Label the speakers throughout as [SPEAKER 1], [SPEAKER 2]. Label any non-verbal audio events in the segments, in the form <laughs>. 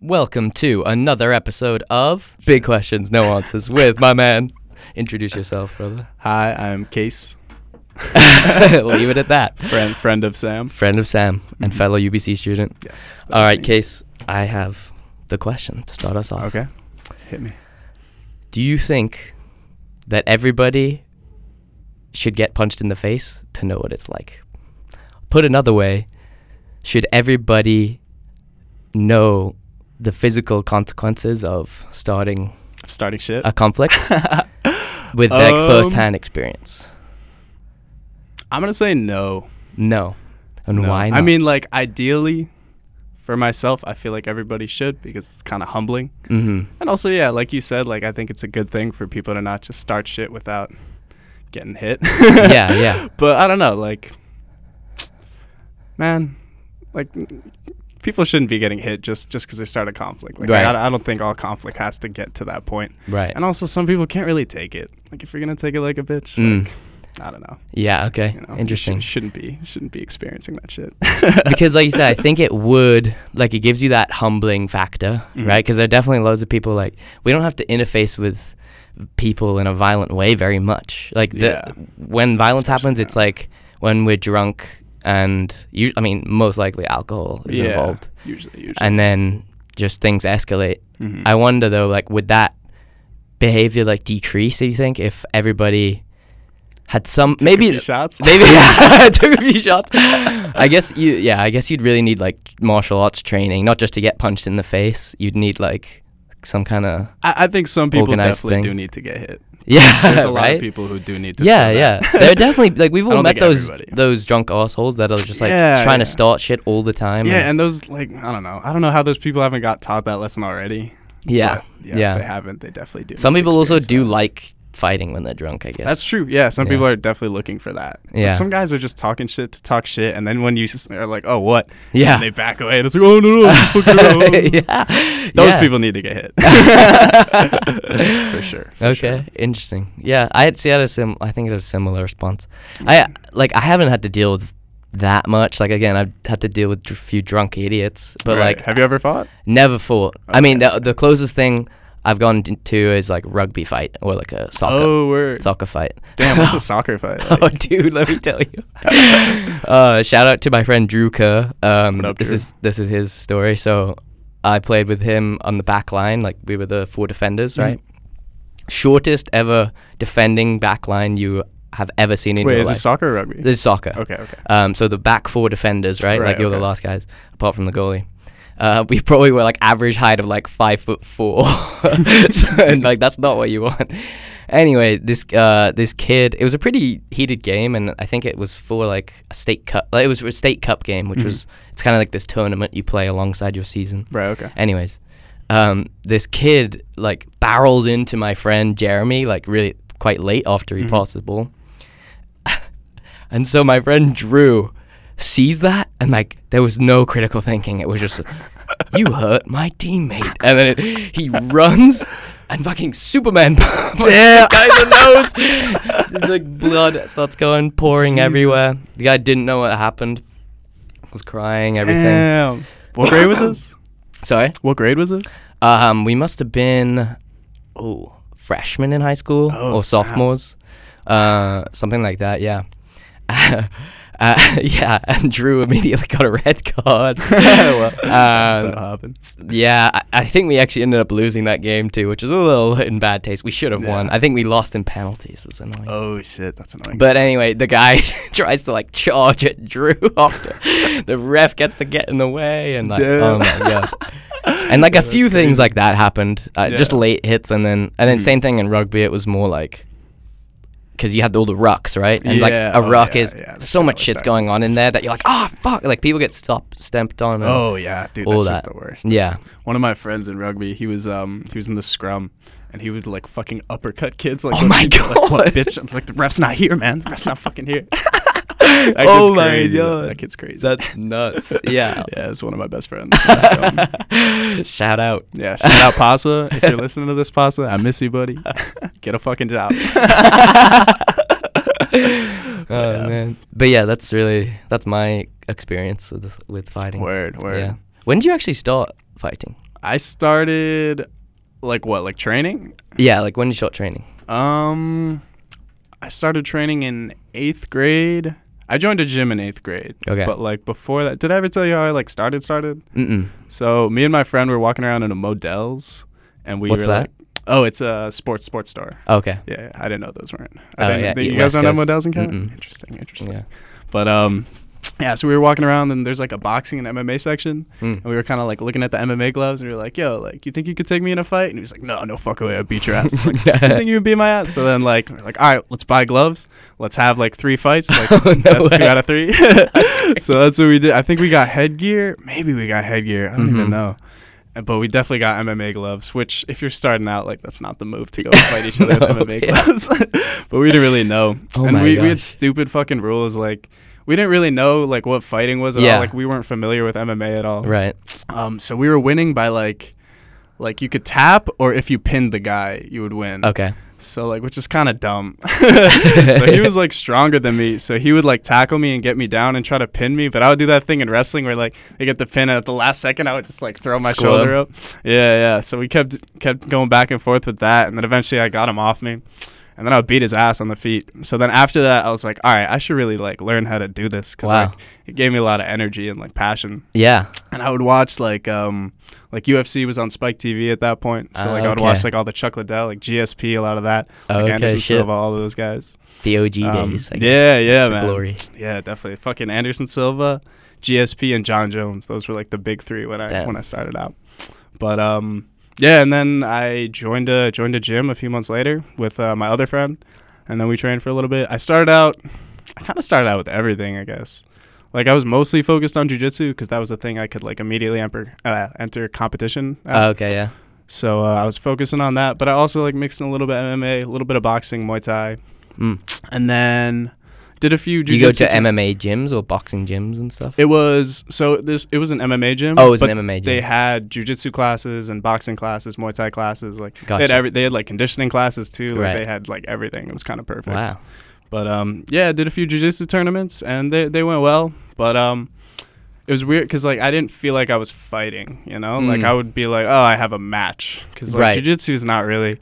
[SPEAKER 1] Welcome to another episode of Big Questions, No Answers with my man. Introduce yourself, brother. <laughs>
[SPEAKER 2] Hi, I'm Case,
[SPEAKER 1] Leave it at that.
[SPEAKER 2] friend friend of Sam.
[SPEAKER 1] Friend of Sam and
[SPEAKER 2] Mhm.
[SPEAKER 1] fellow UBC student.
[SPEAKER 2] Yes.
[SPEAKER 1] All right,
[SPEAKER 2] Kate.
[SPEAKER 1] Case, I have the question to start us off.
[SPEAKER 2] Okay. Hit me.
[SPEAKER 1] Do you think that everybody should get punched in the face to know what it's like? Put another way, should everybody know the physical consequences of starting
[SPEAKER 2] Starting shit.
[SPEAKER 1] a
[SPEAKER 2] <laughs>
[SPEAKER 1] conflict with like
[SPEAKER 2] Um,
[SPEAKER 1] first-hand experience?
[SPEAKER 2] I'm gonna say no.
[SPEAKER 1] No. And
[SPEAKER 2] No.
[SPEAKER 1] why not?
[SPEAKER 2] I mean, like ideally, for myself, I feel like everybody should because it's kind of humbling. <laughs>
[SPEAKER 1] Mhm.
[SPEAKER 2] And also, yeah, like you said, like I think it's a good thing for people to not just start shit without getting hit. <laughs>
[SPEAKER 1] yeah, yeah.
[SPEAKER 2] But I don't know, like, man, like people shouldn't be getting hit just just because they start a conflict. Like,
[SPEAKER 1] Right.
[SPEAKER 2] I, I don't think all conflict has to get to that point.
[SPEAKER 1] Right.
[SPEAKER 2] And also, some people can't really take it. Like, if you're gonna take it like a bitch,
[SPEAKER 1] Mm.
[SPEAKER 2] like, I don't know.
[SPEAKER 1] Yeah, okay.
[SPEAKER 2] You know, you
[SPEAKER 1] Interesting.
[SPEAKER 2] should- shouldn't be shouldn't be experiencing that shit.
[SPEAKER 1] <laughs> because like you
[SPEAKER 2] <laughs>
[SPEAKER 1] said, I think it would like it gives you that humbling factor, right? 'Cause
[SPEAKER 2] Mhm.
[SPEAKER 1] right? Because there are definitely loads of people like we don't have to interface with people in a violent way very much. Like the,
[SPEAKER 2] Yeah.
[SPEAKER 1] when violence
[SPEAKER 2] Especially
[SPEAKER 1] happens,
[SPEAKER 2] now.
[SPEAKER 1] it's like when we're drunk and you, I mean, most likely alcohol is
[SPEAKER 2] yeah,
[SPEAKER 1] involved,
[SPEAKER 2] usually, usually.
[SPEAKER 1] and then just things escalate.
[SPEAKER 2] Mhm.
[SPEAKER 1] I wonder though, like would that behavior like decrease? Do you think if everybody had some
[SPEAKER 2] Took a
[SPEAKER 1] maybe
[SPEAKER 2] few shots. <laughs>
[SPEAKER 1] Maybe <laughs> I took a few shots. I guess you, yeah, I guess you'd really need like martial arts training, not just to get punched in the face. You'd need like some kind of
[SPEAKER 2] I, I think some people
[SPEAKER 1] organized
[SPEAKER 2] definitely
[SPEAKER 1] thing.
[SPEAKER 2] do need to get hit.
[SPEAKER 1] yeah, <laughs>
[SPEAKER 2] There's a lot
[SPEAKER 1] right?
[SPEAKER 2] of people who do need to.
[SPEAKER 1] Yeah,
[SPEAKER 2] feel
[SPEAKER 1] yeah.
[SPEAKER 2] that.
[SPEAKER 1] There
[SPEAKER 2] <laughs>
[SPEAKER 1] are definitely like we've
[SPEAKER 2] I
[SPEAKER 1] all
[SPEAKER 2] don't
[SPEAKER 1] met
[SPEAKER 2] think
[SPEAKER 1] those
[SPEAKER 2] everybody.
[SPEAKER 1] those drunk assholes that are just like
[SPEAKER 2] Yeah,
[SPEAKER 1] trying to
[SPEAKER 2] yeah.
[SPEAKER 1] start shit all the time.
[SPEAKER 2] yeah,
[SPEAKER 1] and-
[SPEAKER 2] and those like I don't know. I don't know how those people haven't got taught that lesson already.
[SPEAKER 1] yeah,
[SPEAKER 2] but,
[SPEAKER 1] yeah.
[SPEAKER 2] If they haven't. They definitely do.
[SPEAKER 1] Some
[SPEAKER 2] need to
[SPEAKER 1] people also
[SPEAKER 2] experience
[SPEAKER 1] do
[SPEAKER 2] that.
[SPEAKER 1] like fighting when they're drunk. I guess
[SPEAKER 2] That's true. Yeah, some
[SPEAKER 1] Yeah.
[SPEAKER 2] people are definitely looking for that. But
[SPEAKER 1] Yeah.
[SPEAKER 2] some guys are just talking shit to talk shit, and then when you s- are like, "Oh, what?"
[SPEAKER 1] Yeah.
[SPEAKER 2] and they back away, and it's like, "Oh no, no, I'm
[SPEAKER 1] <laughs>
[SPEAKER 2] just fucking around."
[SPEAKER 1] yeah,
[SPEAKER 2] Those
[SPEAKER 1] yeah.
[SPEAKER 2] people need
[SPEAKER 1] <laughs>
[SPEAKER 2] to get hit for sure. for
[SPEAKER 1] Okay,
[SPEAKER 2] sure.
[SPEAKER 1] interesting. Yeah, I had see I had a sim. I think I had a similar response. I like I haven't had to deal with that much. Like again, I've had to deal with a few drunk idiots, but
[SPEAKER 2] Right.
[SPEAKER 1] like
[SPEAKER 2] have you ever fought?
[SPEAKER 1] never fought. I mean,
[SPEAKER 2] Okay.
[SPEAKER 1] the, the closest thing I've gone t- to is like rugby fight or like a soccer
[SPEAKER 2] Oh, word.
[SPEAKER 1] soccer fight. <laughs>
[SPEAKER 2] Damn, what's a soccer fight?
[SPEAKER 1] Oh,
[SPEAKER 2] like?
[SPEAKER 1] dude, let
[SPEAKER 2] <laughs>
[SPEAKER 1] me tell you. uh, shout out to my friend Drew Kerr. Um,
[SPEAKER 2] What up,
[SPEAKER 1] this
[SPEAKER 2] Drew?
[SPEAKER 1] is this is his story. So, I played with him on the back line. Like we were the four defenders,
[SPEAKER 2] Mhm.
[SPEAKER 1] right? Shortest ever defending back line you have ever seen in
[SPEAKER 2] Wait,
[SPEAKER 1] your
[SPEAKER 2] is
[SPEAKER 1] life.
[SPEAKER 2] it soccer or rugby?
[SPEAKER 1] This is soccer.
[SPEAKER 2] okay, okay.
[SPEAKER 1] Um, so the back four defenders, right?
[SPEAKER 2] Right,
[SPEAKER 1] like you're the
[SPEAKER 2] okay.
[SPEAKER 1] last guys, apart from the goalie. Uh, we probably were like average height of like five foot four, <laughs> so, and like that's not what you want. Anyway, this uh, this kid, it was a pretty heated game, and I think it was for like a state cup. Like, it was for a state cup game, which
[SPEAKER 2] Mhm.
[SPEAKER 1] was it's kind of like this tournament you play alongside your season.
[SPEAKER 2] Right, okay.
[SPEAKER 1] Anyways, um, this kid like barrels into my friend Jeremy like really quite late after he
[SPEAKER 2] Mhm.
[SPEAKER 1] passes the ball, <laughs> and so my friend Drew sees that and like there was no critical thinking. It was just you hurt my teammate, and then it, he runs. And fucking Superman <laughs> punches this guy in the nose. Just like blood starts going pouring
[SPEAKER 2] Jesus.
[SPEAKER 1] everywhere. The guy didn't know what happened. Was crying, everything.
[SPEAKER 2] Damn.
[SPEAKER 1] <laughs>
[SPEAKER 2] What grade was this?
[SPEAKER 1] Sorry.
[SPEAKER 2] What grade was this?
[SPEAKER 1] Um, we must have been, oh, freshmen in high school
[SPEAKER 2] Oh,
[SPEAKER 1] or
[SPEAKER 2] snap.
[SPEAKER 1] sophomores, uh, something like that. Yeah, <laughs> uh, yeah. And Drew immediately got a red
[SPEAKER 2] <laughs>
[SPEAKER 1] <laughs> card.
[SPEAKER 2] Well, that
[SPEAKER 1] um,
[SPEAKER 2] happens.
[SPEAKER 1] yeah, I, I think we actually ended up losing that game too, which is a little in bad taste. We should have won.
[SPEAKER 2] Yeah.
[SPEAKER 1] I think we lost in penalties. Was annoying.
[SPEAKER 2] Oh shit, that's annoying.
[SPEAKER 1] But anyway, the guy <laughs> tries to like charge at Drew <laughs>
[SPEAKER 2] <laughs>
[SPEAKER 1] after the ref gets to get in the way and like oh my
[SPEAKER 2] Damn.
[SPEAKER 1] god.
[SPEAKER 2] <laughs>
[SPEAKER 1] And like
[SPEAKER 2] Yeah,
[SPEAKER 1] a few
[SPEAKER 2] that's
[SPEAKER 1] things
[SPEAKER 2] crazy.
[SPEAKER 1] like that happened. Uh, Just
[SPEAKER 2] Yeah.
[SPEAKER 1] late hits and then and then
[SPEAKER 2] Mhm.
[SPEAKER 1] same thing in rugby it was more like because you had all the rucks, right? And like
[SPEAKER 2] Yeah,
[SPEAKER 1] a
[SPEAKER 2] oh,
[SPEAKER 1] ruck
[SPEAKER 2] yeah,
[SPEAKER 1] is
[SPEAKER 2] yeah, the
[SPEAKER 1] so much
[SPEAKER 2] shallow
[SPEAKER 1] shit's
[SPEAKER 2] stars.
[SPEAKER 1] going on in there that you're like, oh fuck, like people get stop stamped on. And,
[SPEAKER 2] Oh yeah, dude,
[SPEAKER 1] all
[SPEAKER 2] that's just
[SPEAKER 1] that.
[SPEAKER 2] the worst.
[SPEAKER 1] yeah,
[SPEAKER 2] One of my friends in rugby, he was um he was in the scrum and he would like fucking uppercut kids like
[SPEAKER 1] Oh
[SPEAKER 2] what-
[SPEAKER 1] my
[SPEAKER 2] like, what
[SPEAKER 1] God.
[SPEAKER 2] bitch it's like the ref's not here, man. The ref's not fucking
[SPEAKER 1] <laughs>
[SPEAKER 2] here. that
[SPEAKER 1] Oh
[SPEAKER 2] kid's
[SPEAKER 1] my
[SPEAKER 2] crazy. though.
[SPEAKER 1] God.
[SPEAKER 2] That kid's crazy.
[SPEAKER 1] that's nuts. <laughs>
[SPEAKER 2] <laughs>
[SPEAKER 1] Yeah,
[SPEAKER 2] yeah, it's one of my best friends. Like,
[SPEAKER 1] <laughs>
[SPEAKER 2] um,
[SPEAKER 1] shout out.
[SPEAKER 2] yeah, shout out Pasa. If you're listening to this Pasa, I miss
[SPEAKER 1] <laughs>
[SPEAKER 2] you, buddy. Get a fucking job. <laughs>
[SPEAKER 1] Oh
[SPEAKER 2] Yeah.
[SPEAKER 1] man. But yeah, that's really that's my experience with with fighting.
[SPEAKER 2] Word, word.
[SPEAKER 1] Yeah. When did you actually start fighting?
[SPEAKER 2] I started like what, like training?
[SPEAKER 1] Yeah, like when did you start training?
[SPEAKER 2] Um, I started training in eighth grade. I joined a gym in eighth grade.
[SPEAKER 1] Okay.
[SPEAKER 2] But like before that, did I ever tell you how I like started? Started.
[SPEAKER 1] Mm-mm.
[SPEAKER 2] So me and my friend were walking around in a Modell's, and we
[SPEAKER 1] What's
[SPEAKER 2] were like, "Oh, it's a sports sports store."
[SPEAKER 1] Okay.
[SPEAKER 2] Yeah, I didn't know those weren't.
[SPEAKER 1] Oh,
[SPEAKER 2] I didn't,
[SPEAKER 1] yeah,
[SPEAKER 2] think
[SPEAKER 1] yeah,
[SPEAKER 2] you
[SPEAKER 1] West
[SPEAKER 2] guys don't know
[SPEAKER 1] Coast.
[SPEAKER 2] Modell's in Canada.
[SPEAKER 1] Mm-mm.
[SPEAKER 2] Interesting, interesting.
[SPEAKER 1] Yeah.
[SPEAKER 2] But um, yeah. So we were walking around, and there's like a boxing and MMA section, and
[SPEAKER 1] Mm.
[SPEAKER 2] we were kind of like looking at the MMA gloves, and we were like, "Yo, like, you think you could take me in a fight?" And he was like, "No, no fuck way, I beat your ass."
[SPEAKER 1] <laughs>
[SPEAKER 2] Like, you think you would beat my ass? So then like, we're like, all right, let's buy gloves. Let's have like three fights. Like,
[SPEAKER 1] <laughs> No
[SPEAKER 2] best two
[SPEAKER 1] way.
[SPEAKER 2] out
[SPEAKER 1] <laughs>
[SPEAKER 2] of three. <laughs> so that's what we did. I think we got headgear. Maybe we got headgear. I don't
[SPEAKER 1] Mhm.
[SPEAKER 2] even know. Uh, But we definitely got MMA gloves, which if you're starting out, like that's not the move to go <laughs> fight each other
[SPEAKER 1] <laughs> No,
[SPEAKER 2] with MMA
[SPEAKER 1] yeah.
[SPEAKER 2] gloves. <laughs> but we didn't really know,
[SPEAKER 1] Oh
[SPEAKER 2] and
[SPEAKER 1] my
[SPEAKER 2] we, we had
[SPEAKER 1] gosh.
[SPEAKER 2] stupid fucking rules. Like we didn't really know like what fighting was at
[SPEAKER 1] Yeah.
[SPEAKER 2] all. Like we weren't familiar with MMA at all.
[SPEAKER 1] Right.
[SPEAKER 2] Um, so we were winning by like, like you could tap, or if you pinned the guy, you would win.
[SPEAKER 1] Okay.
[SPEAKER 2] So like, which is kind of
[SPEAKER 1] <laughs>
[SPEAKER 2] dumb. <laughs> so he was like stronger than me. So he would like tackle me and get me down and try to pin me. But I would do that thing in wrestling where like they get the pin and at the last second. I would just like throw my
[SPEAKER 1] Squib.
[SPEAKER 2] shoulder up. Yeah, yeah. So we kept kept going back and forth with that, and then eventually I got him off me. And then I would beat his ass on the feet. So then after that, I was like, all right, I should really like learn how to do this because
[SPEAKER 1] Wow.
[SPEAKER 2] like, it gave me a lot of energy and like passion
[SPEAKER 1] Yeah.
[SPEAKER 2] and I would watch like um like UFC was on Spike TV at that point, so
[SPEAKER 1] Ah,
[SPEAKER 2] like I would
[SPEAKER 1] okay.
[SPEAKER 2] watch like all the Chuck Liddell, like GSP, a lot of that, like
[SPEAKER 1] Okay,
[SPEAKER 2] Anderson
[SPEAKER 1] shit.
[SPEAKER 2] Silva, all of those guys.
[SPEAKER 1] The OG
[SPEAKER 2] Um,
[SPEAKER 1] days. I guess.
[SPEAKER 2] yeah, yeah,
[SPEAKER 1] The
[SPEAKER 2] man,
[SPEAKER 1] glory.
[SPEAKER 2] yeah, definitely. Fucking Anderson Silva, GSP, and John Jones. Those were like the big three when I
[SPEAKER 1] Damn.
[SPEAKER 2] when I started out. But um yeah, and then I joined a joined a gym a few months later with uh, my other friend, and then we trained for a little bit. I started out, I kind of started out with everything, I guess. Like I was mostly focused on jujitsu because that was the thing I could like immediately enter uh, enter competition. at.
[SPEAKER 1] Oh, okay. Yeah.
[SPEAKER 2] so uh, I was focusing on that, but I also like mixed in a little bit of MMA, a little bit of boxing, Muay Thai,
[SPEAKER 1] Mm.
[SPEAKER 2] and then did a few. Jujitsu
[SPEAKER 1] Do you go to
[SPEAKER 2] tour-
[SPEAKER 1] MMA gyms or boxing gyms and stuff?
[SPEAKER 2] It was so this. It was an MMA gym.
[SPEAKER 1] oh, it was
[SPEAKER 2] but
[SPEAKER 1] an MMA gym.
[SPEAKER 2] They had jujitsu classes and boxing classes, Muay Thai classes. Like they had
[SPEAKER 1] Gotcha.
[SPEAKER 2] every, they had like conditioning classes too. Like
[SPEAKER 1] Right.
[SPEAKER 2] they had like everything. It was kind of perfect.
[SPEAKER 1] wow.
[SPEAKER 2] But um, yeah, I did a few jujitsu tournaments and they they went well. But um, it was weird because like I didn't feel like I was fighting. You know, like
[SPEAKER 1] Mm.
[SPEAKER 2] I would be like, oh, I have a match because like
[SPEAKER 1] Right.
[SPEAKER 2] jujitsu is not really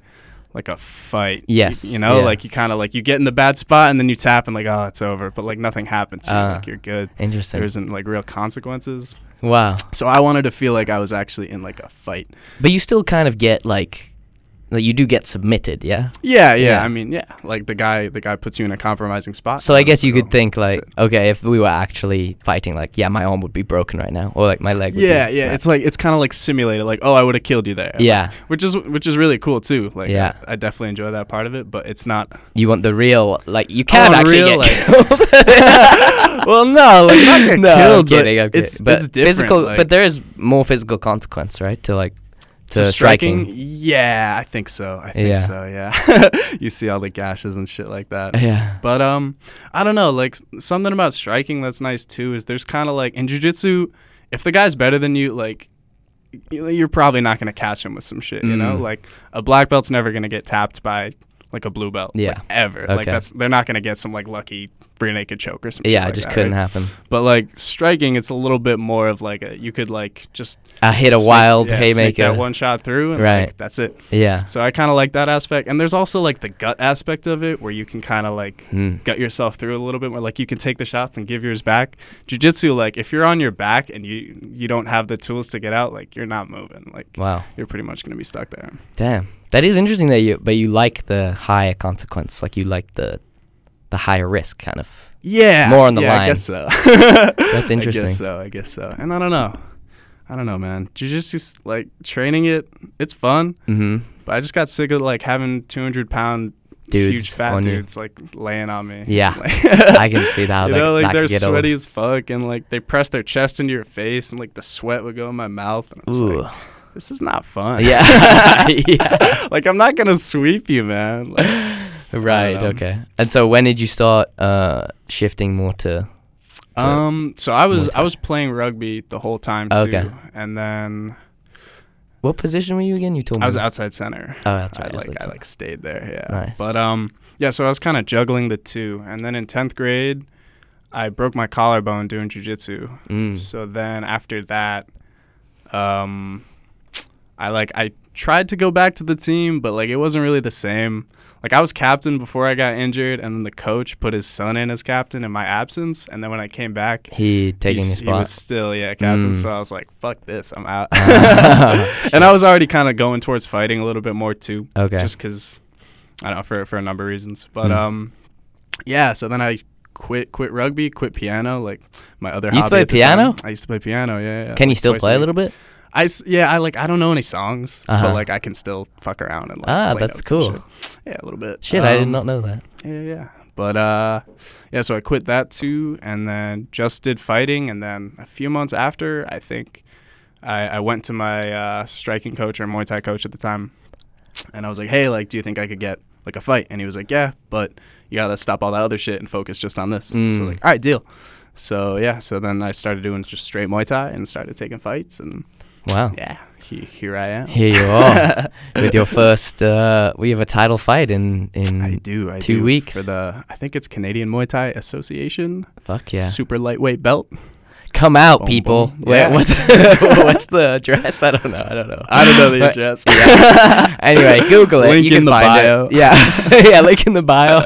[SPEAKER 2] like a fight. You-
[SPEAKER 1] Yes,
[SPEAKER 2] You, know,
[SPEAKER 1] yeah.
[SPEAKER 2] like you kind of like you get in the bad spot and then you tap and like oh it's over, but like nothing happens. to you,
[SPEAKER 1] Ah.
[SPEAKER 2] like you're good. There
[SPEAKER 1] Interesting.
[SPEAKER 2] isn't like real consequences.
[SPEAKER 1] Wow.
[SPEAKER 2] So I wanted to feel like I was actually in like a fight.
[SPEAKER 1] But you still kind of get like, like you do get submitted, yeah.
[SPEAKER 2] Yeah, yeah.
[SPEAKER 1] Yeah.
[SPEAKER 2] I mean, yeah. Like the guy, the guy puts you in a compromising spot.
[SPEAKER 1] So I guess you could
[SPEAKER 2] So-
[SPEAKER 1] think like,
[SPEAKER 2] it.
[SPEAKER 1] okay, if we were actually fighting, like, yeah, my arm would be broken right now, or like my leg. Would
[SPEAKER 2] Yeah,
[SPEAKER 1] be
[SPEAKER 2] yeah.
[SPEAKER 1] snapped.
[SPEAKER 2] It's like it's kind of like simulated. Like, oh, I would have killed you there.
[SPEAKER 1] yeah.
[SPEAKER 2] Which is which is really cool too. Like,
[SPEAKER 1] Yeah.
[SPEAKER 2] I, I definitely enjoy that part of it. But it's not.
[SPEAKER 1] You want the real, like, you can
[SPEAKER 2] want
[SPEAKER 1] actually
[SPEAKER 2] real,
[SPEAKER 1] get
[SPEAKER 2] like-
[SPEAKER 1] killed.
[SPEAKER 2] <laughs> well, no, like not
[SPEAKER 1] <laughs>
[SPEAKER 2] get
[SPEAKER 1] no,
[SPEAKER 2] killed.
[SPEAKER 1] I'm kidding.
[SPEAKER 2] but
[SPEAKER 1] I'm kidding.
[SPEAKER 2] It's,
[SPEAKER 1] but
[SPEAKER 2] it's different.
[SPEAKER 1] physical,
[SPEAKER 2] like,
[SPEAKER 1] but there is more physical consequence, right? To like, to,
[SPEAKER 2] to
[SPEAKER 1] striking.
[SPEAKER 2] Yeah, I think so. I think
[SPEAKER 1] Yeah.
[SPEAKER 2] so. Yeah. <laughs> you see all the gashes and shit like that.
[SPEAKER 1] Yeah.
[SPEAKER 2] But um, I don't know. Like s- something about striking that's nice too is there's kind of like in jujitsu, if the guy's better than you, like you- you're probably not gonna catch him with some shit. You know,
[SPEAKER 1] Mm.
[SPEAKER 2] like a black belt's never gonna get tapped by like a blue belt. like,
[SPEAKER 1] Yeah.
[SPEAKER 2] ever. Like
[SPEAKER 1] Okay.
[SPEAKER 2] that's they're not gonna get some like lucky rear naked choke or some. shit
[SPEAKER 1] Yeah, it
[SPEAKER 2] like
[SPEAKER 1] just
[SPEAKER 2] that,
[SPEAKER 1] couldn't
[SPEAKER 2] right?
[SPEAKER 1] happen.
[SPEAKER 2] But like striking, it's a little bit more of like a you could like just
[SPEAKER 1] I hit a
[SPEAKER 2] sneak-
[SPEAKER 1] wild
[SPEAKER 2] yeah, sneak
[SPEAKER 1] haymaker.
[SPEAKER 2] that one shot through, and
[SPEAKER 1] Right.
[SPEAKER 2] like, that's it.
[SPEAKER 1] Yeah.
[SPEAKER 2] So I kind of like that aspect, and there's also like the gut aspect of it where you can kind of like
[SPEAKER 1] Hmm.
[SPEAKER 2] gut yourself through a little bit more. Like you can take the shots and give yours back. Jiu-jitsu, like if you're on your back and you you don't have the tools to get out, like you're not moving. Like
[SPEAKER 1] Wow.
[SPEAKER 2] you're pretty much gonna be stuck there.
[SPEAKER 1] Damn. That is interesting that you, but you like the higher consequence, like you like the, the higher risk kind of.
[SPEAKER 2] Yeah,
[SPEAKER 1] More on the
[SPEAKER 2] yeah, I
[SPEAKER 1] line. <laughs>
[SPEAKER 2] guess so. <laughs> That's I
[SPEAKER 1] interesting.
[SPEAKER 2] guess so. I guess so. And I don't know. I don't know, man. Jiu-jitsu's like training it. It's fun,
[SPEAKER 1] Mm-hmm.
[SPEAKER 2] but I just got sick of like having 200 pound
[SPEAKER 1] Dudes
[SPEAKER 2] huge fat
[SPEAKER 1] on you.
[SPEAKER 2] dudes like laying on me. <laughs>
[SPEAKER 1] Yeah.
[SPEAKER 2] Like-
[SPEAKER 1] I can see that.
[SPEAKER 2] you
[SPEAKER 1] like,
[SPEAKER 2] know, like
[SPEAKER 1] that
[SPEAKER 2] they're
[SPEAKER 1] could get old.
[SPEAKER 2] sweaty as fuck, and like they press their chest into your face, and like the sweat would go in my mouth. And it's
[SPEAKER 1] Ooh.
[SPEAKER 2] like, this is not fun.
[SPEAKER 1] <laughs>
[SPEAKER 2] <laughs>
[SPEAKER 1] yeah. yeah.
[SPEAKER 2] like I'm not gonna sweep you,
[SPEAKER 1] <laughs>
[SPEAKER 2] man. Like,
[SPEAKER 1] Right.
[SPEAKER 2] Um,
[SPEAKER 1] okay. And so when did you start uh, shifting more to? to-
[SPEAKER 2] um, so I was
[SPEAKER 1] Muay Thai.
[SPEAKER 2] I was playing rugby the whole time too,
[SPEAKER 1] Okay.
[SPEAKER 2] and then
[SPEAKER 1] what position were you again? You told me.
[SPEAKER 2] I was
[SPEAKER 1] this.
[SPEAKER 2] outside center.
[SPEAKER 1] Oh, that's
[SPEAKER 2] I
[SPEAKER 1] right.
[SPEAKER 2] like I
[SPEAKER 1] outside.
[SPEAKER 2] like stayed there, yeah.
[SPEAKER 1] Nice.
[SPEAKER 2] But um, yeah. So I was kind of juggling the two, and then in tenth grade, I broke my collarbone doing jujitsu.
[SPEAKER 1] Mm.
[SPEAKER 2] So then after that, um, I like I tried to go back to the team, but like it wasn't really the same. Like I was captain before I got injured, and then the coach put his son in as captain in my absence, and then when I came back,
[SPEAKER 1] He taking his
[SPEAKER 2] he's- He
[SPEAKER 1] spot.
[SPEAKER 2] was still, yeah, captain.
[SPEAKER 1] Mm.
[SPEAKER 2] So I was like, fuck this, I'm
[SPEAKER 1] <laughs>
[SPEAKER 2] out. and I was already kind of going towards fighting a little bit more too.
[SPEAKER 1] okay.
[SPEAKER 2] Just 'cause I don't know, for, for a number of reasons. But
[SPEAKER 1] Mm.
[SPEAKER 2] um, yeah, so then I quit quit rugby, quit piano, like my other
[SPEAKER 1] You used to
[SPEAKER 2] hobby
[SPEAKER 1] play
[SPEAKER 2] at the time.
[SPEAKER 1] piano?
[SPEAKER 2] I used to play piano, yeah. yeah
[SPEAKER 1] Can you
[SPEAKER 2] like
[SPEAKER 1] still
[SPEAKER 2] uh, twice
[SPEAKER 1] play a
[SPEAKER 2] week.
[SPEAKER 1] little bit?
[SPEAKER 2] I, s- yeah, I like, I don't know any songs,
[SPEAKER 1] Uh-huh.
[SPEAKER 2] but like I can still fuck around and like,
[SPEAKER 1] Ah,
[SPEAKER 2] play
[SPEAKER 1] that's
[SPEAKER 2] notes and
[SPEAKER 1] cool.
[SPEAKER 2] shit. Yeah, a little bit.
[SPEAKER 1] Shit, I did
[SPEAKER 2] Um,
[SPEAKER 1] not know
[SPEAKER 2] <laughs>
[SPEAKER 1] that.
[SPEAKER 2] yeah, yeah. But uh, yeah, so I quit that too, and then just did fighting, and then a few months after, I think I, I went to my uh, striking coach or Muay Thai coach at the time, and I was like, "Hey, like, do you think I could get like a fight?" And he was like, "Yeah, but you gotta stop all that other shit and focus just on this." So
[SPEAKER 1] Mm.
[SPEAKER 2] like, all right, deal. So yeah, so then I started doing just straight Muay Thai and started taking fights, and
[SPEAKER 1] Wow.
[SPEAKER 2] yeah, he, here I am.
[SPEAKER 1] Here you
[SPEAKER 2] <laughs>
[SPEAKER 1] are with your first. Uh, we have a title fight in
[SPEAKER 2] I
[SPEAKER 1] in.
[SPEAKER 2] do. I
[SPEAKER 1] Two
[SPEAKER 2] do
[SPEAKER 1] weeks.
[SPEAKER 2] for the I think it's Canadian Muay Thai Association
[SPEAKER 1] Fuck yeah!
[SPEAKER 2] super lightweight belt.
[SPEAKER 1] Come out,
[SPEAKER 2] Boom,
[SPEAKER 1] people.
[SPEAKER 2] boom.
[SPEAKER 1] Wait,
[SPEAKER 2] Yeah. <laughs>
[SPEAKER 1] what's <laughs> what's the address? I don't know. <laughs> I don't know.
[SPEAKER 2] I don't know the
[SPEAKER 1] But-
[SPEAKER 2] address.
[SPEAKER 1] <laughs> anyway, Google it.
[SPEAKER 2] Link
[SPEAKER 1] you can
[SPEAKER 2] in the
[SPEAKER 1] find
[SPEAKER 2] bio.
[SPEAKER 1] It. Yeah,
[SPEAKER 2] <laughs>
[SPEAKER 1] yeah. <laughs> Link in the bio.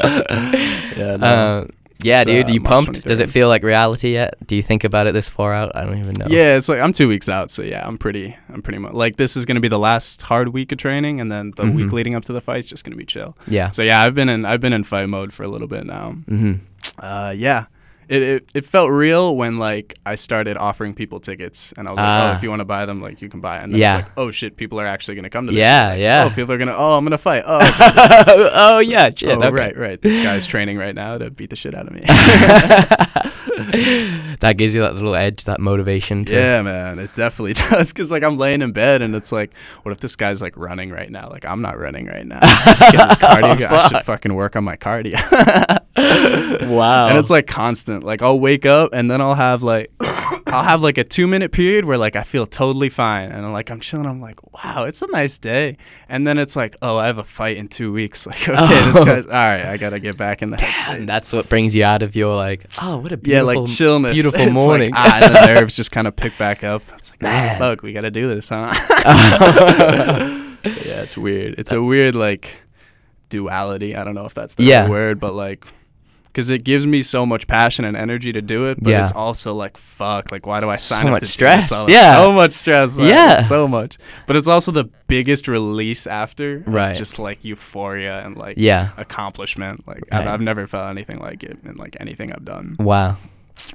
[SPEAKER 2] yeah, no.
[SPEAKER 1] <laughs> Um, yeah,
[SPEAKER 2] Uh, It's,
[SPEAKER 1] dude.
[SPEAKER 2] uh,
[SPEAKER 1] you
[SPEAKER 2] March
[SPEAKER 1] pumped? Does it
[SPEAKER 2] 23rd.
[SPEAKER 1] feel like reality yet? Do you think about it this far out? I don't even know.
[SPEAKER 2] yeah, it's like I'm two weeks out, so yeah, I'm pretty, I'm pretty much like this is gonna be the last hard week of training, and then the week
[SPEAKER 1] Mhm.
[SPEAKER 2] leading up to the fight's just gonna be chill.
[SPEAKER 1] Yeah.
[SPEAKER 2] So yeah, I've been in, I've been in fight mode for a little bit now.
[SPEAKER 1] Mm-hmm.
[SPEAKER 2] Uh, yeah, it, it it felt real when like I started offering people tickets, and I was like,
[SPEAKER 1] Ah.
[SPEAKER 2] oh, if you want to buy them, like you can buy. And then
[SPEAKER 1] Yeah.
[SPEAKER 2] it's like, oh shit, people are actually gonna come to this.
[SPEAKER 1] Yeah, yeah.
[SPEAKER 2] Oh, people are gonna. Oh, I'm gonna fight. Oh, okay.
[SPEAKER 1] oh yeah, <laughs> shit.
[SPEAKER 2] oh
[SPEAKER 1] okay.
[SPEAKER 2] right, right. This guy's training right now to beat the shit out of me.
[SPEAKER 1] <laughs> that gives you that little edge, that motivation to.
[SPEAKER 2] Yeah, man, it definitely <laughs> does. Cause like I'm laying in bed and it's like, what if this guy's like running right now? Like I'm not running right now. <laughs> Just get this cardio.
[SPEAKER 1] <laughs>
[SPEAKER 2] I should fucking work on my cardio. <laughs>
[SPEAKER 1] Wow.
[SPEAKER 2] and it's like constant. Like I'll wake up and then I'll have like, <coughs> I'll have like a two minute period where like I feel totally fine and I'm like I'm chilling. I'm like, wow, it's a nice day. And then it's like, oh, I have a fight in two weeks. <laughs> Like okay, this
[SPEAKER 1] Oh.
[SPEAKER 2] guy's all right. I gotta get back in the headspace.
[SPEAKER 1] and that's what brings you out of your like. Oh, what a
[SPEAKER 2] Yeah,
[SPEAKER 1] beautiful,
[SPEAKER 2] like chillness.
[SPEAKER 1] beautiful
[SPEAKER 2] <laughs> It's like,
[SPEAKER 1] morning.
[SPEAKER 2] ah, and the nerves just kind of pick back up. It's like,
[SPEAKER 1] Man.
[SPEAKER 2] man, fuck, we got to do this, huh? <laughs> yeah, it's weird. It's a weird like duality. I don't know if that's the
[SPEAKER 1] Yeah.
[SPEAKER 2] right word, but like, because it gives me so much passion and energy to do it, but
[SPEAKER 1] Yeah.
[SPEAKER 2] it's also like, fuck, like why do I
[SPEAKER 1] So
[SPEAKER 2] sign up
[SPEAKER 1] much
[SPEAKER 2] to do this?
[SPEAKER 1] stress.
[SPEAKER 2] all- it's
[SPEAKER 1] Yeah.
[SPEAKER 2] so much stress. man.
[SPEAKER 1] Yeah.
[SPEAKER 2] It's so much. But it's also the biggest release after, of
[SPEAKER 1] Right.
[SPEAKER 2] Just like euphoria and like
[SPEAKER 1] <laughs> yeah.
[SPEAKER 2] accomplishment. Like
[SPEAKER 1] Right.
[SPEAKER 2] I've, I've never felt anything like it in like anything I've done
[SPEAKER 1] Wow.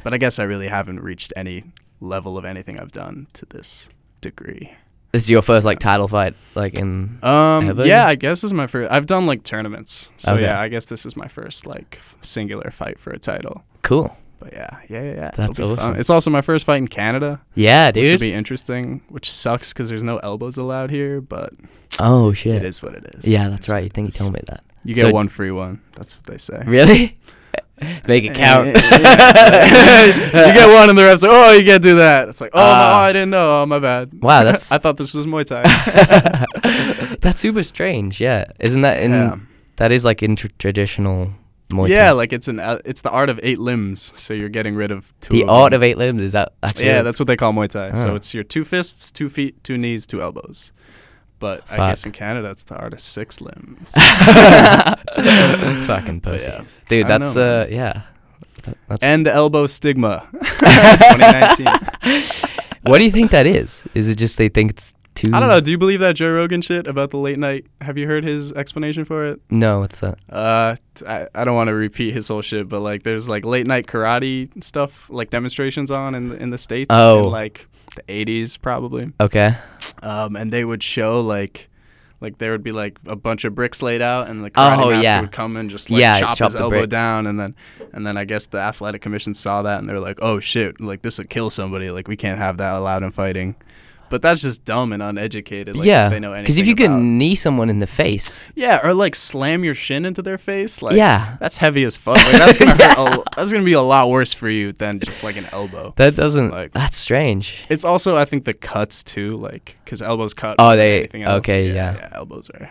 [SPEAKER 2] but I guess I really haven't reached any level of anything I've done to this degree.
[SPEAKER 1] This is your first like title fight, like in.
[SPEAKER 2] Um,
[SPEAKER 1] Have
[SPEAKER 2] yeah,
[SPEAKER 1] you?
[SPEAKER 2] I guess this is my first. I've done like tournaments, so
[SPEAKER 1] Okay.
[SPEAKER 2] yeah, I guess this is my first like f- singular fight for a title.
[SPEAKER 1] Cool.
[SPEAKER 2] But yeah, yeah, yeah, yeah. it'll
[SPEAKER 1] That's
[SPEAKER 2] be fun.
[SPEAKER 1] awesome.
[SPEAKER 2] It's also my first fight in Canada,
[SPEAKER 1] Yeah,
[SPEAKER 2] which will
[SPEAKER 1] dude.
[SPEAKER 2] be interesting. Which sucks because there's no elbows allowed here, but
[SPEAKER 1] Oh
[SPEAKER 2] it
[SPEAKER 1] shit.
[SPEAKER 2] is what it is.
[SPEAKER 1] Yeah, that's
[SPEAKER 2] It's what
[SPEAKER 1] right. You
[SPEAKER 2] it
[SPEAKER 1] think you
[SPEAKER 2] is.
[SPEAKER 1] told me
[SPEAKER 2] <laughs>
[SPEAKER 1] that.
[SPEAKER 2] You get
[SPEAKER 1] So-
[SPEAKER 2] one free one. That's what they say. Eh,
[SPEAKER 1] Really? <laughs> Make it count.
[SPEAKER 2] you eh.
[SPEAKER 1] <laughs>
[SPEAKER 2] <laughs> get one, and the ref's like, "Oh, you can't do that." It's like, "Oh,
[SPEAKER 1] Ah.
[SPEAKER 2] no, I didn't know. Oh, my bad." <laughs>
[SPEAKER 1] Wow, that's-
[SPEAKER 2] I thought this was Muay
[SPEAKER 1] <laughs>
[SPEAKER 2] Thai.
[SPEAKER 1] <laughs>
[SPEAKER 2] <laughs>
[SPEAKER 1] that's super strange. Yeah, isn't that in?
[SPEAKER 2] yeah.
[SPEAKER 1] That is like in tr- traditional Muay Thai.
[SPEAKER 2] yeah, like it's an uh, it's the art of eight limbs. So you're getting rid of two.
[SPEAKER 1] the art of eight limbs is that actually?
[SPEAKER 2] Yeah, that's <laughs> what they call Muay Thai.
[SPEAKER 1] Oh.
[SPEAKER 2] So it's your two fists, two feet, two knees, two elbows. But I guess in Canada, it's the art of six limbs.
[SPEAKER 1] <laughs>
[SPEAKER 2] <laughs>
[SPEAKER 1] fucking pussies,
[SPEAKER 2] yeah.
[SPEAKER 1] dude.
[SPEAKER 2] I don't
[SPEAKER 1] That's
[SPEAKER 2] know,
[SPEAKER 1] uh,
[SPEAKER 2] <laughs>
[SPEAKER 1] yeah. <laughs> That- that's
[SPEAKER 2] End elbow stigma. <laughs> 2019.
[SPEAKER 1] what do you think that is? Is it just they think it's too?
[SPEAKER 2] I don't know. Do you believe that Joe Rogan shit about the late night? Have you heard his explanation for it?
[SPEAKER 1] No, it's that.
[SPEAKER 2] Uh, t- I, I don't want to repeat his whole shit, but like there's like late night karate stuff, like demonstrations on in the, in the states,
[SPEAKER 1] Oh.
[SPEAKER 2] in like the 80s probably.
[SPEAKER 1] Okay.
[SPEAKER 2] Um, and they would show like, like there would be like a bunch of bricks laid out, and the karate
[SPEAKER 1] Oh,
[SPEAKER 2] master
[SPEAKER 1] yeah.
[SPEAKER 2] would come and just like
[SPEAKER 1] Yeah,
[SPEAKER 2] chop,
[SPEAKER 1] chop
[SPEAKER 2] his
[SPEAKER 1] the
[SPEAKER 2] elbow
[SPEAKER 1] bricks.
[SPEAKER 2] down, and then and then I guess the athletic commission saw that and they're like, oh shit, like this would kill somebody, like we can't have that allowed in fighting. But that's just dumb and uneducated. Like,
[SPEAKER 1] yeah.
[SPEAKER 2] if they know anything.
[SPEAKER 1] Because if you
[SPEAKER 2] about.
[SPEAKER 1] can knee someone in the face,
[SPEAKER 2] yeah, or like slam your shin into their face, like
[SPEAKER 1] yeah,
[SPEAKER 2] that's heavy as fuck.
[SPEAKER 1] <laughs>
[SPEAKER 2] Like, that's gonna hurt. A, that's gonna be a lot worse for you than just like an elbow.
[SPEAKER 1] that doesn't.
[SPEAKER 2] like-
[SPEAKER 1] that's strange.
[SPEAKER 2] It's also I think the cuts too, like because elbows cut.
[SPEAKER 1] Oh,
[SPEAKER 2] more than
[SPEAKER 1] they-
[SPEAKER 2] anything else.
[SPEAKER 1] okay,
[SPEAKER 2] yeah,
[SPEAKER 1] yeah.
[SPEAKER 2] Elbows are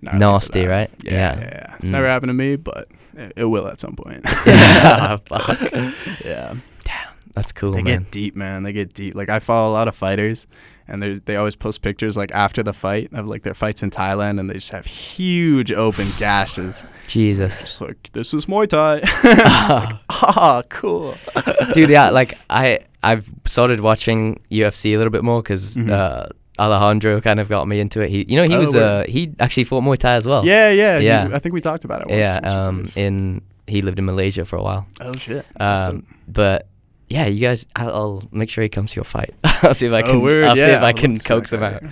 [SPEAKER 2] gnarly for
[SPEAKER 1] Nasty,
[SPEAKER 2] that.
[SPEAKER 1] right?
[SPEAKER 2] Yeah,
[SPEAKER 1] <laughs>
[SPEAKER 2] yeah. yeah, yeah. It's never
[SPEAKER 1] Mm.
[SPEAKER 2] happened to me, but it, it will at
[SPEAKER 1] <laughs>
[SPEAKER 2] some point. <laughs>
[SPEAKER 1] Ah, fuck.
[SPEAKER 2] yeah,
[SPEAKER 1] That's cool,
[SPEAKER 2] they
[SPEAKER 1] man.
[SPEAKER 2] get deep, man. They get deep. Like I follow a lot of fighters, and they they always post pictures like after the fight of like their fights in Thailand, and they just have huge open
[SPEAKER 1] <laughs>
[SPEAKER 2] gashes.
[SPEAKER 1] Jesus,
[SPEAKER 2] It's like this is Muay Thai. <laughs> It's like, ah, cool.
[SPEAKER 1] <laughs> dude. Yeah, like I I've started watching UFC a little bit more because
[SPEAKER 2] Mhm.
[SPEAKER 1] uh, Alejandro kind of got me into it. He, you know, he
[SPEAKER 2] Oh,
[SPEAKER 1] was uh,
[SPEAKER 2] word.
[SPEAKER 1] he actually fought Muay Thai as well.
[SPEAKER 2] yeah, yeah,
[SPEAKER 1] Oh. yeah.
[SPEAKER 2] you- I think we talked about it. Once,
[SPEAKER 1] yeah.
[SPEAKER 2] which was
[SPEAKER 1] Um,
[SPEAKER 2] nice.
[SPEAKER 1] in he lived in Malaysia for a while.
[SPEAKER 2] oh shit. That's dope.
[SPEAKER 1] Um, but yeah, you guys, I'll, I'll make sure he comes to your fight. <laughs> I'll see if I
[SPEAKER 2] Oh,
[SPEAKER 1] can.
[SPEAKER 2] word,
[SPEAKER 1] I'll see
[SPEAKER 2] yeah,
[SPEAKER 1] if I
[SPEAKER 2] I'll
[SPEAKER 1] can
[SPEAKER 2] look to
[SPEAKER 1] coax
[SPEAKER 2] that
[SPEAKER 1] him
[SPEAKER 2] guy.
[SPEAKER 1] out.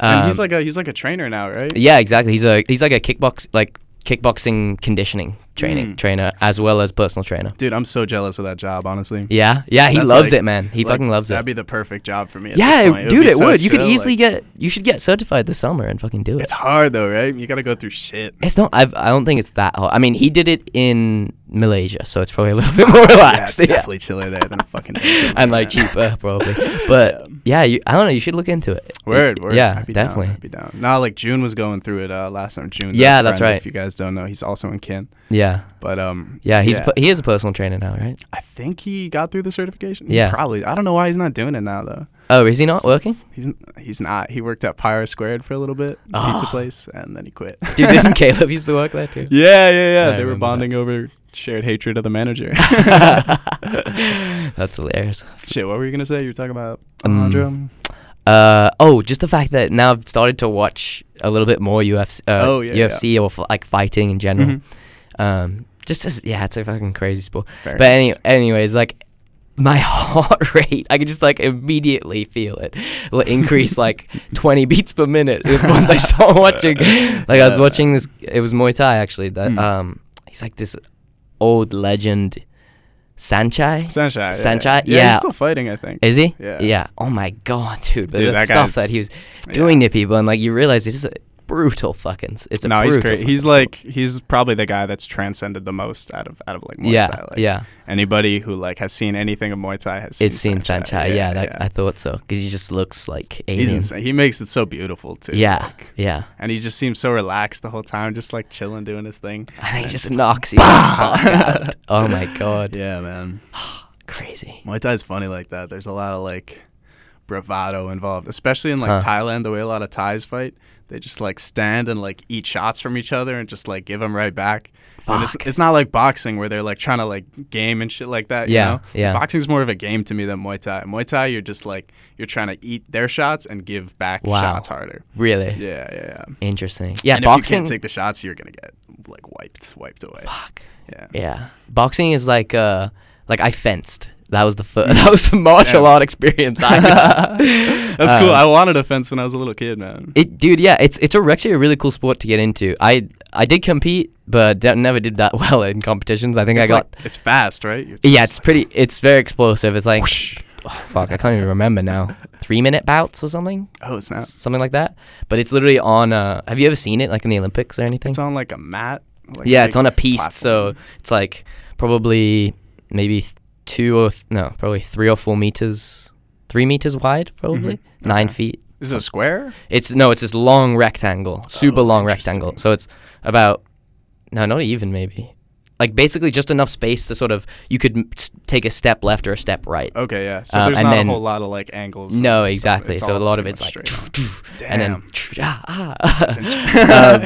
[SPEAKER 2] and
[SPEAKER 1] Um,
[SPEAKER 2] he's like a he's like a trainer now, right?
[SPEAKER 1] yeah, exactly. He's a he's like a kickbox like kickboxing conditioning training
[SPEAKER 2] Mm.
[SPEAKER 1] trainer as well as personal trainer.
[SPEAKER 2] Dude, I'm so jealous of that job, honestly.
[SPEAKER 1] Yeah, yeah, he
[SPEAKER 2] That's
[SPEAKER 1] loves
[SPEAKER 2] like-
[SPEAKER 1] it, man. He
[SPEAKER 2] Like,
[SPEAKER 1] fucking loves
[SPEAKER 2] That'd
[SPEAKER 1] it.
[SPEAKER 2] be the perfect job for me. at
[SPEAKER 1] Yeah,
[SPEAKER 2] this point.
[SPEAKER 1] dude,
[SPEAKER 2] be
[SPEAKER 1] it
[SPEAKER 2] so
[SPEAKER 1] would. You could
[SPEAKER 2] chill,
[SPEAKER 1] easily
[SPEAKER 2] like-
[SPEAKER 1] get you should get certified this summer and fucking do it.
[SPEAKER 2] It's hard though, right? You got to go through shit.
[SPEAKER 1] It's not. I've, I don't think it's that hard. I mean, he did it in Malaysia, so it's probably a little <laughs> bit more
[SPEAKER 2] Yeah, it's
[SPEAKER 1] relaxed. yeah.
[SPEAKER 2] definitely chiller there than fucking.
[SPEAKER 1] <laughs>
[SPEAKER 2] England,
[SPEAKER 1] and like
[SPEAKER 2] man.
[SPEAKER 1] cheaper probably.
[SPEAKER 2] <laughs>
[SPEAKER 1] But yeah, you, I don't know. You should look into it.
[SPEAKER 2] Word, word.
[SPEAKER 1] Yeah,
[SPEAKER 2] I'd be
[SPEAKER 1] definitely.
[SPEAKER 2] Down, I'd be down. Nah, like June was going through it uh, last time. June.
[SPEAKER 1] Yeah, that's right.
[SPEAKER 2] If you guys don't know, he's also in Kin.
[SPEAKER 1] Yeah,
[SPEAKER 2] But um,
[SPEAKER 1] yeah. He's pu- he is a personal trainer now, right?
[SPEAKER 2] I think he got through the certification.
[SPEAKER 1] Yeah.
[SPEAKER 2] probably. I don't know why he's not doing it now though.
[SPEAKER 1] Oh, is he not working?
[SPEAKER 2] He's n- he's not. He worked at Pyro Squared for a little bit,
[SPEAKER 1] Ah.
[SPEAKER 2] pizza place, and then he quit.
[SPEAKER 1] Dude,
[SPEAKER 2] <laughs>
[SPEAKER 1] didn't Caleb used to work there too?
[SPEAKER 2] yeah, yeah,
[SPEAKER 1] I
[SPEAKER 2] yeah.
[SPEAKER 1] remember
[SPEAKER 2] They were
[SPEAKER 1] that.
[SPEAKER 2] bonding over shared hatred of
[SPEAKER 1] <laughs>
[SPEAKER 2] the manager.
[SPEAKER 1] That's hilarious.
[SPEAKER 2] Shit, what were you gonna say? You were talking about
[SPEAKER 1] Um,
[SPEAKER 2] Alejandro.
[SPEAKER 1] Uh, oh, just the fact that now I've started to watch a little bit more UFC, uh,
[SPEAKER 2] Oh, yeah,
[SPEAKER 1] UFC or f- like fighting in general.
[SPEAKER 2] Mhm.
[SPEAKER 1] Um, just as, yeah, it's a fucking crazy sport.
[SPEAKER 2] Very
[SPEAKER 1] but any,
[SPEAKER 2] interesting.
[SPEAKER 1] anyways, like my <laughs> heart rate, I could just like immediately feel it l- increase
[SPEAKER 2] <laughs>
[SPEAKER 1] like 20 beats per minute if- once I start watching. Like I was
[SPEAKER 2] Yeah.
[SPEAKER 1] watching this, it was Muay Thai actually. That
[SPEAKER 2] Hmm.
[SPEAKER 1] um, he's like this old legend, Sanchai.
[SPEAKER 2] Sanchai. yeah.
[SPEAKER 1] Sanchai,
[SPEAKER 2] Yeah,
[SPEAKER 1] yeah.
[SPEAKER 2] he's still fighting, I think.
[SPEAKER 1] Is he?
[SPEAKER 2] Yeah.
[SPEAKER 1] Yeah. Oh my god, dude! But
[SPEAKER 2] Dude,
[SPEAKER 1] the
[SPEAKER 2] that
[SPEAKER 1] stuff
[SPEAKER 2] guy's-
[SPEAKER 1] that he was
[SPEAKER 2] Yeah.
[SPEAKER 1] doing to people, and like you realize it's a brutal fucking. s- It's a
[SPEAKER 2] no,
[SPEAKER 1] brutal.
[SPEAKER 2] he's great. He's
[SPEAKER 1] fucking
[SPEAKER 2] like he's probably the guy that's transcended the most out of out of like
[SPEAKER 1] sport.
[SPEAKER 2] Muay
[SPEAKER 1] yeah,
[SPEAKER 2] Thai. Like,
[SPEAKER 1] yeah.
[SPEAKER 2] Anybody who like has seen anything of Muay Thai has seen
[SPEAKER 1] It's seen
[SPEAKER 2] Sanchai.
[SPEAKER 1] Sanchai. Yeah, that, I thought so because he just looks like
[SPEAKER 2] he's
[SPEAKER 1] alien.
[SPEAKER 2] insane. He makes it so beautiful too.
[SPEAKER 1] Yeah,
[SPEAKER 2] like, <laughs>
[SPEAKER 1] yeah.
[SPEAKER 2] and he just seems so relaxed the whole time, just like chilling, doing his thing.
[SPEAKER 1] And he just knocks you the fuck
[SPEAKER 2] <laughs>
[SPEAKER 1] out. Oh my god,
[SPEAKER 2] Yeah, man.
[SPEAKER 1] crazy.
[SPEAKER 2] Muay Thai's funny like that. There's a lot of like bravado involved, especially in
[SPEAKER 1] Huh.
[SPEAKER 2] like Thailand. The way a lot of Thais fight, they just like stand and like eat shots from each other and just like give them right back. And it's
[SPEAKER 1] Fuck.
[SPEAKER 2] it's not like boxing where they're like trying to like game and shit like that. you
[SPEAKER 1] Yeah,
[SPEAKER 2] know?
[SPEAKER 1] yeah.
[SPEAKER 2] Boxing's more of a game to me than Muay Thai. Muay Thai, you're just like you're trying to eat their shots and give back
[SPEAKER 1] Wow.
[SPEAKER 2] shots harder.
[SPEAKER 1] Really
[SPEAKER 2] Yeah, yeah, yeah.
[SPEAKER 1] interesting. Yeah,
[SPEAKER 2] and if you
[SPEAKER 1] boxing.
[SPEAKER 2] can't take the shots, you're gonna get like wiped, wiped away.
[SPEAKER 1] fuck.
[SPEAKER 2] Yeah.
[SPEAKER 1] Yeah, <laughs> boxing is like uh, like I fenced. That was the fir- <laughs> that was the martial
[SPEAKER 2] Mm. Yeah.
[SPEAKER 1] art experience. I got.
[SPEAKER 2] <laughs> <laughs> That's cool.
[SPEAKER 1] Um,
[SPEAKER 2] I wanted a fence when I was a little kid, man.
[SPEAKER 1] It, dude, yeah, it's it's a, actually a really cool sport to get into. I I did compete, but de- never did that <laughs> well in competitions. I think
[SPEAKER 2] it's
[SPEAKER 1] I got
[SPEAKER 2] like, it's fast, right?
[SPEAKER 1] yeah,
[SPEAKER 2] just
[SPEAKER 1] it's pretty, it's very explosive. It's like
[SPEAKER 2] Whoosh.
[SPEAKER 1] oh, fuck, I can't even remember now. Three minute bouts or something,
[SPEAKER 2] Oh, it's not.
[SPEAKER 1] something like that. But it's literally on. Uh, have you ever seen it like in the Olympics or anything?
[SPEAKER 2] It's on like a mat. Like
[SPEAKER 1] yeah, it's on a piece, so
[SPEAKER 2] platform.
[SPEAKER 1] it's like probably maybe th- two or th- no, probably three or four meters, three meters wide, probably nine
[SPEAKER 2] Mm-hmm. Okay.
[SPEAKER 1] feet.
[SPEAKER 2] is it a square?
[SPEAKER 1] It's no, it's this long rectangle, super
[SPEAKER 2] Oh,
[SPEAKER 1] long rectangle.
[SPEAKER 2] interesting.
[SPEAKER 1] So it's about no, not even maybe, like basically just enough space to sort of you could m- s- take a step left or a step right.
[SPEAKER 2] Okay, yeah. So
[SPEAKER 1] Uh,
[SPEAKER 2] there's
[SPEAKER 1] and
[SPEAKER 2] not
[SPEAKER 1] then-
[SPEAKER 2] a whole lot of like angles. and
[SPEAKER 1] No,
[SPEAKER 2] stuff.
[SPEAKER 1] exactly.
[SPEAKER 2] It's
[SPEAKER 1] So a
[SPEAKER 2] all
[SPEAKER 1] lot of
[SPEAKER 2] pretty
[SPEAKER 1] it's
[SPEAKER 2] much
[SPEAKER 1] like
[SPEAKER 2] straight.
[SPEAKER 1] and <laughs> then
[SPEAKER 2] Damn.
[SPEAKER 1] ah,
[SPEAKER 2] That's
[SPEAKER 1] <laughs> um,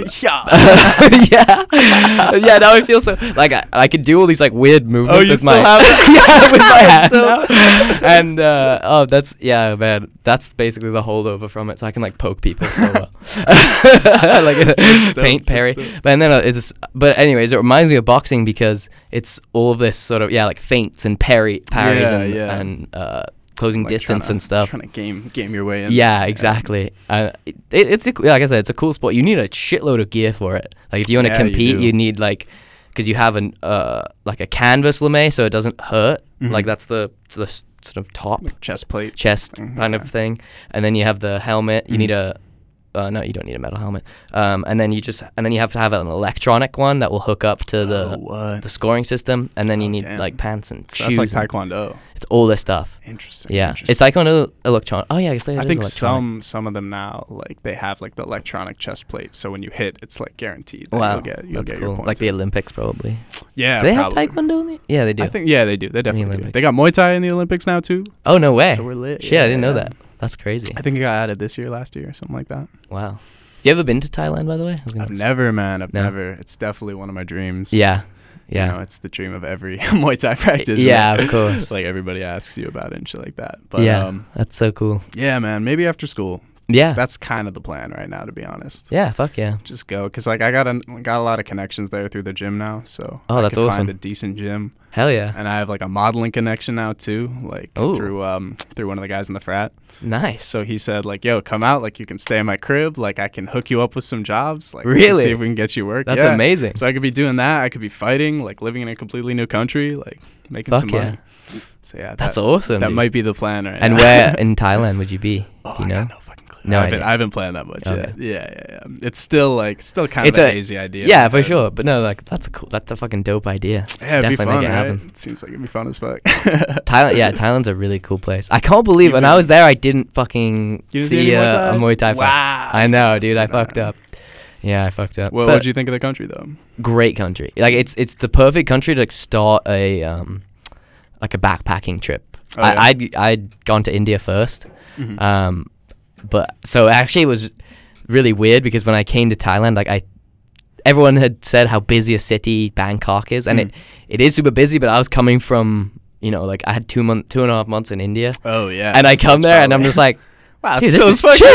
[SPEAKER 2] interesting. <laughs> yeah.
[SPEAKER 1] yeah, <laughs> yeah. Now I feel so like I, I could do all these like weird movements
[SPEAKER 2] Oh, you
[SPEAKER 1] with
[SPEAKER 2] still
[SPEAKER 1] my
[SPEAKER 2] have
[SPEAKER 1] <laughs>
[SPEAKER 2] it?
[SPEAKER 1] yeah, with
[SPEAKER 2] <laughs>
[SPEAKER 1] my hand
[SPEAKER 2] Still?
[SPEAKER 1] now. and uh, oh, that's yeah, man. That's basically the holdover from it. So I can like poke people so well, <laughs>
[SPEAKER 2] <laughs>
[SPEAKER 1] like
[SPEAKER 2] That's
[SPEAKER 1] <laughs>
[SPEAKER 2] dope,
[SPEAKER 1] paint parry.
[SPEAKER 2] that's dope.
[SPEAKER 1] But and then uh, it's but anyways, it reminds me of boxing because it's all of this sort of yeah, like feints and parry parries
[SPEAKER 2] Yeah,
[SPEAKER 1] and
[SPEAKER 2] yeah.
[SPEAKER 1] and uh, closing
[SPEAKER 2] Like,
[SPEAKER 1] distance
[SPEAKER 2] tryna-
[SPEAKER 1] and stuff.
[SPEAKER 2] Trying to game game your way in.
[SPEAKER 1] Yeah, exactly. Uh, it, it's a, c- like I said, it's a cool sport. You need a shitload of gear for it. Like if you want to
[SPEAKER 2] Yeah, you
[SPEAKER 1] compete, you,
[SPEAKER 2] do.
[SPEAKER 1] need like because you have an uh like a canvas lame so it doesn't hurt. Like
[SPEAKER 2] Mhm.
[SPEAKER 1] that's the the s- sort of top
[SPEAKER 2] Chest plate.
[SPEAKER 1] chest
[SPEAKER 2] Mhm,
[SPEAKER 1] kind of
[SPEAKER 2] okay.
[SPEAKER 1] thing, and then you have the helmet. You
[SPEAKER 2] Mhm.
[SPEAKER 1] need a uh, no, you don't need a metal helmet. Um, and then you just and then you have to have an electronic one that will hook up to the
[SPEAKER 2] oh, what?
[SPEAKER 1] the scoring system, and then you
[SPEAKER 2] Oh,
[SPEAKER 1] need
[SPEAKER 2] damn.
[SPEAKER 1] like pants and
[SPEAKER 2] So
[SPEAKER 1] shoes.
[SPEAKER 2] that's like
[SPEAKER 1] and-
[SPEAKER 2] taekwondo.
[SPEAKER 1] it's all this stuff.
[SPEAKER 2] Interesting.
[SPEAKER 1] Yeah,
[SPEAKER 2] Interesting.
[SPEAKER 1] it's like on a electron. Oh yeah, I guess it
[SPEAKER 2] I
[SPEAKER 1] is
[SPEAKER 2] think
[SPEAKER 1] electronic.
[SPEAKER 2] some some of them now like they have like the electronic chest plate, so when you hit, it's like guaranteed. That
[SPEAKER 1] Wow,
[SPEAKER 2] you'll get, you'll
[SPEAKER 1] that's
[SPEAKER 2] get your
[SPEAKER 1] cool.
[SPEAKER 2] points.
[SPEAKER 1] Like the Olympics, probably.
[SPEAKER 2] yeah,
[SPEAKER 1] do they have
[SPEAKER 2] probably.
[SPEAKER 1] taekwondo? In the, E? yeah, they do.
[SPEAKER 2] I think yeah, they do. They definitely do.
[SPEAKER 1] Olympics.
[SPEAKER 2] They got Muay Thai in the Olympics now too.
[SPEAKER 1] oh no way!
[SPEAKER 2] So we're lit.
[SPEAKER 1] Shit, I didn't know that. That's crazy.
[SPEAKER 2] I think it got added this year, last year, something like that.
[SPEAKER 1] Wow. Have you ever been to Thailand, by the way? I was gonna-
[SPEAKER 2] I've never, man. I've
[SPEAKER 1] No.
[SPEAKER 2] never. It's definitely one of my dreams.
[SPEAKER 1] yeah.
[SPEAKER 2] You
[SPEAKER 1] Yeah.
[SPEAKER 2] know, it's the dream of every <laughs> Muay Thai practice.
[SPEAKER 1] yeah,
[SPEAKER 2] right?
[SPEAKER 1] of course.
[SPEAKER 2] <laughs> like everybody asks you about it and shit like that. But
[SPEAKER 1] Yeah.
[SPEAKER 2] um,
[SPEAKER 1] That's so cool.
[SPEAKER 2] yeah, man. Maybe after
[SPEAKER 1] <laughs>
[SPEAKER 2] school.
[SPEAKER 1] Yeah.
[SPEAKER 2] That's kind of the plan right now, to be honest.
[SPEAKER 1] yeah. Fuck yeah.
[SPEAKER 2] Just go, cause like I got a got a lot of connections there through the gym now. So
[SPEAKER 1] Oh,
[SPEAKER 2] I
[SPEAKER 1] that's
[SPEAKER 2] could
[SPEAKER 1] awesome.
[SPEAKER 2] Find a decent gym,
[SPEAKER 1] Hell yeah.
[SPEAKER 2] and I have like a modeling connection now too, like
[SPEAKER 1] Ooh.
[SPEAKER 2] through um through one of the guys in the frat.
[SPEAKER 1] Nice.
[SPEAKER 2] So he said like, "Yo, come out. Like you can stay in my crib. Like I can hook you up with some jobs. Like we can
[SPEAKER 1] Really?
[SPEAKER 2] see if we can get you work.
[SPEAKER 1] that's
[SPEAKER 2] Yeah.
[SPEAKER 1] amazing.
[SPEAKER 2] So I could be doing that. I could be fighting, like living in a completely new country, like making
[SPEAKER 1] Fuck
[SPEAKER 2] some
[SPEAKER 1] yeah.
[SPEAKER 2] money. So yeah,
[SPEAKER 1] That's
[SPEAKER 2] that,
[SPEAKER 1] awesome.
[SPEAKER 2] that
[SPEAKER 1] dude.
[SPEAKER 2] might be the plan right
[SPEAKER 1] and
[SPEAKER 2] now. <laughs>
[SPEAKER 1] where in Thailand would you be?
[SPEAKER 2] Oh,
[SPEAKER 1] Do you
[SPEAKER 2] I
[SPEAKER 1] know?
[SPEAKER 2] got no fucking clue.
[SPEAKER 1] No
[SPEAKER 2] I haven't,
[SPEAKER 1] idea. Oh,
[SPEAKER 2] I haven't planned that much
[SPEAKER 1] Okay.
[SPEAKER 2] yet. Yeah, yeah, yeah. It's still like still kind
[SPEAKER 1] It's
[SPEAKER 2] of
[SPEAKER 1] a-
[SPEAKER 2] a hazy idea.
[SPEAKER 1] Yeah,
[SPEAKER 2] in my
[SPEAKER 1] for
[SPEAKER 2] head.
[SPEAKER 1] sure. But no, like that's a cool. That's a fucking dope idea.
[SPEAKER 2] Yeah, it'd be
[SPEAKER 1] Definitely
[SPEAKER 2] fun.
[SPEAKER 1] make it
[SPEAKER 2] right?
[SPEAKER 1] happen.
[SPEAKER 2] It seems like it'd be fun as fuck.
[SPEAKER 1] <laughs>
[SPEAKER 2] <laughs>
[SPEAKER 1] Thailand, yeah, Thailand's a really cool place. I can't believe when I was there, I didn't fucking
[SPEAKER 2] You didn't
[SPEAKER 1] see,
[SPEAKER 2] any
[SPEAKER 1] uh, a Muay Thai fight.
[SPEAKER 2] Wow.
[SPEAKER 1] I know, dude.
[SPEAKER 2] So
[SPEAKER 1] I fucked
[SPEAKER 2] nice.
[SPEAKER 1] up. Yeah, I fucked up.
[SPEAKER 2] Well,
[SPEAKER 1] But
[SPEAKER 2] what'd you think of the country though?
[SPEAKER 1] great country. Like it's it's the perfect country to like, start a um like a backpacking trip.
[SPEAKER 2] Oh, yeah.
[SPEAKER 1] I, I'd I'd gone to India first,
[SPEAKER 2] Mhm.
[SPEAKER 1] um, but so actually it was really weird because when I came to Thailand, like I. Everyone had said how busy a city Bangkok is, and
[SPEAKER 2] Mm.
[SPEAKER 1] it, it is super busy. But I was coming from, you know, like I had two month, two and a half months in India,
[SPEAKER 2] Oh yeah.
[SPEAKER 1] and I
[SPEAKER 2] so
[SPEAKER 1] come
[SPEAKER 2] it's
[SPEAKER 1] there and I'm
[SPEAKER 2] probably-
[SPEAKER 1] just
[SPEAKER 2] <laughs>
[SPEAKER 1] like,
[SPEAKER 2] wow,
[SPEAKER 1] Dude,
[SPEAKER 2] it's
[SPEAKER 1] this
[SPEAKER 2] so
[SPEAKER 1] is
[SPEAKER 2] fucking-
[SPEAKER 1] chill.
[SPEAKER 2] <laughs>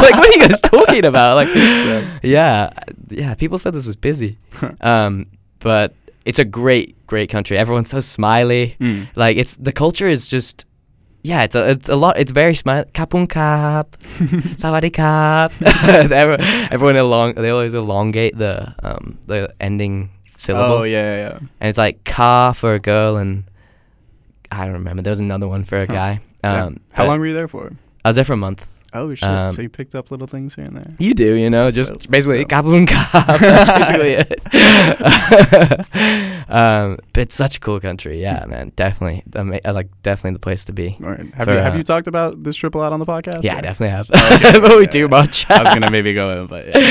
[SPEAKER 1] <laughs> like, what are you guys talking about? Like,
[SPEAKER 2] Exactly.
[SPEAKER 1] yeah, yeah. People said this was busy,
[SPEAKER 2] <laughs>
[SPEAKER 1] um, but it's a great, great country. Everyone's so smiley.
[SPEAKER 2] Mm.
[SPEAKER 1] Like, it's the culture is just, yeah. It's a, it's a lot. It's very smiley. Kapung kap, sawadee kap. Everyone, everyone elong. They always elongate the um the ending <laughs> syllable. Um,
[SPEAKER 2] Oh yeah, yeah, yeah.
[SPEAKER 1] And it's like ka for a girl and I don't remember. There was another one for a
[SPEAKER 2] Huh.
[SPEAKER 1] guy.
[SPEAKER 2] Yeah.
[SPEAKER 1] Um,
[SPEAKER 2] How
[SPEAKER 1] but
[SPEAKER 2] long were you there for?
[SPEAKER 1] I was there for a month.
[SPEAKER 2] Oh shit.
[SPEAKER 1] um,
[SPEAKER 2] so you picked up little things here and there.
[SPEAKER 1] You do, you know, just
[SPEAKER 2] So-
[SPEAKER 1] basically
[SPEAKER 2] so-
[SPEAKER 1] kaboom kab. <laughs> That's basically it. <laughs> um, but it's such a cool country, yeah, man. Definitely, Ama- uh, like definitely the place to be.
[SPEAKER 2] All right. Have
[SPEAKER 1] for,
[SPEAKER 2] you have
[SPEAKER 1] uh,
[SPEAKER 2] you talked about this trip a lot on the podcast?
[SPEAKER 1] Yeah, I
[SPEAKER 2] or-
[SPEAKER 1] definitely have, <laughs>
[SPEAKER 2] Oh, okay,
[SPEAKER 1] but we
[SPEAKER 2] yeah, yeah.
[SPEAKER 1] too much.
[SPEAKER 2] I was gonna maybe go in, but
[SPEAKER 1] <laughs>
[SPEAKER 2] yeah.
[SPEAKER 1] Uh,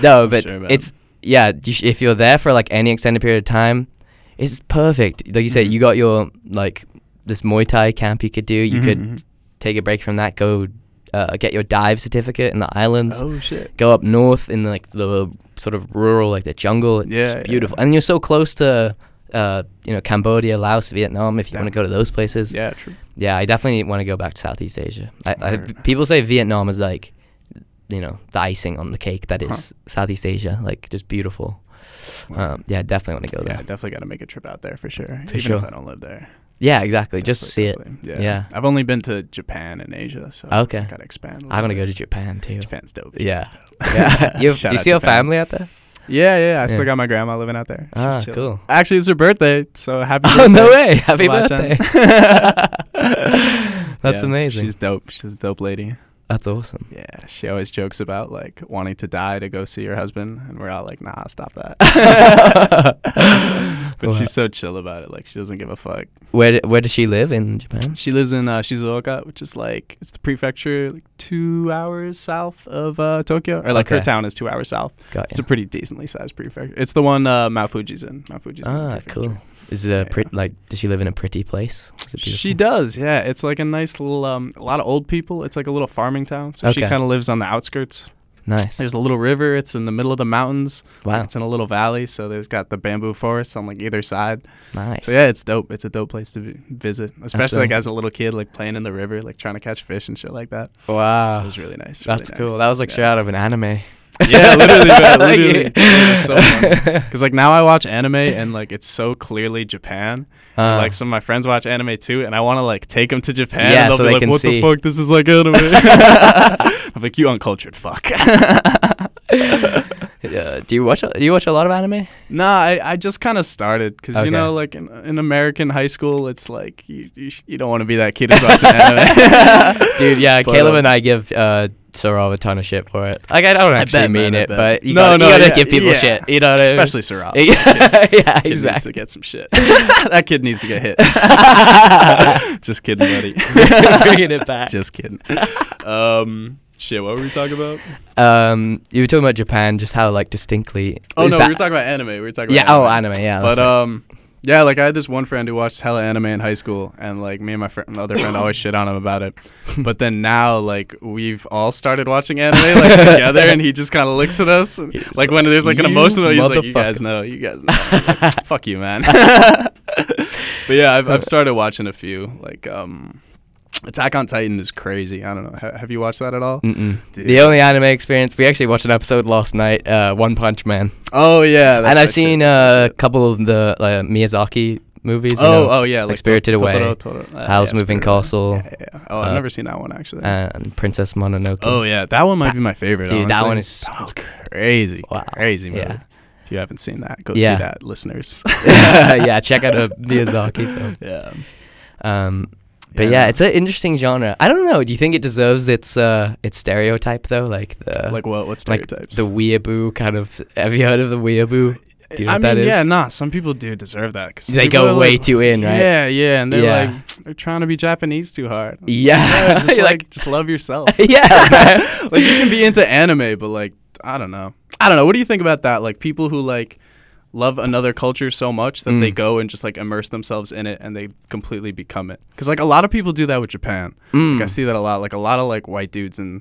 [SPEAKER 1] <laughs> no, but
[SPEAKER 2] Sure, man.
[SPEAKER 1] it's yeah. You sh- if you're there for like any extended period of time, it's perfect. Like you said,
[SPEAKER 2] Mhm.
[SPEAKER 1] you got your like this Muay Thai camp you could do. You
[SPEAKER 2] Mhm,
[SPEAKER 1] could
[SPEAKER 2] mhm.
[SPEAKER 1] take a break from that. Go uh, get your dive certificate in the islands.
[SPEAKER 2] Oh shit.
[SPEAKER 1] go up north in like the sort of rural, like the jungle. It's
[SPEAKER 2] Yeah, yeah.
[SPEAKER 1] beautiful, and you're so close to, uh, you know, Cambodia, Laos, Vietnam. If you want to
[SPEAKER 2] Damn.
[SPEAKER 1] go to those places, yeah,
[SPEAKER 2] Yeah, true.
[SPEAKER 1] I definitely want to go back to Southeast Asia. I, I,
[SPEAKER 2] Word.
[SPEAKER 1] people say Vietnam is like, you know, the icing on the cake that is
[SPEAKER 2] Huh.
[SPEAKER 1] Southeast Asia, like just beautiful. Um, yeah, I definitely want to go
[SPEAKER 2] yeah,
[SPEAKER 1] there.
[SPEAKER 2] definitely got to make a trip out there for sure. Even if
[SPEAKER 1] sure.
[SPEAKER 2] I don't live there.
[SPEAKER 1] Yeah, exactly. Just see
[SPEAKER 2] Definitely,
[SPEAKER 1] it.
[SPEAKER 2] definitely.
[SPEAKER 1] Yeah. Oh,
[SPEAKER 2] I've only been to Japan and Asia, so
[SPEAKER 1] Okay.
[SPEAKER 2] gotta expand.
[SPEAKER 1] I want to go to Japan too.
[SPEAKER 2] Japan's dope.
[SPEAKER 1] Yeah.
[SPEAKER 2] <laughs>
[SPEAKER 1] yeah. You,
[SPEAKER 2] Shout
[SPEAKER 1] do you
[SPEAKER 2] out
[SPEAKER 1] see your
[SPEAKER 2] Japan.
[SPEAKER 1] family out there?
[SPEAKER 2] Yeah, yeah. I still
[SPEAKER 1] Yeah.
[SPEAKER 2] got my grandma living out there. She's
[SPEAKER 1] Ah,
[SPEAKER 2] chilling.
[SPEAKER 1] cool.
[SPEAKER 2] Actually, it's her birthday, so happy.
[SPEAKER 1] <laughs> Oh no
[SPEAKER 2] birthday.
[SPEAKER 1] way! Happy
[SPEAKER 2] Last time.
[SPEAKER 1] birthday! <laughs> That's
[SPEAKER 2] <laughs> Yeah,
[SPEAKER 1] amazing.
[SPEAKER 2] She's dope. She's a dope lady.
[SPEAKER 1] That's awesome.
[SPEAKER 2] <laughs> Yeah, she always jokes about like wanting to die to go see her husband, and we're all like, "Nah, stop
[SPEAKER 1] <laughs>
[SPEAKER 2] that." but
[SPEAKER 1] Wow.
[SPEAKER 2] she's so chill about it. Like she doesn't give a fuck.
[SPEAKER 1] Where d- where does she live in Japan?
[SPEAKER 2] She lives in uh, Shizuoka, which is like it's the prefecture, like two hours south of uh, Tokyo, or like her
[SPEAKER 1] Okay.
[SPEAKER 2] town is two hours south.
[SPEAKER 1] Got
[SPEAKER 2] It's
[SPEAKER 1] you.
[SPEAKER 2] a pretty decently sized prefecture. It's the one uh, Mount Fuji's in. Mount Fuji's in the
[SPEAKER 1] Ah,
[SPEAKER 2] prefecture.
[SPEAKER 1] cool. Is it a
[SPEAKER 2] Yeah.
[SPEAKER 1] pretty like? Does she live in a pretty place? Is it
[SPEAKER 2] She
[SPEAKER 1] beautiful?
[SPEAKER 2] does, yeah. It's like a nice little, um, a lot of old people. It's like a little farming town. So she
[SPEAKER 1] Okay.
[SPEAKER 2] kind of lives on the outskirts.
[SPEAKER 1] Nice.
[SPEAKER 2] There's a little river. It's in the middle of the mountains.
[SPEAKER 1] Wow.
[SPEAKER 2] It's in a little valley. So there's got the bamboo forests on like either side.
[SPEAKER 1] Nice.
[SPEAKER 2] So yeah, it's dope. It's a dope place to vi- visit, especially like
[SPEAKER 1] awesome.
[SPEAKER 2] as a little kid, like playing in the river, like trying to catch fish and shit like that. It
[SPEAKER 1] Wow.
[SPEAKER 2] was really nice. really
[SPEAKER 1] Ah, That's cool.
[SPEAKER 2] nice.
[SPEAKER 1] That was like
[SPEAKER 2] yeah.
[SPEAKER 1] straight out of an anime.
[SPEAKER 2] <laughs> Yeah, literally, man,
[SPEAKER 1] Like, <laughs>
[SPEAKER 2] literally.
[SPEAKER 1] yeah.
[SPEAKER 2] It's
[SPEAKER 1] <laughs>
[SPEAKER 2] so funny. Cause like now I watch anime and like it's so clearly Japan.
[SPEAKER 1] Uh,
[SPEAKER 2] like <laughs> some of my friends watch anime too, and I want to like take them to Japan.
[SPEAKER 1] Yeah,
[SPEAKER 2] and they'll
[SPEAKER 1] so
[SPEAKER 2] be
[SPEAKER 1] they
[SPEAKER 2] like,
[SPEAKER 1] can
[SPEAKER 2] "What
[SPEAKER 1] see."
[SPEAKER 2] the fuck? This is like
[SPEAKER 1] <laughs>
[SPEAKER 2] anime." <laughs> I'm like, "You uncultured fuck."
[SPEAKER 1] <laughs>
[SPEAKER 2] <laughs>
[SPEAKER 1] yeah. Do you watch? A, you watch a lot of anime?
[SPEAKER 2] nah, I, I just kind of started because
[SPEAKER 1] Okay.
[SPEAKER 2] you know, like in, in American high school, it's like you you, sh- you don't want to be that kid
[SPEAKER 1] <laughs>
[SPEAKER 2] who's watching anime.
[SPEAKER 1] Dude, yeah.
[SPEAKER 2] But,
[SPEAKER 1] Caleb
[SPEAKER 2] um,
[SPEAKER 1] and I give uh, Sorov a ton of shit for it. Like I don't actually
[SPEAKER 2] bet, man,
[SPEAKER 1] mean
[SPEAKER 2] I
[SPEAKER 1] it,
[SPEAKER 2] bet.
[SPEAKER 1] but you
[SPEAKER 2] No,
[SPEAKER 1] gotta,
[SPEAKER 2] no,
[SPEAKER 1] you gotta
[SPEAKER 2] yeah,
[SPEAKER 1] give people
[SPEAKER 2] yeah.
[SPEAKER 1] shit. You know what I mean?
[SPEAKER 2] especially Sarah.
[SPEAKER 1] uh, <laughs> yeah, yeah,
[SPEAKER 2] Kid needs
[SPEAKER 1] exactly.
[SPEAKER 2] to get some shit. <laughs> that kid needs to
[SPEAKER 1] <laughs>
[SPEAKER 2] get hit. <laughs> just kidding, buddy.
[SPEAKER 1] Bringing it back.
[SPEAKER 2] just kidding. Um, shit. What were we talking about?
[SPEAKER 1] Um, you were talking about Japan, just how like distinctly.
[SPEAKER 2] Oh
[SPEAKER 1] is
[SPEAKER 2] no,
[SPEAKER 1] that-
[SPEAKER 2] we were talking about anime. We were talking about
[SPEAKER 1] yeah. Oh, anime. Yeah.
[SPEAKER 2] But
[SPEAKER 1] that's right.
[SPEAKER 2] um, Yeah, like I had this one friend who watched hella anime in high school, and like me and my, fr- my other friend always shit on him
[SPEAKER 1] <laughs>
[SPEAKER 2] about it. But then now, like we've all started watching anime like together, and he just kind of looks at us, and,
[SPEAKER 1] He's
[SPEAKER 2] like when there's like an
[SPEAKER 1] "You
[SPEAKER 2] emotional, he's like, "You
[SPEAKER 1] motherfucker."
[SPEAKER 2] guys know, you guys know." I'm
[SPEAKER 1] <laughs>
[SPEAKER 2] like, Fuck you, man. but yeah, I've, I've started watching a few. Like, um, Attack on Titan is crazy. I don't know. Ha- have you watched that at all?
[SPEAKER 1] Mm-mm.
[SPEAKER 2] Dude.
[SPEAKER 1] The only anime experience we actually watched an episode last night, uh, One Punch Man,
[SPEAKER 2] Oh yeah, that's
[SPEAKER 1] and
[SPEAKER 2] my
[SPEAKER 1] I've
[SPEAKER 2] shit,
[SPEAKER 1] seen
[SPEAKER 2] that's my
[SPEAKER 1] uh, a
[SPEAKER 2] shit.
[SPEAKER 1] couple of the uh, Miyazaki movies. you
[SPEAKER 2] oh
[SPEAKER 1] know,
[SPEAKER 2] oh yeah,
[SPEAKER 1] like Spirited Away,
[SPEAKER 2] Totoro, Totoro, uh,
[SPEAKER 1] Howl's
[SPEAKER 2] yeah,
[SPEAKER 1] Moving
[SPEAKER 2] Spirited
[SPEAKER 1] Castle,
[SPEAKER 2] Away. Yeah, yeah, yeah. Oh, I've
[SPEAKER 1] uh,
[SPEAKER 2] never seen that one actually.
[SPEAKER 1] and Princess Mononoke.
[SPEAKER 2] Oh yeah, that one might be my favorite.
[SPEAKER 1] Dude, that
[SPEAKER 2] honestly.
[SPEAKER 1] one is so
[SPEAKER 2] That one's crazy,
[SPEAKER 1] Wow.
[SPEAKER 2] crazy movie.
[SPEAKER 1] Yeah.
[SPEAKER 2] If you haven't seen that, go see
[SPEAKER 1] Yeah.
[SPEAKER 2] that, listeners.
[SPEAKER 1] <laughs>
[SPEAKER 2] <laughs>
[SPEAKER 1] yeah, check out a Miyazaki film.
[SPEAKER 2] yeah,
[SPEAKER 1] Um, but yeah. it's an interesting genre. I don't know. Do you think it deserves its uh, its stereotype though? Like the
[SPEAKER 2] like what? What
[SPEAKER 1] uh, like
[SPEAKER 2] stereotypes?
[SPEAKER 1] the weeaboo kind of. Have you heard of the weeaboo? do you know
[SPEAKER 2] I
[SPEAKER 1] what that
[SPEAKER 2] mean,
[SPEAKER 1] is?
[SPEAKER 2] yeah, nah. Some people do deserve that because
[SPEAKER 1] They go way too in, right?
[SPEAKER 2] Yeah, yeah, and they're
[SPEAKER 1] Yeah.
[SPEAKER 2] like they're trying to be Japanese too hard.
[SPEAKER 1] <laughs> Yeah.
[SPEAKER 2] just like,
[SPEAKER 1] You're
[SPEAKER 2] just love yourself.
[SPEAKER 1] <laughs>
[SPEAKER 2] <laughs>
[SPEAKER 1] yeah.
[SPEAKER 2] like you can be into anime, but like I don't know. I don't know. What do you think about that? Like people who like love another culture so much that they
[SPEAKER 1] Mm.
[SPEAKER 2] go and just like immerse themselves in it and they completely become it. Because like a lot of people do that with Japan.
[SPEAKER 1] Mm.
[SPEAKER 2] Like I see that a lot. Like a lot of like white dudes and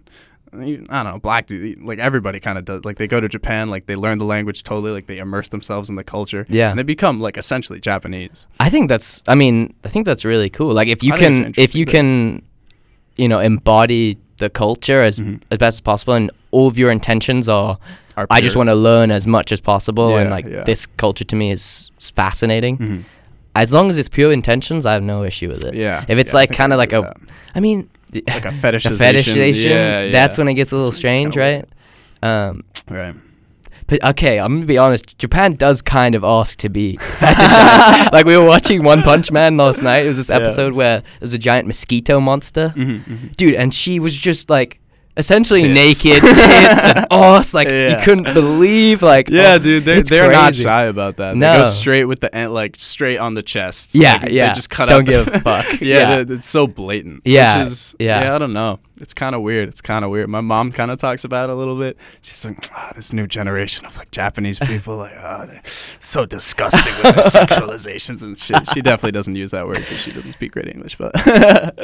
[SPEAKER 2] I don't know, black dude. Like everybody kind of does. Like they go to Japan, like they learn the language totally, like they immerse themselves in the culture.
[SPEAKER 1] Yeah.
[SPEAKER 2] and they become like essentially Japanese.
[SPEAKER 1] I think that's. I mean, I think that's really cool. Like, if you
[SPEAKER 2] I think it's
[SPEAKER 1] can, if
[SPEAKER 2] interesting
[SPEAKER 1] you
[SPEAKER 2] that-
[SPEAKER 1] can, you know, embody the culture as
[SPEAKER 2] Mhm.
[SPEAKER 1] as best as possible, and all of your intentions are,
[SPEAKER 2] Are
[SPEAKER 1] I just
[SPEAKER 2] pure.
[SPEAKER 1] want to learn as much as possible, and
[SPEAKER 2] Yeah,
[SPEAKER 1] like
[SPEAKER 2] yeah.
[SPEAKER 1] this culture to me is s- fascinating.
[SPEAKER 2] Mhm.
[SPEAKER 1] As long as it's pure intentions, I have no issue with it.
[SPEAKER 2] Yeah.
[SPEAKER 1] If it's
[SPEAKER 2] yeah, I
[SPEAKER 1] like
[SPEAKER 2] think I
[SPEAKER 1] kind of like
[SPEAKER 2] agree
[SPEAKER 1] a,
[SPEAKER 2] with
[SPEAKER 1] I mean,
[SPEAKER 2] that. like
[SPEAKER 1] <laughs>
[SPEAKER 2] a
[SPEAKER 1] a
[SPEAKER 2] fetishization.
[SPEAKER 1] fetishization.
[SPEAKER 2] Yeah, yeah.
[SPEAKER 1] That's when it gets a little
[SPEAKER 2] That's when
[SPEAKER 1] strange,
[SPEAKER 2] it's kinda
[SPEAKER 1] right? Um,
[SPEAKER 2] right.
[SPEAKER 1] but okay, I'm gonna be honest. Japan does kind of ask to be <laughs> fetishized. like we were watching One Punch Man last night. It was this
[SPEAKER 2] Yeah.
[SPEAKER 1] episode where there's a giant mosquito monster,
[SPEAKER 2] Mm-hmm, mm-hmm.
[SPEAKER 1] dude, and she was just like essentially
[SPEAKER 2] Tits.
[SPEAKER 1] naked, tits
[SPEAKER 2] <laughs>
[SPEAKER 1] and ass. Like
[SPEAKER 2] Yeah.
[SPEAKER 1] you couldn't believe. Like
[SPEAKER 2] Yeah,
[SPEAKER 1] oh,
[SPEAKER 2] dude, they're,
[SPEAKER 1] it's
[SPEAKER 2] they're not
[SPEAKER 1] crazy.
[SPEAKER 2] shy
[SPEAKER 1] <laughs>
[SPEAKER 2] about that. They go
[SPEAKER 1] No.
[SPEAKER 2] straight with the end, like straight on the chest.
[SPEAKER 1] Yeah,
[SPEAKER 2] Like, they
[SPEAKER 1] yeah.
[SPEAKER 2] just cut
[SPEAKER 1] Don't
[SPEAKER 2] out
[SPEAKER 1] give
[SPEAKER 2] the- <laughs>
[SPEAKER 1] a fuck.
[SPEAKER 2] yeah,
[SPEAKER 1] Yeah.
[SPEAKER 2] they're- it's so blatant.
[SPEAKER 1] Yeah,
[SPEAKER 2] which is, yeah,
[SPEAKER 1] yeah.
[SPEAKER 2] I don't know. It's kind of weird. It's kind of weird. My mom kind of talks about it a little bit. She's like, ah, this new generation of like Japanese people, like, oh, they're so disgusting with their
[SPEAKER 1] <laughs>
[SPEAKER 2] sexualizations and shit. She definitely doesn't use that word because she doesn't speak great English, but.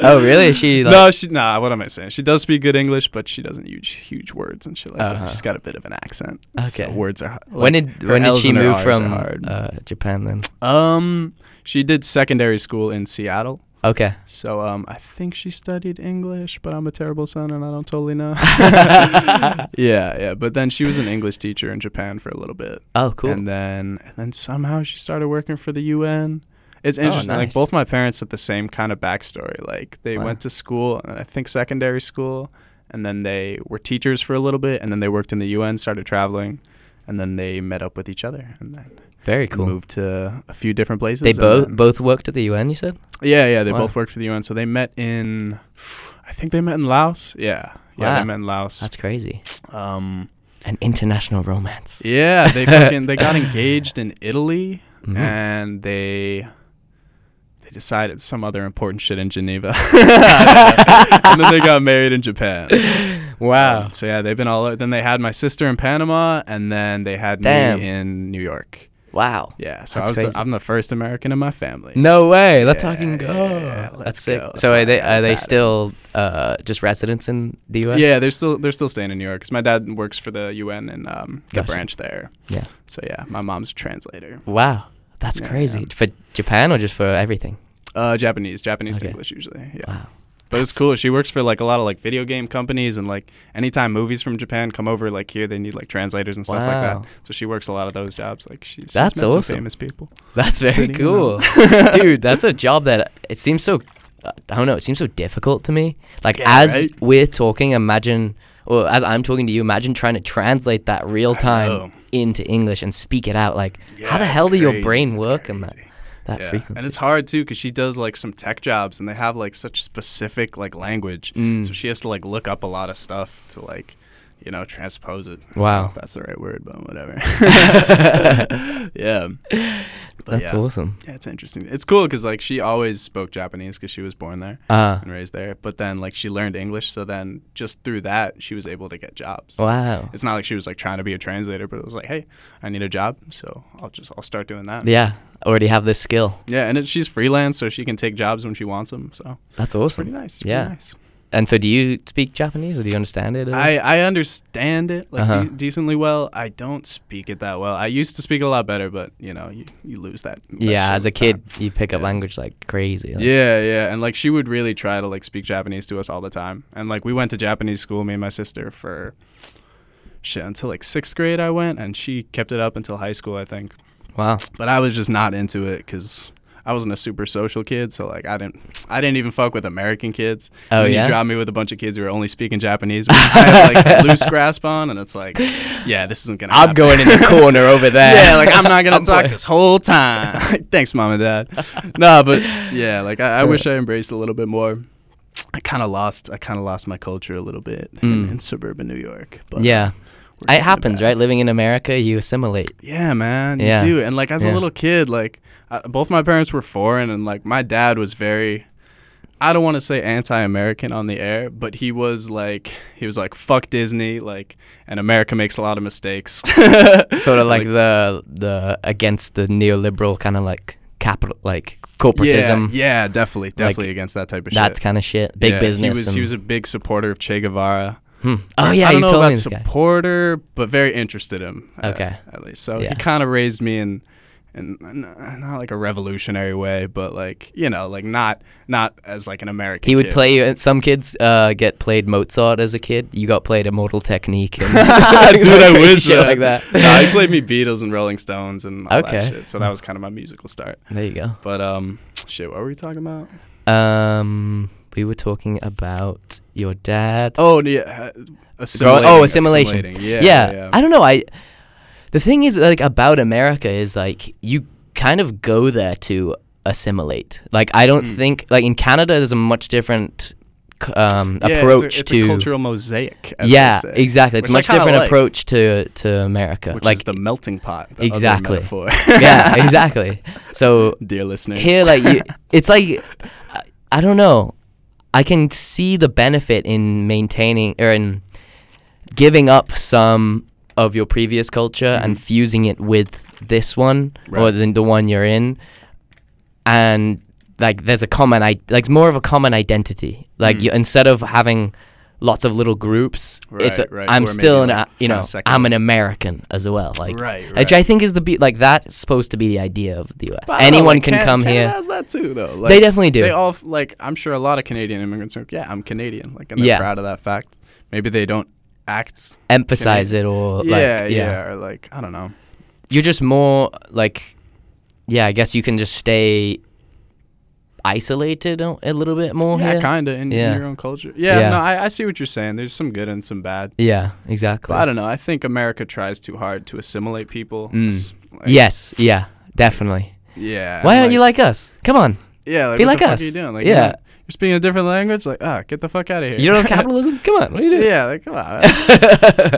[SPEAKER 2] <laughs>
[SPEAKER 1] Oh really? She like,
[SPEAKER 2] no, she nah. What am I saying? She does speak good English, but she doesn't use huge words and shit like
[SPEAKER 1] Uh-huh.
[SPEAKER 2] that. She's got a bit of an accent. so
[SPEAKER 1] Okay.
[SPEAKER 2] words are. h-
[SPEAKER 1] when
[SPEAKER 2] like,
[SPEAKER 1] did
[SPEAKER 2] her
[SPEAKER 1] when did
[SPEAKER 2] Ls
[SPEAKER 1] she
[SPEAKER 2] and her
[SPEAKER 1] move
[SPEAKER 2] Rs are
[SPEAKER 1] from
[SPEAKER 2] hard.
[SPEAKER 1] uh, Japan then?
[SPEAKER 2] Um, she did secondary school in Seattle.
[SPEAKER 1] Okay.
[SPEAKER 2] So um, I think she studied English, but I'm a terrible son and I don't totally know. <laughs> <laughs> yeah, yeah. But then she was an English teacher in Japan for a little bit,
[SPEAKER 1] Oh cool.
[SPEAKER 2] and then and then somehow she started working for the UN. It's
[SPEAKER 1] Oh,
[SPEAKER 2] interesting. Like
[SPEAKER 1] nice.
[SPEAKER 2] both my parents had the same kind of backstory. Like they
[SPEAKER 1] Wow.
[SPEAKER 2] went to school, and I think secondary school, and then they were teachers for a little bit, and then they worked in the UN, started traveling, and then they met up with each other, and then
[SPEAKER 1] Very cool.
[SPEAKER 2] moved to a few different places.
[SPEAKER 1] They
[SPEAKER 2] and
[SPEAKER 1] both
[SPEAKER 2] then-
[SPEAKER 1] both worked at the UN. You said.
[SPEAKER 2] yeah, yeah, they
[SPEAKER 1] Wow.
[SPEAKER 2] both worked for the UN. So they met in, I think they met in Laos. Yeah, yeah,
[SPEAKER 1] Wow.
[SPEAKER 2] they met in Laos.
[SPEAKER 1] That's crazy.
[SPEAKER 2] um,
[SPEAKER 1] An international romance.
[SPEAKER 2] yeah,
[SPEAKER 1] <laughs>
[SPEAKER 2] they fucking they got engaged in Italy,
[SPEAKER 1] Mhm. <laughs>
[SPEAKER 2] <laughs> and they they decided some other important shit in Geneva, <laughs> and then they got married in Japan.
[SPEAKER 1] <laughs> Wow.
[SPEAKER 2] Um, so yeah, they've been all. o- Then they had my sister in Panama, and then they had
[SPEAKER 1] Damn.
[SPEAKER 2] me in New York.
[SPEAKER 1] Wow.
[SPEAKER 2] Yeah, so I
[SPEAKER 1] That's
[SPEAKER 2] was the,
[SPEAKER 1] crazy.
[SPEAKER 2] I'm the first American in my family.
[SPEAKER 1] No way. Let's
[SPEAKER 2] Yeah,
[SPEAKER 1] fucking go.
[SPEAKER 2] yeah, let's
[SPEAKER 1] That's sick.
[SPEAKER 2] go.
[SPEAKER 1] So are they
[SPEAKER 2] Let's add
[SPEAKER 1] are
[SPEAKER 2] it.
[SPEAKER 1] they
[SPEAKER 2] Let's add it.
[SPEAKER 1] still uh, just residents in the U.S.?
[SPEAKER 2] Yeah, they're still they're still staying in New York because my dad works for the UN and um, the
[SPEAKER 1] Gotcha.
[SPEAKER 2] branch there.
[SPEAKER 1] Yeah.
[SPEAKER 2] So yeah, my mom's a translator.
[SPEAKER 1] Wow. That's
[SPEAKER 2] Yeah,
[SPEAKER 1] crazy.
[SPEAKER 2] yeah.
[SPEAKER 1] For Japan or just for everything?
[SPEAKER 2] Uh, Japanese, Japanese to
[SPEAKER 1] Okay.
[SPEAKER 2] English usually. Yeah.
[SPEAKER 1] Wow.
[SPEAKER 2] But it's
[SPEAKER 1] That's-
[SPEAKER 2] cool. She works for like a lot of like video game companies and like anytime movies from Japan come over like here they need like translators and stuff like
[SPEAKER 1] Wow.
[SPEAKER 2] that. So she works a lot of those jobs. Like she's, she's
[SPEAKER 1] That's
[SPEAKER 2] met
[SPEAKER 1] awesome.
[SPEAKER 2] some famous people. <laughs>
[SPEAKER 1] That's very
[SPEAKER 2] Sitting
[SPEAKER 1] cool.
[SPEAKER 2] around. <laughs>
[SPEAKER 1] Dude, that's a job that it seems so I don't know, it seems so difficult to me. Like
[SPEAKER 2] Yeah,
[SPEAKER 1] as
[SPEAKER 2] right?
[SPEAKER 1] we're talking, imagine or as I'm talking to you, imagine trying to translate that real
[SPEAKER 2] know.
[SPEAKER 1] time into English and speak it out. Like how
[SPEAKER 2] Yeah,
[SPEAKER 1] the
[SPEAKER 2] it's
[SPEAKER 1] hell do your
[SPEAKER 2] crazy.
[SPEAKER 1] brain
[SPEAKER 2] It's
[SPEAKER 1] work in that
[SPEAKER 2] crazy.
[SPEAKER 1] that
[SPEAKER 2] Yeah.
[SPEAKER 1] frequency?
[SPEAKER 2] And it's hard too because she does like some tech jobs and they have like such specific like language.
[SPEAKER 1] Mm.
[SPEAKER 2] So she has to like look up a lot of stuff to like, you know, transpose it. I don't know
[SPEAKER 1] Wow. <laughs>
[SPEAKER 2] if that's the right word, but whatever. <laughs> yeah. But
[SPEAKER 1] That's
[SPEAKER 2] yeah.
[SPEAKER 1] awesome.
[SPEAKER 2] Yeah, it's interesting. It's cool because like she always spoke Japanese because she was born there
[SPEAKER 1] Ah,
[SPEAKER 2] and raised there. But then like she learned English, so then just through that she was able to get jobs.
[SPEAKER 1] wow.
[SPEAKER 2] It's not like she was like trying to be a translator, but it was like, hey, I need a job, so I'll just I'll start doing that.
[SPEAKER 1] Yeah, already have this skill.
[SPEAKER 2] Yeah, and it, she's freelance, so she can take jobs when she wants them. So
[SPEAKER 1] That's
[SPEAKER 2] it's pretty
[SPEAKER 1] awesome.
[SPEAKER 2] nice. it's
[SPEAKER 1] Mm. Yeah.
[SPEAKER 2] Pretty nice.
[SPEAKER 1] And so, do you speak Japanese or do you understand it? at all?
[SPEAKER 2] I, I understand it like
[SPEAKER 1] Uh-huh.
[SPEAKER 2] de- decently well. I don't speak it that well. I used to speak it a lot better, but you know, you, you lose that. that
[SPEAKER 1] yeah,
[SPEAKER 2] shit
[SPEAKER 1] as a
[SPEAKER 2] with time.
[SPEAKER 1] kid, you pick up
[SPEAKER 2] Yeah.
[SPEAKER 1] language like crazy. like-
[SPEAKER 2] Yeah, yeah, and like she would really try to like speak Japanese to us all the time, and like we went to Japanese school, me and my sister, for shit until like sixth grade. I went, and she kept it up until high school, I think.
[SPEAKER 1] Wow.
[SPEAKER 2] But I was just not into it because I wasn't a super social kid, so like I didn't, I didn't even fuck with American kids.
[SPEAKER 1] Oh,
[SPEAKER 2] And
[SPEAKER 1] yeah?
[SPEAKER 2] you drop me with a bunch of kids who are only speaking Japanese, which I
[SPEAKER 1] <laughs>
[SPEAKER 2] have like a loose grasp on, and it's like, yeah, this isn't gonna.
[SPEAKER 1] I'm
[SPEAKER 2] happen.
[SPEAKER 1] going in the corner
[SPEAKER 2] <laughs>
[SPEAKER 1] over there. Oh,
[SPEAKER 2] Yeah, like I'm
[SPEAKER 1] <laughs>
[SPEAKER 2] not gonna
[SPEAKER 1] I'm
[SPEAKER 2] talk
[SPEAKER 1] playing.
[SPEAKER 2] this
[SPEAKER 1] <laughs>
[SPEAKER 2] whole time. <laughs> Thanks, mom and dad. no, but yeah, like I, I wish I embraced a little bit more. I kind of lost. I kind of lost my culture a little bit in,
[SPEAKER 1] Mm.
[SPEAKER 2] in suburban New York. But
[SPEAKER 1] Yeah,
[SPEAKER 2] we're
[SPEAKER 1] it
[SPEAKER 2] getting
[SPEAKER 1] happens,
[SPEAKER 2] back.
[SPEAKER 1] right? Living in America, you
[SPEAKER 2] <laughs>
[SPEAKER 1] assimilate.
[SPEAKER 2] Yeah, man.
[SPEAKER 1] Yeah.
[SPEAKER 2] You do. And like as
[SPEAKER 1] Yeah.
[SPEAKER 2] a little kid, like I, both my parents were foreign, and like my dad was very. I don't want to say anti-American on the air, but he was like he was like fuck Disney, like and America makes a lot of mistakes. <laughs>
[SPEAKER 1] Sort of like, the the against the neoliberal kind of like capital, like corporatism,
[SPEAKER 2] Yeah, yeah, definitely, definitely against that type of
[SPEAKER 1] that
[SPEAKER 2] shit.
[SPEAKER 1] kind of shit. Big
[SPEAKER 2] Yeah,
[SPEAKER 1] business.
[SPEAKER 2] He was
[SPEAKER 1] and-
[SPEAKER 2] he was a big supporter of Che Guevara.
[SPEAKER 1] hmm. Oh yeah, you
[SPEAKER 2] I don't know
[SPEAKER 1] told
[SPEAKER 2] about
[SPEAKER 1] me this guy.
[SPEAKER 2] supporter, but very interested him. uh,
[SPEAKER 1] Okay.
[SPEAKER 2] at least so
[SPEAKER 1] Yeah.
[SPEAKER 2] he kind of raised me in. in n not like a revolutionary way, but like you know, like not not as like an American.
[SPEAKER 1] He would
[SPEAKER 2] kid.
[SPEAKER 1] play. Some kids uh, get played Mozart as a kid. You got played Immortal Technique.
[SPEAKER 2] <laughs>
[SPEAKER 1] And
[SPEAKER 2] <laughs>
[SPEAKER 1] <laughs>
[SPEAKER 2] Dude, I
[SPEAKER 1] crazy
[SPEAKER 2] wish
[SPEAKER 1] shit
[SPEAKER 2] man.
[SPEAKER 1] like that.
[SPEAKER 2] no, he
[SPEAKER 1] <laughs>
[SPEAKER 2] played me Beatles and Rolling Stones and all
[SPEAKER 1] Okay.
[SPEAKER 2] that shit. So that was kind of my musical start.
[SPEAKER 1] There you go.
[SPEAKER 2] But um, shit, what were we talking about?
[SPEAKER 1] Um, we were talking about your dad.
[SPEAKER 2] Oh yeah, uh, assimilating,
[SPEAKER 1] oh, assimilation.
[SPEAKER 2] assimilating. Yeah,
[SPEAKER 1] yeah,
[SPEAKER 2] yeah.
[SPEAKER 1] I don't know. I the thing is like about America is like you kind of go there to assimilate. Like I don't
[SPEAKER 2] Mm.
[SPEAKER 1] think like in Canada there's a much different c- um,
[SPEAKER 2] Yeah, it's a-
[SPEAKER 1] approach
[SPEAKER 2] it's a,
[SPEAKER 1] to
[SPEAKER 2] cultural mosaic. As they
[SPEAKER 1] yeah
[SPEAKER 2] say,
[SPEAKER 1] exactly. It's a
[SPEAKER 2] which
[SPEAKER 1] much
[SPEAKER 2] I kinda
[SPEAKER 1] different
[SPEAKER 2] like,
[SPEAKER 1] approach to to America.
[SPEAKER 2] which
[SPEAKER 1] like
[SPEAKER 2] is the melting pot. the other
[SPEAKER 1] Exactly.
[SPEAKER 2] metaphor.
[SPEAKER 1] <laughs> yeah,
[SPEAKER 2] <laughs>
[SPEAKER 1] exactly. So
[SPEAKER 2] Dear listeners,
[SPEAKER 1] here like you,
[SPEAKER 2] <laughs>
[SPEAKER 1] it's like I, I don't know i can see the benefit in maintaining or in giving up some of your previous culture and
[SPEAKER 2] Mhm.
[SPEAKER 1] fusing it with this one or
[SPEAKER 2] Right.
[SPEAKER 1] the, the one you're in and like there's a common i like it's more of a common identity like
[SPEAKER 2] Mm.
[SPEAKER 1] you, instead of having lots of little groups it's a,
[SPEAKER 2] Right, right,
[SPEAKER 1] i'm
[SPEAKER 2] or
[SPEAKER 1] still an
[SPEAKER 2] maybe,
[SPEAKER 1] a
[SPEAKER 2] like,
[SPEAKER 1] you know
[SPEAKER 2] kinda
[SPEAKER 1] i'm an american as well like
[SPEAKER 2] right,
[SPEAKER 1] which i think is the be- like that's supposed to be the idea of the us
[SPEAKER 2] But I don't know,
[SPEAKER 1] anyone
[SPEAKER 2] like,
[SPEAKER 1] can
[SPEAKER 2] Can-
[SPEAKER 1] come
[SPEAKER 2] Canada
[SPEAKER 1] here
[SPEAKER 2] Has that too though? Like,
[SPEAKER 1] they definitely do
[SPEAKER 2] They all f- like I'm sure a lot of Canadian immigrants are. Yeah, I'm Canadian. Like and they're
[SPEAKER 1] Yeah.
[SPEAKER 2] proud of that fact. Maybe they don't act.
[SPEAKER 1] emphasize it or like
[SPEAKER 2] yeah,
[SPEAKER 1] yeah,
[SPEAKER 2] yeah, or like I don't know.
[SPEAKER 1] you're just more like yeah i guess you can just stay isolated a a little bit more
[SPEAKER 2] Yeah,
[SPEAKER 1] here
[SPEAKER 2] kind of in, in
[SPEAKER 1] Yeah.
[SPEAKER 2] your own culture. Yeah,
[SPEAKER 1] Yeah.
[SPEAKER 2] no, I, I see what you're saying. There's some good and some bad.
[SPEAKER 1] yeah exactly
[SPEAKER 2] But I don't know. I think America tries too hard to assimilate people.
[SPEAKER 1] Mm.
[SPEAKER 2] It's like-
[SPEAKER 1] yes yeah definitely
[SPEAKER 2] Yeah.
[SPEAKER 1] why
[SPEAKER 2] and,
[SPEAKER 1] aren't you like us come on
[SPEAKER 2] Yeah, like,
[SPEAKER 1] Be
[SPEAKER 2] what
[SPEAKER 1] like
[SPEAKER 2] the
[SPEAKER 1] us.
[SPEAKER 2] Fuck are you doing? Like,
[SPEAKER 1] Yeah.
[SPEAKER 2] You're, not- you're speaking a different language. Like, ah, get the fuck out of here.
[SPEAKER 1] you don't
[SPEAKER 2] <laughs>
[SPEAKER 1] know capitalism come on what are you doing <laughs>
[SPEAKER 2] yeah, like come on.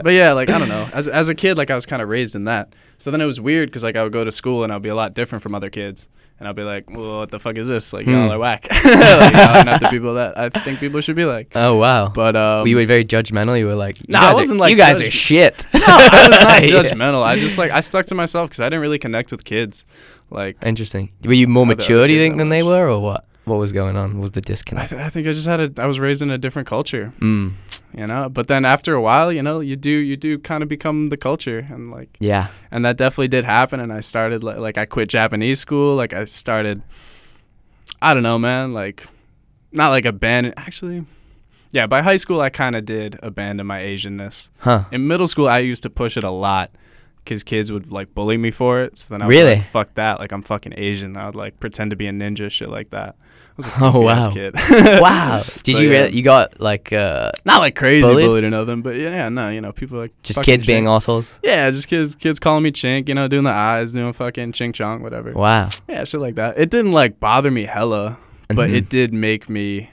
[SPEAKER 2] but yeah, like I don't know. As as a kid, like I was kind of raised in that. So then it was weird because like I would go to school and I'd be a lot different from other kids, and I'd be like, well, what the fuck is this? Like
[SPEAKER 1] Hmm.
[SPEAKER 2] y'all are whack. <laughs> like, y'all are not the people that I think people should be like.
[SPEAKER 1] oh wow
[SPEAKER 2] But um, <laughs>
[SPEAKER 1] we were very judgmental you were like you
[SPEAKER 2] Nah, I
[SPEAKER 1] guys
[SPEAKER 2] wasn't,
[SPEAKER 1] are,
[SPEAKER 2] like,
[SPEAKER 1] you guys are
[SPEAKER 2] judge-
[SPEAKER 1] shit no
[SPEAKER 2] I
[SPEAKER 1] <laughs>
[SPEAKER 2] was not judgmental. I just like I stuck to myself because I didn't really connect with kids. Like
[SPEAKER 1] interesting were you more
[SPEAKER 2] Not that I
[SPEAKER 1] mature do you
[SPEAKER 2] did
[SPEAKER 1] think
[SPEAKER 2] that
[SPEAKER 1] than they
[SPEAKER 2] much.
[SPEAKER 1] were or what what was going on What was the
[SPEAKER 2] I,
[SPEAKER 1] disconnect
[SPEAKER 2] th- I think I just had a I was raised in a different culture.
[SPEAKER 1] mm.
[SPEAKER 2] you know but then after a while you know you do you do kind of become the culture and like
[SPEAKER 1] yeah
[SPEAKER 2] and that definitely did happen and i started like, like i quit japanese school like i started i don't know man like not like abandon actually yeah by high school i kind of did abandon my asianness
[SPEAKER 1] huh
[SPEAKER 2] in middle school i used to push it a lot because kids would like bully me for it so then i was
[SPEAKER 1] Really?
[SPEAKER 2] like fuck that like i'm fucking asian i would like pretend to be a ninja shit like that I was a
[SPEAKER 1] <laughs> Oh,
[SPEAKER 2] goofy ass
[SPEAKER 1] wow.
[SPEAKER 2] kid. <laughs>
[SPEAKER 1] wow did
[SPEAKER 2] But
[SPEAKER 1] you
[SPEAKER 2] yeah
[SPEAKER 1] really you got like uh
[SPEAKER 2] not like crazy
[SPEAKER 1] Bullied?
[SPEAKER 2] bullied, or nothing, but yeah, yeah, no, you know, people like
[SPEAKER 1] Just
[SPEAKER 2] fucking
[SPEAKER 1] kids being
[SPEAKER 2] chink.
[SPEAKER 1] assholes.
[SPEAKER 2] yeah, just kids, kids calling me chink, you know, doing the eyes, doing fucking chink chong, whatever.
[SPEAKER 1] Wow.
[SPEAKER 2] Yeah, shit like that. It didn't like bother me hella, but
[SPEAKER 1] Mhm.
[SPEAKER 2] it did make me.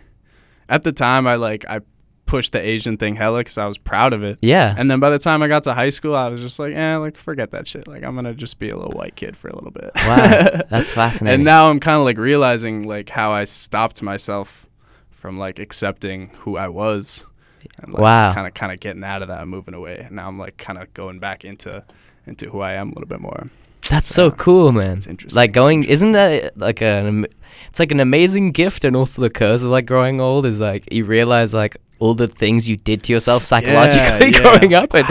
[SPEAKER 2] At the time, I like I pushed the Asian thing hella because I was proud of it.
[SPEAKER 1] Yeah.
[SPEAKER 2] And then by the time I got to high school, I was just like, eh, like forget that shit. Like I'm gonna just be a little white kid for a little bit. <laughs>
[SPEAKER 1] Wow, that's fascinating.
[SPEAKER 2] and now I'm kind of like realizing like how I stopped myself from like accepting who I was. And, like,
[SPEAKER 1] Wow.
[SPEAKER 2] Kind of kind of getting out of that, and moving away. And now I'm like kind of going back into into who I am a little bit more.
[SPEAKER 1] That's so cool, man.
[SPEAKER 2] it's interesting,
[SPEAKER 1] Like
[SPEAKER 2] it's
[SPEAKER 1] going, isn't that like an? am- It's like an amazing gift, and also the curse of like growing old is like you realize like all the things you did to
[SPEAKER 2] <laughs>
[SPEAKER 1] yourself psychologically
[SPEAKER 2] yeah.
[SPEAKER 1] growing up,
[SPEAKER 2] <gasps>
[SPEAKER 1] and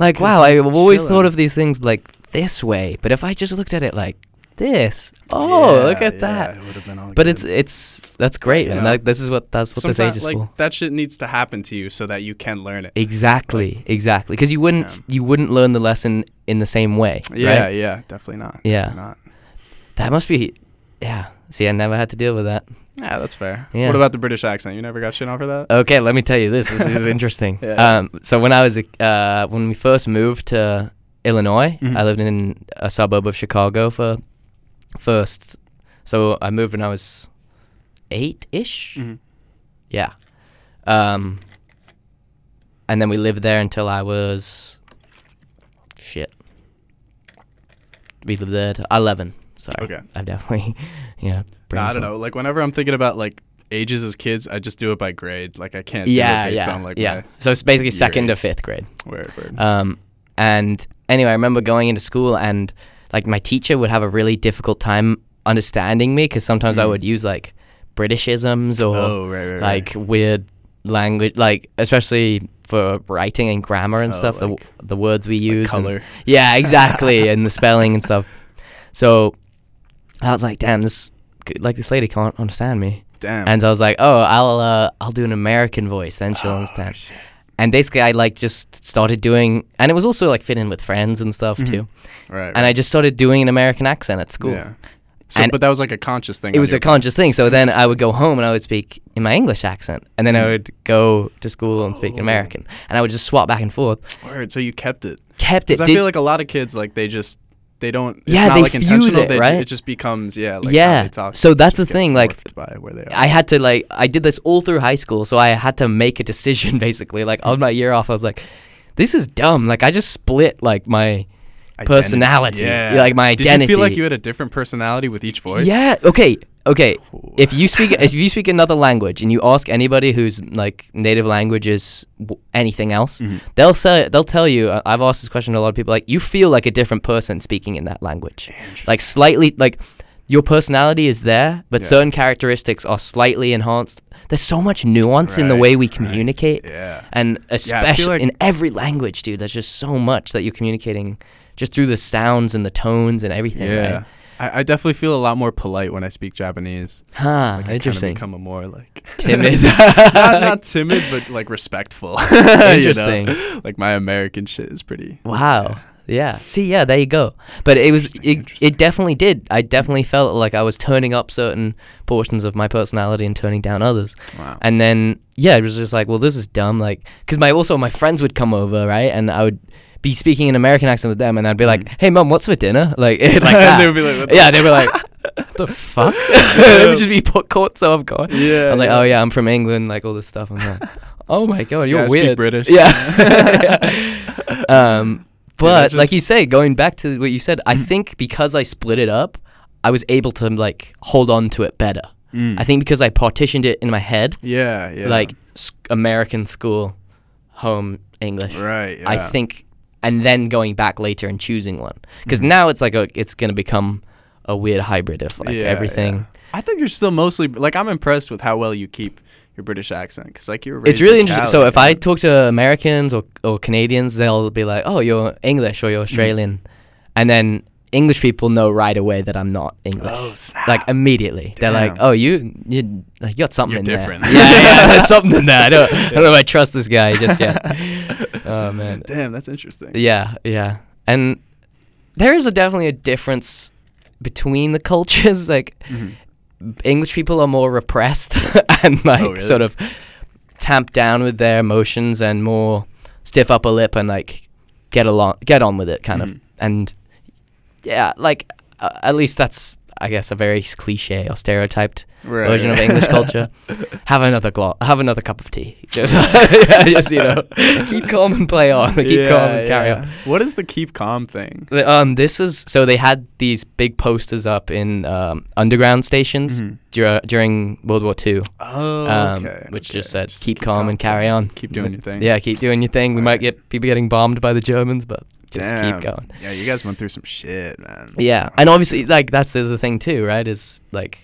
[SPEAKER 1] like wow,
[SPEAKER 2] things
[SPEAKER 1] I've
[SPEAKER 2] are
[SPEAKER 1] always thought of
[SPEAKER 2] silly.
[SPEAKER 1] these things like this way, but if I just looked at it like this, oh look at that.
[SPEAKER 2] It would have been all
[SPEAKER 1] But
[SPEAKER 2] good.
[SPEAKER 1] it's it's that's great,
[SPEAKER 2] You
[SPEAKER 1] man.
[SPEAKER 2] know?
[SPEAKER 1] Like, this is what that's what this
[SPEAKER 2] Sometime-
[SPEAKER 1] age is
[SPEAKER 2] like
[SPEAKER 1] for.
[SPEAKER 2] that shit needs to happen to you so that you can learn it.
[SPEAKER 1] Exactly, exactly. Because you wouldn't
[SPEAKER 2] Yeah.
[SPEAKER 1] you wouldn't learn the lesson in the same way.
[SPEAKER 2] Yeah,
[SPEAKER 1] right?
[SPEAKER 2] yeah, definitely not.
[SPEAKER 1] Yeah.
[SPEAKER 2] definitely not.
[SPEAKER 1] that must be. Yeah. See, I never had to deal with that.
[SPEAKER 2] Yeah, that's fair.
[SPEAKER 1] Yeah.
[SPEAKER 2] What about the British accent? You never got shit on for that?
[SPEAKER 1] Okay, let me tell you this. This
[SPEAKER 2] <laughs>
[SPEAKER 1] is interesting.
[SPEAKER 2] Yeah.
[SPEAKER 1] um, so when I was a- uh, when we first moved to Illinois,
[SPEAKER 2] Mhm.
[SPEAKER 1] I lived in a suburb of Chicago for first. So I moved when I was eight
[SPEAKER 2] Mm-hmm.
[SPEAKER 1] ish. Yeah. Um, and then we lived there until I was shit. We lived there till eleven. Sorry.
[SPEAKER 2] Okay.
[SPEAKER 1] I've definitely <laughs> yeah.
[SPEAKER 2] Nah, I
[SPEAKER 1] brain
[SPEAKER 2] don't
[SPEAKER 1] fog.
[SPEAKER 2] know. Like whenever I'm thinking about like ages as kids, I just do it by grade. Like I can't
[SPEAKER 1] Yeah,
[SPEAKER 2] do it based
[SPEAKER 1] yeah,
[SPEAKER 2] on like
[SPEAKER 1] yeah. So it's basically
[SPEAKER 2] year
[SPEAKER 1] second to
[SPEAKER 2] age.
[SPEAKER 1] fifth grade.
[SPEAKER 2] my word, word.
[SPEAKER 1] Um, and anyway, I remember going into school and like my teacher would have a really difficult time understanding me because sometimes I
[SPEAKER 2] Mm.
[SPEAKER 1] would use like Britishisms or
[SPEAKER 2] oh, right, right, right.
[SPEAKER 1] like weird language, like especially for writing and grammar and
[SPEAKER 2] Oh,
[SPEAKER 1] stuff.
[SPEAKER 2] like-
[SPEAKER 1] the the words we
[SPEAKER 2] Like
[SPEAKER 1] use, and-
[SPEAKER 2] color.
[SPEAKER 1] <laughs> yeah, exactly, and the spelling and stuff. So I was like, damn, this like this lady can't understand me.
[SPEAKER 2] Damn.
[SPEAKER 1] And so I was like, oh, I'll uh, I'll do an American voice, then
[SPEAKER 2] Oh,
[SPEAKER 1] she'll understand. And basically, I like just started doing, and it was also like fitting with friends and stuff too.
[SPEAKER 2] Mm-hmm. right, right.
[SPEAKER 1] And I just started doing an American accent at school.
[SPEAKER 2] Yeah. So,
[SPEAKER 1] and-
[SPEAKER 2] but that was like a conscious thing.
[SPEAKER 1] It
[SPEAKER 2] on
[SPEAKER 1] was
[SPEAKER 2] your
[SPEAKER 1] a conscious thing. So then I would go home and I would speak in my English accent, and then I would go to school and speak in
[SPEAKER 2] Mm. Oh.
[SPEAKER 1] American, and I would just swap back and forth.
[SPEAKER 2] Word, so you kept it.
[SPEAKER 1] Kept it.
[SPEAKER 2] Because I
[SPEAKER 1] did-
[SPEAKER 2] feel like a lot of kids, like they just they don't. It's
[SPEAKER 1] Yeah,
[SPEAKER 2] not
[SPEAKER 1] they
[SPEAKER 2] like
[SPEAKER 1] fuse
[SPEAKER 2] intentional.
[SPEAKER 1] it,
[SPEAKER 2] they, ju-
[SPEAKER 1] right?
[SPEAKER 2] It just becomes yeah. Like how
[SPEAKER 1] Yeah.
[SPEAKER 2] they talk,
[SPEAKER 1] So
[SPEAKER 2] it
[SPEAKER 1] that's the
[SPEAKER 2] just gets
[SPEAKER 1] thing, like,
[SPEAKER 2] morphed by where they are.
[SPEAKER 1] I had to like I did this all through high school, so I had to make a decision <laughs> basically. Like on my year off, I was like, "This is dumb." Like I just split like my personality,
[SPEAKER 2] Yeah.
[SPEAKER 1] like my
[SPEAKER 2] Did you feel like
[SPEAKER 1] identity.
[SPEAKER 2] you had a different personality with each voice?
[SPEAKER 1] Yeah. Okay. Okay.
[SPEAKER 2] Ooh.
[SPEAKER 1] If you speak
[SPEAKER 2] <laughs>
[SPEAKER 1] if you speak another language and you ask anybody whose like native language is w- anything else,
[SPEAKER 2] Mhm.
[SPEAKER 1] they'll say they'll tell you. uh, I've asked this question to a lot of people. Like you feel like a different person speaking in that language, like slightly like your personality is there, but
[SPEAKER 2] Yeah.
[SPEAKER 1] certain characteristics are slightly enhanced. There's so much nuance in the
[SPEAKER 2] Right,
[SPEAKER 1] way we
[SPEAKER 2] right.
[SPEAKER 1] communicate,
[SPEAKER 2] Yeah.
[SPEAKER 1] and especially
[SPEAKER 2] like-
[SPEAKER 1] in every language, dude. There's just so much that you're communicating just through the sounds and the tones and everything.
[SPEAKER 2] Yeah.
[SPEAKER 1] Right?
[SPEAKER 2] I, I definitely feel a lot more polite when I speak Japanese.
[SPEAKER 1] Huh.
[SPEAKER 2] Like, I
[SPEAKER 1] interesting.
[SPEAKER 2] kinda become a more <laughs> like
[SPEAKER 1] Timid. <laughs>
[SPEAKER 2] not, not timid, but like respectful. <laughs> You know?
[SPEAKER 1] Interesting.
[SPEAKER 2] Like my American shit is pretty.
[SPEAKER 1] Wow. Yeah. See, yeah, there you go. But it was
[SPEAKER 2] Interesting,
[SPEAKER 1] it,
[SPEAKER 2] interesting.
[SPEAKER 1] it definitely did. I definitely felt like I was turning up certain portions of my personality and turning down others.
[SPEAKER 2] Wow.
[SPEAKER 1] And then yeah, it was just like, well, this is dumb like cuz my also my friends would come over, right? And I would be speaking an American accent with them and I'd be like, "Hey mom, what's for dinner?" <laughs> Like like that.
[SPEAKER 2] they would be <laughs> Mm. like, what the
[SPEAKER 1] yeah, they were
[SPEAKER 2] <laughs>
[SPEAKER 1] like the fuck? <laughs> they would just be put caught so off guard.
[SPEAKER 2] Yeah.
[SPEAKER 1] I was like, "Oh yeah, I'm from England," like all this stuff. I'm
[SPEAKER 2] <laughs>
[SPEAKER 1] like, "Oh my god,
[SPEAKER 2] This
[SPEAKER 1] you're
[SPEAKER 2] guy speak
[SPEAKER 1] weird."
[SPEAKER 2] British. <laughs>
[SPEAKER 1] <laughs> Yeah. um, but
[SPEAKER 2] that's
[SPEAKER 1] like
[SPEAKER 2] just- Mm.
[SPEAKER 1] you say, going back to what you said, I think because I split it up, I was able to like hold on to it better.
[SPEAKER 2] Mm.
[SPEAKER 1] I think because I partitioned it in my head,
[SPEAKER 2] Yeah. Yeah.
[SPEAKER 1] like s- American school, home English.
[SPEAKER 2] Right. Yeah.
[SPEAKER 1] I think, and then going back later and choosing one because
[SPEAKER 2] Mm.
[SPEAKER 1] now it's like a, it's gonna become a weird hybrid of like
[SPEAKER 2] Yeah,
[SPEAKER 1] everything.
[SPEAKER 2] yeah. I think you're still mostly like I'm impressed with how well you keep your British accent because like you're.
[SPEAKER 1] It's really interesting. So if
[SPEAKER 2] <laughs>
[SPEAKER 1] I talk to Americans or, or Canadians, they'll be like, "Oh, you're English
[SPEAKER 2] Mm.
[SPEAKER 1] or you're Australian," and then English people know right away that I'm not English.
[SPEAKER 2] Oh, snap.
[SPEAKER 1] Like immediately, they're like,
[SPEAKER 2] Damn.
[SPEAKER 1] "Oh, you you like you got something
[SPEAKER 2] You're
[SPEAKER 1] in
[SPEAKER 2] different.
[SPEAKER 1] there." <laughs> yeah, yeah,
[SPEAKER 2] <laughs>
[SPEAKER 1] there's something in there. I don't, I don't know if I trust this guy just yet. oh man,
[SPEAKER 2] Damn, that's interesting.
[SPEAKER 1] yeah, yeah, and there is a definitely a difference between the cultures. <laughs> Like
[SPEAKER 2] Mm-hmm.
[SPEAKER 1] English people are more repressed <laughs> and like
[SPEAKER 2] Oh, really?
[SPEAKER 1] sort of tamped down with their emotions and more stiff upper lip and like get along, get on with it kind
[SPEAKER 2] Mhm.
[SPEAKER 1] of. And yeah, like uh, at least that's I guess, a very s- cliche or stereotyped
[SPEAKER 2] Right,
[SPEAKER 1] version
[SPEAKER 2] right.
[SPEAKER 1] of
[SPEAKER 2] <laughs>
[SPEAKER 1] English culture. Have another glo- have another cup of tea. <laughs> Just, yeah, just, you
[SPEAKER 2] <laughs>
[SPEAKER 1] know, keep calm and play on. Keep calm and carry on.
[SPEAKER 2] What is the keep calm thing?
[SPEAKER 1] The- Um, this is so they had these big posters up in um, underground stations
[SPEAKER 2] Mhm.
[SPEAKER 1] dur- during World War Two,
[SPEAKER 2] Oh,
[SPEAKER 1] um, which just said keep, calm, and carry on.
[SPEAKER 2] Keep doing your thing.
[SPEAKER 1] Yeah, keep doing your thing. We might get people getting bombed by the Germans, but just
[SPEAKER 2] Damn.
[SPEAKER 1] keep going.
[SPEAKER 2] Yeah, you guys went through some shit, man.
[SPEAKER 1] Yeah, and obviously, like that's the other thing too, right? Is like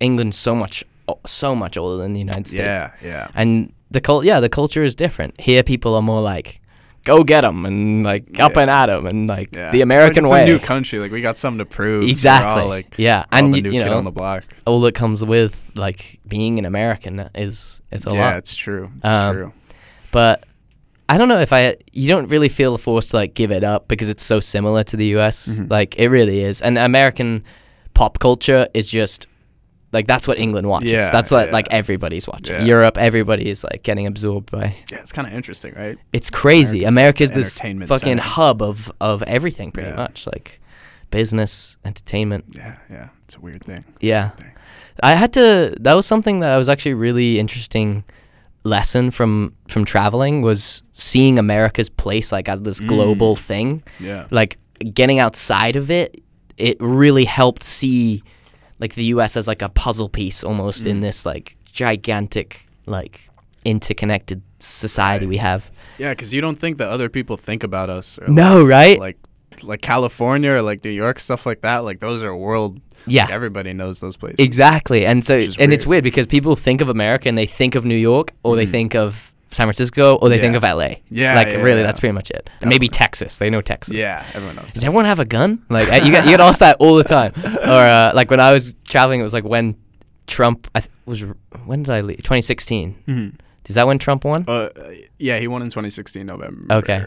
[SPEAKER 1] England's so much, o- so much older than the United States.
[SPEAKER 2] Yeah, yeah.
[SPEAKER 1] and the cult, yeah, the culture is different. Here, people are more like, go get 'em and like up
[SPEAKER 2] Yeah.
[SPEAKER 1] and at 'em and like
[SPEAKER 2] yeah.
[SPEAKER 1] the American
[SPEAKER 2] it's like
[SPEAKER 1] way.
[SPEAKER 2] it's a new country. Like we got something to prove. We're all,
[SPEAKER 1] Exactly.
[SPEAKER 2] like
[SPEAKER 1] yeah,
[SPEAKER 2] and
[SPEAKER 1] and
[SPEAKER 2] the
[SPEAKER 1] y-
[SPEAKER 2] new
[SPEAKER 1] you
[SPEAKER 2] kid
[SPEAKER 1] know,
[SPEAKER 2] on the block.
[SPEAKER 1] all that comes with like being an American is it's a
[SPEAKER 2] yeah,
[SPEAKER 1] lot.
[SPEAKER 2] it's true. It's
[SPEAKER 1] Um,
[SPEAKER 2] true.
[SPEAKER 1] But I don't know if I you don't really feel forced to like give it up because it's so similar to the US.
[SPEAKER 2] Mhm.
[SPEAKER 1] Like it really is. And American pop culture is just like that's what England watches.
[SPEAKER 2] Yeah,
[SPEAKER 1] that's what like
[SPEAKER 2] yeah.
[SPEAKER 1] everybody's watching.
[SPEAKER 2] Yeah.
[SPEAKER 1] Europe, everybody is like getting absorbed by.
[SPEAKER 2] Yeah, it's kind of interesting, right?
[SPEAKER 1] It's crazy.
[SPEAKER 2] America's
[SPEAKER 1] America's,
[SPEAKER 2] the
[SPEAKER 1] this
[SPEAKER 2] entertainment
[SPEAKER 1] fucking
[SPEAKER 2] center.
[SPEAKER 1] hub of of everything, pretty
[SPEAKER 2] Yeah.
[SPEAKER 1] much. Like business, entertainment,
[SPEAKER 2] Yeah, yeah. It's a weird thing.
[SPEAKER 1] yeah.
[SPEAKER 2] thing.
[SPEAKER 1] I had to that was something that I was actually really interesting lesson from from traveling was seeing America's place like as this
[SPEAKER 2] Mm.
[SPEAKER 1] global thing.
[SPEAKER 2] Yeah.
[SPEAKER 1] Like getting outside of it, it really helped see like the US as like a puzzle piece almost
[SPEAKER 2] Mm.
[SPEAKER 1] in this like gigantic like interconnected society we have.
[SPEAKER 2] Yeah, because you don't think that other people think about us. Or
[SPEAKER 1] No, right?
[SPEAKER 2] Like, like California or like New York, stuff like that. Like those are world.
[SPEAKER 1] yeah.
[SPEAKER 2] Like, everybody knows those places.
[SPEAKER 1] Exactly. And so,
[SPEAKER 2] is
[SPEAKER 1] and it's weird because people think of America and they think of New York or they think of San Francisco or they think
[SPEAKER 2] Mm-hmm. Yeah.
[SPEAKER 1] of LA.
[SPEAKER 2] Yeah,
[SPEAKER 1] Like,
[SPEAKER 2] yeah,
[SPEAKER 1] really,
[SPEAKER 2] yeah.
[SPEAKER 1] that's pretty much it. And maybe Texas. They know Texas.
[SPEAKER 2] yeah, everyone knows.
[SPEAKER 1] Does everyone have a gun? Like, I- you get, you get asked that all the
[SPEAKER 2] <laughs>
[SPEAKER 1] time. Or, uh, like, when I was traveling, it was like when Trump, I th- was, when did I leave? 2016.
[SPEAKER 2] Mhm.
[SPEAKER 1] Is that when Trump won?
[SPEAKER 2] Uh, yeah, he won in 2016 November.
[SPEAKER 1] Okay.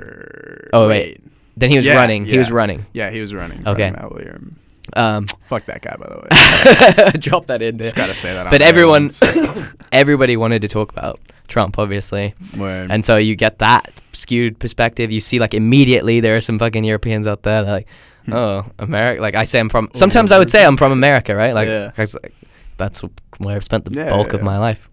[SPEAKER 1] Oh, wait. Then he was
[SPEAKER 2] Yeah,
[SPEAKER 1] running. He was
[SPEAKER 2] yeah.
[SPEAKER 1] running.
[SPEAKER 2] Yeah, he was running.
[SPEAKER 1] Okay.
[SPEAKER 2] Matt William.
[SPEAKER 1] Um, <laughs>
[SPEAKER 2] Fuck that guy, by the way.
[SPEAKER 1] drop that in there.
[SPEAKER 2] Just gotta say that.
[SPEAKER 1] But
[SPEAKER 2] on
[SPEAKER 1] everyone,
[SPEAKER 2] Ireland's
[SPEAKER 1] everybody wanted to talk about Trump, obviously. <laughs>
[SPEAKER 2] <laughs> word.
[SPEAKER 1] And so you get that skewed perspective. You see, like, immediately there are some fucking Europeans out there that, like,
[SPEAKER 2] Hmm.
[SPEAKER 1] oh, America. Like, I say I'm from, sometimes I would say I'm from America, right? Like,
[SPEAKER 2] Oh, Yeah.
[SPEAKER 1] 'cause, like, that's wh- where I've spent the
[SPEAKER 2] Yeah,
[SPEAKER 1] bulk
[SPEAKER 2] yeah,
[SPEAKER 1] of
[SPEAKER 2] yeah.
[SPEAKER 1] my life.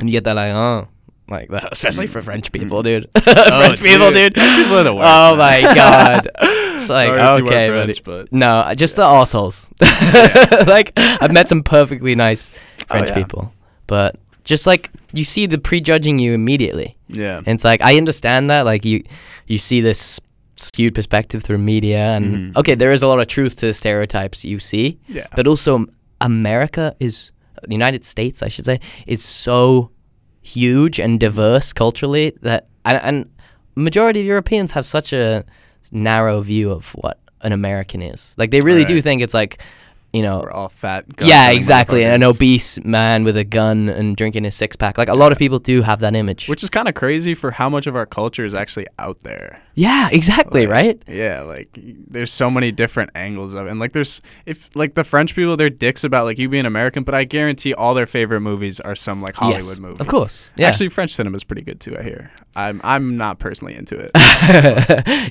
[SPEAKER 1] And you get that, like, oh, like that, <laughs> especially for French people,
[SPEAKER 2] <laughs>
[SPEAKER 1] dude. French
[SPEAKER 2] Hmm. Oh, dude.
[SPEAKER 1] people, dude.
[SPEAKER 2] French people are <laughs> the worst,
[SPEAKER 1] oh, my
[SPEAKER 2] man. <laughs>
[SPEAKER 1] God. It's like,
[SPEAKER 2] Sorry if you weren't
[SPEAKER 1] okay, buddy.
[SPEAKER 2] French, but
[SPEAKER 1] No, I- just the assholes. <laughs> like I've met some perfectly nice French
[SPEAKER 2] Oh, yeah.
[SPEAKER 1] people, but just like you see the prejudging you immediately.
[SPEAKER 2] yeah,
[SPEAKER 1] And it's like I understand that. Like you, you see this skewed perspective through media, and
[SPEAKER 2] Mhm.
[SPEAKER 1] okay, there is a lot of truth to the stereotypes you see,
[SPEAKER 2] yeah,
[SPEAKER 1] but also America is the United States, I should say, is so huge and diverse culturally that and, and majority of Europeans have such a narrow view of what an American is. Like they really do
[SPEAKER 2] Right.
[SPEAKER 1] think it's like, you know,
[SPEAKER 2] we're all fat. gun
[SPEAKER 1] yeah,
[SPEAKER 2] toting
[SPEAKER 1] exactly, an
[SPEAKER 2] motherfuckers.
[SPEAKER 1] obese man with a gun and drinking his six pack. Like a lot of people do have that image.
[SPEAKER 2] Which is kind of crazy for how much of our culture is actually out there.
[SPEAKER 1] yeah, exactly,
[SPEAKER 2] Like,
[SPEAKER 1] right?
[SPEAKER 2] Yeah, like there's so many different angles of it. And like there's if like the French people they're dicks about like you being American, but I guarantee all their favorite movies are some like Hollywood
[SPEAKER 1] yes,
[SPEAKER 2] movie.
[SPEAKER 1] of course. Yeah, <laughs>
[SPEAKER 2] Actually French cinema is pretty good too, I hear. I'm I'm not personally into it. <laughs>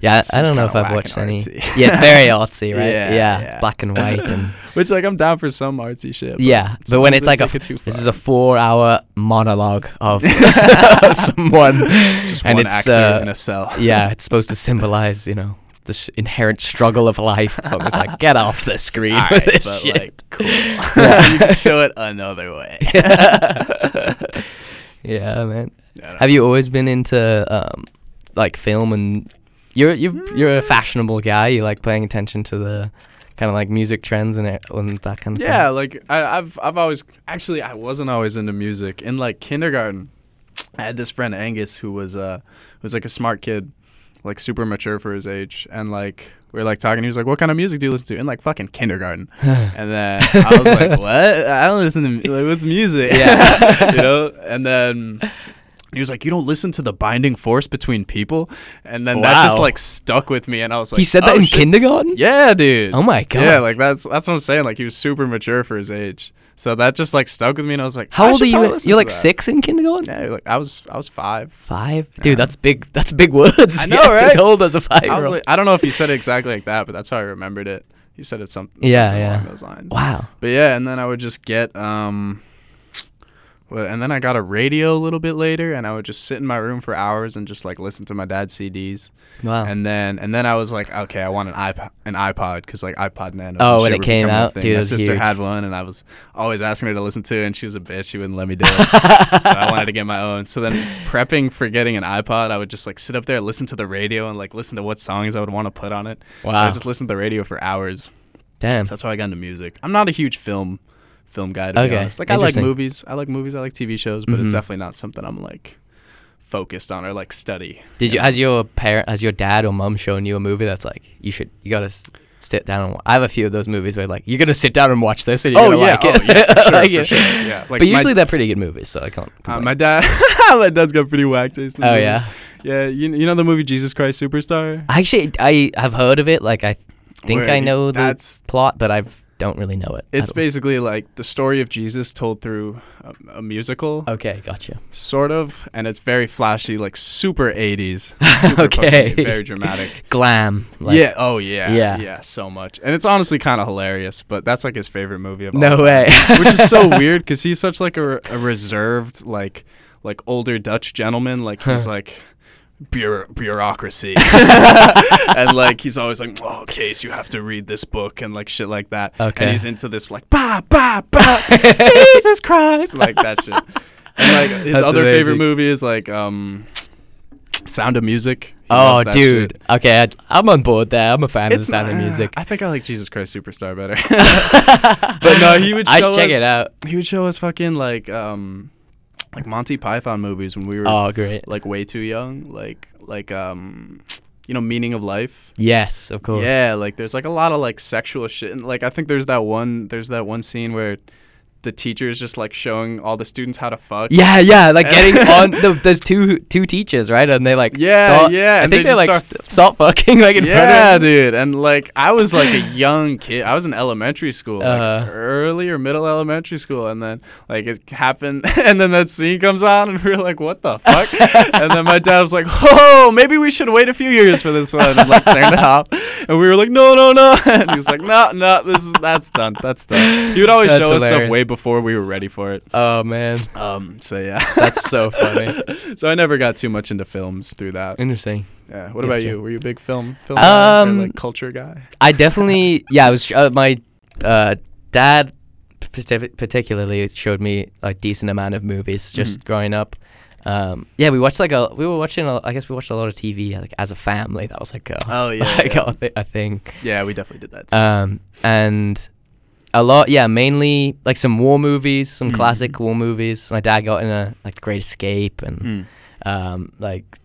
[SPEAKER 1] yeah. I- I
[SPEAKER 2] seems
[SPEAKER 1] don't know
[SPEAKER 2] kinda
[SPEAKER 1] if I've
[SPEAKER 2] whack
[SPEAKER 1] watched
[SPEAKER 2] and
[SPEAKER 1] any. <laughs>
[SPEAKER 2] artsy.
[SPEAKER 1] Yeah, it's very
[SPEAKER 2] <laughs>
[SPEAKER 1] artsy, right?
[SPEAKER 2] Yeah, yeah.
[SPEAKER 1] black and white
[SPEAKER 2] <laughs>
[SPEAKER 1] and
[SPEAKER 2] Which like I'm down for some artsy shit. but
[SPEAKER 1] Yeah, but when
[SPEAKER 2] sometimes
[SPEAKER 1] it's
[SPEAKER 2] they
[SPEAKER 1] like a
[SPEAKER 2] take
[SPEAKER 1] f-
[SPEAKER 2] it too
[SPEAKER 1] this
[SPEAKER 2] far.
[SPEAKER 1] is a four-hour monologue
[SPEAKER 2] <laughs>
[SPEAKER 1] of <laughs> of someone,
[SPEAKER 2] it's just one actor
[SPEAKER 1] uh,
[SPEAKER 2] in a cell.
[SPEAKER 1] <laughs>
[SPEAKER 2] <laughs>
[SPEAKER 1] yeah, it's supposed to symbolize you know the s inherent struggle of life. So it's like get off the <laughs> screen
[SPEAKER 2] <laughs> All
[SPEAKER 1] with
[SPEAKER 2] right,
[SPEAKER 1] this
[SPEAKER 2] but
[SPEAKER 1] shit.
[SPEAKER 2] like cool. <laughs> you
[SPEAKER 1] <laughs>
[SPEAKER 2] can show it another way. <laughs>
[SPEAKER 1] yeah, man.
[SPEAKER 2] I don't
[SPEAKER 1] Have you always been into um, like film and you're you're you're a
[SPEAKER 2] Mm.
[SPEAKER 1] fashionable guy. You like paying attention to the kind of like music trends and, it, and that kind of thing.
[SPEAKER 2] Yeah, like I, I've I've always actually I wasn't always into music. In like kindergarten, I had this friend Angus who was uh was like a smart kid, like super mature for his age, and like we were like talking. He was like, "What kind of music do you listen to?" In like fucking
[SPEAKER 1] <laughs>
[SPEAKER 2] kindergarten, and then I was like, "What? I don't listen to mu- like what's music?" Yeah, <laughs> you know. And then he was like, "You don't listen to the binding force between people," and then that just
[SPEAKER 1] Wow.
[SPEAKER 2] like stuck with me. And I was like,
[SPEAKER 1] he said that
[SPEAKER 2] "Oh,
[SPEAKER 1] in
[SPEAKER 2] shit."
[SPEAKER 1] kindergarten.
[SPEAKER 2] Yeah, dude.
[SPEAKER 1] Oh my god.
[SPEAKER 2] Yeah, like that's that's what I'm saying. Like he was super mature for his age, so that just like stuck with me, and I was like,
[SPEAKER 1] How
[SPEAKER 2] I
[SPEAKER 1] old are
[SPEAKER 2] should probably
[SPEAKER 1] you?
[SPEAKER 2] listen
[SPEAKER 1] You're
[SPEAKER 2] to
[SPEAKER 1] like
[SPEAKER 2] that.
[SPEAKER 1] six in kindergarten.
[SPEAKER 2] Yeah, like I was I was five.
[SPEAKER 1] Five, dude. That's big. That's big words.
[SPEAKER 2] I know,
[SPEAKER 1] <laughs> yeah,
[SPEAKER 2] right?
[SPEAKER 1] To told as a five
[SPEAKER 2] I
[SPEAKER 1] year
[SPEAKER 2] was
[SPEAKER 1] old.
[SPEAKER 2] like, I don't know if he said it exactly like that, but that's how I remembered it. He said it's something,
[SPEAKER 1] Yeah,
[SPEAKER 2] something
[SPEAKER 1] yeah.
[SPEAKER 2] along those lines.
[SPEAKER 1] Wow.
[SPEAKER 2] But yeah, and then I would just get um well, and then I got a radio a little bit later and I would just sit in my room for hours and just like listen to my dad's CDs.
[SPEAKER 1] Wow.
[SPEAKER 2] And then and then I was like, okay, I want an iPod an iPod cuz like iPod Nano.
[SPEAKER 1] Oh,
[SPEAKER 2] and
[SPEAKER 1] when
[SPEAKER 2] shit
[SPEAKER 1] it
[SPEAKER 2] were
[SPEAKER 1] came
[SPEAKER 2] becoming a
[SPEAKER 1] out?
[SPEAKER 2] thing.
[SPEAKER 1] Dude, it
[SPEAKER 2] my
[SPEAKER 1] was
[SPEAKER 2] sister
[SPEAKER 1] huge.
[SPEAKER 2] had one and I was always asking her to listen to it and she was a bitch, she wouldn't let me do
[SPEAKER 1] <laughs>
[SPEAKER 2] it. so I wanted to get my own. So then prepping for getting an iPod, I would just like sit up there listen to the radio and like listen to what songs I would want to put on it. So I
[SPEAKER 1] Wow.
[SPEAKER 2] just listened to the radio for hours.
[SPEAKER 1] Damn.
[SPEAKER 2] So that's how I got into music. I'm not a huge film film guy to
[SPEAKER 1] Okay,
[SPEAKER 2] be honest. Like I like
[SPEAKER 1] interesting.
[SPEAKER 2] movies. I like movies. I like TV shows, but
[SPEAKER 1] Mhm.
[SPEAKER 2] it's definitely not something I'm like focused on or like study.
[SPEAKER 1] Did you? Has your parent? Has your dad or mum shown you a movie that's like you should? You gotta s- sit down and. Wa- I have a few of those movies where like you're gonna sit down and watch this and you're gonna like it. <laughs>
[SPEAKER 2] oh yeah, for sure,
[SPEAKER 1] Like
[SPEAKER 2] for
[SPEAKER 1] it.
[SPEAKER 2] sure. Yeah, like
[SPEAKER 1] but
[SPEAKER 2] my-
[SPEAKER 1] usually they're pretty good movies, so I can't.
[SPEAKER 2] uh,
[SPEAKER 1] complain.
[SPEAKER 2] my dad, <laughs> my dad's got pretty whack taste. in
[SPEAKER 1] oh
[SPEAKER 2] movies.
[SPEAKER 1] yeah.
[SPEAKER 2] yeah. You, you know the movie Jesus Christ Superstar?
[SPEAKER 1] Actually, I have heard of it. Like I think
[SPEAKER 2] Word,
[SPEAKER 1] I know the
[SPEAKER 2] that's-
[SPEAKER 1] plot, but I don't really know it.
[SPEAKER 2] It's
[SPEAKER 1] at all.
[SPEAKER 2] basically like the story of Jesus told through a, a musical,
[SPEAKER 1] okay. Gotcha.
[SPEAKER 2] sort of, and it's very flashy, like
[SPEAKER 1] <laughs>
[SPEAKER 2] super 80s. Super
[SPEAKER 1] Okay.
[SPEAKER 2] fucking- very dramatic.
[SPEAKER 1] Glam. <laughs> Like,
[SPEAKER 2] yeah. Oh yeah.
[SPEAKER 1] Yeah.
[SPEAKER 2] Yeah. Yeah. So much, and it's honestly kind of hilarious. But that's like his favorite movie of all
[SPEAKER 1] No
[SPEAKER 2] time.
[SPEAKER 1] way.
[SPEAKER 2] Oh, <laughs> which
[SPEAKER 1] <laughs>
[SPEAKER 2] is so weird because he's such like a, a reserved, like like older Dutch gentleman. Like he's like. Bureau-
[SPEAKER 1] <laughs>
[SPEAKER 2] bureaucracy <laughs> and like he's always like oh case you have to read this book and like shit like that
[SPEAKER 1] Okay.
[SPEAKER 2] and he's into this like ba ba ba
[SPEAKER 1] <laughs>
[SPEAKER 2] jesus christ like that shit and like his
[SPEAKER 1] That's
[SPEAKER 2] other
[SPEAKER 1] amazing.
[SPEAKER 2] favorite movie is like um sound of music He
[SPEAKER 1] Oh,
[SPEAKER 2] loves that shit.
[SPEAKER 1] dude. Okay, I, I'm on board there. I'm a fan of the sound of
[SPEAKER 2] not-
[SPEAKER 1] music.
[SPEAKER 2] I think I like Jesus Christ
[SPEAKER 1] <laughs>
[SPEAKER 2] Superstar better. <laughs> but no, he would show
[SPEAKER 1] I should check
[SPEAKER 2] us,
[SPEAKER 1] it out.
[SPEAKER 2] He would show us fucking like um like Monty Python movies when we were
[SPEAKER 1] Oh, great.
[SPEAKER 2] like way too young, like like um you know Meaning of Life.
[SPEAKER 1] Yes, of course.
[SPEAKER 2] Yeah, like there's like a lot of like sexual shit and like I think there's that one there's that one scene where the teacher is just like showing all the students how to fuck.
[SPEAKER 1] Yeah, yeah, like
[SPEAKER 2] <laughs>
[SPEAKER 1] getting
[SPEAKER 2] And-
[SPEAKER 1] on. The, there's two two teachers, right? And they like
[SPEAKER 2] Yeah,
[SPEAKER 1] start,
[SPEAKER 2] yeah,
[SPEAKER 1] I
[SPEAKER 2] and
[SPEAKER 1] think they,
[SPEAKER 2] they just
[SPEAKER 1] like
[SPEAKER 2] start-
[SPEAKER 1] st- start fucking like <laughs> in
[SPEAKER 2] yeah,
[SPEAKER 1] front of.
[SPEAKER 2] dude. And like I was like a young kid. I was in elementary school, like
[SPEAKER 1] Uh-huh.
[SPEAKER 2] early or middle elementary school, and then like it happened, <laughs> and then that scene comes on, and we are like, "What
[SPEAKER 1] <laughs>
[SPEAKER 2] the fuck?" and then my dad was like, "Oh, maybe we should wait a few years for this one."
[SPEAKER 1] <laughs>
[SPEAKER 2] And like turned it off, and we were like, "No, no, no!" <laughs> and he was like, "No, no, this is that's done, that's done." He would always
[SPEAKER 1] That's
[SPEAKER 2] show us
[SPEAKER 1] hilarious.
[SPEAKER 2] stuff way before we were ready for it.
[SPEAKER 1] Oh man,
[SPEAKER 2] Um, so yeah,
[SPEAKER 1] that's so funny.
[SPEAKER 2] <laughs> so I never got too much into films through that.
[SPEAKER 1] Interesting.
[SPEAKER 2] Yeah. What
[SPEAKER 1] Yes,
[SPEAKER 2] about
[SPEAKER 1] yeah.
[SPEAKER 2] you? Were you a big film film guy or,
[SPEAKER 1] Um,
[SPEAKER 2] like culture guy?
[SPEAKER 1] I definitely, yeah, I was uh, my uh, dad partic- particularly showed me a decent amount of movies
[SPEAKER 2] Mm-hmm.
[SPEAKER 1] just growing up. Um, yeah, we watched like a we were watching. A, I guess we watched a lot of TV like as a family. That was like a <laughs>
[SPEAKER 2] Oh, yeah,
[SPEAKER 1] like
[SPEAKER 2] yeah.
[SPEAKER 1] a, thi- a thing.
[SPEAKER 2] Yeah, we definitely did that. Too.
[SPEAKER 1] Um, and a lot, yeah, mainly like some war movies, some
[SPEAKER 2] Mm.
[SPEAKER 1] classic war movies. My dad got in a like Great Escape and
[SPEAKER 2] Mm.
[SPEAKER 1] um, like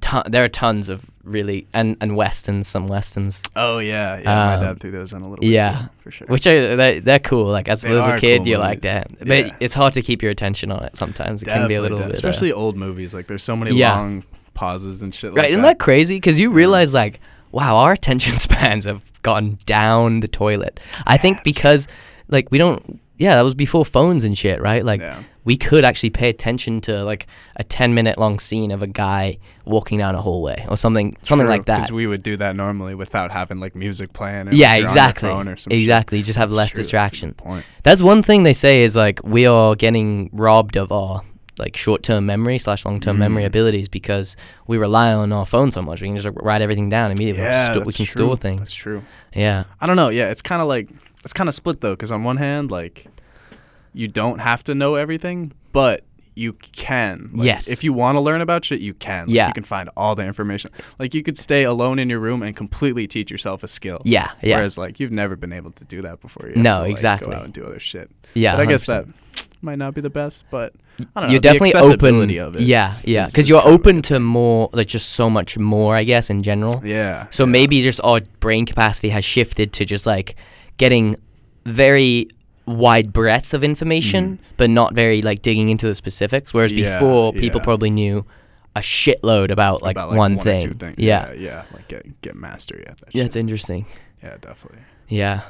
[SPEAKER 1] ton- there are tons of really and and westerns, some westerns.
[SPEAKER 2] Oh yeah, yeah.
[SPEAKER 1] Um,
[SPEAKER 2] my dad threw those on a little.
[SPEAKER 1] yeah,
[SPEAKER 2] bit too, for sure.
[SPEAKER 1] Which are they, they're cool. Like as a
[SPEAKER 2] They
[SPEAKER 1] little
[SPEAKER 2] are
[SPEAKER 1] kid,
[SPEAKER 2] cool
[SPEAKER 1] you're like,
[SPEAKER 2] movies.
[SPEAKER 1] damn. But
[SPEAKER 2] Yeah.
[SPEAKER 1] it's hard to keep your attention on it sometimes. It can be a
[SPEAKER 2] Definitely
[SPEAKER 1] little
[SPEAKER 2] did.
[SPEAKER 1] bit, uh,
[SPEAKER 2] especially old movies. Like there's so many
[SPEAKER 1] Yeah.
[SPEAKER 2] long pauses and shit.
[SPEAKER 1] right.
[SPEAKER 2] Like
[SPEAKER 1] isn't that
[SPEAKER 2] that.
[SPEAKER 1] crazy? Because you realize like, wow, our attention <laughs> spans have gone down the toilet. I think
[SPEAKER 2] Yes.
[SPEAKER 1] because like we don't. Yeah, that was before phones and shit, right? Like
[SPEAKER 2] Yeah.
[SPEAKER 1] we could actually pay attention to like a ten minute long scene of a guy walking down a hallway or something, something like that.
[SPEAKER 2] Because we would do that normally without having like music playing. Or
[SPEAKER 1] yeah,
[SPEAKER 2] like, you're on your
[SPEAKER 1] exactly.
[SPEAKER 2] phone or some shit.
[SPEAKER 1] Exactly. You just have
[SPEAKER 2] It's
[SPEAKER 1] less
[SPEAKER 2] true, that's a good
[SPEAKER 1] distraction.
[SPEAKER 2] point.
[SPEAKER 1] That's one thing they say is like we are getting robbed of our like short-term memory slash long-term memory
[SPEAKER 2] Mm.
[SPEAKER 1] abilities because we rely on our phone so much. We can just write everything down immediately. We can
[SPEAKER 2] Yeah,
[SPEAKER 1] sto- we
[SPEAKER 2] that's
[SPEAKER 1] can
[SPEAKER 2] true.
[SPEAKER 1] store things.
[SPEAKER 2] That's true.
[SPEAKER 1] Yeah.
[SPEAKER 2] I don't know. Yeah, it's kind of like it's kind of split though, because on one hand, like you don't have to know everything, but you can. Like,
[SPEAKER 1] Yes.
[SPEAKER 2] If you want to learn about shit, you can. Like,
[SPEAKER 1] Yeah.
[SPEAKER 2] You can find all the information. Like you could stay alone in your room and completely teach yourself a skill.
[SPEAKER 1] Yeah. Yeah.
[SPEAKER 2] Whereas like you've never been able to do that before. You have
[SPEAKER 1] No,
[SPEAKER 2] to, like,
[SPEAKER 1] exactly.
[SPEAKER 2] Go out and do other shit.
[SPEAKER 1] yeah.
[SPEAKER 2] but I guess that
[SPEAKER 1] 100%.
[SPEAKER 2] might not be the best, but I don't know.
[SPEAKER 1] you're
[SPEAKER 2] the
[SPEAKER 1] definitely open.
[SPEAKER 2] accessibility Of it
[SPEAKER 1] yeah. Yeah.
[SPEAKER 2] is-
[SPEAKER 1] Because
[SPEAKER 2] is
[SPEAKER 1] you're
[SPEAKER 2] kind of
[SPEAKER 1] open to more like just so much more. I guess in general.
[SPEAKER 2] Yeah.
[SPEAKER 1] So
[SPEAKER 2] yeah.
[SPEAKER 1] maybe just our brain capacity has shifted to just like getting very wide breadth of information, but not very like digging into the specifics. Whereas
[SPEAKER 2] Mm. Yeah,
[SPEAKER 1] before, people
[SPEAKER 2] yeah.
[SPEAKER 1] probably knew a shitload about like,
[SPEAKER 2] About,
[SPEAKER 1] one,
[SPEAKER 2] or
[SPEAKER 1] thing.
[SPEAKER 2] two things.
[SPEAKER 1] Yeah.
[SPEAKER 2] yeah. Like get get mastery at that.
[SPEAKER 1] Yeah,
[SPEAKER 2] shit.
[SPEAKER 1] it's interesting.
[SPEAKER 2] Yeah, definitely.
[SPEAKER 1] Yeah.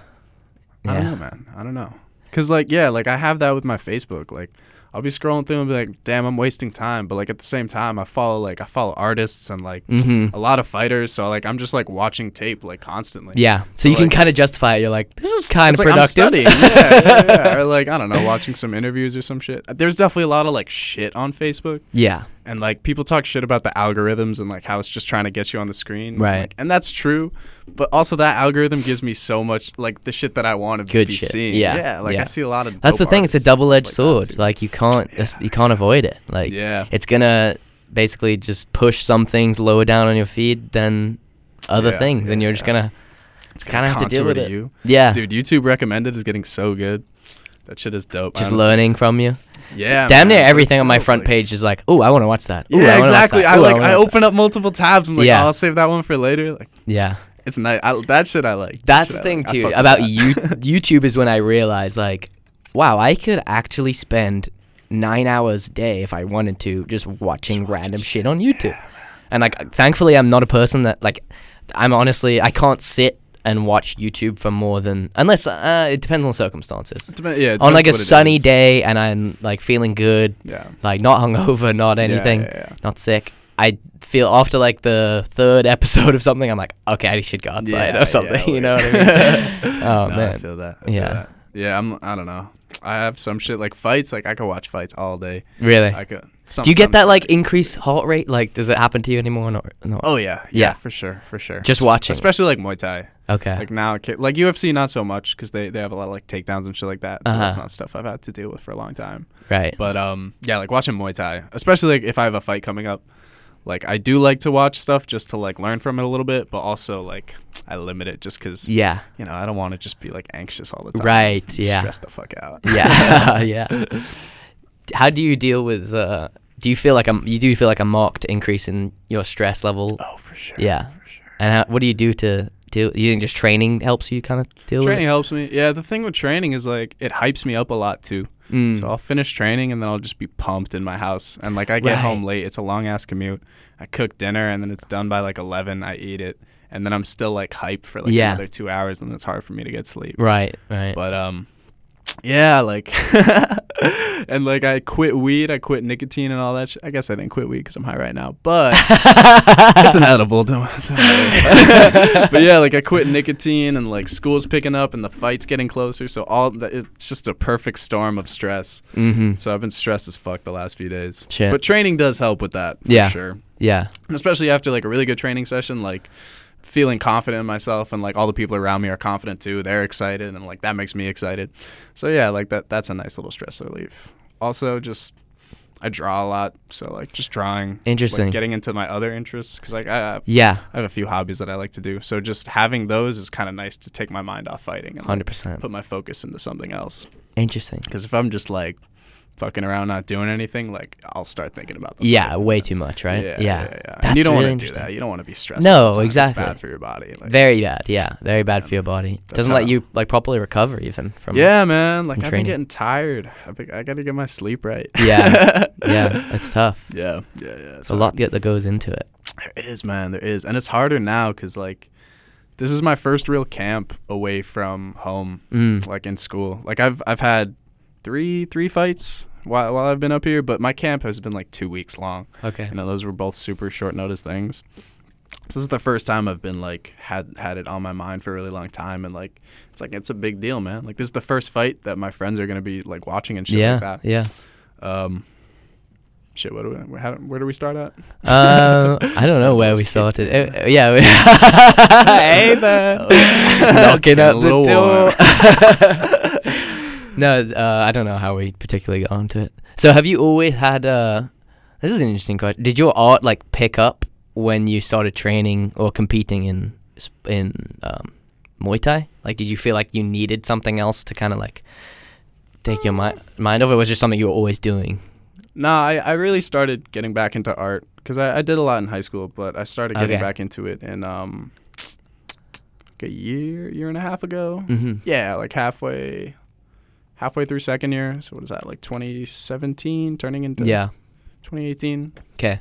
[SPEAKER 2] I don't
[SPEAKER 1] Yeah.
[SPEAKER 2] know, man. I don't know. Cause like yeah, like I have that with my Facebook. Like I'll be scrolling through and be like, damn, I'm wasting time. But like at the same time, I follow like I follow artists and like
[SPEAKER 1] Mhm.
[SPEAKER 2] a lot of fighters. So like I'm just like watching tape like constantly.
[SPEAKER 1] Yeah. So you can
[SPEAKER 2] like-
[SPEAKER 1] kind of justify it. You're like, this is kind
[SPEAKER 2] It's
[SPEAKER 1] of
[SPEAKER 2] like I'm
[SPEAKER 1] productive.
[SPEAKER 2] studying. yeah,
[SPEAKER 1] <laughs>
[SPEAKER 2] yeah, yeah. Or like I don't know, watching some interviews or some shit. There's definitely a lot of like shit on Facebook.
[SPEAKER 1] yeah.
[SPEAKER 2] and like people talk shit about the algorithms and like how it's just trying to get you on the screen
[SPEAKER 1] Right.
[SPEAKER 2] Like, and that's true but also that algorithm gives me so much like the shit that i want to
[SPEAKER 1] Good
[SPEAKER 2] be
[SPEAKER 1] shit.
[SPEAKER 2] seeing
[SPEAKER 1] Yeah,
[SPEAKER 2] like
[SPEAKER 1] yeah.
[SPEAKER 2] i see a lot of
[SPEAKER 1] That's the
[SPEAKER 2] dope
[SPEAKER 1] thing. It's a
[SPEAKER 2] artists and stuff
[SPEAKER 1] double-edged
[SPEAKER 2] like that,
[SPEAKER 1] sword.
[SPEAKER 2] too.
[SPEAKER 1] Like you can't that's- you can't avoid it. Like
[SPEAKER 2] Yeah.
[SPEAKER 1] it's gonna basically just push some things lower down on your feed than other
[SPEAKER 2] Yeah,
[SPEAKER 1] things, and
[SPEAKER 2] yeah,
[SPEAKER 1] you're just
[SPEAKER 2] yeah.
[SPEAKER 1] gonna
[SPEAKER 2] it's
[SPEAKER 1] kind of have to deal
[SPEAKER 2] contour
[SPEAKER 1] with
[SPEAKER 2] to
[SPEAKER 1] it.
[SPEAKER 2] you.
[SPEAKER 1] Yeah.
[SPEAKER 2] dude youtube recommended is getting so good that shit is dope
[SPEAKER 1] just
[SPEAKER 2] honestly.
[SPEAKER 1] learning from you.
[SPEAKER 2] yeah
[SPEAKER 1] Damn
[SPEAKER 2] man,
[SPEAKER 1] near
[SPEAKER 2] but it's
[SPEAKER 1] everything on my
[SPEAKER 2] dope,
[SPEAKER 1] front
[SPEAKER 2] like-
[SPEAKER 1] page is like, oh, I want to watch that. Ooh,
[SPEAKER 2] yeah
[SPEAKER 1] I wanna watch
[SPEAKER 2] exactly
[SPEAKER 1] that.
[SPEAKER 2] i
[SPEAKER 1] Ooh,
[SPEAKER 2] like
[SPEAKER 1] wanna
[SPEAKER 2] i
[SPEAKER 1] watch that."
[SPEAKER 2] open up multiple tabs i'm like "Oh,
[SPEAKER 1] Yeah.
[SPEAKER 2] i'll save that one for later like
[SPEAKER 1] Yeah.
[SPEAKER 2] it's nice I, that shit i like That
[SPEAKER 1] That's
[SPEAKER 2] shit
[SPEAKER 1] the
[SPEAKER 2] I
[SPEAKER 1] thing
[SPEAKER 2] like. I
[SPEAKER 1] too
[SPEAKER 2] fuck with
[SPEAKER 1] about
[SPEAKER 2] that. <laughs>
[SPEAKER 1] you, YouTube is when I realized like, wow, I could actually spend nine hours a day if I wanted to just watching random shit on YouTube. and like, thankfully, I'm not a person that like, I'm honestly I can't sit and watch YouTube for more than unless uh, it depends on circumstances.
[SPEAKER 2] Depen- yeah, it
[SPEAKER 1] On like a
[SPEAKER 2] depends what it
[SPEAKER 1] sunny
[SPEAKER 2] is.
[SPEAKER 1] day and I'm like feeling good,
[SPEAKER 2] yeah
[SPEAKER 1] like not hungover, not anything,
[SPEAKER 2] yeah, yeah.
[SPEAKER 1] not sick. I feel after like the third episode of something, I'm like, okay, I should go outside
[SPEAKER 2] Yeah,
[SPEAKER 1] or something.
[SPEAKER 2] yeah,
[SPEAKER 1] you know what I mean? <laughs>
[SPEAKER 2] <laughs>
[SPEAKER 1] oh
[SPEAKER 2] No, I
[SPEAKER 1] man,
[SPEAKER 2] feel that. I feel
[SPEAKER 1] Yeah.
[SPEAKER 2] that. Yeah, I'm I don't know. I have some shit like fights, like I could watch fights all day.
[SPEAKER 1] really?
[SPEAKER 2] I could some,
[SPEAKER 1] Do you get that
[SPEAKER 2] some-
[SPEAKER 1] like increased heart rate? Like, does it happen to you anymore? Or not? No.
[SPEAKER 2] Oh yeah, yeah,
[SPEAKER 1] Yeah.
[SPEAKER 2] for sure, for sure.
[SPEAKER 1] just watching.
[SPEAKER 2] Especially like Muay Thai.
[SPEAKER 1] okay.
[SPEAKER 2] Like now it ca- like UFC not so much cuz they they have a lot of like takedowns and shit like that. So that's
[SPEAKER 1] Uh-huh.
[SPEAKER 2] not stuff I've had to deal with for a long time.
[SPEAKER 1] right.
[SPEAKER 2] But um yeah, like watching Muay Thai, especially like if I have a fight coming up. Like I do like to watch stuff just to like learn from it a little bit, but also like I limit it just cuz <laughs>
[SPEAKER 1] Yeah.
[SPEAKER 2] you know, I don't want to just be like anxious all the time.
[SPEAKER 1] Right,
[SPEAKER 2] Just
[SPEAKER 1] yeah.
[SPEAKER 2] Stress the fuck out.
[SPEAKER 1] <laughs> Yeah. yeah. How do you deal with? Uh, do you feel like a you do feel like a marked increase in your stress level?
[SPEAKER 2] <laughs> Oh, for sure.
[SPEAKER 1] Yeah.
[SPEAKER 2] For sure.
[SPEAKER 1] And how, what do you do to deal? You think just training helps you kind of deal
[SPEAKER 2] Training helps me. Yeah, the thing with training is like it hypes me up a lot too.
[SPEAKER 1] with it? Mm.
[SPEAKER 2] So I'll finish training and then I'll just be pumped in my house. And like I get
[SPEAKER 1] Right.
[SPEAKER 2] home late, it's a long ass commute. I cook dinner and then it's done by like 11. I eat it and then I'm still like hyped for like
[SPEAKER 1] Yeah.
[SPEAKER 2] another two hours and it's hard for me to get sleep.
[SPEAKER 1] Right. Right.
[SPEAKER 2] But um, yeah, like <laughs> and like I quit weed, I quit nicotine and all that. Sh- I guess I didn't quit weed because I'm high right now,
[SPEAKER 1] <laughs>
[SPEAKER 2] but it's an edible. Don't, don't worry. <laughs> but yeah, like I quit nicotine and like school's picking up and the fight's getting closer. So all the, it's just a perfect storm of stress.
[SPEAKER 1] mm-hmm.
[SPEAKER 2] So I've been stressed as fuck the last few days.
[SPEAKER 1] Shit.
[SPEAKER 2] But training does help with that. For
[SPEAKER 1] Yeah.
[SPEAKER 2] Sure.
[SPEAKER 1] Yeah.
[SPEAKER 2] And especially after like a really good training session, like feeling confident in myself and like all the people around me are confident too. They're excited and like that makes me excited. So yeah, like that that's a nice little stress relief. Also just I draw a lot, so like just drawing,
[SPEAKER 1] Interesting.
[SPEAKER 2] like getting into my other interests because like I,
[SPEAKER 1] Yeah.
[SPEAKER 2] I have a few hobbies that I like to do. So just having those is kind of nice to take my mind off fighting and
[SPEAKER 1] Hundred
[SPEAKER 2] like,
[SPEAKER 1] percent.
[SPEAKER 2] put my focus into something else.
[SPEAKER 1] Interesting.
[SPEAKER 2] Because if I'm just like fucking around, not doing anything, like I'll start thinking about the
[SPEAKER 1] Yeah.
[SPEAKER 2] fight.
[SPEAKER 1] Way too much. Right.
[SPEAKER 2] Yeah,
[SPEAKER 1] Yeah.
[SPEAKER 2] yeah, yeah. And
[SPEAKER 1] That's
[SPEAKER 2] you don't
[SPEAKER 1] really
[SPEAKER 2] want to do
[SPEAKER 1] interesting.
[SPEAKER 2] that. You don't want to be stressed.
[SPEAKER 1] No,
[SPEAKER 2] all the time.
[SPEAKER 1] exactly.
[SPEAKER 2] It's bad for your body. Like,
[SPEAKER 1] Very bad. Yeah. Very bad for your body. Doesn't
[SPEAKER 2] how-
[SPEAKER 1] let you like properly recover even from.
[SPEAKER 2] yeah, man. Like I've
[SPEAKER 1] training.
[SPEAKER 2] been getting tired. I've been, I got to get my sleep right. <laughs>
[SPEAKER 1] Yeah. yeah. It's tough.
[SPEAKER 2] yeah, yeah, yeah.
[SPEAKER 1] It's a lot that that goes into it.
[SPEAKER 2] There is, man. There is, and it's harder now because like this is my first real camp away from home,
[SPEAKER 1] Mm.
[SPEAKER 2] like in school. Like I've I've had three three fights while while I've been up here, but my camp has been like two weeks long.
[SPEAKER 1] Okay.
[SPEAKER 2] You know, those were both super short notice things. So this is the first time I've been like had had it on my mind for a really long time, and like it's like it's a big deal, man. Like this is the first fight that my friends are gonna be like watching and shit
[SPEAKER 1] Yeah.
[SPEAKER 2] like <laughs>
[SPEAKER 1] Yeah.
[SPEAKER 2] that. Um, shit, what do we, how, where do we
[SPEAKER 1] <laughs>
[SPEAKER 2] start at?
[SPEAKER 1] Um, I
[SPEAKER 2] It's
[SPEAKER 1] don't know
[SPEAKER 2] kinda
[SPEAKER 1] where we
[SPEAKER 2] just
[SPEAKER 1] started.
[SPEAKER 2] kicked
[SPEAKER 1] Uh, uh, yeah, we
[SPEAKER 2] Hey
[SPEAKER 1] <laughs>
[SPEAKER 2] there. It's
[SPEAKER 1] knocking
[SPEAKER 2] getting
[SPEAKER 1] at
[SPEAKER 2] a
[SPEAKER 1] the
[SPEAKER 2] little
[SPEAKER 1] <laughs>
[SPEAKER 2] warm.
[SPEAKER 1] door. no, uh, I don't know how we particularly got onto it. So, have you always had? Uh, this is an interesting question. Did your art like pick up when you started training or competing in s- in um, Muay Thai? Like, did you feel like you needed something else to kind of like take your
[SPEAKER 2] Um,
[SPEAKER 1] mi- mind off? Or was it just something you were always doing?
[SPEAKER 2] Nah, I, I really started getting back into art because I, I did a lot in high school, but I started getting
[SPEAKER 1] Okay.
[SPEAKER 2] back into it in um, like a year, year and a half ago.
[SPEAKER 1] Mm-hmm.
[SPEAKER 2] Yeah, like halfway, halfway through second year. So what is that? Like 2017, turning into
[SPEAKER 1] Yeah.
[SPEAKER 2] 2018.
[SPEAKER 1] Okay.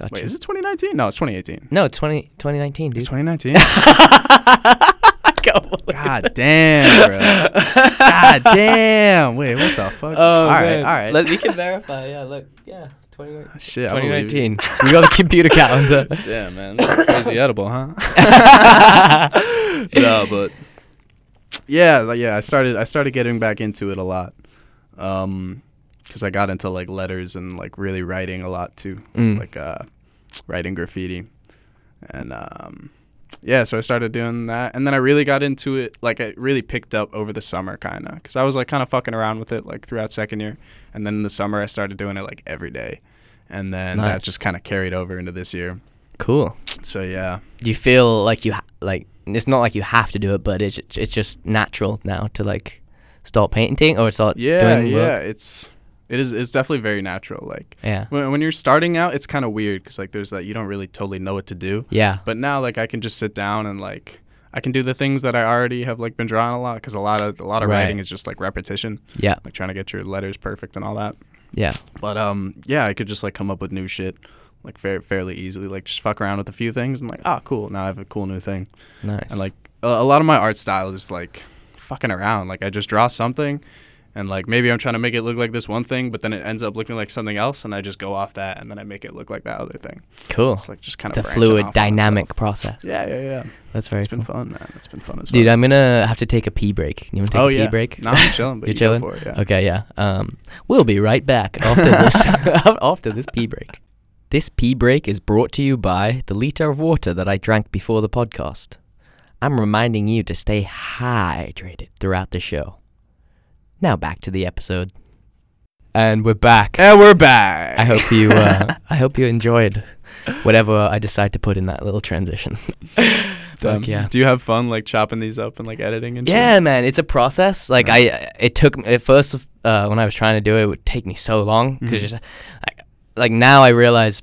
[SPEAKER 1] Gotcha.
[SPEAKER 2] Wait, is it 2019? No, it's 2018.
[SPEAKER 1] No, 20, 2019, dude.
[SPEAKER 2] It's 2019.
[SPEAKER 1] <laughs> I can't believe
[SPEAKER 2] God damn, bro.
[SPEAKER 1] <laughs>
[SPEAKER 2] God damn. Wait, what the fuck? all right, all right.
[SPEAKER 1] Oh, Let, we can verify. Yeah, look. Yeah, 2019.
[SPEAKER 2] <laughs> Shit, I believe <laughs> you.
[SPEAKER 1] 2019. we got the computer <laughs> calendar.
[SPEAKER 2] <laughs> Damn, man. That's crazy edible, huh?
[SPEAKER 1] <laughs>
[SPEAKER 2] <laughs> no, but yeah, like, yeah. I started. I started getting back into it a lot, Um 'cause because I got into like letters and like really writing a lot too,
[SPEAKER 1] Mm.
[SPEAKER 2] like uh, writing graffiti, and um, yeah. So I started doing that, and then I really got into it. Like I really picked up over the summer, kind of, because I was like kind of fucking around with it like throughout second year, and then in the summer I started doing it like every day, and then that
[SPEAKER 1] Nice.
[SPEAKER 2] just kind of carried over into this year.
[SPEAKER 1] Cool.
[SPEAKER 2] So yeah,
[SPEAKER 1] Do you feel like you ha- like it's not like you have to do it, but it's it's just natural now to like start painting or start
[SPEAKER 2] yeah,
[SPEAKER 1] doing
[SPEAKER 2] yeah.
[SPEAKER 1] work.
[SPEAKER 2] It's it is it's definitely very natural. Like
[SPEAKER 1] Yeah.
[SPEAKER 2] when, when you're starting out, it's kind of weird because like there's that you don't really totally know what to do.
[SPEAKER 1] Yeah.
[SPEAKER 2] But now like I can just sit down and like I can do the things that I already have like been drawing a lot because a lot of a lot of
[SPEAKER 1] Right.
[SPEAKER 2] writing is just like repetition,
[SPEAKER 1] Yeah.
[SPEAKER 2] like trying to get your letters perfect and all that.
[SPEAKER 1] Yeah.
[SPEAKER 2] But um, yeah, I could just like come up with new shit like fair, fairly easily. Like just fuck around with a few things and like ah cool, now I have a cool new thing.
[SPEAKER 1] Nice.
[SPEAKER 2] And like a, a lot of my art style is like fucking around. Like I just draw something and like maybe I'm trying to make it look like this one thing, but then it ends up looking like something else and I just go off that and then I make it look like that other thing.
[SPEAKER 1] cool.
[SPEAKER 2] It's like just kind
[SPEAKER 1] It's a
[SPEAKER 2] of
[SPEAKER 1] fluid, dynamic process.
[SPEAKER 2] Yeah, yeah, yeah.
[SPEAKER 1] That's very
[SPEAKER 2] It's been
[SPEAKER 1] cool.
[SPEAKER 2] fun, man. It's been fun as well.
[SPEAKER 1] Dude, I'm gonna have to take a pee break. You wanna take
[SPEAKER 2] oh
[SPEAKER 1] a pee
[SPEAKER 2] yeah.
[SPEAKER 1] break?
[SPEAKER 2] No, I'm
[SPEAKER 1] <laughs>
[SPEAKER 2] chilling, but
[SPEAKER 1] You're
[SPEAKER 2] you
[SPEAKER 1] chilling?
[SPEAKER 2] go for it. Yeah.
[SPEAKER 1] Okay, yeah. Um, we'll be right back after <laughs> this after this pee break. This pee break is brought to you by the liter of water that I drank before the podcast. I'm reminding you to stay hydrated throughout the show. Now back to the episode. And we're back.
[SPEAKER 2] And we're back.
[SPEAKER 1] I hope you
[SPEAKER 2] <laughs>
[SPEAKER 1] uh, I hope you enjoyed whatever I decide to put in that little transition.
[SPEAKER 2] Damn.
[SPEAKER 1] Fuck yeah.
[SPEAKER 2] Do you have fun like chopping these up and like editing and
[SPEAKER 1] Yeah,
[SPEAKER 2] shit?
[SPEAKER 1] man, it's a process. Like I, it took at first uh, when I was trying to do it, it would take me so long because
[SPEAKER 2] Mhm.
[SPEAKER 1] just like, like now I realize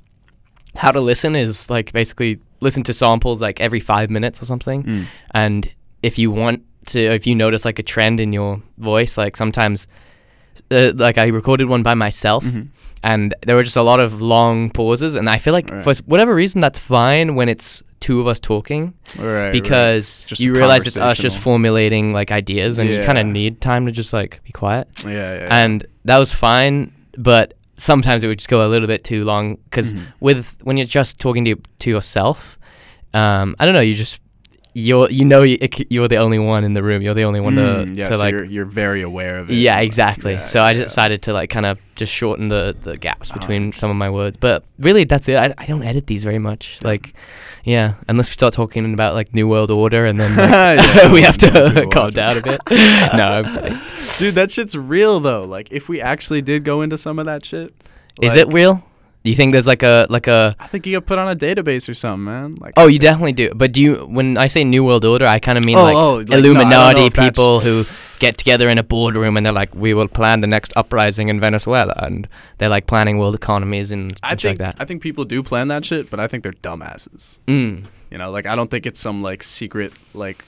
[SPEAKER 1] how to listen is like basically listen to samples like every five minutes or something,
[SPEAKER 2] Mm.
[SPEAKER 1] and if you want to, if you notice like a trend in your voice, like sometimes. Uh, like I recorded one by myself,
[SPEAKER 2] Mhm.
[SPEAKER 1] and there were just a lot of long pauses, and I feel like
[SPEAKER 2] Right.
[SPEAKER 1] for whatever reason that's fine when it's two of us talking,
[SPEAKER 2] Right, right.
[SPEAKER 1] because
[SPEAKER 2] Just
[SPEAKER 1] you realize it's us just
[SPEAKER 2] conversational.
[SPEAKER 1] formulating like ideas and you kind
[SPEAKER 2] Yeah.
[SPEAKER 1] of need time to just like be quiet
[SPEAKER 2] Yeah, yeah. yeah.
[SPEAKER 1] and that was fine but sometimes it would just go a little bit too long because
[SPEAKER 2] Mhm.
[SPEAKER 1] with when you're just talking to, to yourself um, i don't know you just you're you know you, it c- you're the only one in the room you're the only one to,
[SPEAKER 2] Mm, yeah,
[SPEAKER 1] to
[SPEAKER 2] so
[SPEAKER 1] like
[SPEAKER 2] you're, you're very aware of it.
[SPEAKER 1] yeah, exactly.
[SPEAKER 2] Yeah,
[SPEAKER 1] so I
[SPEAKER 2] yeah.
[SPEAKER 1] decided to like kind of just shorten the, the gaps
[SPEAKER 2] Oh,
[SPEAKER 1] between some of my words. But really, that's it. I, I don't edit these very much. Like, yeah, unless we start talking about like New World Order, and then like,
[SPEAKER 2] <laughs>
[SPEAKER 1] <laughs>
[SPEAKER 2] Yeah,
[SPEAKER 1] we have
[SPEAKER 2] New
[SPEAKER 1] to
[SPEAKER 2] World
[SPEAKER 1] calm
[SPEAKER 2] Order.
[SPEAKER 1] down a
[SPEAKER 2] <laughs>
[SPEAKER 1] bit. no, I'm kidding.
[SPEAKER 2] Dude, that shit's real though. Like if we actually did go into some of that shit.
[SPEAKER 1] Is
[SPEAKER 2] like,
[SPEAKER 1] it real? Do you think there's like a like a?
[SPEAKER 2] I think you get put on a database or something, man. Like
[SPEAKER 1] Oh, you definitely do. But do you? When I say New World Order, I kind of mean
[SPEAKER 2] Oh,
[SPEAKER 1] like,
[SPEAKER 2] oh, like, no, I don't know
[SPEAKER 1] Illuminati
[SPEAKER 2] if that's-
[SPEAKER 1] people who get together in a boardroom and they're like, "We will plan the next uprising in Venezuela," and they're like planning world economies and
[SPEAKER 2] I
[SPEAKER 1] things like
[SPEAKER 2] think
[SPEAKER 1] that.
[SPEAKER 2] I think people do plan that shit, but I think they're dumbasses.
[SPEAKER 1] Mm.
[SPEAKER 2] You know, like I don't think it's some like secret like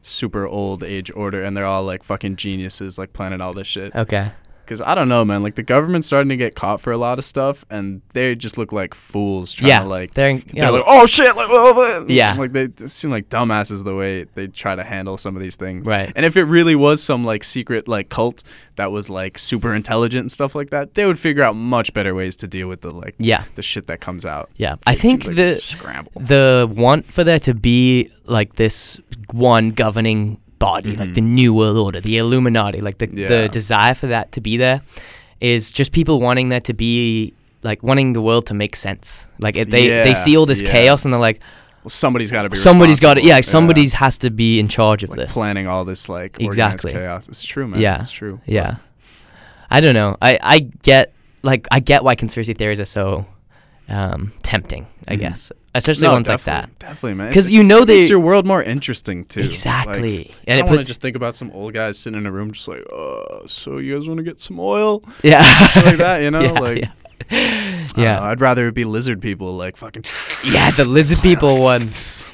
[SPEAKER 2] super old age order and they're all like fucking geniuses like planning all this shit.
[SPEAKER 1] Okay.
[SPEAKER 2] Cuz I don't know, man. Like the government's starting to get caught for a lot of stuff and they just look like fools trying
[SPEAKER 1] yeah.
[SPEAKER 2] to like
[SPEAKER 1] they're in- yeah,
[SPEAKER 2] They're like, oh shit, like, blah, blah, blah."
[SPEAKER 1] Yeah.
[SPEAKER 2] like they just seem like dumbasses the way they try to handle some of these things.
[SPEAKER 1] Right.
[SPEAKER 2] And if it really was some like secret like cult that was like super intelligent and stuff like that, they would figure out much better ways to deal with the like
[SPEAKER 1] yeah,
[SPEAKER 2] the shit that comes out.
[SPEAKER 1] yeah. I
[SPEAKER 2] It seems
[SPEAKER 1] think
[SPEAKER 2] like a
[SPEAKER 1] the
[SPEAKER 2] scramble.
[SPEAKER 1] the want for there to be like this one governing body, like the New World Order, the Illuminati, like the
[SPEAKER 2] Mm-hmm. Yeah.
[SPEAKER 1] the desire for that to be there is just people wanting there to be like wanting the world to make sense. Like it, they
[SPEAKER 2] Yeah,
[SPEAKER 1] they see all this
[SPEAKER 2] yeah.
[SPEAKER 1] chaos and they're like,
[SPEAKER 2] Well, somebody's got to be.
[SPEAKER 1] somebody's got it. Yeah,
[SPEAKER 2] responsible.
[SPEAKER 1] somebody's has to be in charge of
[SPEAKER 2] like
[SPEAKER 1] this.
[SPEAKER 2] planning all this like
[SPEAKER 1] Exactly.
[SPEAKER 2] exactly chaos. It's true, man.
[SPEAKER 1] Yeah.
[SPEAKER 2] it's true.
[SPEAKER 1] Yeah. I don't know. I, I get like I get why conspiracy theories are so um, tempting, I
[SPEAKER 2] Mhm.
[SPEAKER 1] guess. Especially
[SPEAKER 2] No,
[SPEAKER 1] ones like
[SPEAKER 2] definitely-
[SPEAKER 1] that.
[SPEAKER 2] Definitely, man.
[SPEAKER 1] Because
[SPEAKER 2] Because
[SPEAKER 1] you know they
[SPEAKER 2] makes your world more interesting too. Like,
[SPEAKER 1] Exactly. and
[SPEAKER 2] I
[SPEAKER 1] it
[SPEAKER 2] don't want
[SPEAKER 1] puts
[SPEAKER 2] to just think about some old guy sitting in a room, just like, uh, so you guys want to get some oil,
[SPEAKER 1] <laughs> yeah.
[SPEAKER 2] shit like that, you know?
[SPEAKER 1] <laughs> yeah,
[SPEAKER 2] like, uh,
[SPEAKER 1] yeah.
[SPEAKER 2] I don't
[SPEAKER 1] Yeah.
[SPEAKER 2] know, I'd rather it be lizard people, like fucking.
[SPEAKER 1] Yeah, the lizard
[SPEAKER 2] <laughs>
[SPEAKER 1] people one.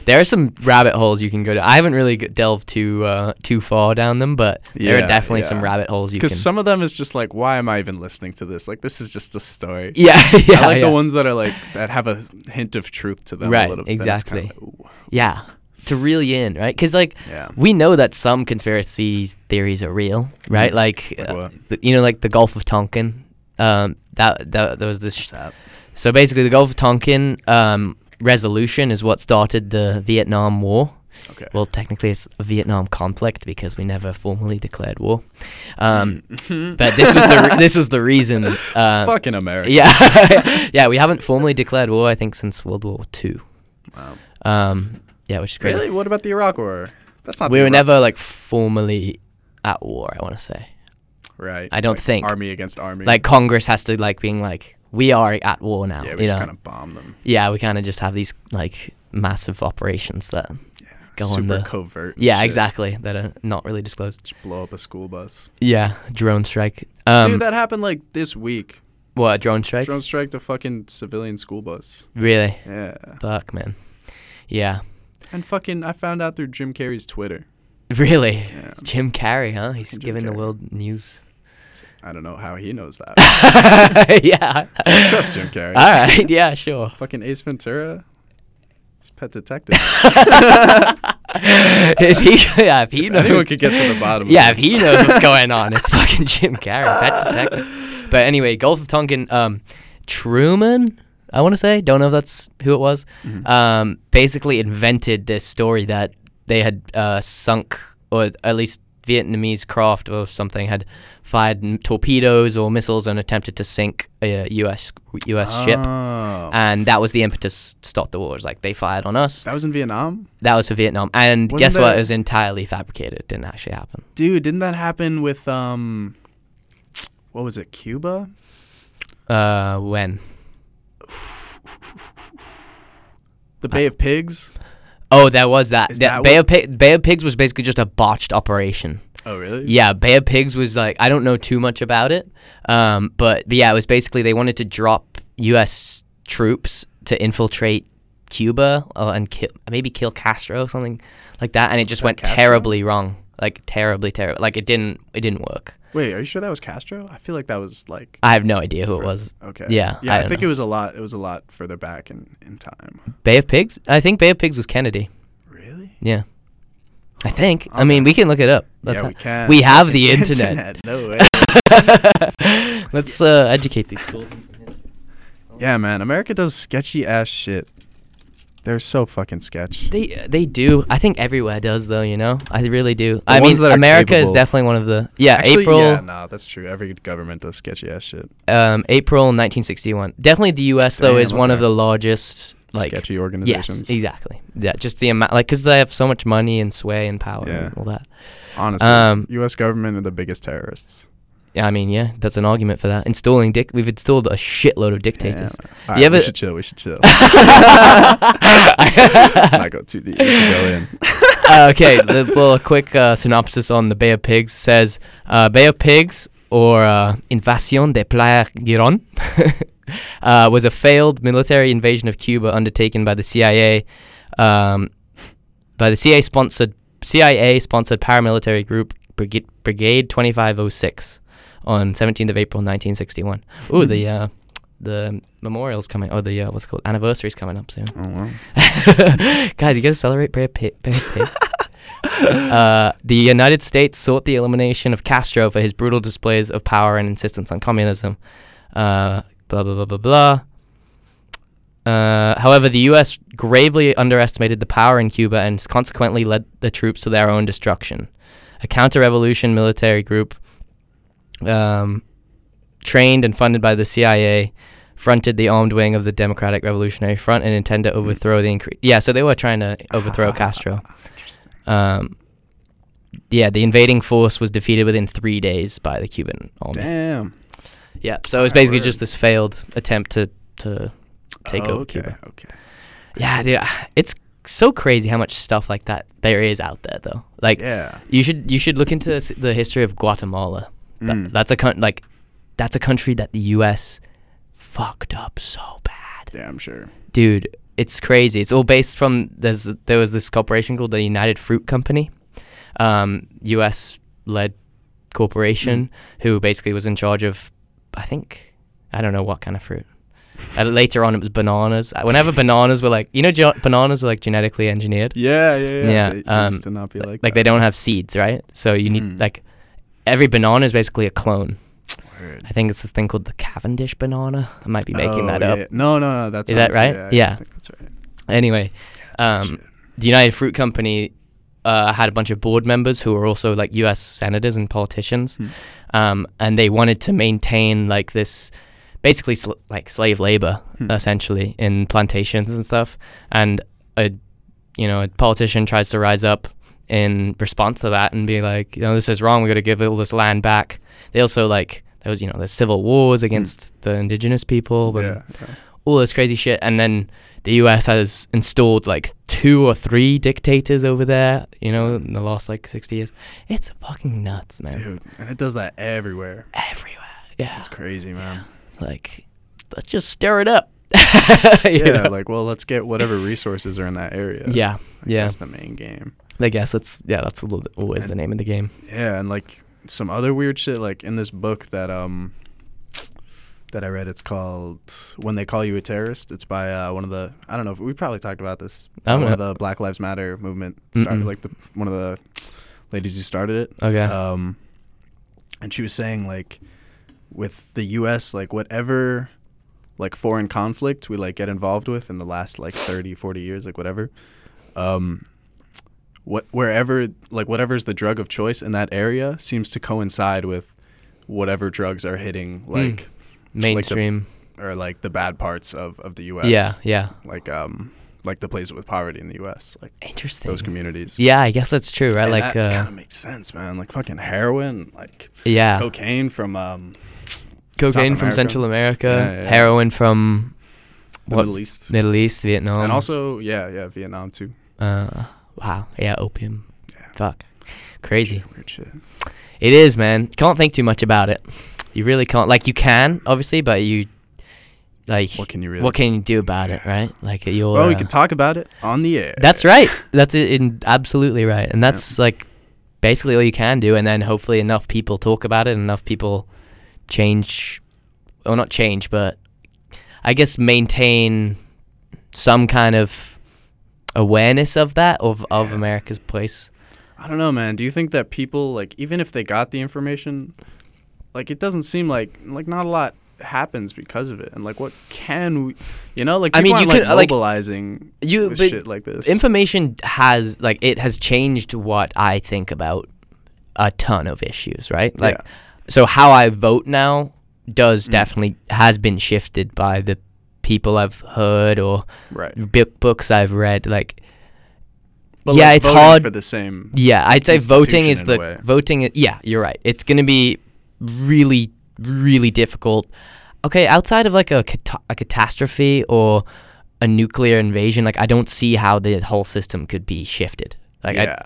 [SPEAKER 1] There are some rabbit holes you can go to. I haven't really g- delved too uh, too far down them, but there are
[SPEAKER 2] Yeah,
[SPEAKER 1] definitely some
[SPEAKER 2] yeah.
[SPEAKER 1] rabbit holes you can.
[SPEAKER 2] Because some of them is just like, why am I even listening to this? Like, this is just a story.
[SPEAKER 1] <laughs> yeah, <laughs> yeah,
[SPEAKER 2] I like
[SPEAKER 1] yeah.
[SPEAKER 2] the ones that are like that have a hint of truth to them.
[SPEAKER 1] Right,
[SPEAKER 2] a little bit. Then it's kinda
[SPEAKER 1] exactly.
[SPEAKER 2] like, ooh.
[SPEAKER 1] yeah. to reel you in, right? Because like
[SPEAKER 2] Yeah.
[SPEAKER 1] we know that some conspiracy theories are real, right?
[SPEAKER 2] Mhm.
[SPEAKER 1] Like,
[SPEAKER 2] Like
[SPEAKER 1] uh,
[SPEAKER 2] what?
[SPEAKER 1] the- you know, like the Gulf of Tonkin. Um, that that there was this.
[SPEAKER 2] Sap.
[SPEAKER 1] So basically, the Gulf of Tonkin um, resolution is what started the Vietnam War.
[SPEAKER 2] Okay.
[SPEAKER 1] Well, technically, it's a Vietnam conflict because we never formally declared war.
[SPEAKER 2] <laughs>
[SPEAKER 1] Um, but this was the re- this was the reason. Uh,
[SPEAKER 2] Fucking America.
[SPEAKER 1] yeah, <laughs> yeah. We haven't formally declared war, I think, since World War Two.
[SPEAKER 2] Wow.
[SPEAKER 1] Um, yeah, which is crazy.
[SPEAKER 2] Really? What about the Iraq War? That's not.
[SPEAKER 1] We
[SPEAKER 2] the
[SPEAKER 1] were
[SPEAKER 2] Iraq-
[SPEAKER 1] never like formally at war. I want to say,
[SPEAKER 2] Right.
[SPEAKER 1] I don't
[SPEAKER 2] Like,
[SPEAKER 1] think.
[SPEAKER 2] Army against army.
[SPEAKER 1] like Congress has to like being like, we are at war now.
[SPEAKER 2] Yeah,
[SPEAKER 1] you
[SPEAKER 2] we just
[SPEAKER 1] know?
[SPEAKER 2] kind of bomb them.
[SPEAKER 1] yeah, we kind of just have these like massive operations that,
[SPEAKER 2] Yeah.
[SPEAKER 1] Go on
[SPEAKER 2] Super
[SPEAKER 1] the-
[SPEAKER 2] covert. and
[SPEAKER 1] yeah,
[SPEAKER 2] shit.
[SPEAKER 1] exactly, that are not really disclosed.
[SPEAKER 2] Just blow up a school bus.
[SPEAKER 1] Yeah, drone strike. Um,
[SPEAKER 2] Dude, that happened like this week.
[SPEAKER 1] what a drone strike?
[SPEAKER 2] Drone strike the fucking civilian school bus.
[SPEAKER 1] Really?
[SPEAKER 2] Yeah.
[SPEAKER 1] Fuck, man. Yeah, <laughs>
[SPEAKER 2] And fucking, I found out through Jim Carrey's Twitter.
[SPEAKER 1] really.
[SPEAKER 2] Yeah.
[SPEAKER 1] Jim Carrey, huh? He's
[SPEAKER 2] Jim
[SPEAKER 1] giving the
[SPEAKER 2] Carrey.
[SPEAKER 1] world news.
[SPEAKER 2] I don't know how he knows that.
[SPEAKER 1] <laughs> yeah.
[SPEAKER 2] Uh, I trust Jim Carrey.
[SPEAKER 1] All right. Yeah.
[SPEAKER 2] <laughs>
[SPEAKER 1] Sure.
[SPEAKER 2] Fucking Ace Ventura. He's pet detective.
[SPEAKER 1] <laughs> if he, yeah, if he
[SPEAKER 2] If
[SPEAKER 1] knows,
[SPEAKER 2] anyone could get to the bottom of
[SPEAKER 1] Yeah, if he
[SPEAKER 2] this.
[SPEAKER 1] knows
[SPEAKER 2] <laughs>
[SPEAKER 1] what's going on, it's fucking Jim Carrey, pet detective. But anyway, Gulf of Tonkin, um, Truman, I want to say, don't know if that's who it was.
[SPEAKER 2] Mm-hmm.
[SPEAKER 1] Um, basically invented this story that they had uh, sunk, or at least Vietnamese craft or something had fired n- torpedoes or missiles and attempted to sink a U.S. U.S.
[SPEAKER 2] <laughs>
[SPEAKER 1] ship.
[SPEAKER 2] Oh.
[SPEAKER 1] And that was the impetus to stop the war. It was like they fired on us.
[SPEAKER 2] that was in Vietnam?
[SPEAKER 1] That was for Vietnam. And
[SPEAKER 2] Wasn't
[SPEAKER 1] guess what?
[SPEAKER 2] there-
[SPEAKER 1] It was entirely fabricated. It didn't actually happen.
[SPEAKER 2] Dude, didn't that happen with, um, what was it, Cuba?
[SPEAKER 1] Uh, when?
[SPEAKER 2] The Bay of Pigs?
[SPEAKER 1] Oh, there was that.
[SPEAKER 2] Is
[SPEAKER 1] That
[SPEAKER 2] that
[SPEAKER 1] Bay, of Pig, Bay of Pigs was basically just a botched operation.
[SPEAKER 2] Oh, really?
[SPEAKER 1] Yeah, Bay of Pigs was like I don't know too much about it, um, but, but yeah, it was basically they wanted to drop U.S. troops to infiltrate Cuba uh, and ki- maybe kill Castro or something like that, and it just
[SPEAKER 2] That
[SPEAKER 1] went
[SPEAKER 2] Castro?
[SPEAKER 1] terribly wrong. Like terribly, terrible. Like it didn't. It didn't work.
[SPEAKER 2] Wait, are you sure that was Castro? I feel like that was like.
[SPEAKER 1] I have no idea who it
[SPEAKER 2] fur-
[SPEAKER 1] was.
[SPEAKER 2] Okay.
[SPEAKER 1] Yeah,
[SPEAKER 2] Yeah,
[SPEAKER 1] I
[SPEAKER 2] I,
[SPEAKER 1] don't
[SPEAKER 2] think
[SPEAKER 1] know.
[SPEAKER 2] it was a lot. It was a lot further back in, in time.
[SPEAKER 1] Bay of Pigs. I think Bay of Pigs was Kennedy.
[SPEAKER 2] Really?
[SPEAKER 1] Yeah. I think. I mean, we can look it up. That's
[SPEAKER 2] Oh, yeah,
[SPEAKER 1] how-
[SPEAKER 2] we can. <laughs>
[SPEAKER 1] we have the internet.
[SPEAKER 2] No way.
[SPEAKER 1] Let's uh, educate these schools.
[SPEAKER 2] yeah, man. America does sketchy ass shit. They're so fucking sketch.
[SPEAKER 1] They they do. I think everywhere does though. You know, I really do. I
[SPEAKER 2] ones
[SPEAKER 1] mean,
[SPEAKER 2] that are
[SPEAKER 1] America is
[SPEAKER 2] capable.
[SPEAKER 1] definitely one of the yeah.
[SPEAKER 2] Actually,
[SPEAKER 1] April
[SPEAKER 2] Yeah, nah, that's true. Every government does sketchy ass shit.
[SPEAKER 1] um April 1961. Definitely the U.S. though is
[SPEAKER 2] Damn,
[SPEAKER 1] one of
[SPEAKER 2] okay.
[SPEAKER 1] the largest like
[SPEAKER 2] sketchy
[SPEAKER 1] yes
[SPEAKER 2] organizations.
[SPEAKER 1] exactly yeah just the amount like because they have so much money and sway and power
[SPEAKER 2] Yeah.
[SPEAKER 1] and all that.
[SPEAKER 2] Honestly,
[SPEAKER 1] Um,
[SPEAKER 2] U.S. government are the biggest terrorists.
[SPEAKER 1] Yeah, I mean yeah that's an argument for that. Installing dick we've installed a shitload of
[SPEAKER 2] Yeah.
[SPEAKER 1] dictators.
[SPEAKER 2] All right,
[SPEAKER 1] You ever-
[SPEAKER 2] we should chill. We should
[SPEAKER 1] <laughs>
[SPEAKER 2] chill. <laughs> Let's not go too deep. We can go in.
[SPEAKER 1] <laughs> uh, okay, the, well, a quick uh, synopsis on the Bay of Pigs says uh, Bay of Pigs, or uh, Invasion de Playa Giron, <laughs> uh, was a failed military invasion of Cuba undertaken by the CIA, um, by the CIA sponsored CIA sponsored paramilitary group Brigade, Brigade 2506 on 17th of April 1961. Ooh, the uh, the memorial's coming, or the uh, what's it called anniversary's coming up soon. <laughs>
[SPEAKER 2] Oh, well.
[SPEAKER 1] Guys, you gotta celebrate Brad Pitt. Brad Pitt. <laughs> uh, the United States sought the elimination of Castro for his brutal displays of power and insistence on communism. Uh, blah blah blah blah blah. Uh, however, the U.S. gravely underestimated the power in Cuba and s- consequently led the troops to their own destruction. A counter-revolution military group, um, trained and funded by the CIA, fronted the armed wing of the Democratic Revolutionary Front and intended to overthrow the incre- yeah. So they were trying to
[SPEAKER 2] <laughs>
[SPEAKER 1] overthrow Castro.
[SPEAKER 2] Interesting.
[SPEAKER 1] Um, yeah, the invading force was defeated within three days by the Cuban army.
[SPEAKER 2] Damn.
[SPEAKER 1] Yeah, so it was
[SPEAKER 2] My
[SPEAKER 1] basically
[SPEAKER 2] word.
[SPEAKER 1] just this failed attempt to to take
[SPEAKER 2] Oh,
[SPEAKER 1] over
[SPEAKER 2] okay,
[SPEAKER 1] Cuba.
[SPEAKER 2] Okay.
[SPEAKER 1] Yeah, dude, it's so crazy how much stuff like that there is out there though. Like
[SPEAKER 2] Yeah.
[SPEAKER 1] you should you should look into s- the history of Guatemala. Tha-
[SPEAKER 2] Mm.
[SPEAKER 1] that's a con- like that's a country that the U.S. fucked up so bad
[SPEAKER 2] Yeah, I'm sure.
[SPEAKER 1] dude it's crazy it's all based from there's there was this corporation called the united fruit company um us led
[SPEAKER 2] Hmm.
[SPEAKER 1] corporation who basically was in charge of i think i don't know what kind of fruit And later on, it was bananas. Uh, Whenever bananas were like, you know, ge- bananas are like genetically engineered.
[SPEAKER 2] Yeah, yeah, yeah.
[SPEAKER 1] Yeah,
[SPEAKER 2] They- they
[SPEAKER 1] um,
[SPEAKER 2] used to not be like,
[SPEAKER 1] Like they don't have seeds, right? So you need
[SPEAKER 2] Mm.
[SPEAKER 1] like every banana is basically a clone.
[SPEAKER 2] don't. Word.
[SPEAKER 1] I think it's this thing called the Cavendish banana. I might be making
[SPEAKER 2] Oh,
[SPEAKER 1] that
[SPEAKER 2] yeah,
[SPEAKER 1] up.
[SPEAKER 2] yeah. No, no, no. That's
[SPEAKER 1] Is that
[SPEAKER 2] honestly-
[SPEAKER 1] right?
[SPEAKER 2] Yeah, I
[SPEAKER 1] Yeah.
[SPEAKER 2] think that's right.
[SPEAKER 1] Anyway, um, the United Fruit Company uh, had a bunch of board members who were also like U.S. senators and politicians,
[SPEAKER 2] Hmm.
[SPEAKER 1] um, and they wanted to maintain like this, basically sl- like slave labor
[SPEAKER 2] Hmm.
[SPEAKER 1] essentially in plantations and stuff. And a, you know, a politician tries to rise up in response to that and be like, you know, this is wrong. We got to give all this land back. They also like there was you know the civil wars against the indigenous people. and
[SPEAKER 2] Hmm. Yeah, yeah.
[SPEAKER 1] all this crazy shit. And then the US has installed like two or three dictators over there, you know, in the last like 60 years. It's fucking nuts, man.
[SPEAKER 2] Dude, and it does that everywhere.
[SPEAKER 1] Everywhere. Yeah.
[SPEAKER 2] It's crazy,
[SPEAKER 1] <laughs>
[SPEAKER 2] man.
[SPEAKER 1] Like, let's just stir it up. <laughs> You
[SPEAKER 2] Yeah,
[SPEAKER 1] know?
[SPEAKER 2] like, well, let's get whatever resources are in that area.
[SPEAKER 1] yeah.
[SPEAKER 2] Like,
[SPEAKER 1] yeah.
[SPEAKER 2] That's the main game.
[SPEAKER 1] I guess that's, yeah, that's a little- always the name of the game.
[SPEAKER 2] Yeah, and like some other weird shit, like in this book that um that I read, it's called "When They Call You a Terrorist." It's by uh, one of the I don't know. We probably talked about this.
[SPEAKER 1] I don't
[SPEAKER 2] one of
[SPEAKER 1] know.
[SPEAKER 2] the Black Lives Matter movement started,
[SPEAKER 1] Mm-mm.
[SPEAKER 2] like the one of the ladies who started it.
[SPEAKER 1] Okay.
[SPEAKER 2] Um, and she was saying like, with the U.S., like whatever, like foreign conflict we like get involved with in the last like 30, 40 years, like whatever, um, what wherever like whatever's the drug of choice in that area seems to coincide with whatever drugs are
[SPEAKER 1] Hmm.
[SPEAKER 2] hitting like
[SPEAKER 1] Mainstream.
[SPEAKER 2] or like the bad parts of of the U.S.
[SPEAKER 1] yeah. Yeah.
[SPEAKER 2] like um like the places with poverty in the U.S. like
[SPEAKER 1] Interesting.
[SPEAKER 2] those communities.
[SPEAKER 1] yeah, I guess that's true, right?
[SPEAKER 2] And
[SPEAKER 1] like,
[SPEAKER 2] that kind
[SPEAKER 1] uh,
[SPEAKER 2] of makes sense, man. Like fucking heroin, like
[SPEAKER 1] yeah,
[SPEAKER 2] cocaine from um
[SPEAKER 1] cocaine
[SPEAKER 2] South
[SPEAKER 1] from
[SPEAKER 2] America.
[SPEAKER 1] Central America,
[SPEAKER 2] Yeah, yeah.
[SPEAKER 1] heroin from
[SPEAKER 2] the
[SPEAKER 1] What-
[SPEAKER 2] Middle East,
[SPEAKER 1] Middle East, Vietnam,
[SPEAKER 2] and also yeah, yeah, Vietnam too.
[SPEAKER 1] Uh, wow. Yeah, opium.
[SPEAKER 2] Yeah.
[SPEAKER 1] Fuck. Crazy.
[SPEAKER 2] Weird shit.
[SPEAKER 1] It is, man. Can't think too much about it. You really can't. Like, you can, obviously, but you, like,
[SPEAKER 2] What can you really?
[SPEAKER 1] what can you do about it, right? Like, you're.
[SPEAKER 2] well, we
[SPEAKER 1] uh,
[SPEAKER 2] can talk about it on the air.
[SPEAKER 1] that's right. That's it, in, absolutely right. And that's, like, basically all you can do. And then hopefully enough people talk about it, and enough people change, or not change, but I guess maintain some kind of awareness of that, of, of
[SPEAKER 2] Yeah.
[SPEAKER 1] America's place.
[SPEAKER 2] <laughs> I don't know, man. Do you think that people like even if they got the information, like it doesn't seem like like not a lot happens because of it, and like what can we, you know, like
[SPEAKER 1] I
[SPEAKER 2] people
[SPEAKER 1] mean, you
[SPEAKER 2] aren't,
[SPEAKER 1] could, uh,
[SPEAKER 2] like
[SPEAKER 1] like,
[SPEAKER 2] mobilizing
[SPEAKER 1] you-
[SPEAKER 2] with
[SPEAKER 1] but
[SPEAKER 2] shit like this.
[SPEAKER 1] information has like it has changed what I think about a ton of issues, right? Like
[SPEAKER 2] Yeah.
[SPEAKER 1] so how I vote now does
[SPEAKER 2] Mm.
[SPEAKER 1] definitely has been shifted by the people I've heard or
[SPEAKER 2] right?
[SPEAKER 1] bu- books I've read like
[SPEAKER 2] But,
[SPEAKER 1] yeah,
[SPEAKER 2] like,
[SPEAKER 1] it's
[SPEAKER 2] voting
[SPEAKER 1] hard-
[SPEAKER 2] for the same.
[SPEAKER 1] yeah, I'd say voting
[SPEAKER 2] Institution
[SPEAKER 1] is
[SPEAKER 2] in a way.
[SPEAKER 1] the voting. i- Yeah, you're right. It's going to be really, really difficult. Okay, outside of like a cata- a catastrophe or a nuclear invasion, like I don't see how the whole system could be shifted. Like I,
[SPEAKER 2] yeah.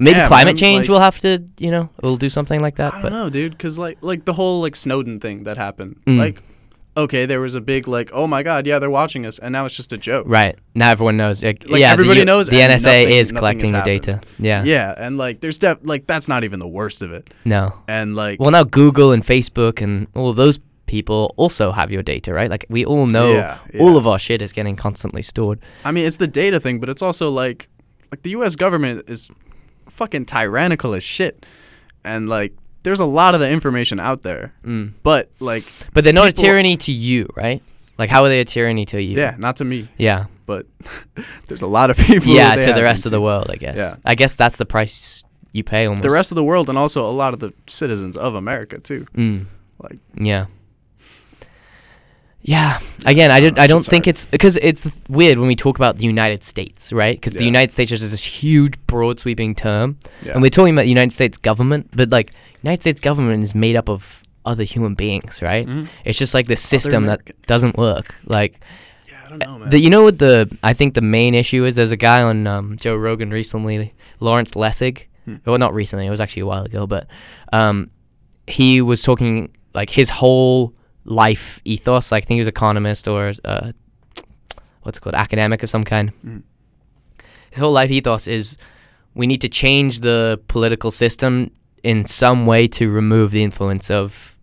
[SPEAKER 1] maybe
[SPEAKER 2] Yeah,
[SPEAKER 1] climate
[SPEAKER 2] man,
[SPEAKER 1] change
[SPEAKER 2] like-
[SPEAKER 1] will have to, you know, we'll do something like that.
[SPEAKER 2] I
[SPEAKER 1] but
[SPEAKER 2] don't know, dude, because like like the whole like Snowden thing that happened.
[SPEAKER 1] Mm.
[SPEAKER 2] Like, okay, there was a big like, oh my god, yeah, they're watching us, and now it's just a joke.
[SPEAKER 1] right now, everyone knows. Like,
[SPEAKER 2] Like,
[SPEAKER 1] yeah, the
[SPEAKER 2] everybody
[SPEAKER 1] U-
[SPEAKER 2] knows
[SPEAKER 1] the
[SPEAKER 2] and
[SPEAKER 1] NSA
[SPEAKER 2] nothing-
[SPEAKER 1] is
[SPEAKER 2] nothing
[SPEAKER 1] collecting your
[SPEAKER 2] has
[SPEAKER 1] data. Yeah,
[SPEAKER 2] Yeah, and like there's def- like that's not even the worst of it,
[SPEAKER 1] no.
[SPEAKER 2] and like
[SPEAKER 1] Well, now Google and Facebook and all of those people also have your data, right? Like we all know
[SPEAKER 2] Yeah,
[SPEAKER 1] all
[SPEAKER 2] yeah.
[SPEAKER 1] of our shit is getting constantly stored.
[SPEAKER 2] I mean it's the data thing, but it's also like like the U.S. government is fucking tyrannical as shit, and like there's a lot of the information out there,
[SPEAKER 1] Mm.
[SPEAKER 2] but like
[SPEAKER 1] But they're not
[SPEAKER 2] People-
[SPEAKER 1] a tyranny to you, right? Like how are they a tyranny to you?
[SPEAKER 2] yeah, not to me,
[SPEAKER 1] Yeah.
[SPEAKER 2] but there's a lot of <laughs> people.
[SPEAKER 1] Yeah,
[SPEAKER 2] they
[SPEAKER 1] to the
[SPEAKER 2] happen
[SPEAKER 1] rest of
[SPEAKER 2] to.
[SPEAKER 1] the world, I guess.
[SPEAKER 2] Yeah.
[SPEAKER 1] I guess that's the price you pay almost.
[SPEAKER 2] the rest of the world, and also a lot of the citizens of America too.
[SPEAKER 1] mm.
[SPEAKER 2] Like-
[SPEAKER 1] Yeah. Yeah. Again, I, did,
[SPEAKER 2] know,
[SPEAKER 1] I don't
[SPEAKER 2] it's
[SPEAKER 1] think
[SPEAKER 2] hard.
[SPEAKER 1] it's because it's weird when we talk about the United States, right? Because the
[SPEAKER 2] Yeah.
[SPEAKER 1] United States is this huge, broad, sweeping term.
[SPEAKER 2] Yeah.
[SPEAKER 1] And we're talking about the United States government, but like United States government is made up of other human beings, right?
[SPEAKER 2] Mhm.
[SPEAKER 1] It's just like this system that
[SPEAKER 2] Americans.
[SPEAKER 1] doesn't work. Like
[SPEAKER 2] Yeah, I don't know, man.
[SPEAKER 1] the, you know what the I think the main issue is. There's a guy on um, Joe Rogan recently, Lawrence Lessig.
[SPEAKER 2] Hmm.
[SPEAKER 1] Well, not recently. It was actually a while ago, but um, he was talking like his whole life ethos. Like, I think he was economist or uh, what's it called academic of some kind.
[SPEAKER 2] Mm.
[SPEAKER 1] His whole life ethos is we need to change the political system in some way to remove the influence of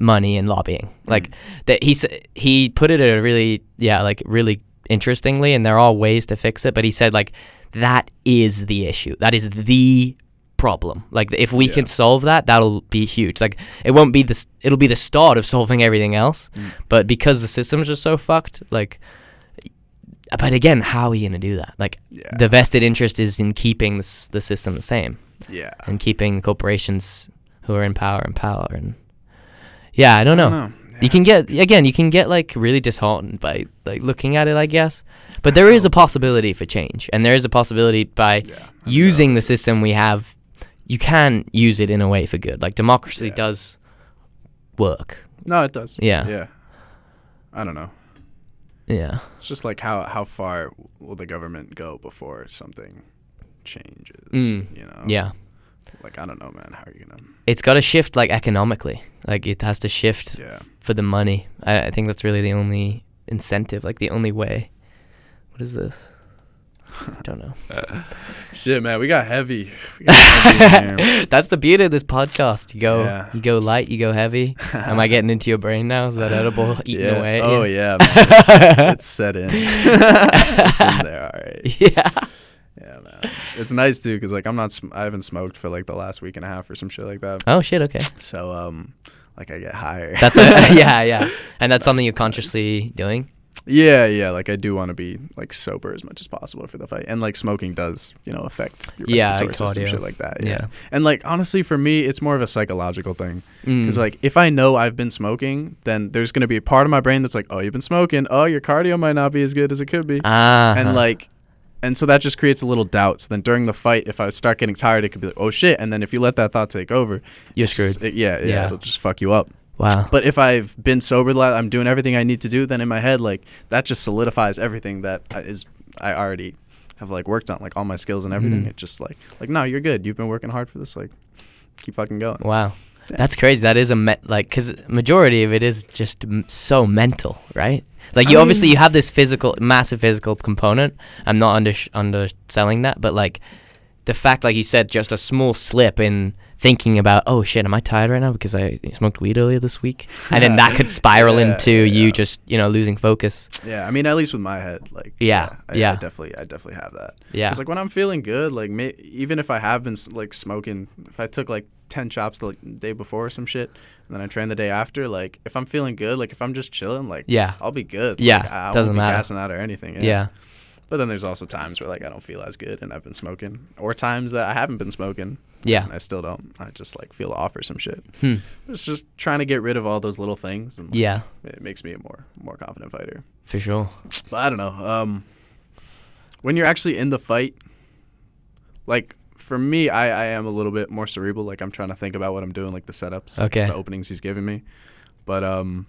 [SPEAKER 1] money and lobbying. Like that he s- he put it in a really yeah like really interestingly, and there are ways to fix it. But he said like that is the issue. That is the problem. Like if we can solve that, that'll be huge. Like it won't be this. It'll be the start of solving everything else. But because the systems are so fucked, like. But again, how are you gonna do that? Like
[SPEAKER 2] Yeah.
[SPEAKER 1] the vested interest is in keeping this, the system the same
[SPEAKER 2] yeah.
[SPEAKER 1] and keeping corporations who are in power in power and yeah i don't know, you can get again you can get like really disheartened by like looking at it i guess but there is a possibility for change and there is a possibility by using the system we have you can use it in a way for good like democracy
[SPEAKER 2] Yeah.
[SPEAKER 1] does work
[SPEAKER 2] No, it does.
[SPEAKER 1] Yeah.
[SPEAKER 2] Yeah. I don't know.
[SPEAKER 1] yeah
[SPEAKER 2] It's just like how how far will the government go before something changes?
[SPEAKER 1] Mm.
[SPEAKER 2] You know.
[SPEAKER 1] yeah
[SPEAKER 2] Like I don't know, man. How are you gonna?
[SPEAKER 1] it's got to shift like economically like it has to shift
[SPEAKER 2] Yeah.
[SPEAKER 1] for the money I, I think that's really the only incentive like the only way what is this I don't know.
[SPEAKER 2] Shit, man. We got heavy. We got
[SPEAKER 1] <laughs>
[SPEAKER 2] heavy in here.
[SPEAKER 1] That's the beauty of this podcast. You go,
[SPEAKER 2] Yeah.
[SPEAKER 1] you go light, you go
[SPEAKER 2] <laughs>
[SPEAKER 1] heavy. Am I getting into your brain now? Is that edible <laughs> eating
[SPEAKER 2] yeah.
[SPEAKER 1] away? at
[SPEAKER 2] Oh
[SPEAKER 1] you? <laughs>
[SPEAKER 2] yeah, man. It's, it's set in. it's in there. All
[SPEAKER 1] <laughs>
[SPEAKER 2] right.
[SPEAKER 1] yeah,
[SPEAKER 2] Yeah, man. It's nice too, cause like I'm not, sm- I haven't smoked for like the last week and a half or some shit like that.
[SPEAKER 1] Oh shit. Okay,
[SPEAKER 2] So um, like I get higher. <laughs>
[SPEAKER 1] that's a, <laughs> yeah, yeah, and that's something
[SPEAKER 2] nice,
[SPEAKER 1] you're
[SPEAKER 2] it's nice.
[SPEAKER 1] consciously doing.
[SPEAKER 2] yeah, yeah. Like I do want to be like sober as much as possible for the fight, and like smoking does, you know, affect your
[SPEAKER 1] Yeah,
[SPEAKER 2] respiratory
[SPEAKER 1] it's
[SPEAKER 2] system,
[SPEAKER 1] audio.
[SPEAKER 2] shit like that. Yeah.
[SPEAKER 1] Yeah.
[SPEAKER 2] And like honestly, for me, it's more of a psychological thing,
[SPEAKER 1] Mm.
[SPEAKER 2] cause like if I know I've been smoking, then there's gonna be a part of my brain that's like, oh, you've been smoking. Oh, your cardio might not be as good as it could be.
[SPEAKER 1] ah,
[SPEAKER 2] and like and so that just creates a little doubt so then during the fight if i start getting tired it could be like oh shit and then if you let that thought take over
[SPEAKER 1] you're
[SPEAKER 2] it's just-
[SPEAKER 1] screwed.
[SPEAKER 2] it- yeah, yeah
[SPEAKER 1] Yeah.
[SPEAKER 2] it'll just fuck you up
[SPEAKER 1] Wow.
[SPEAKER 2] but if i've been sober the la- i'm doing everything i need to do then in my head like that just solidifies everything that I- is i already have like worked on like all my skills and everything
[SPEAKER 1] Mhm.
[SPEAKER 2] it just like like no you're good you've been working hard for this like keep fucking going
[SPEAKER 1] Wow.
[SPEAKER 2] Yeah.
[SPEAKER 1] That's crazy. That is a me- like cuz majority of it is just m- so mental, right? Like
[SPEAKER 2] I
[SPEAKER 1] you obviously
[SPEAKER 2] mean-
[SPEAKER 1] you have this physical massive physical component. I'm not under underselling that, but like the fact like you said just a small slip in thinking about, "Oh shit, am I tired right now because I smoked weed earlier this week?" And then
[SPEAKER 2] <laughs>
[SPEAKER 1] that could spiral
[SPEAKER 2] Yeah,
[SPEAKER 1] into
[SPEAKER 2] yeah,
[SPEAKER 1] you
[SPEAKER 2] yeah.
[SPEAKER 1] just, you know, losing focus.
[SPEAKER 2] yeah i mean at least with my head like
[SPEAKER 1] Yeah,
[SPEAKER 2] I, I
[SPEAKER 1] yeah.
[SPEAKER 2] definitely i definitely have that
[SPEAKER 1] Yeah.
[SPEAKER 2] Cause like when I'm feeling good, like may- even if I have been s- like smoking, if I took like ten chops the like, day before or some shit, and then I train the day after, like if I'm feeling good, like if I'm just chilling, like
[SPEAKER 1] Yeah.
[SPEAKER 2] I'll be good.
[SPEAKER 1] Yeah,
[SPEAKER 2] like, I
[SPEAKER 1] doesn't
[SPEAKER 2] won't
[SPEAKER 1] matter.
[SPEAKER 2] Be gassing out or anything.
[SPEAKER 1] yeah.
[SPEAKER 2] Yeah. But then there's also times where like I don't feel as good, and I've been smoking, or times that I haven't been smoking,
[SPEAKER 1] Yeah.
[SPEAKER 2] and I still don't. I just like feel off or some shit.
[SPEAKER 1] Hmm.
[SPEAKER 2] It's just trying to get rid of all those little things, and like,
[SPEAKER 1] Yeah,
[SPEAKER 2] it makes me a more more confident fighter.
[SPEAKER 1] for sure.
[SPEAKER 2] But I don't know. Um, when you're actually in the fight, like for me, I, I am a little bit more cerebral. Like I'm trying to think about what I'm doing, like the setups, like,
[SPEAKER 1] Okay.
[SPEAKER 2] the openings he's giving me. But um,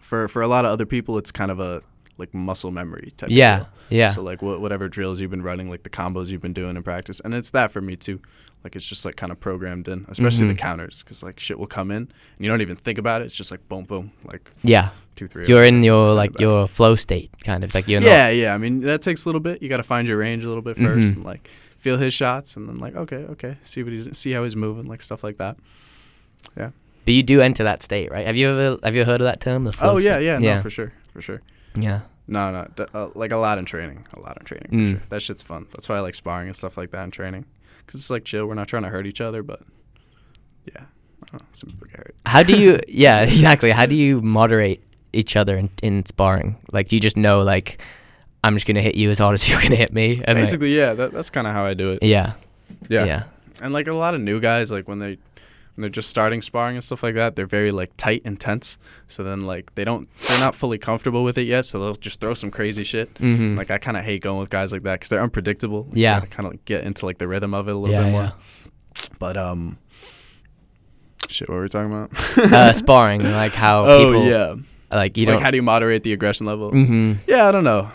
[SPEAKER 2] for for a lot of other people, it's kind of a like muscle memory type. Of
[SPEAKER 1] Yeah.
[SPEAKER 2] deal.
[SPEAKER 1] Yeah.
[SPEAKER 2] So like wha- whatever drills you've been running, like the combos you've been doing in practice, and it's that for me too. Like it's just like kind of programmed in, especially
[SPEAKER 1] Mhm.
[SPEAKER 2] the counters, because like shit will come in and you don't even think about it. It's just like boom, boom, like
[SPEAKER 1] yeah.
[SPEAKER 2] two, three. of
[SPEAKER 1] You're
[SPEAKER 2] them.
[SPEAKER 1] in your
[SPEAKER 2] Excited
[SPEAKER 1] like
[SPEAKER 2] about it.
[SPEAKER 1] your flow state kind of like you're not
[SPEAKER 2] Yeah, yeah. I mean, that takes a little bit. You got to find your range a little bit 1st
[SPEAKER 1] Mhm.
[SPEAKER 2] and like feel his shots, and then like okay, okay, see what he's see how he's moving, like stuff like that.
[SPEAKER 1] But you do enter that state, right? Have you ever have you heard of that term? The flow
[SPEAKER 2] oh yeah,
[SPEAKER 1] state?
[SPEAKER 2] yeah,
[SPEAKER 1] yeah,
[SPEAKER 2] no, for sure, for sure.
[SPEAKER 1] yeah.
[SPEAKER 2] No, no, d- uh, like a lot in training, a lot in training. For
[SPEAKER 1] Mm.
[SPEAKER 2] sure. That shit's fun. That's why I like sparring and stuff like that in training, because it's like chill. We're not trying to hurt each other, but yeah, I don't know, some people get hurt.
[SPEAKER 1] How do
[SPEAKER 2] <laughs>
[SPEAKER 1] you? Yeah, <laughs> exactly. How do you moderate each other in, in sparring? Like, do you just know like I'm just gonna hit you as hard as <laughs> you're gonna hit me? And like-
[SPEAKER 2] Basically, yeah, that, that's kind of how I do it.
[SPEAKER 1] yeah, yeah,
[SPEAKER 2] yeah, and like a lot of new guys like when they when they're just starting sparring and stuff like that they're very like tight and tense so then like they don't they're not fully comfortable with it yet so they'll just throw some crazy shit
[SPEAKER 1] Mhm.
[SPEAKER 2] like i kind of hate going with guys like that because they're unpredictable Like,
[SPEAKER 1] Yeah.
[SPEAKER 2] you gotta kind of get into like the rhythm of it a little
[SPEAKER 1] yeah,
[SPEAKER 2] bit more
[SPEAKER 1] yeah.
[SPEAKER 2] but um shit what were we talking about
[SPEAKER 1] uh, sparring, like how
[SPEAKER 2] <laughs> oh
[SPEAKER 1] people,
[SPEAKER 2] yeah
[SPEAKER 1] like you
[SPEAKER 2] like
[SPEAKER 1] don't.
[SPEAKER 2] how do you moderate the aggression level
[SPEAKER 1] hmm
[SPEAKER 2] yeah, I don't know.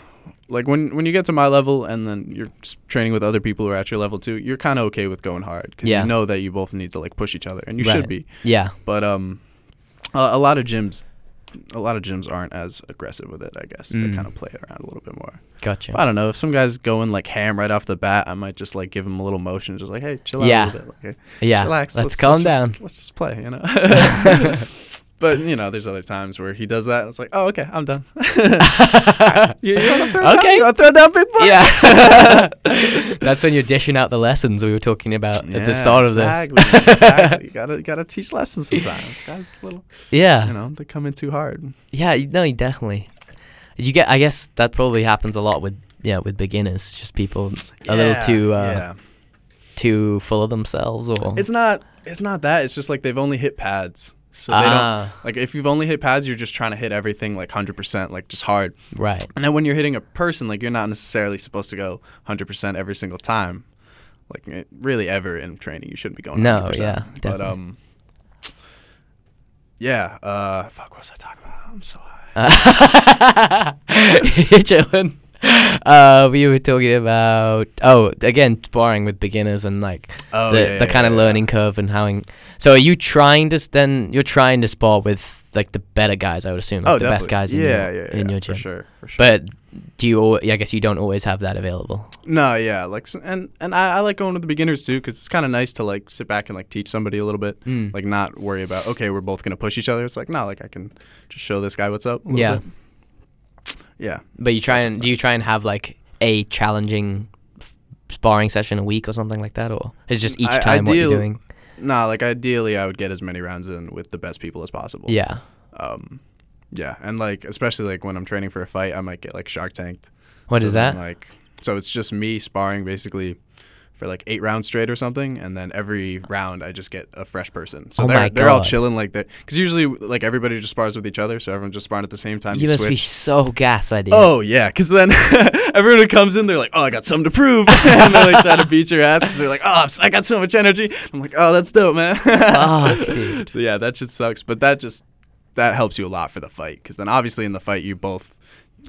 [SPEAKER 2] Like when when you get to my level and then you're s- training with other people who are at your level too, you're kind of okay with going hard because
[SPEAKER 1] Yeah.
[SPEAKER 2] you know that you both need to like push each other and you
[SPEAKER 1] Right.
[SPEAKER 2] should be.
[SPEAKER 1] Yeah,
[SPEAKER 2] But um, a, a lot of gyms a lot of gyms aren't as aggressive with it. I guess they
[SPEAKER 1] Mm.
[SPEAKER 2] kind of play around a little bit more.
[SPEAKER 1] Gotcha.
[SPEAKER 2] But I don't know if some guys go in like ham right off the bat. I might just like give him a little motion, just like hey, chill out
[SPEAKER 1] Yeah.
[SPEAKER 2] a little bit. Like, hey,
[SPEAKER 1] yeah.
[SPEAKER 2] relax.
[SPEAKER 1] Let's, calm
[SPEAKER 2] just-
[SPEAKER 1] down.
[SPEAKER 2] let's just play, you
[SPEAKER 1] <laughs>
[SPEAKER 2] know. <laughs> but you know, there's other times where he does that, and it's like, oh, okay, I'm done. <laughs>
[SPEAKER 1] <laughs>
[SPEAKER 2] you, you want to throw
[SPEAKER 1] Okay.
[SPEAKER 2] down? You want to throw down, big boy?
[SPEAKER 1] yeah. <laughs> That's when you're dishing out the lessons we were talking about at the start of
[SPEAKER 2] exactly,
[SPEAKER 1] this.
[SPEAKER 2] exactly. You gotta gotta teach lessons sometimes. Guys, a little,
[SPEAKER 1] yeah.
[SPEAKER 2] you know, they come in too hard.
[SPEAKER 1] Yeah, you- no, you definitely. You get. I guess that probably happens a lot with yeah with beginners. Just people a little too uh, too full of themselves or
[SPEAKER 2] It's not. It's not that. It's just like they've only hit pads, so they don't.
[SPEAKER 1] Ah,
[SPEAKER 2] Like if you've only hit pads, you're just trying to hit everything like hundred percent, like just hard. <laughs>
[SPEAKER 1] right. <laughs>
[SPEAKER 2] And then when you're hitting a person, like you're not necessarily supposed to go 100% every single time. Like eh, really ever in training, you shouldn't be going.
[SPEAKER 1] No,
[SPEAKER 2] 100%.
[SPEAKER 1] yeah,
[SPEAKER 2] but
[SPEAKER 1] definitely.
[SPEAKER 2] um, yeah. Uh, fuck, what was I talking about? I'm so high.
[SPEAKER 1] Uh, you're chilling. Uh, we were talking about oh again sparring with beginners and like
[SPEAKER 2] Oh,
[SPEAKER 1] the,
[SPEAKER 2] yeah,
[SPEAKER 1] the
[SPEAKER 2] yeah,
[SPEAKER 1] kind of
[SPEAKER 2] yeah, yeah.
[SPEAKER 1] learning curve and how. in- so are you trying to s- then you're trying to spar with like the better guys? I would assume like, the best
[SPEAKER 2] Oh, definitely.
[SPEAKER 1] guys in
[SPEAKER 2] yeah,
[SPEAKER 1] your,
[SPEAKER 2] yeah, yeah,
[SPEAKER 1] in your
[SPEAKER 2] for
[SPEAKER 1] gym.
[SPEAKER 2] sure, for sure.
[SPEAKER 1] But do you? Al- I guess you don't always have that available.
[SPEAKER 2] No, yeah, like s- and and I, I like going with the beginners too because it's kind of nice to like sit back and like teach somebody a little bit,
[SPEAKER 1] Mm.
[SPEAKER 2] like not worry about okay we're both gonna push each other. It's like no, like I can just show this guy what's up. A little
[SPEAKER 1] Yeah.
[SPEAKER 2] bit. yeah.
[SPEAKER 1] But you try and do you try and have like a challenging f- sparring session a week or something like that, or is just each
[SPEAKER 2] I-
[SPEAKER 1] time what you're
[SPEAKER 2] ideal-
[SPEAKER 1] doing?
[SPEAKER 2] Nah, like ideally, I would get as many rounds in with the best people as possible.
[SPEAKER 1] Yeah.
[SPEAKER 2] Um, yeah, and like especially like when I'm training for a fight, I might get like Shark Tanked.
[SPEAKER 1] What
[SPEAKER 2] So
[SPEAKER 1] is
[SPEAKER 2] then,
[SPEAKER 1] that?
[SPEAKER 2] Like, so it's just me sparring basically for like eight rounds straight or something, and then every round I just get a fresh person. So
[SPEAKER 1] Oh
[SPEAKER 2] they're
[SPEAKER 1] my
[SPEAKER 2] they're all
[SPEAKER 1] God.
[SPEAKER 2] chilling like that because usually like everybody just spars with each other, so everyone's just sparring at the same time.
[SPEAKER 1] you must be so gassed by the
[SPEAKER 2] Oh yeah, because then <laughs> everyone who comes in, they're like, "Oh, I got something to prove," <laughs> and they like try to beat your ass because they're like, "Oh, I'm s- I got so much energy." I'm like, "Oh, that's dope, man." <laughs>
[SPEAKER 1] Fuck, dude.
[SPEAKER 2] So yeah, that shit sucks, but that just that helps you a lot for the fight because then obviously in the fight you both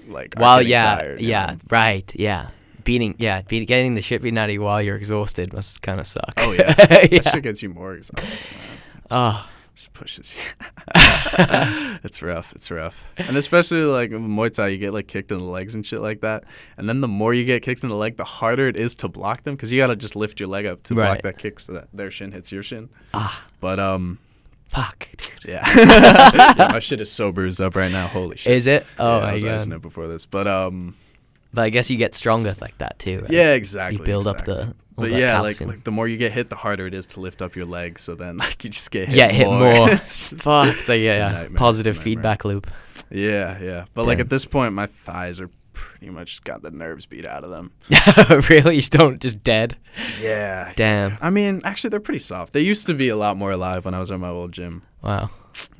[SPEAKER 2] like are
[SPEAKER 1] Well,
[SPEAKER 2] getting
[SPEAKER 1] yeah,
[SPEAKER 2] tired, you
[SPEAKER 1] yeah,
[SPEAKER 2] know?
[SPEAKER 1] right, yeah. Beating, yeah, be, getting the shit beaten out of you while you're exhausted must kind of suck. <laughs>
[SPEAKER 2] Oh yeah,
[SPEAKER 1] Yeah.
[SPEAKER 2] that shit gets you more exhausted. Man.
[SPEAKER 1] Oh,
[SPEAKER 2] Just pushes you. <laughs> it's rough. It's rough, and especially like in Muay Thai, you get like kicked in the legs and shit like that. And then the more you get kicked in the leg, the harder it is to block them because you gotta just lift your leg up to block
[SPEAKER 1] Right.
[SPEAKER 2] that kick so that their shin hits your shin.
[SPEAKER 1] ah,
[SPEAKER 2] But um,
[SPEAKER 1] fuck. dude. <laughs>
[SPEAKER 2] yeah, Yeah, my shit is so bruised up right now. Holy shit!
[SPEAKER 1] Is it? Oh
[SPEAKER 2] Yeah, I
[SPEAKER 1] my
[SPEAKER 2] was icing
[SPEAKER 1] god.
[SPEAKER 2] it before this, but um,
[SPEAKER 1] But I guess you get stronger like that too. Right?
[SPEAKER 2] yeah, exactly.
[SPEAKER 1] You build
[SPEAKER 2] exactly.
[SPEAKER 1] up the. all
[SPEAKER 2] But
[SPEAKER 1] that
[SPEAKER 2] yeah, like,
[SPEAKER 1] calcium.
[SPEAKER 2] like the more you get hit, the harder it is to lift up your leg. So then, <laughs> like, you just get hit
[SPEAKER 1] yeah, hit more.
[SPEAKER 2] <laughs> It's just-
[SPEAKER 1] fuck. So yeah,
[SPEAKER 2] it's a
[SPEAKER 1] yeah.
[SPEAKER 2] nightmare, it's a
[SPEAKER 1] Positive
[SPEAKER 2] nightmare.
[SPEAKER 1] feedback loop. <laughs>
[SPEAKER 2] Yeah, yeah. But like
[SPEAKER 1] Damn.
[SPEAKER 2] at this point, my thighs are pretty much got the nerves beat out of them.
[SPEAKER 1] really, you don't just dead.
[SPEAKER 2] Yeah.
[SPEAKER 1] Damn.
[SPEAKER 2] I mean, actually, they're pretty soft. They used to be a lot more alive when I was at my old gym.
[SPEAKER 1] Wow.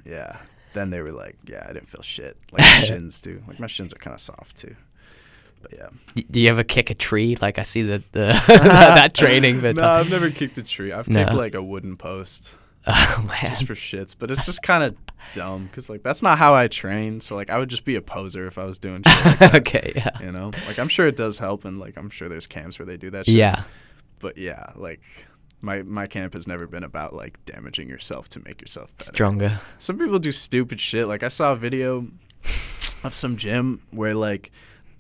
[SPEAKER 2] Yeah. Then they were like, yeah, I didn't feel shit. Like <laughs> my shins too. Like my shins are kind of soft too. But <laughs> yeah.
[SPEAKER 1] Y- do you ever kick a tree? Like I see the, the
[SPEAKER 2] <laughs>
[SPEAKER 1] <laughs>
[SPEAKER 2] Uh,
[SPEAKER 1] that, that training, but
[SPEAKER 2] no, I've never kicked a tree. I've kicked
[SPEAKER 1] No.
[SPEAKER 2] like a wooden post
[SPEAKER 1] <laughs> oh man, <laughs>
[SPEAKER 2] just for shits. But it's just kind of dumb because like that's not how I train. So like I would just be a poser if I was doing <laughs> shit like that.
[SPEAKER 1] okay, yeah,
[SPEAKER 2] You know, like I'm sure it does help, and like I'm sure there's camps where they do that. shit.
[SPEAKER 1] yeah,
[SPEAKER 2] but yeah, like my my camp has never been about like damaging yourself to make yourself better.
[SPEAKER 1] stronger.
[SPEAKER 2] Some people do stupid shit. Like I saw a video of some gym where like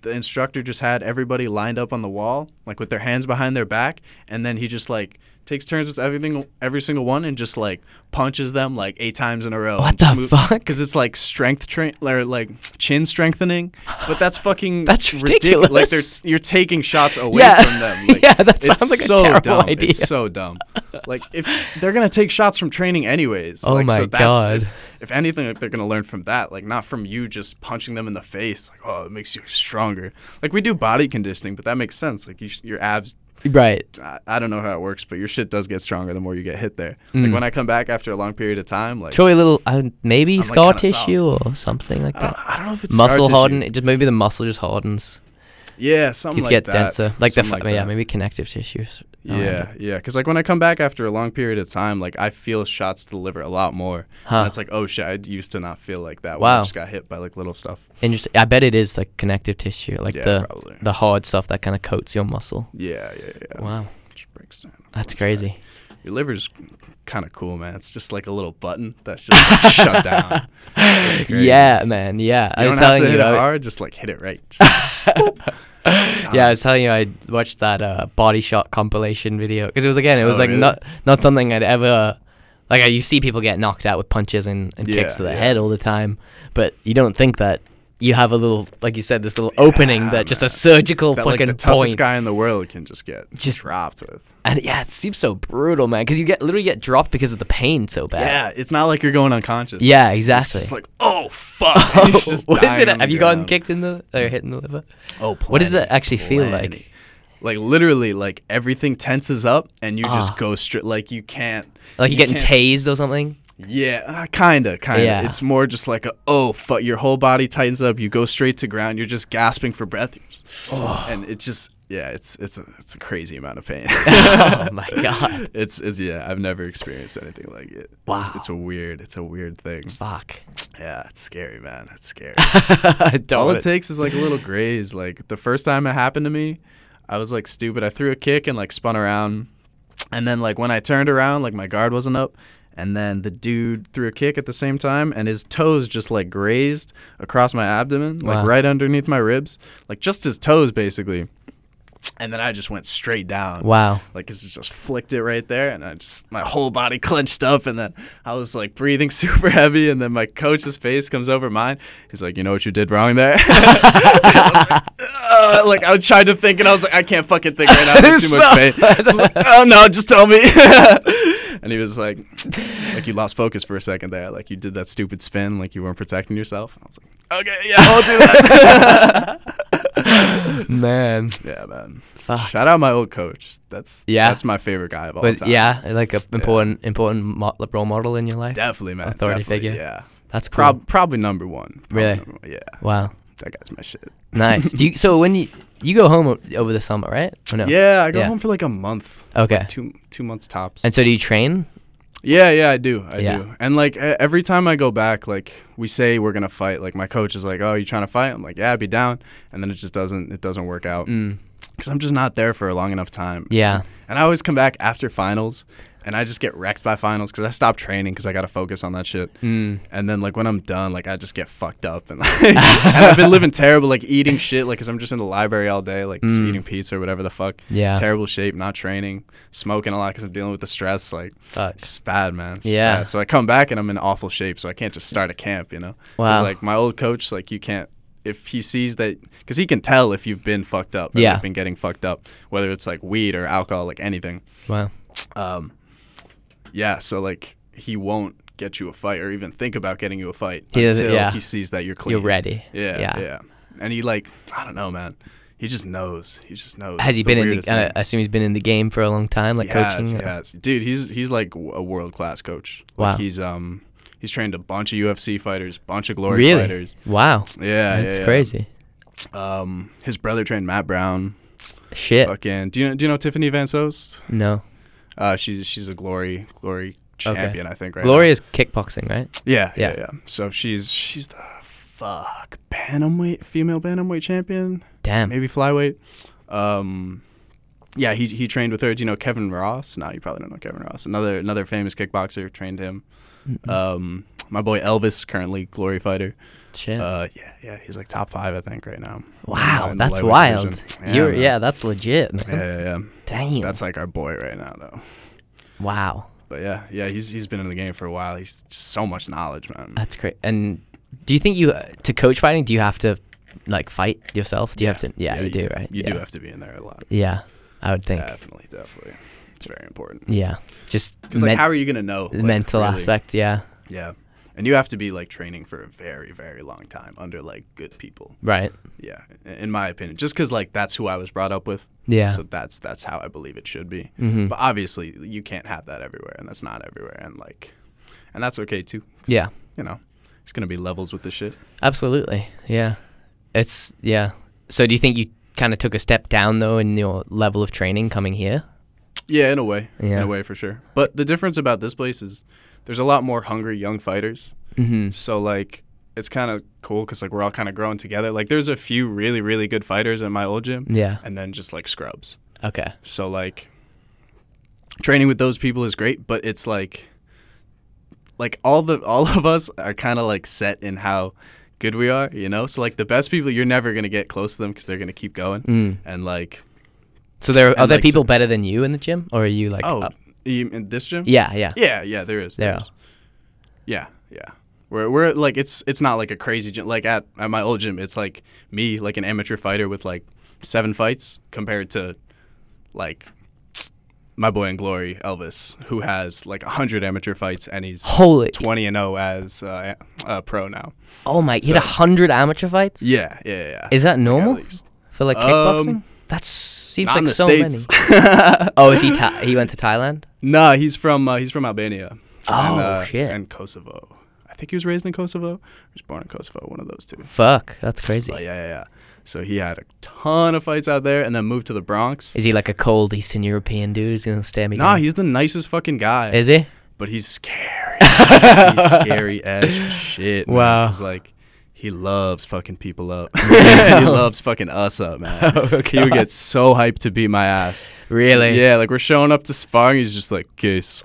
[SPEAKER 2] the instructor just had everybody lined up on the wall, like with their hands behind their back, and then he just like takes turns with everything every single one and just like punches them like eight times in a row.
[SPEAKER 1] What the fuck?
[SPEAKER 2] Because it's like strength train or like chin strengthening, but that's
[SPEAKER 1] <laughs>
[SPEAKER 2] fucking
[SPEAKER 1] That's
[SPEAKER 2] ridicu- Like they're
[SPEAKER 1] ridiculous.
[SPEAKER 2] you're taking shots away
[SPEAKER 1] Yeah. <laughs>
[SPEAKER 2] from them. Like,
[SPEAKER 1] Yeah, that
[SPEAKER 2] it's
[SPEAKER 1] sounds like a
[SPEAKER 2] so
[SPEAKER 1] terrible
[SPEAKER 2] dumb.
[SPEAKER 1] idea.
[SPEAKER 2] It's so dumb. Like if they're gonna take shots from training anyways.
[SPEAKER 1] Oh
[SPEAKER 2] like,
[SPEAKER 1] my
[SPEAKER 2] so that's,
[SPEAKER 1] God.
[SPEAKER 2] If, if anything, like, they're gonna learn from that. Like not from you just punching them in the face. Like oh, it makes you stronger. Like we do body conditioning, but that makes sense. Like you, sh- your abs.
[SPEAKER 1] Right.
[SPEAKER 2] I, I don't know how it works, but your shit does get stronger the more you get hit there.
[SPEAKER 1] Mm.
[SPEAKER 2] Like when I come back after a long period of time, like
[SPEAKER 1] Probably a little, uh, maybe
[SPEAKER 2] like,
[SPEAKER 1] scar
[SPEAKER 2] kinda
[SPEAKER 1] tissue or something like
[SPEAKER 2] I don't,
[SPEAKER 1] that.
[SPEAKER 2] I don't know if it's scar
[SPEAKER 1] Muscle
[SPEAKER 2] tissue.
[SPEAKER 1] harden. It just maybe the muscle just hardens.
[SPEAKER 2] Yeah, something
[SPEAKER 1] It
[SPEAKER 2] like
[SPEAKER 1] gets
[SPEAKER 2] that.
[SPEAKER 1] denser. Like the
[SPEAKER 2] Something
[SPEAKER 1] fa- yeah,
[SPEAKER 2] that.
[SPEAKER 1] maybe connective tissues. around
[SPEAKER 2] Yeah,
[SPEAKER 1] it.
[SPEAKER 2] yeah. Because like when I come back after a long period of time, like I feel shots to the liver a lot more.
[SPEAKER 1] Huh.
[SPEAKER 2] And it's like, oh shit, I used to not feel like that. When I
[SPEAKER 1] Wow.
[SPEAKER 2] just got hit by like little stuff.
[SPEAKER 1] Interesting. I bet it is like connective tissue, like
[SPEAKER 2] yeah,
[SPEAKER 1] the
[SPEAKER 2] probably.
[SPEAKER 1] the hard stuff that kind of coats your muscle.
[SPEAKER 2] yeah, yeah, yeah.
[SPEAKER 1] Wow,
[SPEAKER 2] Just breaks down.
[SPEAKER 1] that's crazy.
[SPEAKER 2] Your liver's kind of cool, man. It's just like a little button that's just like
[SPEAKER 1] <laughs>
[SPEAKER 2] shut down. It's crazy.
[SPEAKER 1] Yeah, man. Yeah, I
[SPEAKER 2] You
[SPEAKER 1] was
[SPEAKER 2] don't have
[SPEAKER 1] telling
[SPEAKER 2] to hit
[SPEAKER 1] you.
[SPEAKER 2] it
[SPEAKER 1] I-
[SPEAKER 2] hard. Just like hit it right. Just-
[SPEAKER 1] yeah, I was telling you I watched that uh, body shot compilation video because it was again, it was
[SPEAKER 2] Oh,
[SPEAKER 1] like
[SPEAKER 2] really?
[SPEAKER 1] not not something I'd ever like. I- You see people get knocked out with punches and, and kicks
[SPEAKER 2] Yeah,
[SPEAKER 1] to the
[SPEAKER 2] yeah.
[SPEAKER 1] head all the time, but you don't think that you have a little, like you said, this little opening
[SPEAKER 2] Yeah,
[SPEAKER 1] that just a
[SPEAKER 2] man.
[SPEAKER 1] surgical
[SPEAKER 2] that like
[SPEAKER 1] fucking
[SPEAKER 2] the toughest
[SPEAKER 1] point.
[SPEAKER 2] guy in the world can just get
[SPEAKER 1] Just-
[SPEAKER 2] dropped with.
[SPEAKER 1] And yeah, it seems so brutal, man, because you get literally get dropped because of the pain so bad.
[SPEAKER 2] Yeah, it's not like you're going unconscious.
[SPEAKER 1] Yeah,
[SPEAKER 2] It's
[SPEAKER 1] exactly.
[SPEAKER 2] just like, oh fuck!
[SPEAKER 1] <laughs>
[SPEAKER 2] <laughs>
[SPEAKER 1] Oh,
[SPEAKER 2] He's just
[SPEAKER 1] <laughs> what is
[SPEAKER 2] dying
[SPEAKER 1] it?
[SPEAKER 2] on the
[SPEAKER 1] Have you gotten
[SPEAKER 2] ground.
[SPEAKER 1] kicked in the or hit in the liver?
[SPEAKER 2] Oh,
[SPEAKER 1] What does
[SPEAKER 2] plenty,
[SPEAKER 1] that actually feel like?
[SPEAKER 2] plenty. Like literally, like everything tenses up, and you
[SPEAKER 1] Ah.
[SPEAKER 2] just go straight. Like you can't.
[SPEAKER 1] Like you getting
[SPEAKER 2] can't s-
[SPEAKER 1] tased or
[SPEAKER 2] <laughs>
[SPEAKER 1] something?
[SPEAKER 2] Yeah, uh, kinda, kinda.
[SPEAKER 1] Yeah.
[SPEAKER 2] It's more just like a oh fuck. Your whole body tightens up. You go straight to ground. You're just gasping for breath. You're just, And it's just yeah. It's it's a it's a crazy amount of pain.
[SPEAKER 1] <laughs> oh my god!
[SPEAKER 2] <laughs> it's it's yeah. I've never experienced anything like it. It's,
[SPEAKER 1] Wow.
[SPEAKER 2] it's a weird. It's a weird thing.
[SPEAKER 1] <laughs> Fuck!
[SPEAKER 2] Yeah, it's scary, man. It's scary.
[SPEAKER 1] I don't
[SPEAKER 2] All
[SPEAKER 1] wanna-
[SPEAKER 2] it takes is like a little graze. Like the first time it happened to me, I was like stupid. I threw a kick and like spun around. And then like when I turned around, like my guard wasn't up. And then the dude threw a kick at the same time and his toes just like grazed across my abdomen, like
[SPEAKER 1] Wow.
[SPEAKER 2] right underneath my ribs. Like just his toes basically. And then I just went straight down.
[SPEAKER 1] Wow.
[SPEAKER 2] Like 'cause it just flicked it right there, and I just my whole body clenched up, and then I was like breathing <laughs> super heavy, and then my coach's face comes over mine. He's like, "You know what you did wrong there." <laughs> I was like, "Ugh," like I tried to think, and I was like, "I can't fucking think right now. There's too much
[SPEAKER 1] <laughs> So-
[SPEAKER 2] pain." I was like, oh no, just tell me. <laughs> and he was like, "Like you lost focus for a second there. Like you did that stupid spin. Like you weren't protecting yourself." And I was like, "Okay, yeah, I'll do that."
[SPEAKER 1] <laughs> Man.
[SPEAKER 2] yeah, man.
[SPEAKER 1] Fuck.
[SPEAKER 2] Shout out my old coach. That's
[SPEAKER 1] Yeah?
[SPEAKER 2] That's my favorite guy of all
[SPEAKER 1] Was,
[SPEAKER 2] time.
[SPEAKER 1] yeah, like a important important mo- role model in your life.
[SPEAKER 2] Definitely, man.
[SPEAKER 1] Authority
[SPEAKER 2] Definitely,
[SPEAKER 1] figure?
[SPEAKER 2] Yeah.
[SPEAKER 1] That's cool.
[SPEAKER 2] Prob- Probably number one. Probably
[SPEAKER 1] Really?
[SPEAKER 2] number one. Yeah.
[SPEAKER 1] wow,
[SPEAKER 2] That guy's my shit.
[SPEAKER 1] nice. Do you, so when you you go home o- over the summer, right? Or no?
[SPEAKER 2] Yeah, I go
[SPEAKER 1] Yeah.
[SPEAKER 2] home for like a month.
[SPEAKER 1] Okay.
[SPEAKER 2] Two two months tops.
[SPEAKER 1] And so do you train?
[SPEAKER 2] yeah, yeah, I do. I
[SPEAKER 1] Yeah.
[SPEAKER 2] do. And like e- every time I go back, like we say we're gonna fight. Like my coach is like, "Oh, you trying to fight?" I'm like, "Yeah, I'd be down." And then it just doesn't. It doesn't work out
[SPEAKER 1] Mm.
[SPEAKER 2] because I'm just not there for a long enough time.
[SPEAKER 1] Yeah.
[SPEAKER 2] And I always come back after finals, and I just get wrecked by finals because I stop training because I gotta focus on that shit.
[SPEAKER 1] Mm.
[SPEAKER 2] And then like when I'm done, like I just get fucked up and <laughs> like and I've been living terrible, like eating shit, like because I'm just in the library all day, like just
[SPEAKER 1] Mm.
[SPEAKER 2] eating pizza or whatever the fuck.
[SPEAKER 1] Yeah.
[SPEAKER 2] Terrible shape, not training, smoking a lot because I'm dealing with the stress. Like
[SPEAKER 1] Sucks.
[SPEAKER 2] it's bad, man. It's
[SPEAKER 1] Yeah.
[SPEAKER 2] bad. So I come back and I'm in awful shape, so I can't just start a camp, you know.
[SPEAKER 1] Wow.
[SPEAKER 2] 'Cause, like my old coach, like you can't. If he sees that, because he can tell if you've been fucked up, and
[SPEAKER 1] Yeah.
[SPEAKER 2] you've been getting fucked up, whether it's like weed or alcohol, like anything
[SPEAKER 1] Wow.
[SPEAKER 2] um, yeah, so like he won't get you a fight or even think about getting you a fight
[SPEAKER 1] He doesn't-
[SPEAKER 2] until
[SPEAKER 1] yeah.
[SPEAKER 2] he sees that you're clean.
[SPEAKER 1] You're ready.
[SPEAKER 2] Yeah,
[SPEAKER 1] Yeah.
[SPEAKER 2] yeah, And he like, I don't know, man. He just knows. He just knows.
[SPEAKER 1] Has
[SPEAKER 2] It's
[SPEAKER 1] he been in?
[SPEAKER 2] weirdest
[SPEAKER 1] The, I
[SPEAKER 2] thing.
[SPEAKER 1] assume he's been in the game for a long time, like
[SPEAKER 2] He has,
[SPEAKER 1] coaching.
[SPEAKER 2] he has. dude. He's he's like w- a world class coach.
[SPEAKER 1] Wow.
[SPEAKER 2] Like he's um he's trained a bunch of UFC fighters, bunch of glory
[SPEAKER 1] Really?
[SPEAKER 2] fighters.
[SPEAKER 1] Wow.
[SPEAKER 2] Yeah,
[SPEAKER 1] That's
[SPEAKER 2] yeah, yeah.
[SPEAKER 1] crazy.
[SPEAKER 2] Um, his brother trained Matt Brown.
[SPEAKER 1] Shit.
[SPEAKER 2] Fucking, do you know, do you know Tiffany Van Soest?
[SPEAKER 1] No.
[SPEAKER 2] Uh, she's she's a glory glory
[SPEAKER 1] Okay.
[SPEAKER 2] champion, I think. Right. now.
[SPEAKER 1] Glory is kickboxing, right?
[SPEAKER 2] Yeah,
[SPEAKER 1] Yeah.
[SPEAKER 2] yeah, yeah. So she's she's the fuck bantamweight female bantamweight champion,
[SPEAKER 1] Damn.
[SPEAKER 2] maybe flyweight. Um, yeah, he he trained with her. Do you know Kevin Ross? No, you probably don't know Kevin Ross. Another another famous kickboxer trained him. Um, my boy Elvis, currently glory fighter.
[SPEAKER 1] Shit.
[SPEAKER 2] Uh, yeah, yeah, he's like top five, I think, right now.
[SPEAKER 1] wow,
[SPEAKER 2] in the
[SPEAKER 1] that's
[SPEAKER 2] lightweight
[SPEAKER 1] wild.
[SPEAKER 2] division.
[SPEAKER 1] Yeah,
[SPEAKER 2] Yeah,
[SPEAKER 1] You're,
[SPEAKER 2] man.
[SPEAKER 1] yeah, that's legit,
[SPEAKER 2] Yeah,
[SPEAKER 1] man.
[SPEAKER 2] yeah, yeah.
[SPEAKER 1] Damn.
[SPEAKER 2] That's like our boy right now, though.
[SPEAKER 1] wow.
[SPEAKER 2] But yeah, yeah, he's he's been in the game for a while. He's just so much knowledge, man.
[SPEAKER 1] That's great. And do you think you to coach fighting? Do you have to like fight yourself? Do you have to? Yeah, you, do, right?
[SPEAKER 2] You
[SPEAKER 1] yeah.
[SPEAKER 2] do have to be in there a lot.
[SPEAKER 1] Yeah, I would think. Yeah,
[SPEAKER 2] Definitely, definitely. It's very important.
[SPEAKER 1] just
[SPEAKER 2] Because
[SPEAKER 1] men-
[SPEAKER 2] like, how are you gonna know?
[SPEAKER 1] the
[SPEAKER 2] like,
[SPEAKER 1] mental
[SPEAKER 2] really?
[SPEAKER 1] aspect. Yeah,
[SPEAKER 2] Yeah, and you have to be like training for a very, very long time under like good people.
[SPEAKER 1] right.
[SPEAKER 2] Yeah, i- in my opinion, just because like that's who I was brought up with.
[SPEAKER 1] Yeah.
[SPEAKER 2] So that's that's how I believe it should be.
[SPEAKER 1] Mhm.
[SPEAKER 2] But obviously, you can't have that everywhere, and that's not everywhere, and like, and that's okay too.
[SPEAKER 1] Yeah,
[SPEAKER 2] You know, it's gonna be levels with the shit.
[SPEAKER 1] absolutely. Yeah, it's yeah. So do you think you kind of took a step down though in your level of training coming here?
[SPEAKER 2] Yeah, in a way. In
[SPEAKER 1] Yeah.
[SPEAKER 2] a way, for sure. But the difference about this place is there's a lot more hungry young fighters.
[SPEAKER 1] Mm-hmm.
[SPEAKER 2] So like it's kind of cool because like we're all kind of growing together. Like there's a few really really good fighters at my old gym,
[SPEAKER 1] Yeah.
[SPEAKER 2] and then just like scrubs.
[SPEAKER 1] Okay.
[SPEAKER 2] So like training with those people is great, but it's like like all the <laughs> all of us are kind of like set in how good we are, you know? So like the best people you're never going to get close to them cuz they're going to keep going.
[SPEAKER 1] Mm.
[SPEAKER 2] And like
[SPEAKER 1] So there are other
[SPEAKER 2] like, so-
[SPEAKER 1] people better than you in the gym, or are you like?
[SPEAKER 2] oh,
[SPEAKER 1] up-
[SPEAKER 2] you, in this gym?
[SPEAKER 1] yeah, yeah,
[SPEAKER 2] Yeah, yeah, there is.
[SPEAKER 1] There.
[SPEAKER 2] is. Yeah, yeah. We're we're like it's it's not like a crazy gym. Like at, at my old gym, it's like me, like an amateur fighter with like seven fights compared to like my boy in glory Elvis, who has like hundred amateur fights and he's
[SPEAKER 1] Holy!
[SPEAKER 2] twenty and zero as uh, a pro now.
[SPEAKER 1] Oh my! You had a hundred amateur fights.
[SPEAKER 2] Yeah, yeah, yeah.
[SPEAKER 1] Is that normal
[SPEAKER 2] least.
[SPEAKER 1] for like
[SPEAKER 2] Um,
[SPEAKER 1] kickboxing? that seems
[SPEAKER 2] not
[SPEAKER 1] like
[SPEAKER 2] in the
[SPEAKER 1] so
[SPEAKER 2] states. <laughs>
[SPEAKER 1] many. Oh, is he? Tha- he went to Thailand.
[SPEAKER 2] nah, he's from uh, he's from Albania.
[SPEAKER 1] Oh,
[SPEAKER 2] and, uh,
[SPEAKER 1] shit.
[SPEAKER 2] And Kosovo. I think he was raised in Kosovo. He was born in Kosovo. One of those two.
[SPEAKER 1] Fuck, that's crazy.
[SPEAKER 2] But yeah, yeah, yeah. So he had a ton of fights out there, and then moved to the Bronx.
[SPEAKER 1] Is he like a cold Eastern European dude who's gonna stare me
[SPEAKER 2] Nah,
[SPEAKER 1] down?
[SPEAKER 2] he's the nicest fucking guy,
[SPEAKER 1] is he?
[SPEAKER 2] but he's
[SPEAKER 1] <laughs>
[SPEAKER 2] scary. he's scary as shit. man.
[SPEAKER 1] Wow.
[SPEAKER 2] He's like, he loves fucking people
[SPEAKER 1] <laughs>
[SPEAKER 2] up. he loves fucking us up, man.
[SPEAKER 1] Oh,
[SPEAKER 2] He would get so hyped to beat my ass.
[SPEAKER 1] Really?
[SPEAKER 2] <laughs> Yeah, like we're showing up to sparring. He's just like, "Kiss,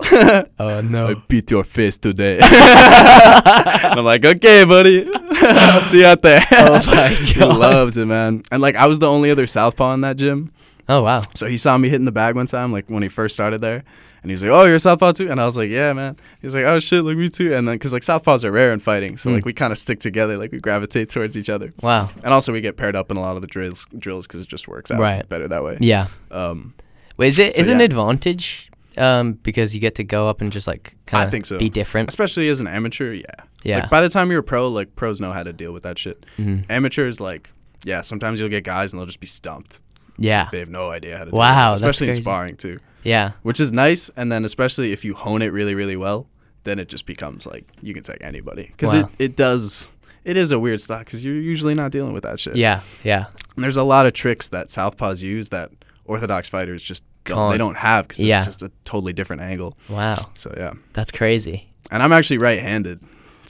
[SPEAKER 1] Oh
[SPEAKER 2] I
[SPEAKER 1] no.
[SPEAKER 2] beat your face
[SPEAKER 1] <laughs>
[SPEAKER 2] today." and I'm like, "Okay, buddy, <laughs> I'll see you out there."
[SPEAKER 1] Oh my
[SPEAKER 2] <laughs> he
[SPEAKER 1] God.
[SPEAKER 2] loves it, man. And like, I was the only other southpaw in that gym.
[SPEAKER 1] <laughs> Oh wow.
[SPEAKER 2] So he saw me hitting the bag one time, like when he first started there, and he's like, "Oh, you're a southpaw too," and I was like, "Yeah, man." He's like, "Oh shit, like me too," and then because like southpaws are rare in fighting, so
[SPEAKER 1] Hmm.
[SPEAKER 2] like we kind of stick together, like we gravitate towards each other,
[SPEAKER 1] Wow.
[SPEAKER 2] and also we get paired up in a lot of the drills drills because it just works out
[SPEAKER 1] Right.
[SPEAKER 2] better that way.
[SPEAKER 1] Yeah.
[SPEAKER 2] Um,
[SPEAKER 1] Wait, is it is
[SPEAKER 2] So,
[SPEAKER 1] it an
[SPEAKER 2] yeah.
[SPEAKER 1] advantage? Um, because you get to go up and just like kind of
[SPEAKER 2] think so.
[SPEAKER 1] be different.
[SPEAKER 2] especially as an amateur, yeah.
[SPEAKER 1] Yeah.
[SPEAKER 2] Like by the time you're a pro, like pros know how to deal with that shit.
[SPEAKER 1] Mhm.
[SPEAKER 2] Amateurs, like, yeah, sometimes you'll get guys and they'll just be stumped.
[SPEAKER 1] Yeah.
[SPEAKER 2] They have no idea how to.
[SPEAKER 1] Wow,
[SPEAKER 2] Deal with it,
[SPEAKER 1] that's
[SPEAKER 2] especially
[SPEAKER 1] crazy.
[SPEAKER 2] in sparring too.
[SPEAKER 1] Yeah.
[SPEAKER 2] which is nice. And then especially if you hone it really, really well, then it just becomes like you can take anybody because
[SPEAKER 1] Wow.
[SPEAKER 2] it, it does. It is a weird stock because you're usually not dealing with that shit.
[SPEAKER 1] Yeah. Yeah.
[SPEAKER 2] And there's a lot of tricks that southpaws use that orthodox fighters just don't,
[SPEAKER 1] Can't.
[SPEAKER 2] they don't have because
[SPEAKER 1] Yeah.
[SPEAKER 2] it's just a totally different angle.
[SPEAKER 1] Wow.
[SPEAKER 2] So yeah,
[SPEAKER 1] That's crazy.
[SPEAKER 2] and I'm actually right-handed.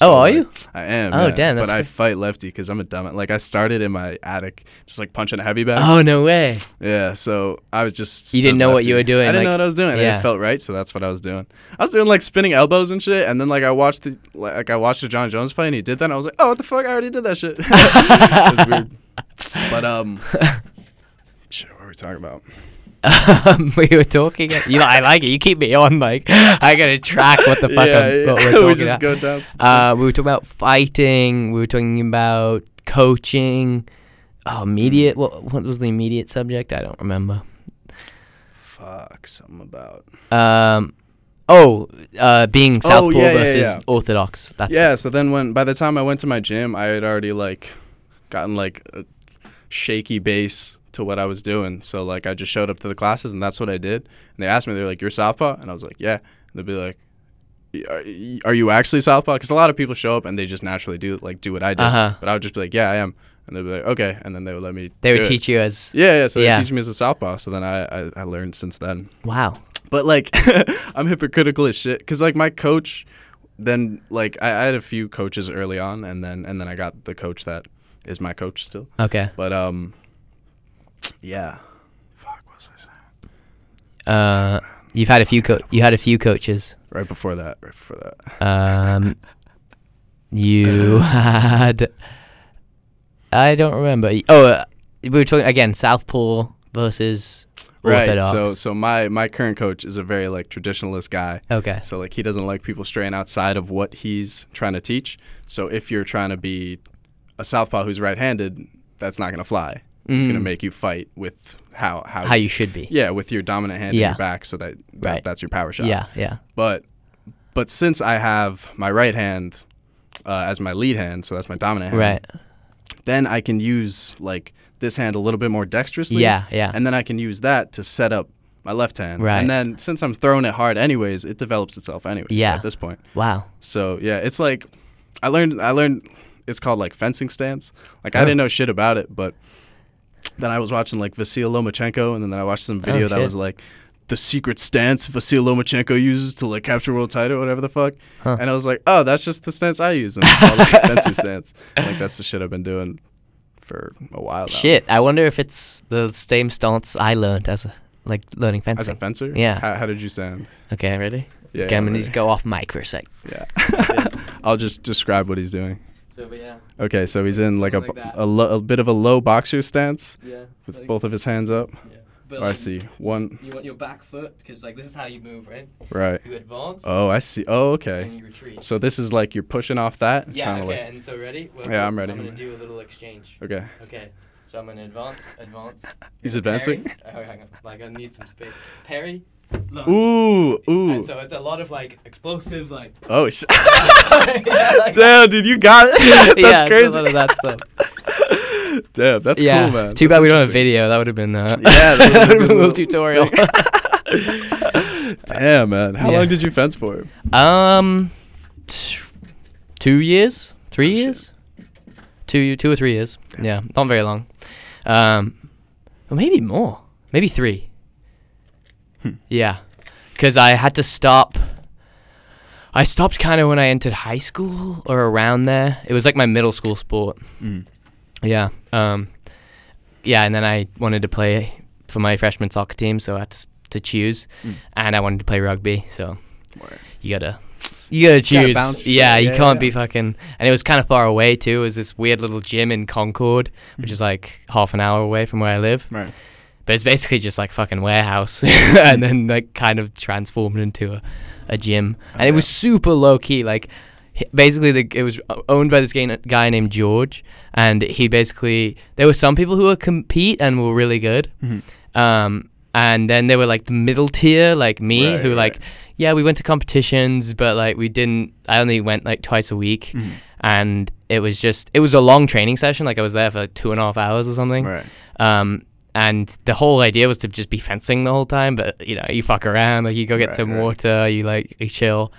[SPEAKER 1] Oh, are
[SPEAKER 2] like,
[SPEAKER 1] you?
[SPEAKER 2] I am.
[SPEAKER 1] Oh,
[SPEAKER 2] yeah.
[SPEAKER 1] damn,
[SPEAKER 2] But
[SPEAKER 1] that's
[SPEAKER 2] I
[SPEAKER 1] good.
[SPEAKER 2] fight lefty because I'm a dumb. Like I started in my attic, just like punching a heavy bag.
[SPEAKER 1] Oh no way.
[SPEAKER 2] Yeah, so I was just.
[SPEAKER 1] You didn't
[SPEAKER 2] stood
[SPEAKER 1] know what you were
[SPEAKER 2] lefty.
[SPEAKER 1] doing,
[SPEAKER 2] I didn't
[SPEAKER 1] like-
[SPEAKER 2] know what I was doing. and
[SPEAKER 1] yeah.
[SPEAKER 2] It felt right, so that's what I was doing. I was doing like spinning elbows and shit, and then like I watched the like I watched the John Jones fight, and he did that. and I was like, oh, what the fuck! I already did that shit. <laughs> it was weird.
[SPEAKER 1] <laughs>
[SPEAKER 2] But um, shit, what were we talking about?
[SPEAKER 1] Um, <laughs> we were talking. You know, I like it. You keep me on. Like I gotta track what the fuck. I'm, What we're talking
[SPEAKER 2] <laughs> we just
[SPEAKER 1] about.
[SPEAKER 2] go down. s-
[SPEAKER 1] Uh, we were talking about fighting. We were talking about coaching. Oh, immediate. What, what was the immediate subject? I don't remember.
[SPEAKER 2] fuck, something about.
[SPEAKER 1] Um, oh, uh, being Southpaw
[SPEAKER 2] Oh, yeah, yeah,
[SPEAKER 1] versus
[SPEAKER 2] yeah.
[SPEAKER 1] Orthodox. That's
[SPEAKER 2] yeah. So then when by the time I went to my gym, I had already like gotten like a shaky base to what I was doing. So like I just showed up to the classes and that's what I did. And they asked me, they're like, "You're southpaw," and I was like, "Yeah." And they'd be like, "Y- are y- "Are you actually southpaw?" Because a lot of people show up and they just naturally do like do what I did.
[SPEAKER 1] Uh-huh.
[SPEAKER 2] But I would just be like, "Yeah, I am," and they'd be like, "Okay," and then they would let me.
[SPEAKER 1] They would
[SPEAKER 2] do it.
[SPEAKER 1] teach you as
[SPEAKER 2] Yeah, yeah. So they
[SPEAKER 1] Yeah.
[SPEAKER 2] teach me as a southpaw. So then I, I I learned since then.
[SPEAKER 1] wow.
[SPEAKER 2] But like, <laughs> I'm hypocritical as shit because like my coach, then like I, I had a few coaches early on, and then and then I got the coach that is my coach still.
[SPEAKER 1] Okay.
[SPEAKER 2] But um, yeah, fuck, what was I saying?
[SPEAKER 1] Uh, you've had a few co- you had a few coaches.
[SPEAKER 2] Right before that, right before that.
[SPEAKER 1] Um, you had. I don't remember. Oh, uh, we were talking again. Southpaw versus
[SPEAKER 2] Right.
[SPEAKER 1] Orthodox.
[SPEAKER 2] So so my my current coach is a very like traditionalist guy.
[SPEAKER 1] okay.
[SPEAKER 2] So like he doesn't like people straying outside of what he's trying to teach. So if you're trying to be a southpaw who's right-handed, that's not gonna fly. It's gonna
[SPEAKER 1] Mm.
[SPEAKER 2] make you fight with how how,
[SPEAKER 1] How you should be.
[SPEAKER 2] Yeah, with your dominant hand in
[SPEAKER 1] Yeah.
[SPEAKER 2] your back, so that, that
[SPEAKER 1] Right.
[SPEAKER 2] that's your power shot.
[SPEAKER 1] Yeah, yeah.
[SPEAKER 2] But but since I have my right hand uh, as my lead hand, so that's my dominant hand.
[SPEAKER 1] Right.
[SPEAKER 2] Then I can use like this hand a little bit more dexterously.
[SPEAKER 1] Yeah, yeah.
[SPEAKER 2] And then I can use that to set up my left hand.
[SPEAKER 1] Right.
[SPEAKER 2] And then since I'm throwing it hard anyways, it develops itself anyways.
[SPEAKER 1] Yeah.
[SPEAKER 2] At this point.
[SPEAKER 1] wow.
[SPEAKER 2] So yeah, it's like I learned I learned it's called like fencing stance. Like I
[SPEAKER 1] Oh.
[SPEAKER 2] didn't know shit about it, but then I was watching like Vasil Lomachenko and then I watched some video that
[SPEAKER 1] Oh, shit.
[SPEAKER 2] was like the secret stance Vasil Lomachenko uses to like capture world title or whatever the fuck.
[SPEAKER 1] Huh.
[SPEAKER 2] And I was like, Oh, that's just the stance I use and it's called like
[SPEAKER 1] <laughs>
[SPEAKER 2] fencing stance. Like that's the shit I've been doing for a while now.
[SPEAKER 1] Shit. I wonder if it's the same stance I learned as a like learning
[SPEAKER 2] As
[SPEAKER 1] fencing.
[SPEAKER 2] a fencer?
[SPEAKER 1] Yeah.
[SPEAKER 2] How, how did you stand?
[SPEAKER 1] Okay, ready?
[SPEAKER 2] Yeah.
[SPEAKER 1] okay, I'm gonna
[SPEAKER 2] ready.
[SPEAKER 1] just go off mic for a sec.
[SPEAKER 2] Yeah. <laughs> I'll just describe what he's doing.
[SPEAKER 1] so, but yeah,
[SPEAKER 2] Okay, so he's in like a,
[SPEAKER 1] Something like that.
[SPEAKER 2] a, lo- a bit of a low boxer stance
[SPEAKER 1] yeah.
[SPEAKER 2] with both of his hands up.
[SPEAKER 1] Yeah.
[SPEAKER 2] Oh, I see. One.
[SPEAKER 1] You want your back foot because like this is how you move, right?
[SPEAKER 2] Right.
[SPEAKER 1] You advance
[SPEAKER 2] Oh, I see. Oh, okay.
[SPEAKER 1] you retreat.
[SPEAKER 2] So this is like you're pushing off that. and trying to, like-
[SPEAKER 1] and so ready? Well,
[SPEAKER 2] Yeah, I'm ready, I'm ready.
[SPEAKER 1] do a little exchange.
[SPEAKER 2] okay.
[SPEAKER 1] Okay, so I'm gonna advance, advance.
[SPEAKER 2] He's
[SPEAKER 1] Gonna
[SPEAKER 2] advancing?
[SPEAKER 1] parry. Oh, hang on. Like, I need some space. Parry. lunge.
[SPEAKER 2] Ooh,
[SPEAKER 1] And
[SPEAKER 2] ooh.
[SPEAKER 1] so Um, it's a lot of like explosive, like.
[SPEAKER 2] <laughs> Oh, sh-
[SPEAKER 1] Yeah, <laughs> like-
[SPEAKER 2] <laughs> damn, dude, you got it. <laughs> That's
[SPEAKER 1] Yeah, it's
[SPEAKER 2] crazy.
[SPEAKER 1] a lot of that stuff.
[SPEAKER 2] <laughs> Damn, that's
[SPEAKER 1] yeah.
[SPEAKER 2] cool, man.
[SPEAKER 1] Too
[SPEAKER 2] That's
[SPEAKER 1] bad we don't have
[SPEAKER 2] interesting.
[SPEAKER 1] video. That would have been uh, <laughs>
[SPEAKER 2] Yeah, that would've been
[SPEAKER 1] a little tutorial.
[SPEAKER 2] <laughs>
[SPEAKER 1] <laughs>
[SPEAKER 2] Damn, man. How
[SPEAKER 1] Yeah.
[SPEAKER 2] long did you fence for?
[SPEAKER 1] um, t- two years, three
[SPEAKER 2] Oh, shit.
[SPEAKER 1] years, two two or three years. Yeah, not very long. Um, or maybe more. Maybe three.
[SPEAKER 2] Hmm.
[SPEAKER 1] Yeah, because I had to stop. I stopped kind of when I entered high school or around there. It was like my middle school sport.
[SPEAKER 2] Mm.
[SPEAKER 1] Yeah. Um, yeah, and then I wanted to play for my freshman soccer team, so I had to, s- to choose,
[SPEAKER 2] Mm.
[SPEAKER 1] and I wanted to play rugby, so you gotta. You gotta
[SPEAKER 2] gotta
[SPEAKER 1] choose.
[SPEAKER 2] balance
[SPEAKER 1] yeah,
[SPEAKER 2] yourself.
[SPEAKER 1] you
[SPEAKER 2] Yeah,
[SPEAKER 1] can't
[SPEAKER 2] yeah.
[SPEAKER 1] be fucking. And it was kind of far away too. It was this weird little gym in Concord, which is like half an hour away from where I live.
[SPEAKER 2] Right.
[SPEAKER 1] But it's basically just like fucking warehouse, <laughs> and then like kind of transformed into a, a gym. And it
[SPEAKER 2] Okay.
[SPEAKER 1] was super low key. Like h- basically, the, it was o- owned by this gay, guy named George, and he basically there were some people who would compete and were really good,
[SPEAKER 2] Mhm.
[SPEAKER 1] um, and then there were like the middle tier, like me,
[SPEAKER 2] Right,
[SPEAKER 1] who
[SPEAKER 2] right.
[SPEAKER 1] like yeah, we went to competitions, but like we didn't. I only went like twice a week,
[SPEAKER 2] Mm. Mm-hmm.
[SPEAKER 1] and it was just it was a long training session. Like I was there for like, two and a half hours or something.
[SPEAKER 2] Right.
[SPEAKER 1] Um, and the whole idea was to just be fencing the whole time, but you know, you fuck around, like you go get
[SPEAKER 2] Right,
[SPEAKER 1] some
[SPEAKER 2] right.
[SPEAKER 1] water, you like you chill.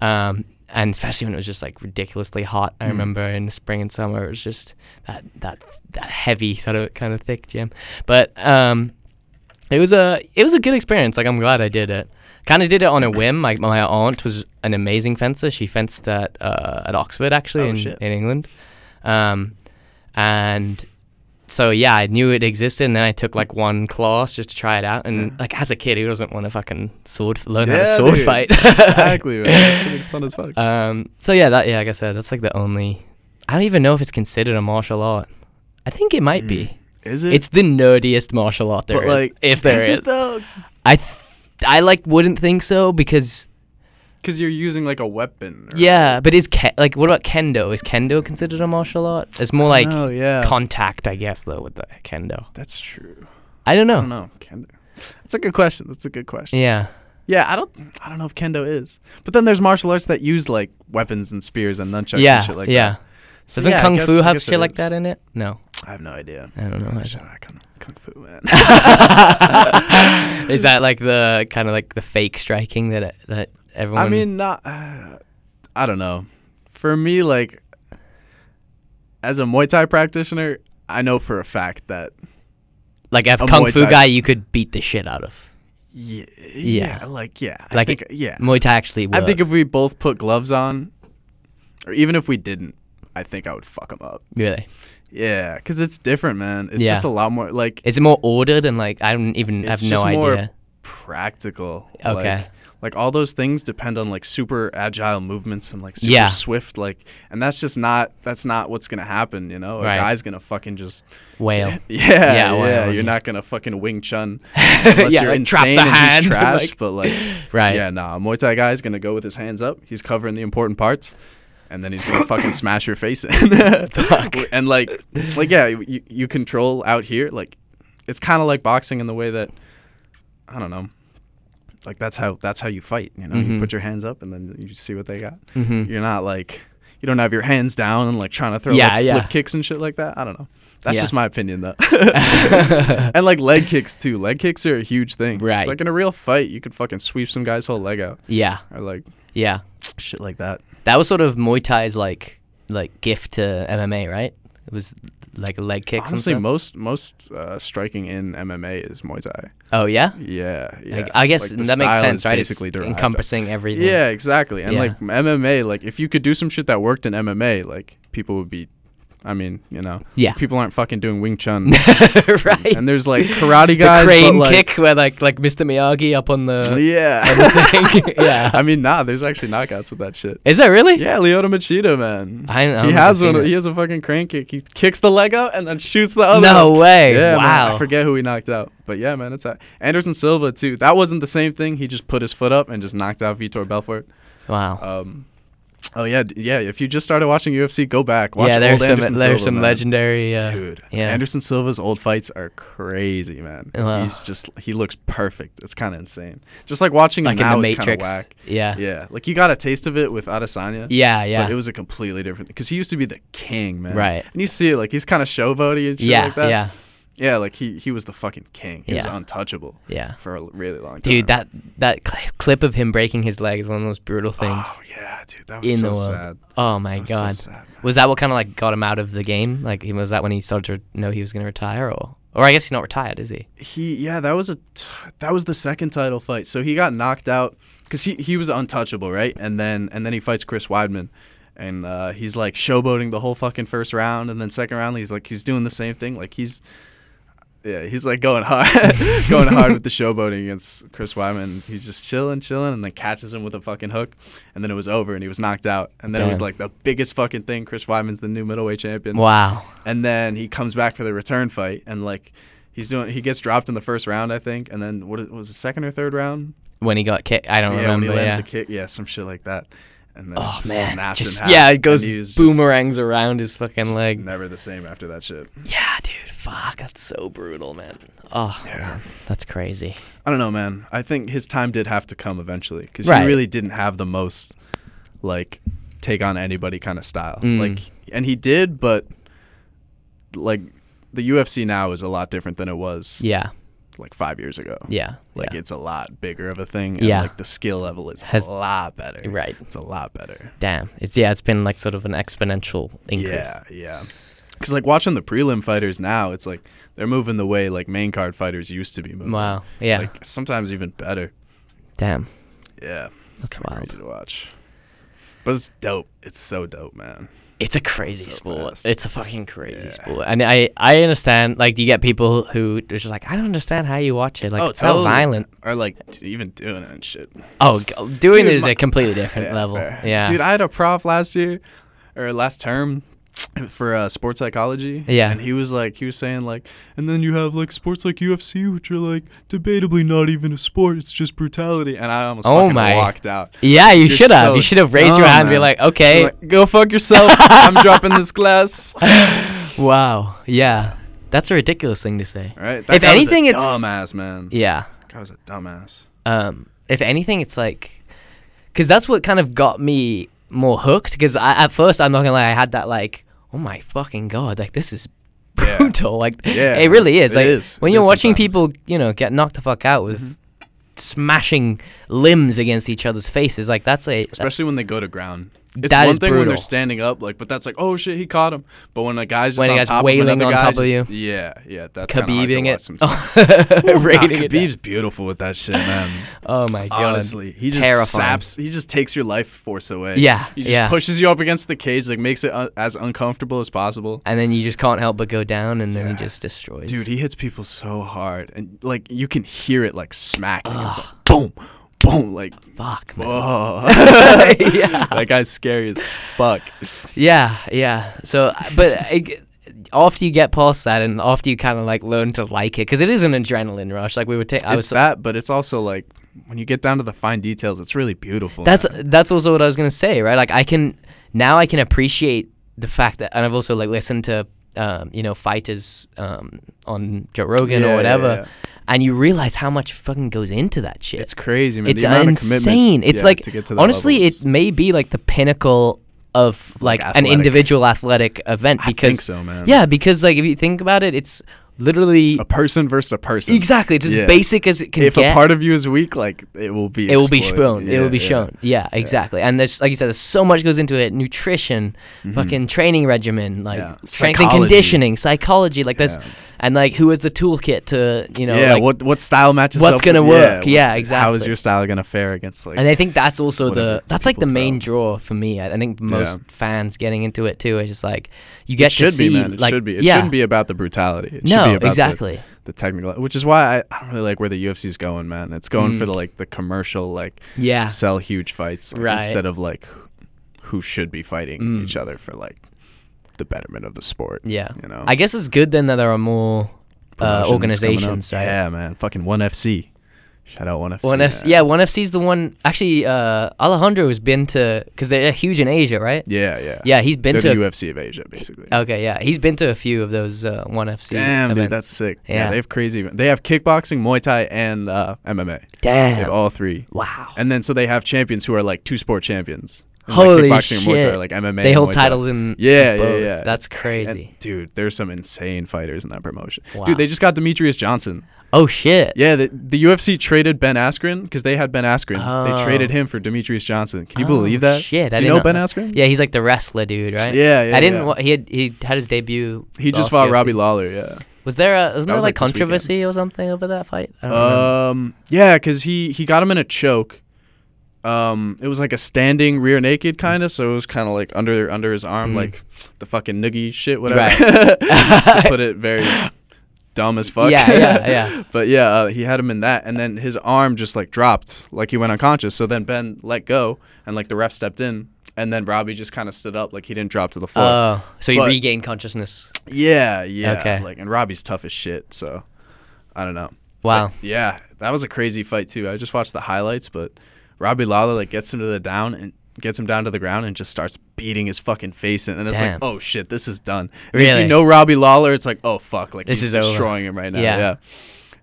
[SPEAKER 1] Um, and especially when it was just like ridiculously hot.
[SPEAKER 2] Hmm.
[SPEAKER 1] I remember in the spring and summer, it was just that that that heavy sort of kind of thick gym. But um, it was a it was a good experience. Like I'm glad I did it. Kind of did it on a whim. Like my aunt was an amazing fencer. She fenced at uh, at Oxford actually
[SPEAKER 2] Oh,
[SPEAKER 1] in,
[SPEAKER 2] shit.
[SPEAKER 1] in England. Um, and so yeah, I knew it existed, and then I took like one class just to try it out. And like as a kid, who doesn't want to fucking sword learn how to
[SPEAKER 2] Yeah,
[SPEAKER 1] sword
[SPEAKER 2] dude. <laughs>
[SPEAKER 1] fight?
[SPEAKER 2] Exactly, man. That shit looks fun as fuck.
[SPEAKER 1] Um, so yeah, that yeah, like I said, that's like the only. I don't even know if it's considered a martial art. I think it might be.
[SPEAKER 2] Is
[SPEAKER 1] It's the nerdiest martial art there
[SPEAKER 2] Mm. but
[SPEAKER 1] is,
[SPEAKER 2] like,
[SPEAKER 1] if there is.
[SPEAKER 2] it though?
[SPEAKER 1] I, th- I like wouldn't think so because
[SPEAKER 2] Because you're using like a weapon. or-
[SPEAKER 1] yeah, but is ke- like what about kendo? Is kendo considered a martial art? It's more like
[SPEAKER 2] Oh yeah.
[SPEAKER 1] contact, I guess, though, with the kendo.
[SPEAKER 2] That's true.
[SPEAKER 1] I don't know.
[SPEAKER 2] I don't know. Kendo. That's a good question. That's a good question.
[SPEAKER 1] Yeah,
[SPEAKER 2] Yeah, I don't. I don't know if kendo is. But then there's martial arts that use like weapons and spears and nunchucks
[SPEAKER 1] yeah,
[SPEAKER 2] and shit like
[SPEAKER 1] yeah.
[SPEAKER 2] that. So,
[SPEAKER 1] Doesn't
[SPEAKER 2] yeah, I
[SPEAKER 1] kung
[SPEAKER 2] guess-
[SPEAKER 1] fu
[SPEAKER 2] I
[SPEAKER 1] have
[SPEAKER 2] guess it
[SPEAKER 1] shit like
[SPEAKER 2] is.
[SPEAKER 1] that in it? No,
[SPEAKER 2] I have no idea.
[SPEAKER 1] I don't know.
[SPEAKER 2] Shit, I can- Kung fu
[SPEAKER 1] <laughs>
[SPEAKER 2] man. <laughs>
[SPEAKER 1] is that like the kind of like the fake striking that it, that everyone?
[SPEAKER 2] I mean, not. Uh, I don't know. For me, like, as a Muay Thai practitioner, I know for a fact that
[SPEAKER 1] like if
[SPEAKER 2] a
[SPEAKER 1] kung
[SPEAKER 2] Muay
[SPEAKER 1] fu
[SPEAKER 2] Thai-
[SPEAKER 1] guy, you could beat the shit out of.
[SPEAKER 2] yeah,
[SPEAKER 1] Yeah.
[SPEAKER 2] yeah, like yeah, I
[SPEAKER 1] Like
[SPEAKER 2] think,
[SPEAKER 1] it-
[SPEAKER 2] yeah.
[SPEAKER 1] Muay Thai actually.
[SPEAKER 2] I think
[SPEAKER 1] works.
[SPEAKER 2] if we both put gloves on, or even if we didn't, I think I would fuck them up.
[SPEAKER 1] really.
[SPEAKER 2] Yeah, because it's different, man. It's
[SPEAKER 1] Yeah.
[SPEAKER 2] just a lot more like
[SPEAKER 1] Is it more ordered and like I don't even
[SPEAKER 2] It's
[SPEAKER 1] have no
[SPEAKER 2] just
[SPEAKER 1] idea.
[SPEAKER 2] more practical.
[SPEAKER 1] Okay.
[SPEAKER 2] Like, like all those things depend on like super agile movements and like super
[SPEAKER 1] Yeah.
[SPEAKER 2] swift like and that's just not that's not what's gonna happen, you know? A
[SPEAKER 1] Right.
[SPEAKER 2] guy's gonna fucking just
[SPEAKER 1] Whale.
[SPEAKER 2] <laughs> Yeah, yeah,
[SPEAKER 1] well, yeah.
[SPEAKER 2] You're not gonna fucking wing
[SPEAKER 1] <laughs>
[SPEAKER 2] chun unless
[SPEAKER 1] Yeah,
[SPEAKER 2] you're
[SPEAKER 1] like, trap the
[SPEAKER 2] insane and
[SPEAKER 1] hand <laughs>
[SPEAKER 2] he's
[SPEAKER 1] and,
[SPEAKER 2] trash.
[SPEAKER 1] like-
[SPEAKER 2] but like
[SPEAKER 1] Right.
[SPEAKER 2] yeah, nah. A Muay Thai guy's gonna go with his hands up, he's covering the important parts. And then
[SPEAKER 1] <laughs>
[SPEAKER 2] he's gonna fucking smash your face in. <laughs>
[SPEAKER 1] Fuck.
[SPEAKER 2] And like, like yeah, you, you control out here. Like, it's kind of like boxing in the way that I don't know. Like that's how that's how you fight. You know,
[SPEAKER 1] Mhm.
[SPEAKER 2] you put your hands up and then you see what they got.
[SPEAKER 1] Mhm.
[SPEAKER 2] You're not like you don't have your hands down and like trying to throw
[SPEAKER 1] Yeah,
[SPEAKER 2] like,
[SPEAKER 1] yeah.
[SPEAKER 2] flip kicks and shit like that. I don't know. That's
[SPEAKER 1] Yeah.
[SPEAKER 2] just my opinion though. and like leg kicks too. Leg kicks are a huge thing.
[SPEAKER 1] Right.
[SPEAKER 2] It's like in a real fight, you could fucking sweep some guy's whole leg out
[SPEAKER 1] <laughs> Yeah.
[SPEAKER 2] or like
[SPEAKER 1] Yeah.
[SPEAKER 2] shit like that.
[SPEAKER 1] That was sort of Muay Thai's like like gift to MMA, right? It was like leg kicks
[SPEAKER 2] Honestly,
[SPEAKER 1] and stuff.
[SPEAKER 2] most most uh, striking in MMA is Muay Thai.
[SPEAKER 1] oh yeah.
[SPEAKER 2] Yeah, yeah.
[SPEAKER 1] Like, I guess
[SPEAKER 2] Like, the
[SPEAKER 1] that makes
[SPEAKER 2] style
[SPEAKER 1] sense,
[SPEAKER 2] is
[SPEAKER 1] right?
[SPEAKER 2] Basically
[SPEAKER 1] it's
[SPEAKER 2] derived
[SPEAKER 1] encompassing everything.
[SPEAKER 2] Yeah, exactly. And
[SPEAKER 1] Yeah.
[SPEAKER 2] like MMA, like if you could do some shit that worked in MMA, like people would be, I mean, you know,
[SPEAKER 1] Yeah.
[SPEAKER 2] people aren't fucking doing Wing Chun.
[SPEAKER 1] <laughs> <laughs> right.
[SPEAKER 2] and there's like karate
[SPEAKER 1] the
[SPEAKER 2] guys,
[SPEAKER 1] crane
[SPEAKER 2] but, like, uh,
[SPEAKER 1] kick where like like Mr. Miyagi up on the <laughs>
[SPEAKER 2] Yeah. <laughs>
[SPEAKER 1] everything. yeah.
[SPEAKER 2] I mean, nah, there's actually knockouts with that shit.
[SPEAKER 1] Is that really?
[SPEAKER 2] <laughs> Yeah, Lyoto Machida, man.
[SPEAKER 1] I, I
[SPEAKER 2] he has one. He
[SPEAKER 1] No
[SPEAKER 2] has a fucking crane kick. He kicks the leg out and then shoots the other. one.
[SPEAKER 1] way.
[SPEAKER 2] Yeah, man, I
[SPEAKER 1] wow.
[SPEAKER 2] forget who he knocked out, but yeah, man, it's a- Anderson Silva too. That wasn't the same thing. He just put his foot up and just knocked out Vitor Belfort.
[SPEAKER 1] wow.
[SPEAKER 2] Um, oh yeah, d- yeah. If you just started watching UFC, go back. Watch
[SPEAKER 1] yeah, there's
[SPEAKER 2] old
[SPEAKER 1] some
[SPEAKER 2] Anderson
[SPEAKER 1] there's
[SPEAKER 2] Silva,
[SPEAKER 1] some
[SPEAKER 2] man.
[SPEAKER 1] legendary. Uh,
[SPEAKER 2] Dude,
[SPEAKER 1] yeah.
[SPEAKER 2] Anderson Silva's old fights are crazy, man.
[SPEAKER 1] Wow.
[SPEAKER 2] He's just he looks perfect. It's kind of insane. Just like watching him
[SPEAKER 1] like in
[SPEAKER 2] now
[SPEAKER 1] the
[SPEAKER 2] is kind of
[SPEAKER 1] Matrix. <laughs>
[SPEAKER 2] whack.
[SPEAKER 1] Yeah. yeah.
[SPEAKER 2] Yeah, like you got a taste of it with Adesanya.
[SPEAKER 1] Yeah.
[SPEAKER 2] But it was a completely different because he used to be the king, man.
[SPEAKER 1] Right.
[SPEAKER 2] And you see, it, like he's kind of showboaty and shit
[SPEAKER 1] yeah.
[SPEAKER 2] like that.
[SPEAKER 1] yeah.
[SPEAKER 2] Yeah, like he he was the fucking king. He was
[SPEAKER 1] Yeah.
[SPEAKER 2] untouchable
[SPEAKER 1] Yeah.
[SPEAKER 2] for a l- really long time.
[SPEAKER 1] Dude, that that cl- clip of him breaking his leg is one of the most brutal things
[SPEAKER 2] Oh yeah, dude, that was
[SPEAKER 1] in
[SPEAKER 2] so
[SPEAKER 1] the world.
[SPEAKER 2] sad.
[SPEAKER 1] Oh my
[SPEAKER 2] That was so
[SPEAKER 1] god.
[SPEAKER 2] sad, man.
[SPEAKER 1] was that what kind of like got him out of the game? Like, he- was that when he started to know he was going to retire, or or I guess he's not retired, is he?
[SPEAKER 2] He yeah, that was a t- that was the second title fight. So he got knocked out because he he was untouchable, right? And then and then he fights Chris Weidman. And uh, he's like showboating the whole fucking first round, and then second round he's like he's doing the same thing. Like he's, yeah, he's like going <laughs> hard, going hard with the showboating against Chris Weidman. He's just chilling, chilling, and then catches him with a fucking hook, and then it was over, and he was knocked out. And then it was
[SPEAKER 1] Damn.
[SPEAKER 2] like the biggest fucking thing. Chris Weidman's the new middleweight champion
[SPEAKER 1] Wow.
[SPEAKER 2] and then he comes back for the return fight and like he's doing he gets dropped in the first round i think and then what it- was the second or third round
[SPEAKER 1] When he got kicked, I don't
[SPEAKER 2] yeah when he
[SPEAKER 1] remember.
[SPEAKER 2] landed
[SPEAKER 1] Yeah.
[SPEAKER 2] the kick yeah some shit like that and then it
[SPEAKER 1] Oh
[SPEAKER 2] just
[SPEAKER 1] man.
[SPEAKER 2] snapped
[SPEAKER 1] Just
[SPEAKER 2] in half,
[SPEAKER 1] yeah, it
[SPEAKER 2] and
[SPEAKER 1] goes
[SPEAKER 2] he was just
[SPEAKER 1] boomerangs around his fucking leg.
[SPEAKER 2] never the same after that shit
[SPEAKER 1] Yeah, dude. Fuck, that's so brutal, man. Oh, man, that's crazy.
[SPEAKER 2] i don't know man i think his time did have to come eventually because
[SPEAKER 1] Right.
[SPEAKER 2] he really didn't have the most like take on anybody kind of style
[SPEAKER 1] Mm.
[SPEAKER 2] like and he did but like the ufc now is a lot different than it was
[SPEAKER 1] Yeah.
[SPEAKER 2] like five years ago
[SPEAKER 1] Yeah.
[SPEAKER 2] Like
[SPEAKER 1] yeah.
[SPEAKER 2] it's a lot bigger of a thing. And
[SPEAKER 1] Yeah.
[SPEAKER 2] Like the skill level is
[SPEAKER 1] Has-
[SPEAKER 2] a lot better.
[SPEAKER 1] Right.
[SPEAKER 2] It's a lot better.
[SPEAKER 1] Damn. It's yeah. It's been like sort of an exponential increase.
[SPEAKER 2] Yeah. Yeah. Because like watching the prelim fighters now, it's like they're moving the way like main card fighters used to be moving.
[SPEAKER 1] Wow. Yeah.
[SPEAKER 2] Like sometimes even better.
[SPEAKER 1] Damn.
[SPEAKER 2] Yeah.
[SPEAKER 1] That's
[SPEAKER 2] kinda
[SPEAKER 1] wild.
[SPEAKER 2] Crazy to watch. But it's dope. It's so dope, man.
[SPEAKER 1] It's a crazy
[SPEAKER 2] So
[SPEAKER 1] sport.
[SPEAKER 2] fast.
[SPEAKER 1] It's a fucking crazy
[SPEAKER 2] Yeah.
[SPEAKER 1] sport. And I, I understand. Like, you get people who are just like, I don't understand how you watch it. Like, it's so
[SPEAKER 2] totally.
[SPEAKER 1] violent.
[SPEAKER 2] Oh, Or like d- even doing it and shit.
[SPEAKER 1] Oh, g- doing
[SPEAKER 2] Dude,
[SPEAKER 1] it is
[SPEAKER 2] my-
[SPEAKER 1] a completely different
[SPEAKER 2] Yeah,
[SPEAKER 1] level.
[SPEAKER 2] fair.
[SPEAKER 1] Yeah.
[SPEAKER 2] Dude, I had a prof last year or last term <sniffs> for uh, sports psychology.
[SPEAKER 1] Yeah.
[SPEAKER 2] And he was like, he was saying like, and then you have like sports like UFC, which are like debatably not even a sport. It's just brutality. And I almost
[SPEAKER 1] Oh
[SPEAKER 2] fucking
[SPEAKER 1] my.
[SPEAKER 2] walked out.
[SPEAKER 1] yeah, you
[SPEAKER 2] You're
[SPEAKER 1] should have.
[SPEAKER 2] so
[SPEAKER 1] you should have raised your
[SPEAKER 2] dumb,
[SPEAKER 1] hand and be
[SPEAKER 2] man.
[SPEAKER 1] like, okay,
[SPEAKER 2] I'm like, Go fuck
[SPEAKER 1] <laughs>
[SPEAKER 2] yourself. I'm dropping this class. All
[SPEAKER 1] wow. Yeah. That's a ridiculous thing to say.
[SPEAKER 2] right.
[SPEAKER 1] If
[SPEAKER 2] guy was a
[SPEAKER 1] anything, it's-
[SPEAKER 2] dumbass, man.
[SPEAKER 1] Yeah.
[SPEAKER 2] That guy was a dumbass.
[SPEAKER 1] um, if anything, it's like, because that's what kind of got me more hooked. Because at first, I'm not gonna lie, I had that like, oh my fucking god, like this is
[SPEAKER 2] <laughs> Yeah.
[SPEAKER 1] brutal. Like,
[SPEAKER 2] Yeah,
[SPEAKER 1] it really
[SPEAKER 2] it's-
[SPEAKER 1] is.
[SPEAKER 2] it
[SPEAKER 1] Like
[SPEAKER 2] is.
[SPEAKER 1] when
[SPEAKER 2] It
[SPEAKER 1] you're
[SPEAKER 2] is
[SPEAKER 1] watching
[SPEAKER 2] sometimes. Mm-hmm.
[SPEAKER 1] people, you know, get knocked the fuck out with smashing limbs against each other's faces, like that's a that-
[SPEAKER 2] Especially when they go to ground. It's
[SPEAKER 1] That
[SPEAKER 2] one
[SPEAKER 1] is
[SPEAKER 2] thing when they're
[SPEAKER 1] brutal.
[SPEAKER 2] standing up, like, but that's like, oh shit, he caught him. But when a guy's just
[SPEAKER 1] When a
[SPEAKER 2] on
[SPEAKER 1] guy's
[SPEAKER 2] top of another
[SPEAKER 1] wailing on
[SPEAKER 2] guy,
[SPEAKER 1] top of
[SPEAKER 2] just- yeah, yeah, that's kinda hard to
[SPEAKER 1] Khabibing
[SPEAKER 2] watch
[SPEAKER 1] it, <laughs>
[SPEAKER 2] sometimes.
[SPEAKER 1] raiding
[SPEAKER 2] nah,
[SPEAKER 1] it.
[SPEAKER 2] Khabib's beautiful with that
[SPEAKER 1] <laughs>
[SPEAKER 2] shit, man.
[SPEAKER 1] Oh my god,
[SPEAKER 2] Honestly, he just
[SPEAKER 1] Terrifying.
[SPEAKER 2] saps. He just takes your life force away.
[SPEAKER 1] Yeah,
[SPEAKER 2] he just
[SPEAKER 1] yeah.
[SPEAKER 2] pushes you up against the cage, like makes it un- as uncomfortable as possible.
[SPEAKER 1] And then you just can't help but go down, and then he
[SPEAKER 2] Yeah.
[SPEAKER 1] just destroys.
[SPEAKER 2] Dude, he hits people so hard, and like you can hear it like smacking. It's
[SPEAKER 1] <sighs>
[SPEAKER 2] like boom, boom, like
[SPEAKER 1] fuck. Man.
[SPEAKER 2] whoa.
[SPEAKER 1] <laughs> yeah.
[SPEAKER 2] <laughs> that guy's scary as fuck.
[SPEAKER 1] Yeah, yeah. So, but I g after you get past that, and after you kind of like learn to like it, because it is an adrenaline rush. Like we were taking, I
[SPEAKER 2] it's
[SPEAKER 1] was.
[SPEAKER 2] that, but it's also like when you get down to the fine details, it's really beautiful.
[SPEAKER 1] That's
[SPEAKER 2] man.
[SPEAKER 1] that's also what I was gonna say, right? Like I can now I can appreciate the fact that, and I've also like listened to. Um, you know, fighters um, on Joe Rogan
[SPEAKER 2] Yeah, yeah,
[SPEAKER 1] or whatever,
[SPEAKER 2] yeah.
[SPEAKER 1] and you realize how much fucking goes into that shit.
[SPEAKER 2] it's crazy, man.
[SPEAKER 1] it's
[SPEAKER 2] the amount of
[SPEAKER 1] insane.
[SPEAKER 2] commitment,
[SPEAKER 1] It's
[SPEAKER 2] yeah,
[SPEAKER 1] like
[SPEAKER 2] to get to that
[SPEAKER 1] honestly,
[SPEAKER 2] level is-
[SPEAKER 1] it may be like the pinnacle of like
[SPEAKER 2] like,
[SPEAKER 1] an
[SPEAKER 2] athletic.
[SPEAKER 1] individual athletic event
[SPEAKER 2] I
[SPEAKER 1] because
[SPEAKER 2] think so, man.
[SPEAKER 1] Yeah, because like if you think about it, it's literally
[SPEAKER 2] a person versus a person.
[SPEAKER 1] exactly it's as
[SPEAKER 2] Yeah.
[SPEAKER 1] basic as it can
[SPEAKER 2] If
[SPEAKER 1] get.
[SPEAKER 2] a part of you is weak, like it will be.
[SPEAKER 1] it will be
[SPEAKER 2] exploited.
[SPEAKER 1] shown. it will be
[SPEAKER 2] Yeah, yeah.
[SPEAKER 1] shown. Yeah, exactly. And there's like you said, there's so much goes into it: nutrition, fucking training regimen, like
[SPEAKER 2] Mm-hmm. Yeah.
[SPEAKER 1] strength and
[SPEAKER 2] Psychology.
[SPEAKER 1] conditioning, psychology. Like there's
[SPEAKER 2] Yeah.
[SPEAKER 1] and like who has the toolkit to you know
[SPEAKER 2] yeah,
[SPEAKER 1] like,
[SPEAKER 2] what what style matches
[SPEAKER 1] what's
[SPEAKER 2] up
[SPEAKER 1] gonna
[SPEAKER 2] with-
[SPEAKER 1] work?
[SPEAKER 2] what-
[SPEAKER 1] Yeah,
[SPEAKER 2] How is
[SPEAKER 1] exactly.
[SPEAKER 2] your style gonna fare against like
[SPEAKER 1] and I think that's also the
[SPEAKER 2] whatever
[SPEAKER 1] that's like the
[SPEAKER 2] people
[SPEAKER 1] main draw for me. I, I think most
[SPEAKER 2] Yeah.
[SPEAKER 1] fans getting into it too is just like you get
[SPEAKER 2] it should
[SPEAKER 1] to see
[SPEAKER 2] be man. It
[SPEAKER 1] like
[SPEAKER 2] should be. It
[SPEAKER 1] yeah
[SPEAKER 2] shouldn't be about the brutality. It should
[SPEAKER 1] no
[SPEAKER 2] be about the-
[SPEAKER 1] exactly
[SPEAKER 2] the, technical which is why I, I don't really like where the UFC's going, man. It's going
[SPEAKER 1] Mm.
[SPEAKER 2] for the like the commercial like
[SPEAKER 1] yeah
[SPEAKER 2] sell huge fights like,
[SPEAKER 1] Right.
[SPEAKER 2] instead of like wh- who should be fighting
[SPEAKER 1] Mm.
[SPEAKER 2] each other for like the betterment of the sport.
[SPEAKER 1] yeah.
[SPEAKER 2] You know.
[SPEAKER 1] I uh, guess it's good then that there are more uh,
[SPEAKER 2] Promotions coming up.
[SPEAKER 1] organizations, right?
[SPEAKER 2] Yeah, man. Fucking 1FC. Shout out 1FC.
[SPEAKER 1] One F,
[SPEAKER 2] man.
[SPEAKER 1] yeah, one FC's the one. Actually, uh, Alejandro has been to because they're uh, huge in Asia, right?
[SPEAKER 2] Yeah, yeah.
[SPEAKER 1] Yeah, he's been
[SPEAKER 2] They're
[SPEAKER 1] to.
[SPEAKER 2] the UFC of Asia basically.
[SPEAKER 1] okay, yeah, he's been to a few of those uh, one FC.
[SPEAKER 2] Damn,
[SPEAKER 1] events.
[SPEAKER 2] dude, that's sick. Yeah.
[SPEAKER 1] Yeah.
[SPEAKER 2] they have crazy. ev- They have kickboxing, Muay Thai, and uh, MMA. They have
[SPEAKER 1] damn.
[SPEAKER 2] all three.
[SPEAKER 1] Wow,
[SPEAKER 2] And then so they have champions who are like two sport champions. And,
[SPEAKER 1] Holy
[SPEAKER 2] like, kickboxing And Muay
[SPEAKER 1] shit.
[SPEAKER 2] Thai, are, like MMA.
[SPEAKER 1] they
[SPEAKER 2] and
[SPEAKER 1] hold
[SPEAKER 2] Muay Thai.
[SPEAKER 1] titles in
[SPEAKER 2] Yeah, yeah,
[SPEAKER 1] both.
[SPEAKER 2] yeah.
[SPEAKER 1] That's
[SPEAKER 2] And,
[SPEAKER 1] crazy.
[SPEAKER 2] dude, there's some insane fighters in that promotion.
[SPEAKER 1] Wow.
[SPEAKER 2] Dude, they just got Demetrius Johnson.
[SPEAKER 1] oh shit.
[SPEAKER 2] Yeah, the, the UFC traded Ben Askren because they had Ben Askren. They
[SPEAKER 1] Oh.
[SPEAKER 2] traded him for Demetrius Johnson. Can you
[SPEAKER 1] Oh,
[SPEAKER 2] believe that?
[SPEAKER 1] Shit, I
[SPEAKER 2] Do you know
[SPEAKER 1] didn't
[SPEAKER 2] Ben Askren?
[SPEAKER 1] Yeah, he's like the wrestler dude, right?
[SPEAKER 2] Yeah, yeah.
[SPEAKER 1] I didn't.
[SPEAKER 2] yeah.
[SPEAKER 1] Wa- Oh, he had he had his debut.
[SPEAKER 2] he just
[SPEAKER 1] last
[SPEAKER 2] fought
[SPEAKER 1] UFC.
[SPEAKER 2] Robbie Lawler. Yeah.
[SPEAKER 1] Was there a wasn't
[SPEAKER 2] That
[SPEAKER 1] there like,
[SPEAKER 2] was, like, this weekend.
[SPEAKER 1] controversy or something over that fight? I don't remember.
[SPEAKER 2] Um, yeah, because he he got him in a choke. Um, it was like a standing rear naked kind of, so it was kind of like under under his arm,
[SPEAKER 1] Mm.
[SPEAKER 2] like the fucking noogie shit, whatever. <laughs> to
[SPEAKER 1] <laughs>
[SPEAKER 2] put it very dumb as fuck.
[SPEAKER 1] Yeah, yeah, yeah.
[SPEAKER 2] <laughs> but yeah, uh, he had him in that, and then his arm just like dropped, like he went unconscious. So then Ben let go, and like the ref stepped in, and then Robbie just kind of stood up, like he didn't drop to the
[SPEAKER 1] Oh,
[SPEAKER 2] floor.
[SPEAKER 1] so he
[SPEAKER 2] but-
[SPEAKER 1] regained consciousness.
[SPEAKER 2] yeah, yeah.
[SPEAKER 1] Okay.
[SPEAKER 2] Like, and Robbie's tough as shit, so I don't know.
[SPEAKER 1] Wow.
[SPEAKER 2] But, yeah, that was a crazy fight too. I just watched the highlights, but Robbie Lawler like gets him to the down and gets him down to the ground and just starts beating his fucking face in, and it's
[SPEAKER 1] Damn.
[SPEAKER 2] like, oh shit, this is done. And if
[SPEAKER 1] Really?
[SPEAKER 2] you know Robbie Lawler, it's like, oh fuck, like
[SPEAKER 1] This
[SPEAKER 2] he's
[SPEAKER 1] is over.
[SPEAKER 2] destroying him right now.
[SPEAKER 1] Yeah.
[SPEAKER 2] Yeah.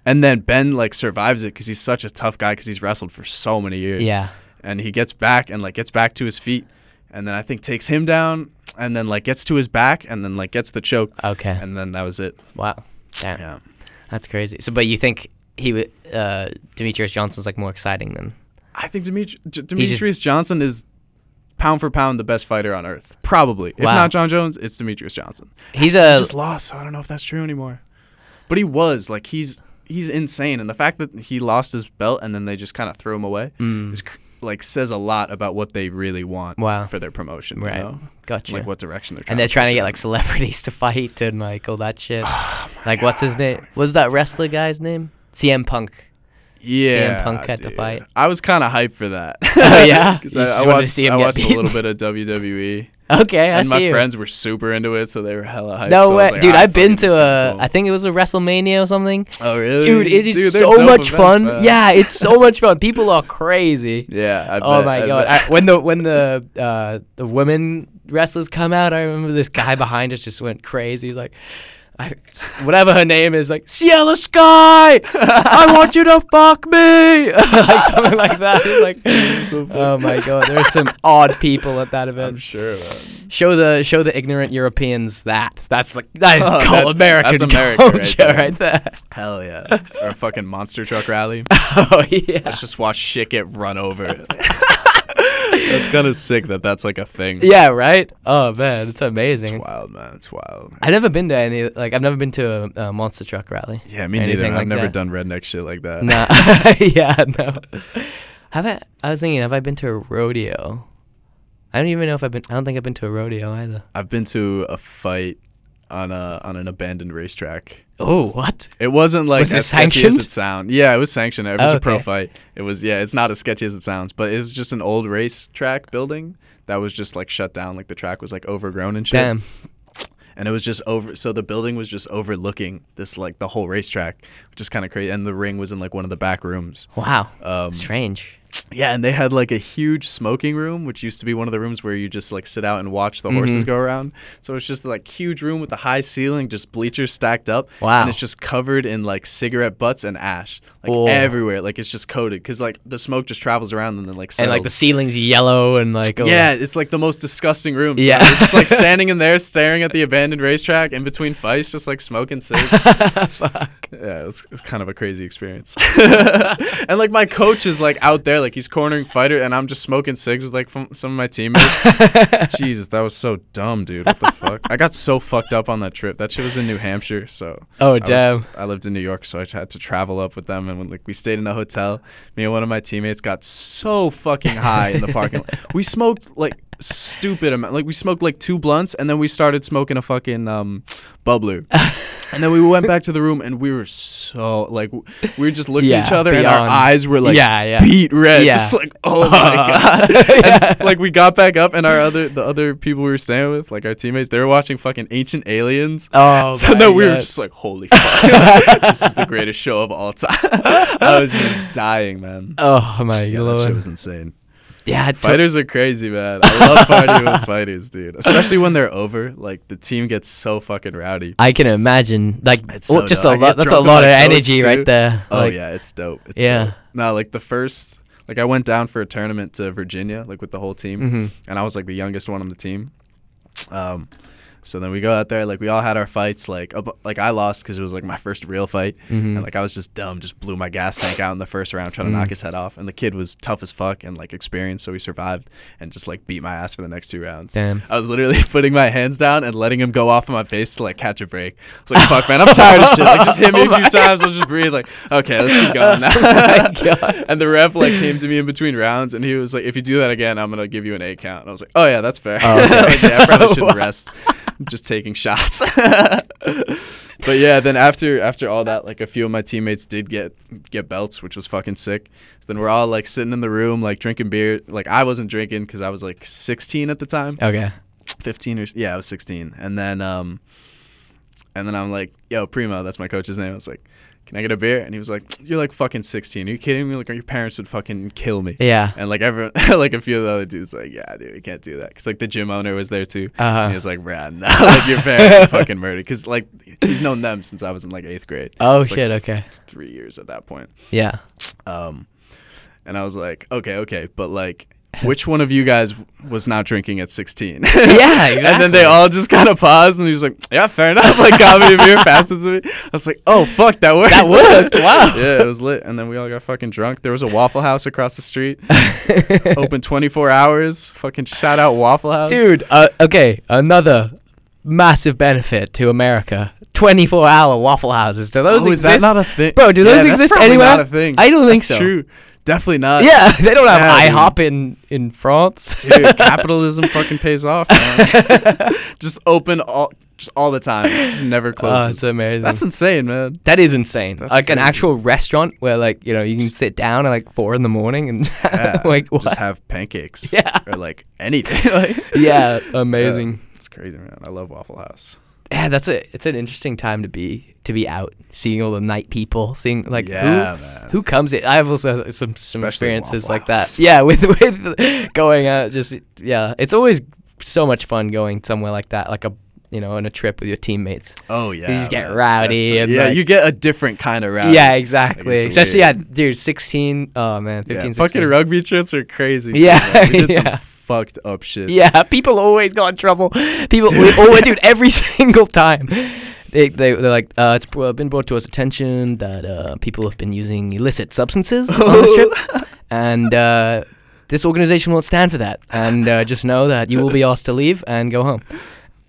[SPEAKER 2] And then Ben like survives it because he's such a tough guy because he's wrestled for so many years.
[SPEAKER 1] Yeah.
[SPEAKER 2] And he gets back and like gets back to his feet, and then I think takes him down, and then like gets to his back, and then like gets the choke,
[SPEAKER 1] Okay.
[SPEAKER 2] and then that was it.
[SPEAKER 1] Wow. Damn.
[SPEAKER 2] Yeah.
[SPEAKER 1] That's crazy. So, but you think he would, uh, Demetrius Johnson's like more exciting than
[SPEAKER 2] I think Demetri- J-
[SPEAKER 1] He's just-
[SPEAKER 2] Demetrius Johnson is pound for pound the best fighter on earth, probably. If
[SPEAKER 1] Wow.
[SPEAKER 2] not John Jones, it's Demetrius Johnson.
[SPEAKER 1] he's
[SPEAKER 2] he
[SPEAKER 1] a
[SPEAKER 2] just lost, so I don't know if that's true anymore. But he was like he's he's insane, and the fact that he lost his belt and then they just kind of threw him away
[SPEAKER 1] mm,
[SPEAKER 2] is cr- like says a lot about what they really want
[SPEAKER 1] Wow.
[SPEAKER 2] for their promotion,
[SPEAKER 1] Right.
[SPEAKER 2] You know?
[SPEAKER 1] gotcha.
[SPEAKER 2] Like what direction they're trying.
[SPEAKER 1] and they're trying to
[SPEAKER 2] push it
[SPEAKER 1] get
[SPEAKER 2] in.
[SPEAKER 1] like celebrities to fight and like all that
[SPEAKER 2] <sighs>
[SPEAKER 1] shit.
[SPEAKER 2] Oh
[SPEAKER 1] like what's his name? Was that wrestler guy's name? CM Punk.
[SPEAKER 2] yeah,
[SPEAKER 1] Punk had to fight.
[SPEAKER 2] I was kind of hyped for that.
[SPEAKER 1] <laughs> Oh, yeah?
[SPEAKER 2] <laughs> 'Cause
[SPEAKER 1] You just
[SPEAKER 2] I, I
[SPEAKER 1] wanted to
[SPEAKER 2] watched,
[SPEAKER 1] see him
[SPEAKER 2] I
[SPEAKER 1] get
[SPEAKER 2] watched a
[SPEAKER 1] beaten.
[SPEAKER 2] little bit of E. WWE.
[SPEAKER 1] Okay, I
[SPEAKER 2] and
[SPEAKER 1] see
[SPEAKER 2] my
[SPEAKER 1] you.
[SPEAKER 2] friends were super into it, so they were hella hyped.
[SPEAKER 1] no
[SPEAKER 2] so I
[SPEAKER 1] way,
[SPEAKER 2] was like,
[SPEAKER 1] dude!
[SPEAKER 2] "Ah,
[SPEAKER 1] I've been
[SPEAKER 2] fuck it,
[SPEAKER 1] to
[SPEAKER 2] this
[SPEAKER 1] a,
[SPEAKER 2] is
[SPEAKER 1] I think it was a WrestleMania or something.
[SPEAKER 2] cool." Oh really?
[SPEAKER 1] Dude, it is
[SPEAKER 2] they're
[SPEAKER 1] so
[SPEAKER 2] dope
[SPEAKER 1] much
[SPEAKER 2] events,
[SPEAKER 1] fun.
[SPEAKER 2] man.
[SPEAKER 1] Yeah, it's so much fun. People are crazy.
[SPEAKER 2] <laughs> Yeah. I
[SPEAKER 1] Oh
[SPEAKER 2] bet,
[SPEAKER 1] my
[SPEAKER 2] I
[SPEAKER 1] god!
[SPEAKER 2] bet.
[SPEAKER 1] I, when the when the uh, the women wrestlers come out, I remember this guy behind us just went crazy. He's like, I, whatever her name is, like Ciela Sky. I want you to fuck me, <laughs> like something like that. It's
[SPEAKER 2] <laughs>
[SPEAKER 1] like, oh my god, there's some odd people at that
[SPEAKER 2] I'm
[SPEAKER 1] event.
[SPEAKER 2] sure. Man.
[SPEAKER 1] Show the show the ignorant Europeans that. That's like that is
[SPEAKER 2] Oh,
[SPEAKER 1] cold
[SPEAKER 2] that's-
[SPEAKER 1] American
[SPEAKER 2] that's America right
[SPEAKER 1] culture
[SPEAKER 2] there.
[SPEAKER 1] right there. <laughs>
[SPEAKER 2] Hell yeah. <laughs> or a fucking monster truck rally.
[SPEAKER 1] Oh yeah.
[SPEAKER 2] Let's just watch shit get
[SPEAKER 1] <laughs>
[SPEAKER 2] run over. that's kind of sick that that's like a thing.
[SPEAKER 1] Yeah, right? Oh man, it's amazing.
[SPEAKER 2] It's wild, man. It's wild.
[SPEAKER 1] I've never been to any like I've never been to a, a monster truck rally.
[SPEAKER 2] Yeah, me
[SPEAKER 1] Anything
[SPEAKER 2] neither. I've
[SPEAKER 1] like
[SPEAKER 2] never
[SPEAKER 1] that.
[SPEAKER 2] done redneck shit like
[SPEAKER 1] <laughs>
[SPEAKER 2] that.
[SPEAKER 1] Nah, yeah, no. Have I? I was thinking, have I been to a rodeo? I don't even know if I've been. I don't think I've been to a rodeo either.
[SPEAKER 2] I've been to a fight on a on an abandoned racetrack.
[SPEAKER 1] Oh, what?
[SPEAKER 2] It wasn't like
[SPEAKER 1] Was it
[SPEAKER 2] as sketchy as
[SPEAKER 1] sanctioned?
[SPEAKER 2] it sounds. Yeah, it was sanctioned. It was
[SPEAKER 1] Oh,
[SPEAKER 2] a pro
[SPEAKER 1] okay.
[SPEAKER 2] fight. It was yeah. It's not as sketchy as it sounds, but it was just an old racetrack building that was just like shut down. Like the track was like overgrown and shit.
[SPEAKER 1] Damn.
[SPEAKER 2] And it was just over. So the building was just overlooking this like the whole racetrack, which is kind of crazy. And the ring was in like one of the back rooms.
[SPEAKER 1] Wow.
[SPEAKER 2] Um,
[SPEAKER 1] Strange.
[SPEAKER 2] yeah, and they had like a huge smoking room, which used to be one of the rooms where you just like sit out and watch the
[SPEAKER 1] Mm-hmm.
[SPEAKER 2] horses go around. So it's just like huge room with a high ceiling, just bleachers stacked up.
[SPEAKER 1] Wow.
[SPEAKER 2] And it's just covered in like cigarette butts and ash, like
[SPEAKER 1] Whoa.
[SPEAKER 2] everywhere. Like it's just coated because like the smoke just travels around and then like
[SPEAKER 1] And like the
[SPEAKER 2] settles.
[SPEAKER 1] ceiling's yellow and like oh,
[SPEAKER 2] yeah, it's like the most disgusting room. So
[SPEAKER 1] Yeah.
[SPEAKER 2] yeah, we're
[SPEAKER 1] <laughs>
[SPEAKER 2] just like standing in there, staring at the abandoned racetrack in between fights, just like smoking cigs.
[SPEAKER 1] fuck. <laughs>
[SPEAKER 2] <laughs> Yeah, it was, it was kind of a crazy experience. and like my coach is like out there, Like he's cornering fighter, and I'm just smoking cigs with like from some of
[SPEAKER 1] <laughs>
[SPEAKER 2] my teammates. Jesus, that was so dumb, dude. What the fuck? I got so fucked up on that trip. That shit was in New Hampshire, so
[SPEAKER 1] Oh,
[SPEAKER 2] I was-
[SPEAKER 1] damn.
[SPEAKER 2] I lived in New York, so I had to travel up with them, and when, like we stayed in a hotel. Me and one of my teammates got so fucking high in the parking lot. We smoked like stupid amount. Like we smoked like two blunts, and then we started smoking a fucking um, bubbler. and then we went back to the room, and we were so like w- we just looked at each
[SPEAKER 1] Yeah,
[SPEAKER 2] other, and our
[SPEAKER 1] beyond.
[SPEAKER 2] eyes were like
[SPEAKER 1] yeah, yeah.
[SPEAKER 2] <laughs> beat red,
[SPEAKER 1] Yeah.
[SPEAKER 2] just like
[SPEAKER 1] <laughs>
[SPEAKER 2] oh my god. And, like we got back up, and our other the other people we were staying with, like our teammates, they were watching fucking Ancient Aliens.
[SPEAKER 1] <laughs> Oh,
[SPEAKER 2] So
[SPEAKER 1] my
[SPEAKER 2] no, we were
[SPEAKER 1] God.
[SPEAKER 2] just like, holy fuck, <laughs> this is the greatest show of all time. I was just dying, man.
[SPEAKER 1] Oh my
[SPEAKER 2] Yeah, that shit
[SPEAKER 1] lord.
[SPEAKER 2] was insane.
[SPEAKER 1] Yeah, to-
[SPEAKER 2] Fighters are crazy, man. I love
[SPEAKER 1] <laughs>
[SPEAKER 2] partying with fighters, dude. Especially when they're over, like the team gets so fucking rowdy.
[SPEAKER 1] I can imagine. Like,
[SPEAKER 2] It's
[SPEAKER 1] oh,
[SPEAKER 2] so
[SPEAKER 1] just a
[SPEAKER 2] dope. I
[SPEAKER 1] lot.
[SPEAKER 2] get
[SPEAKER 1] That's a
[SPEAKER 2] drunk
[SPEAKER 1] lot
[SPEAKER 2] on
[SPEAKER 1] of
[SPEAKER 2] my toes,
[SPEAKER 1] energy
[SPEAKER 2] too.
[SPEAKER 1] right there.
[SPEAKER 2] Oh
[SPEAKER 1] Like,
[SPEAKER 2] yeah, it's dope. It's
[SPEAKER 1] Yeah.
[SPEAKER 2] Dope. No, like the first, like I went down for a tournament to Virginia, like with the whole team,
[SPEAKER 1] Mhm.
[SPEAKER 2] and I was like the youngest one on the team. Um, so then we go out there, like we all had our fights. Like, ab- like I lost because it was like my first real fight,
[SPEAKER 1] Mhm.
[SPEAKER 2] and like I was just dumb, just blew my gas tank out in the first round
[SPEAKER 1] Mm.
[SPEAKER 2] trying to knock his head off. And the kid was tough as fuck and like experienced, so he survived and just like beat my ass for the next two rounds.
[SPEAKER 1] Damn.
[SPEAKER 2] I was literally <laughs> putting my hands down and letting him go off of my face to like catch a break. I was like, "Fuck, man, I'm tired of shit. Like, just hit me a few times. I'll just breathe. Like, okay, let's keep going now." <laughs> and the ref like came to me in between rounds, and he was like, "If you do that again, I'm gonna give you an eight count." And I was like, "Oh yeah, that's fair. <laughs> like, yeah, I probably should rest. I'm just taking shots." <laughs> but yeah, then after after all that, like a few of my teammates did get get belts, which was fucking sick. So then we're all like sitting in the room, like drinking beer. Like I wasn't drinking because I was like 16 at the time.
[SPEAKER 1] Okay.
[SPEAKER 2] 15 or yeah, I was 16. And then um and then I'm like, "Yo, Primo, that's my coach's name." I was like, "Can I get a beer?" And he was like, "You're like fucking 16. Are you kidding me? Like your parents would fucking kill me."
[SPEAKER 1] Yeah.
[SPEAKER 2] And like everyone, <laughs> like a few of the other dudes, like, "Yeah, dude, we can't do that." Cuz like the gym owner was there too.
[SPEAKER 1] Uh-huh.
[SPEAKER 2] And he was like, "Bruh, <laughs> no, like your parents would fucking murder." Cuz like he's known them since I was in like 8th grade.
[SPEAKER 1] Oh,
[SPEAKER 2] It's, like,
[SPEAKER 1] shit,
[SPEAKER 2] th-
[SPEAKER 1] okay.
[SPEAKER 2] 3 years at that point.
[SPEAKER 1] Yeah.
[SPEAKER 2] Um, and I was like, okay, okay, but like, which one of you guys was not drinking at 16?
[SPEAKER 1] <laughs> Yeah,
[SPEAKER 2] <laughs> and then they
[SPEAKER 1] exactly.
[SPEAKER 2] all just kind of paused, and he was like, yeah, fair enough. Like, got me a beer,
[SPEAKER 1] <laughs>
[SPEAKER 2] passed it to me. I was like, oh, fuck, that worked.
[SPEAKER 1] That worked, wow.
[SPEAKER 2] <laughs> yeah, it was lit. And then we all got fucking drunk. There was a Waffle House across
[SPEAKER 1] <laughs>
[SPEAKER 2] the street, <laughs> open 24 hours. Fucking shout out Waffle House.
[SPEAKER 1] Dude, uh, okay, another massive benefit to America: twenty-four hour Waffle Houses. Do those
[SPEAKER 2] Oh, is
[SPEAKER 1] exist?
[SPEAKER 2] that not a thing?
[SPEAKER 1] Bro, do those
[SPEAKER 2] that's
[SPEAKER 1] exist
[SPEAKER 2] probably
[SPEAKER 1] anywhere?
[SPEAKER 2] Not a thing.
[SPEAKER 1] I don't think
[SPEAKER 2] That's
[SPEAKER 1] so.
[SPEAKER 2] True. Definitely
[SPEAKER 1] <laughs>
[SPEAKER 2] not.
[SPEAKER 1] yeah, <laughs> they don't have
[SPEAKER 2] Yeah, dude.
[SPEAKER 1] IHOP in in France. <laughs>
[SPEAKER 2] dude capitalism fucking pays off man. just open all just all the time just never
[SPEAKER 1] Oh,
[SPEAKER 2] closes
[SPEAKER 1] it's amazing.
[SPEAKER 2] that's insane man
[SPEAKER 1] That is insane.
[SPEAKER 2] That's
[SPEAKER 1] like an
[SPEAKER 2] crazy.
[SPEAKER 1] actual restaurant where, like, you know, you can sit down at like four in the morning and <laughs>
[SPEAKER 2] <laughs>
[SPEAKER 1] like what?
[SPEAKER 2] just have pancakes
[SPEAKER 1] <laughs> Yeah.
[SPEAKER 2] or like anything
[SPEAKER 1] <laughs>
[SPEAKER 2] <laughs> like,
[SPEAKER 1] yeah, amazing.
[SPEAKER 2] Yeah, it's crazy man i love waffle house
[SPEAKER 1] Yeah. that's a it's an interesting time to be to be out, seeing all the night people, seeing like
[SPEAKER 2] yeah
[SPEAKER 1] who
[SPEAKER 2] man
[SPEAKER 1] who comes. In. I have also had some some
[SPEAKER 2] Especially
[SPEAKER 1] experiences
[SPEAKER 2] Waffle
[SPEAKER 1] like that.
[SPEAKER 2] House.
[SPEAKER 1] Yeah, with <laughs> with going out, just yeah, it's always so much fun going somewhere like that, like a you know, on a trip with your teammates.
[SPEAKER 2] oh yeah
[SPEAKER 1] just get
[SPEAKER 2] man.
[SPEAKER 1] rowdy
[SPEAKER 2] That's-
[SPEAKER 1] and,
[SPEAKER 2] yeah
[SPEAKER 1] like-
[SPEAKER 2] you get a different kind of rowdy
[SPEAKER 1] Yeah, exactly.
[SPEAKER 2] it's
[SPEAKER 1] Especially
[SPEAKER 2] weird.
[SPEAKER 1] at dude, sixteen. Oh man, 15,
[SPEAKER 2] yeah, fucking
[SPEAKER 1] 16.
[SPEAKER 2] rugby trips are crazy too,
[SPEAKER 1] Yeah,
[SPEAKER 2] man. <laughs> we
[SPEAKER 1] <laughs>
[SPEAKER 2] did
[SPEAKER 1] yeah.
[SPEAKER 2] some fucked up <laughs> shit
[SPEAKER 1] Yeah, people always got in trouble. People, we always, dude, every single time. They, they, they're like, uh, it's bro- been brought to us attention that uh, people have been using illicit substances on this
[SPEAKER 2] <laughs>
[SPEAKER 1] trip. <laughs> And uh, this organization won't stand for that. And uh, just know that you will be asked to leave and go home.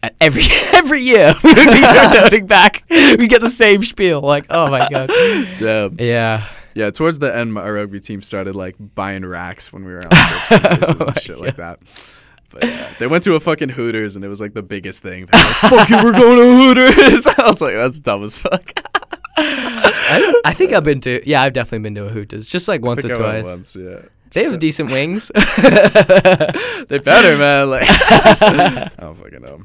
[SPEAKER 1] And every <laughs> every year, we would be returning back. We get the same spiel. Like, oh my God.
[SPEAKER 2] Damn.
[SPEAKER 1] Yeah.
[SPEAKER 2] Yeah, towards the end, my rugby team started like buying racks when we were on trips and,
[SPEAKER 1] <laughs>
[SPEAKER 2] places and shit like that. But yeah, they went to a fucking Hooters and it was like the biggest thing. They were
[SPEAKER 1] <laughs>
[SPEAKER 2] like, fuck you, we're going to Hooters. <laughs> I was like, that's dumb as fuck.
[SPEAKER 1] I, I think I've been to, yeah, I've definitely been to a Hooters. Just like once
[SPEAKER 2] I
[SPEAKER 1] or
[SPEAKER 2] think I went
[SPEAKER 1] twice.
[SPEAKER 2] Once, yeah.
[SPEAKER 1] They
[SPEAKER 2] Just
[SPEAKER 1] have decent wings. <laughs>
[SPEAKER 2] said, they better, man. Like, <laughs> I don't fucking know.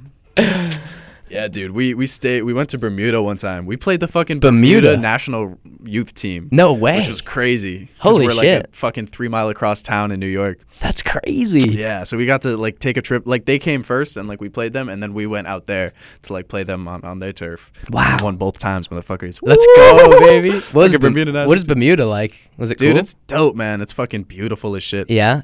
[SPEAKER 2] Yeah, dude, we we stayed. We went to Bermuda one time. We played the fucking
[SPEAKER 1] Bermuda?
[SPEAKER 2] national youth team,
[SPEAKER 1] No way.
[SPEAKER 2] which was crazy. 'cause
[SPEAKER 1] Holy
[SPEAKER 2] we're like
[SPEAKER 1] shit.
[SPEAKER 2] a fucking three mile across town in New York.
[SPEAKER 1] That's crazy.
[SPEAKER 2] Yeah, so we got to like take a trip. Like they came first, and like we played them, and then we went out there to like play them on, on their turf.
[SPEAKER 1] Wow.
[SPEAKER 2] we won both times, motherfuckers.
[SPEAKER 1] Let's
[SPEAKER 2] Woo!
[SPEAKER 1] go,
[SPEAKER 2] <laughs>
[SPEAKER 1] baby. What is,
[SPEAKER 2] a
[SPEAKER 1] Berm-
[SPEAKER 2] Bermuda
[SPEAKER 1] what
[SPEAKER 2] national
[SPEAKER 1] is Bermuda like? Was it
[SPEAKER 2] dude?
[SPEAKER 1] cool?
[SPEAKER 2] It's dope, man. It's fucking beautiful as shit.
[SPEAKER 1] yeah.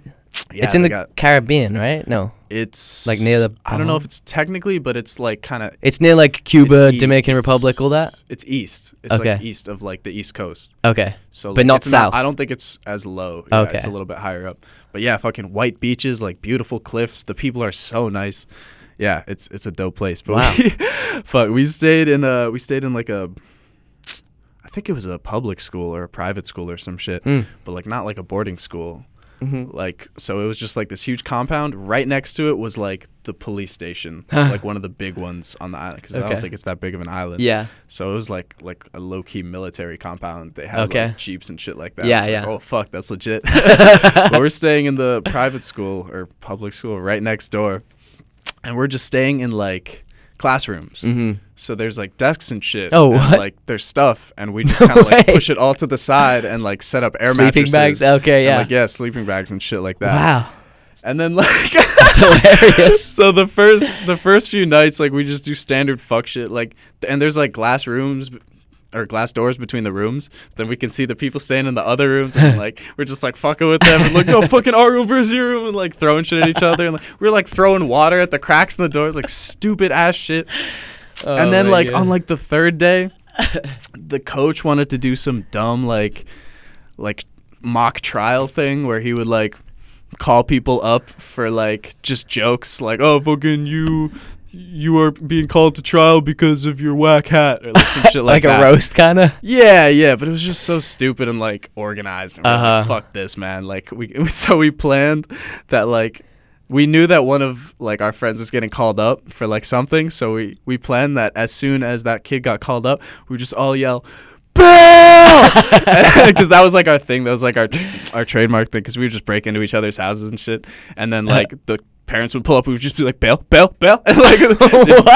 [SPEAKER 2] Yeah,
[SPEAKER 1] It's in
[SPEAKER 2] they
[SPEAKER 1] the
[SPEAKER 2] got-
[SPEAKER 1] Caribbean, right? No.
[SPEAKER 2] It's
[SPEAKER 1] Like near the
[SPEAKER 2] I don't know
[SPEAKER 1] Bahamas?
[SPEAKER 2] if it's technically, but it's like kind of
[SPEAKER 1] It's near like Cuba,
[SPEAKER 2] It's e-
[SPEAKER 1] Dominican
[SPEAKER 2] it's-
[SPEAKER 1] Republic, all that.
[SPEAKER 2] it's east. It's
[SPEAKER 1] Okay.
[SPEAKER 2] like east of like the east coast.
[SPEAKER 1] Okay.
[SPEAKER 2] So,
[SPEAKER 1] But
[SPEAKER 2] like,
[SPEAKER 1] not
[SPEAKER 2] it's not-
[SPEAKER 1] south.
[SPEAKER 2] I don't think it's as low. Yeah,
[SPEAKER 1] Okay.
[SPEAKER 2] it's a little bit higher up. But yeah, fucking white beaches, like beautiful cliffs. The people are so nice. Yeah, it's it's a dope place. But
[SPEAKER 1] Wow.
[SPEAKER 2] we, <laughs> fuck, we stayed in a we stayed in like a, I think it was a public school or a private school or some shit.
[SPEAKER 1] Mm.
[SPEAKER 2] But like not like a boarding school.
[SPEAKER 1] Mhm.
[SPEAKER 2] Like so, it was just like this huge compound. Right next to it was like the police station, like one of the big ones on the island. Because I
[SPEAKER 1] Okay.
[SPEAKER 2] don't think it's that big of an island.
[SPEAKER 1] Yeah.
[SPEAKER 2] So it was like like a low key military compound. They had
[SPEAKER 1] Okay.
[SPEAKER 2] like jeeps and shit like that.
[SPEAKER 1] Yeah,
[SPEAKER 2] I was like,
[SPEAKER 1] yeah.
[SPEAKER 2] Oh fuck,
[SPEAKER 1] <laughs>
[SPEAKER 2] that's legit. <laughs> but we're staying in the private school or public school right next door, and we're just staying in like classrooms.
[SPEAKER 1] Mhm.
[SPEAKER 2] So there's like desks and shit.
[SPEAKER 1] Oh,
[SPEAKER 2] and,
[SPEAKER 1] what?
[SPEAKER 2] like there's stuff,
[SPEAKER 1] <laughs>
[SPEAKER 2] and we just kind of like
[SPEAKER 1] way.
[SPEAKER 2] push it all to the side and like set up air
[SPEAKER 1] Sleeping
[SPEAKER 2] mattresses.
[SPEAKER 1] bags? Okay,
[SPEAKER 2] and,
[SPEAKER 1] yeah.
[SPEAKER 2] like yeah, sleeping bags and shit like that. <laughs>
[SPEAKER 1] Wow. <laughs>
[SPEAKER 2] And then like
[SPEAKER 1] That's
[SPEAKER 2] <laughs>
[SPEAKER 1] hilarious.
[SPEAKER 2] so the first the first few nights like we just do standard fuck shit like and there's like glass rooms b- or glass doors between the rooms then we can see the people staying in the other rooms and like we're just like fucking with them and like no fucking our room versus your room and like throwing shit at each other and like we're like throwing water at the cracks in the doors like stupid ass shit
[SPEAKER 1] Oh,
[SPEAKER 2] and then like on like the third day the coach wanted to do some dumb like like mock trial thing where he would like call people up for like just jokes like oh fucking you you are being called to trial because of your whack hat or like some
[SPEAKER 1] <laughs>
[SPEAKER 2] shit
[SPEAKER 1] like,
[SPEAKER 2] like, that.
[SPEAKER 1] a roast kind
[SPEAKER 2] <laughs>
[SPEAKER 1] of.
[SPEAKER 2] Yeah, yeah, but it was just so stupid and like organized. And we were like,
[SPEAKER 1] Uh-huh.
[SPEAKER 2] Fuck this, man! Like we, <laughs> so we planned that like we knew that one of like our friends was getting called up for like something, so we we planned that as soon as that kid got called up, we just all yell.
[SPEAKER 1] <laughs>
[SPEAKER 2] <laughs> Bill, because that was like our thing. That was like our our trademark thing. Because we would just break into each other's houses and shit. And then
[SPEAKER 1] Uh-huh.
[SPEAKER 2] like the parents would pull up. We would just be like, "Bail, bail, bail!" <laughs>
[SPEAKER 1] <laughs>
[SPEAKER 2] And like the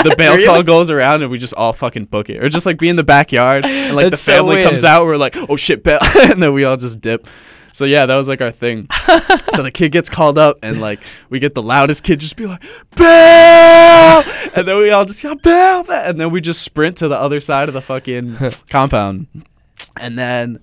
[SPEAKER 1] What?
[SPEAKER 2] bail
[SPEAKER 1] Really?
[SPEAKER 2] call goes around and we just all fucking book it. Or just like be in the backyard
[SPEAKER 1] <laughs>
[SPEAKER 2] and like
[SPEAKER 1] That's
[SPEAKER 2] the
[SPEAKER 1] so
[SPEAKER 2] family comes
[SPEAKER 1] weird.
[SPEAKER 2] out, we're like, oh shit, Bell. <laughs> and then we all just dip. So yeah, that was like
[SPEAKER 1] <laughs>
[SPEAKER 2] our thing. so the kid gets called up and like we get the loudest kid just be like, Bell! And then we all just yell, Bell! Bell!" And then we just sprint to the other side of
[SPEAKER 1] <laughs>
[SPEAKER 2] the fucking compound. And then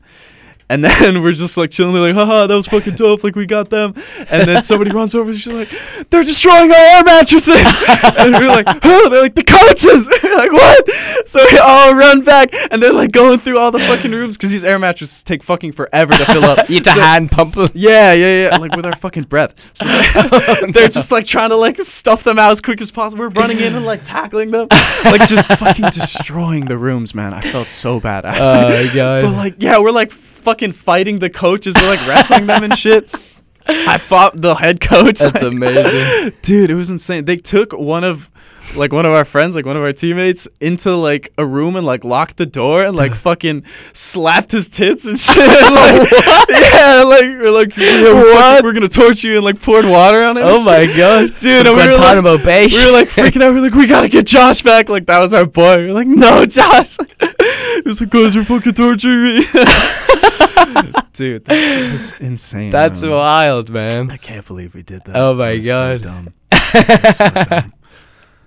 [SPEAKER 2] and then <laughs> we're just like chilling, like, haha, that was fucking dope. Like, we got them. And then somebody runs over and she's like, they're destroying our air mattresses. and we're like, oh, they're like, the coaches. <laughs> we're like, what? So we all run back and they're like going through all the fucking rooms because these air mattresses take fucking forever to fill
[SPEAKER 1] <laughs>
[SPEAKER 2] up.
[SPEAKER 1] You to
[SPEAKER 2] So-
[SPEAKER 1] hand pump them.
[SPEAKER 2] yeah, yeah, yeah. Like with our fucking breath. So
[SPEAKER 1] <laughs>
[SPEAKER 2] they're, they're <laughs> just like trying to like stuff them out as quick as possible. We're running in and like tackling them,
[SPEAKER 1] <laughs>
[SPEAKER 2] like just fucking destroying the rooms, man. I felt so bad after.
[SPEAKER 1] Oh, my God.
[SPEAKER 2] <laughs> But like, yeah, we're like fucking fighting the coaches. We're like wrestling them and shit. I fought the head
[SPEAKER 1] <laughs>
[SPEAKER 2] coach.
[SPEAKER 1] That's
[SPEAKER 2] like-
[SPEAKER 1] amazing.
[SPEAKER 2] dude it was insane they took one of like one of our friends like one of our teammates into like a room and like locked the door and like fucking slapped his tits and <laughs>
[SPEAKER 1] <laughs>
[SPEAKER 2] shit like, yeah like we're like yeah, we're, fucking- we're gonna torture you and like poured water on him and
[SPEAKER 1] Oh my
[SPEAKER 2] <laughs> shit.
[SPEAKER 1] god,
[SPEAKER 2] Dude,
[SPEAKER 1] Some
[SPEAKER 2] and we were like-
[SPEAKER 1] Guantanamo Bay.
[SPEAKER 2] we
[SPEAKER 1] <laughs>
[SPEAKER 2] were like freaking out. We were like, we gotta get Josh back. Like that was our boy. We were like, no, Josh. <laughs> it was like, guys, you're fucking torturing me. <laughs> Dude, that shit was insane.
[SPEAKER 1] That's
[SPEAKER 2] man.
[SPEAKER 1] wild, man.
[SPEAKER 2] I can't believe we did that.
[SPEAKER 1] Oh my
[SPEAKER 2] That was so
[SPEAKER 1] God. <laughs>
[SPEAKER 2] dumb. That was so dumb.
[SPEAKER 1] <laughs>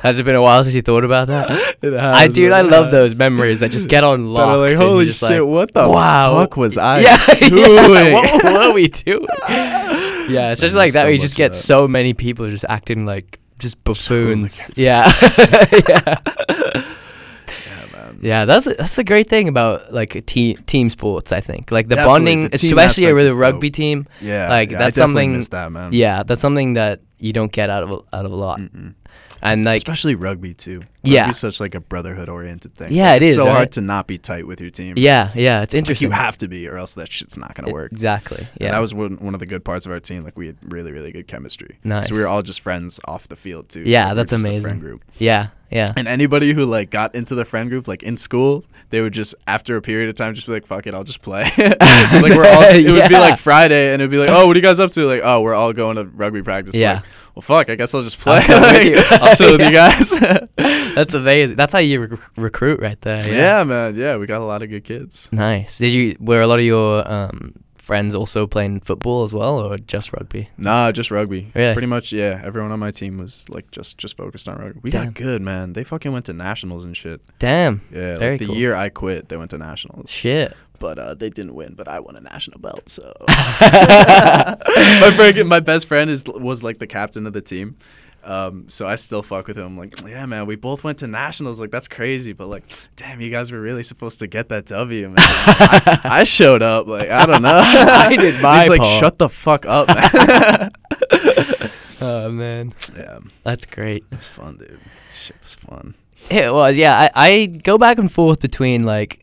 [SPEAKER 1] Has it been a while since you thought about
[SPEAKER 2] <laughs>
[SPEAKER 1] that?
[SPEAKER 2] It
[SPEAKER 1] I
[SPEAKER 2] has,
[SPEAKER 1] dude,
[SPEAKER 2] it
[SPEAKER 1] I love
[SPEAKER 2] has.
[SPEAKER 1] those memories that just
[SPEAKER 2] <laughs>
[SPEAKER 1] get on
[SPEAKER 2] That are
[SPEAKER 1] lock.
[SPEAKER 2] like, holy shit, what the
[SPEAKER 1] wow.
[SPEAKER 2] fuck was
[SPEAKER 1] <laughs>
[SPEAKER 2] I
[SPEAKER 1] yeah,
[SPEAKER 2] doing?
[SPEAKER 1] yeah, <laughs> what were we doing? yeah, it's just
[SPEAKER 2] There's
[SPEAKER 1] like that.
[SPEAKER 2] so
[SPEAKER 1] where you
[SPEAKER 2] much
[SPEAKER 1] just
[SPEAKER 2] of
[SPEAKER 1] get
[SPEAKER 2] that.
[SPEAKER 1] so many people just acting like
[SPEAKER 2] <laughs>
[SPEAKER 1] just <laughs> buffoons.
[SPEAKER 2] Just
[SPEAKER 1] yeah, yeah,
[SPEAKER 2] Yeah, man.
[SPEAKER 1] yeah. That's that's the great thing about like team team sports. I think like the
[SPEAKER 2] Definitely,
[SPEAKER 1] bonding,
[SPEAKER 2] the team
[SPEAKER 1] especially
[SPEAKER 2] aspect
[SPEAKER 1] with
[SPEAKER 2] is
[SPEAKER 1] a
[SPEAKER 2] dope. Um,
[SPEAKER 1] rugby team.
[SPEAKER 2] Yeah,
[SPEAKER 1] Like,
[SPEAKER 2] yeah,
[SPEAKER 1] that's
[SPEAKER 2] I definitely
[SPEAKER 1] something-
[SPEAKER 2] Miss that man.
[SPEAKER 1] Yeah, that's something that you don't get out of a- out of a lot.
[SPEAKER 2] Mm-mm.
[SPEAKER 1] And like,
[SPEAKER 2] Mm. especially rugby too.
[SPEAKER 1] Yeah.
[SPEAKER 2] Rugby's such like a brotherhood oriented thing.
[SPEAKER 1] Yeah, it
[SPEAKER 2] Like, it's
[SPEAKER 1] is,
[SPEAKER 2] so hard
[SPEAKER 1] right?
[SPEAKER 2] to not be tight with your team.
[SPEAKER 1] yeah, yeah, it's
[SPEAKER 2] Like,
[SPEAKER 1] interesting.
[SPEAKER 2] you have to be, or else that shit's not gonna work.
[SPEAKER 1] Exactly.
[SPEAKER 2] And
[SPEAKER 1] Yeah.
[SPEAKER 2] that was one, one of the good parts of our team. Like we had really, really good chemistry.
[SPEAKER 1] Nice.
[SPEAKER 2] So we were all just friends off the field too.
[SPEAKER 1] Yeah,
[SPEAKER 2] Like, we were
[SPEAKER 1] that's
[SPEAKER 2] just a
[SPEAKER 1] amazing.
[SPEAKER 2] friend group.
[SPEAKER 1] yeah. Yeah.
[SPEAKER 2] And anybody who like got into the friend group, like in school, they would just after a period of time just be like, "Fuck it, I'll just play." <laughs> it's like we're all. It would
[SPEAKER 1] <laughs>
[SPEAKER 2] be
[SPEAKER 1] Yeah.
[SPEAKER 2] like Friday, and it'd be like, "Oh, what are you guys up to?" Like, "Oh, we're all going to rugby practice."
[SPEAKER 1] Yeah.
[SPEAKER 2] Like, well, fuck. I guess I'll just play. <laughs>
[SPEAKER 1] come with
[SPEAKER 2] Like,
[SPEAKER 1] you. Oh,
[SPEAKER 2] I'll chill
[SPEAKER 1] <laughs>
[SPEAKER 2] with you guys. <laughs>
[SPEAKER 1] That's amazing. That's how you rec- recruit right there.
[SPEAKER 2] yeah. man. Yeah, we got a lot of good kids.
[SPEAKER 1] Nice. Did you were a lot of your um, friends also playing football as well, or just rugby?
[SPEAKER 2] Nah, just rugby.
[SPEAKER 1] Really?
[SPEAKER 2] Pretty much. Yeah, everyone on my team was like just just focused on rugby. We
[SPEAKER 1] Damn.
[SPEAKER 2] got good, man. They fucking went to nationals and shit.
[SPEAKER 1] Damn.
[SPEAKER 2] Yeah,
[SPEAKER 1] Very
[SPEAKER 2] like the
[SPEAKER 1] cool.
[SPEAKER 2] year I quit, they went to nationals. <laughs>
[SPEAKER 1] Shit.
[SPEAKER 2] but uh, they didn't win. But I won a national belt, so
[SPEAKER 1] <laughs>
[SPEAKER 2] my
[SPEAKER 1] my
[SPEAKER 2] friend, my best friend is was like the captain of the team. Um, so I still fuck with him. I'm like, yeah, man, we both went to nationals. Like that's crazy, but like, damn, you guys were really supposed to get that W, man. I, I showed up. Like I don't know.
[SPEAKER 1] <laughs> I did my
[SPEAKER 2] He's like,
[SPEAKER 1] part.
[SPEAKER 2] shut the fuck up. man."
[SPEAKER 1] <laughs>
[SPEAKER 2] <laughs>
[SPEAKER 1] Oh man,
[SPEAKER 2] yeah,
[SPEAKER 1] that's great.
[SPEAKER 2] it was fun, dude. Shit was fun.
[SPEAKER 1] It was, yeah. I, I go back and forth between like,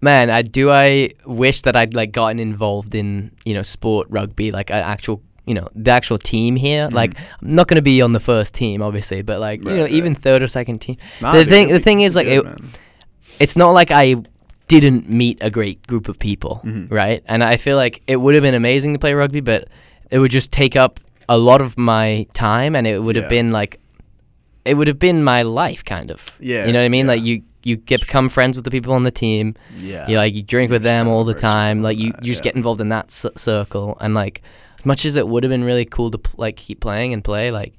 [SPEAKER 1] man, I do I wish that I'd like gotten involved in you know sport rugby, like an actual you know the actual team here. Like I'm not gonna be on the first team, obviously, but like
[SPEAKER 2] Mm-hmm. Right,
[SPEAKER 1] you know
[SPEAKER 2] right.
[SPEAKER 1] even third or second team.
[SPEAKER 2] Nah,
[SPEAKER 1] The
[SPEAKER 2] dude,
[SPEAKER 1] thing-
[SPEAKER 2] you'll
[SPEAKER 1] the
[SPEAKER 2] be-
[SPEAKER 1] thing
[SPEAKER 2] you'll
[SPEAKER 1] is,
[SPEAKER 2] be
[SPEAKER 1] like,
[SPEAKER 2] good,
[SPEAKER 1] it-
[SPEAKER 2] man.
[SPEAKER 1] It's not like I didn't meet a great group of people,
[SPEAKER 2] Mhm.
[SPEAKER 1] right? And I feel like it would have been amazing to play rugby, but it would just take up a lot of my time, and it would
[SPEAKER 2] Yeah.
[SPEAKER 1] have been like, it would have been my life, kind of.
[SPEAKER 2] yeah,
[SPEAKER 1] you know what I mean?
[SPEAKER 2] yeah,
[SPEAKER 1] Like you you get become friends with the people on the team.
[SPEAKER 2] yeah,
[SPEAKER 1] You like you drink with
[SPEAKER 2] Just
[SPEAKER 1] them
[SPEAKER 2] kinda
[SPEAKER 1] all the
[SPEAKER 2] immerse yourself
[SPEAKER 1] time.
[SPEAKER 2] in
[SPEAKER 1] Like you,
[SPEAKER 2] that,
[SPEAKER 1] you just
[SPEAKER 2] yeah.
[SPEAKER 1] get involved in that c- circle and like as much as it would have been really cool to pl- like keep playing and play like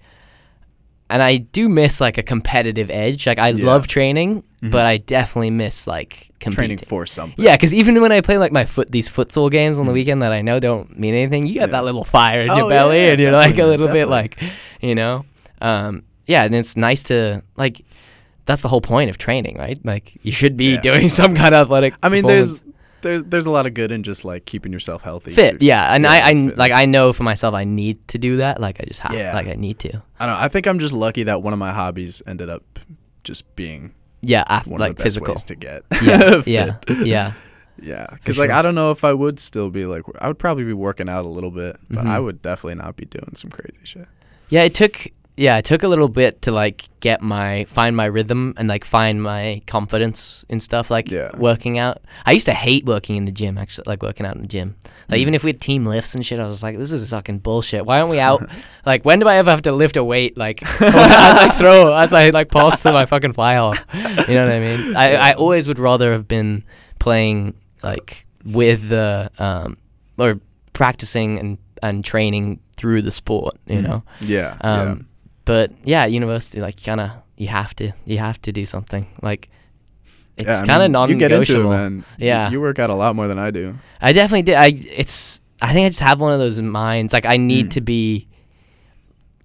[SPEAKER 1] and I do miss like a competitive edge. Like I
[SPEAKER 2] Yeah.
[SPEAKER 1] love training,
[SPEAKER 2] Mhm.
[SPEAKER 1] but I definitely miss like competing.
[SPEAKER 2] training for something.
[SPEAKER 1] Yeah, because even when I play like my foot these futsal games on the weekend that I know don't mean anything, you get
[SPEAKER 2] Mm-hmm. Yeah.
[SPEAKER 1] that little fire in
[SPEAKER 2] Oh,
[SPEAKER 1] your belly,
[SPEAKER 2] yeah,
[SPEAKER 1] and you're like a
[SPEAKER 2] definitely,
[SPEAKER 1] little bit like,
[SPEAKER 2] definitely.
[SPEAKER 1] you know, um, yeah. And it's nice to like. That's the whole point of training, right? Like you should be
[SPEAKER 2] Yeah.
[SPEAKER 1] doing <laughs> some kind of athletic.
[SPEAKER 2] I mean,
[SPEAKER 1] performance.
[SPEAKER 2] there's there's there's a lot of good in just like keeping yourself healthy.
[SPEAKER 1] fit,
[SPEAKER 2] through-
[SPEAKER 1] yeah. And
[SPEAKER 2] yeah,
[SPEAKER 1] I, I like
[SPEAKER 2] fitness.
[SPEAKER 1] I know for myself, I need to do that. Like I just have,
[SPEAKER 2] Yeah.
[SPEAKER 1] like I need to.
[SPEAKER 2] I don't know. I think I'm just lucky that one of my hobbies ended up just being
[SPEAKER 1] Yeah, ath-
[SPEAKER 2] one
[SPEAKER 1] like
[SPEAKER 2] of the best
[SPEAKER 1] physical.
[SPEAKER 2] ways to get. <laughs>
[SPEAKER 1] yeah,
[SPEAKER 2] fit.
[SPEAKER 1] yeah, yeah.
[SPEAKER 2] yeah. Because
[SPEAKER 1] For
[SPEAKER 2] like
[SPEAKER 1] sure.
[SPEAKER 2] I don't know if I would still be like I would probably be working out a little bit, but I
[SPEAKER 1] Mhm.
[SPEAKER 2] would definitely not be doing some crazy shit.
[SPEAKER 1] Yeah, it took yeah, it took a little bit to like get my find my rhythm and like find my confidence and stuff like
[SPEAKER 2] Yeah.
[SPEAKER 1] working out. I used to hate working in the gym actually, like working out in the gym. Like even if we had team lifts and shit, I was just like this is fucking bullshit. Why aren't we
[SPEAKER 2] <laughs>
[SPEAKER 1] out? like when do I ever have to lift a weight like <laughs> as I throw as I like pass to my fucking fly off. You know what I mean? I I always would rather have been playing like with the um or practicing and and training through the sport, you
[SPEAKER 2] Mhm.
[SPEAKER 1] know.
[SPEAKER 2] Yeah.
[SPEAKER 1] Um, But yeah, at university, like kind of, you have to, you have to do something. Like,
[SPEAKER 2] yeah.
[SPEAKER 1] it's
[SPEAKER 2] Yeah, I
[SPEAKER 1] kind of
[SPEAKER 2] mean, You get
[SPEAKER 1] non-negotiable.
[SPEAKER 2] into it, man. You-
[SPEAKER 1] Yeah.
[SPEAKER 2] You, work out a lot more than I do.
[SPEAKER 1] I definitely did. I it's. I think I just have one of those minds. Like I need
[SPEAKER 2] Mm.
[SPEAKER 1] to be.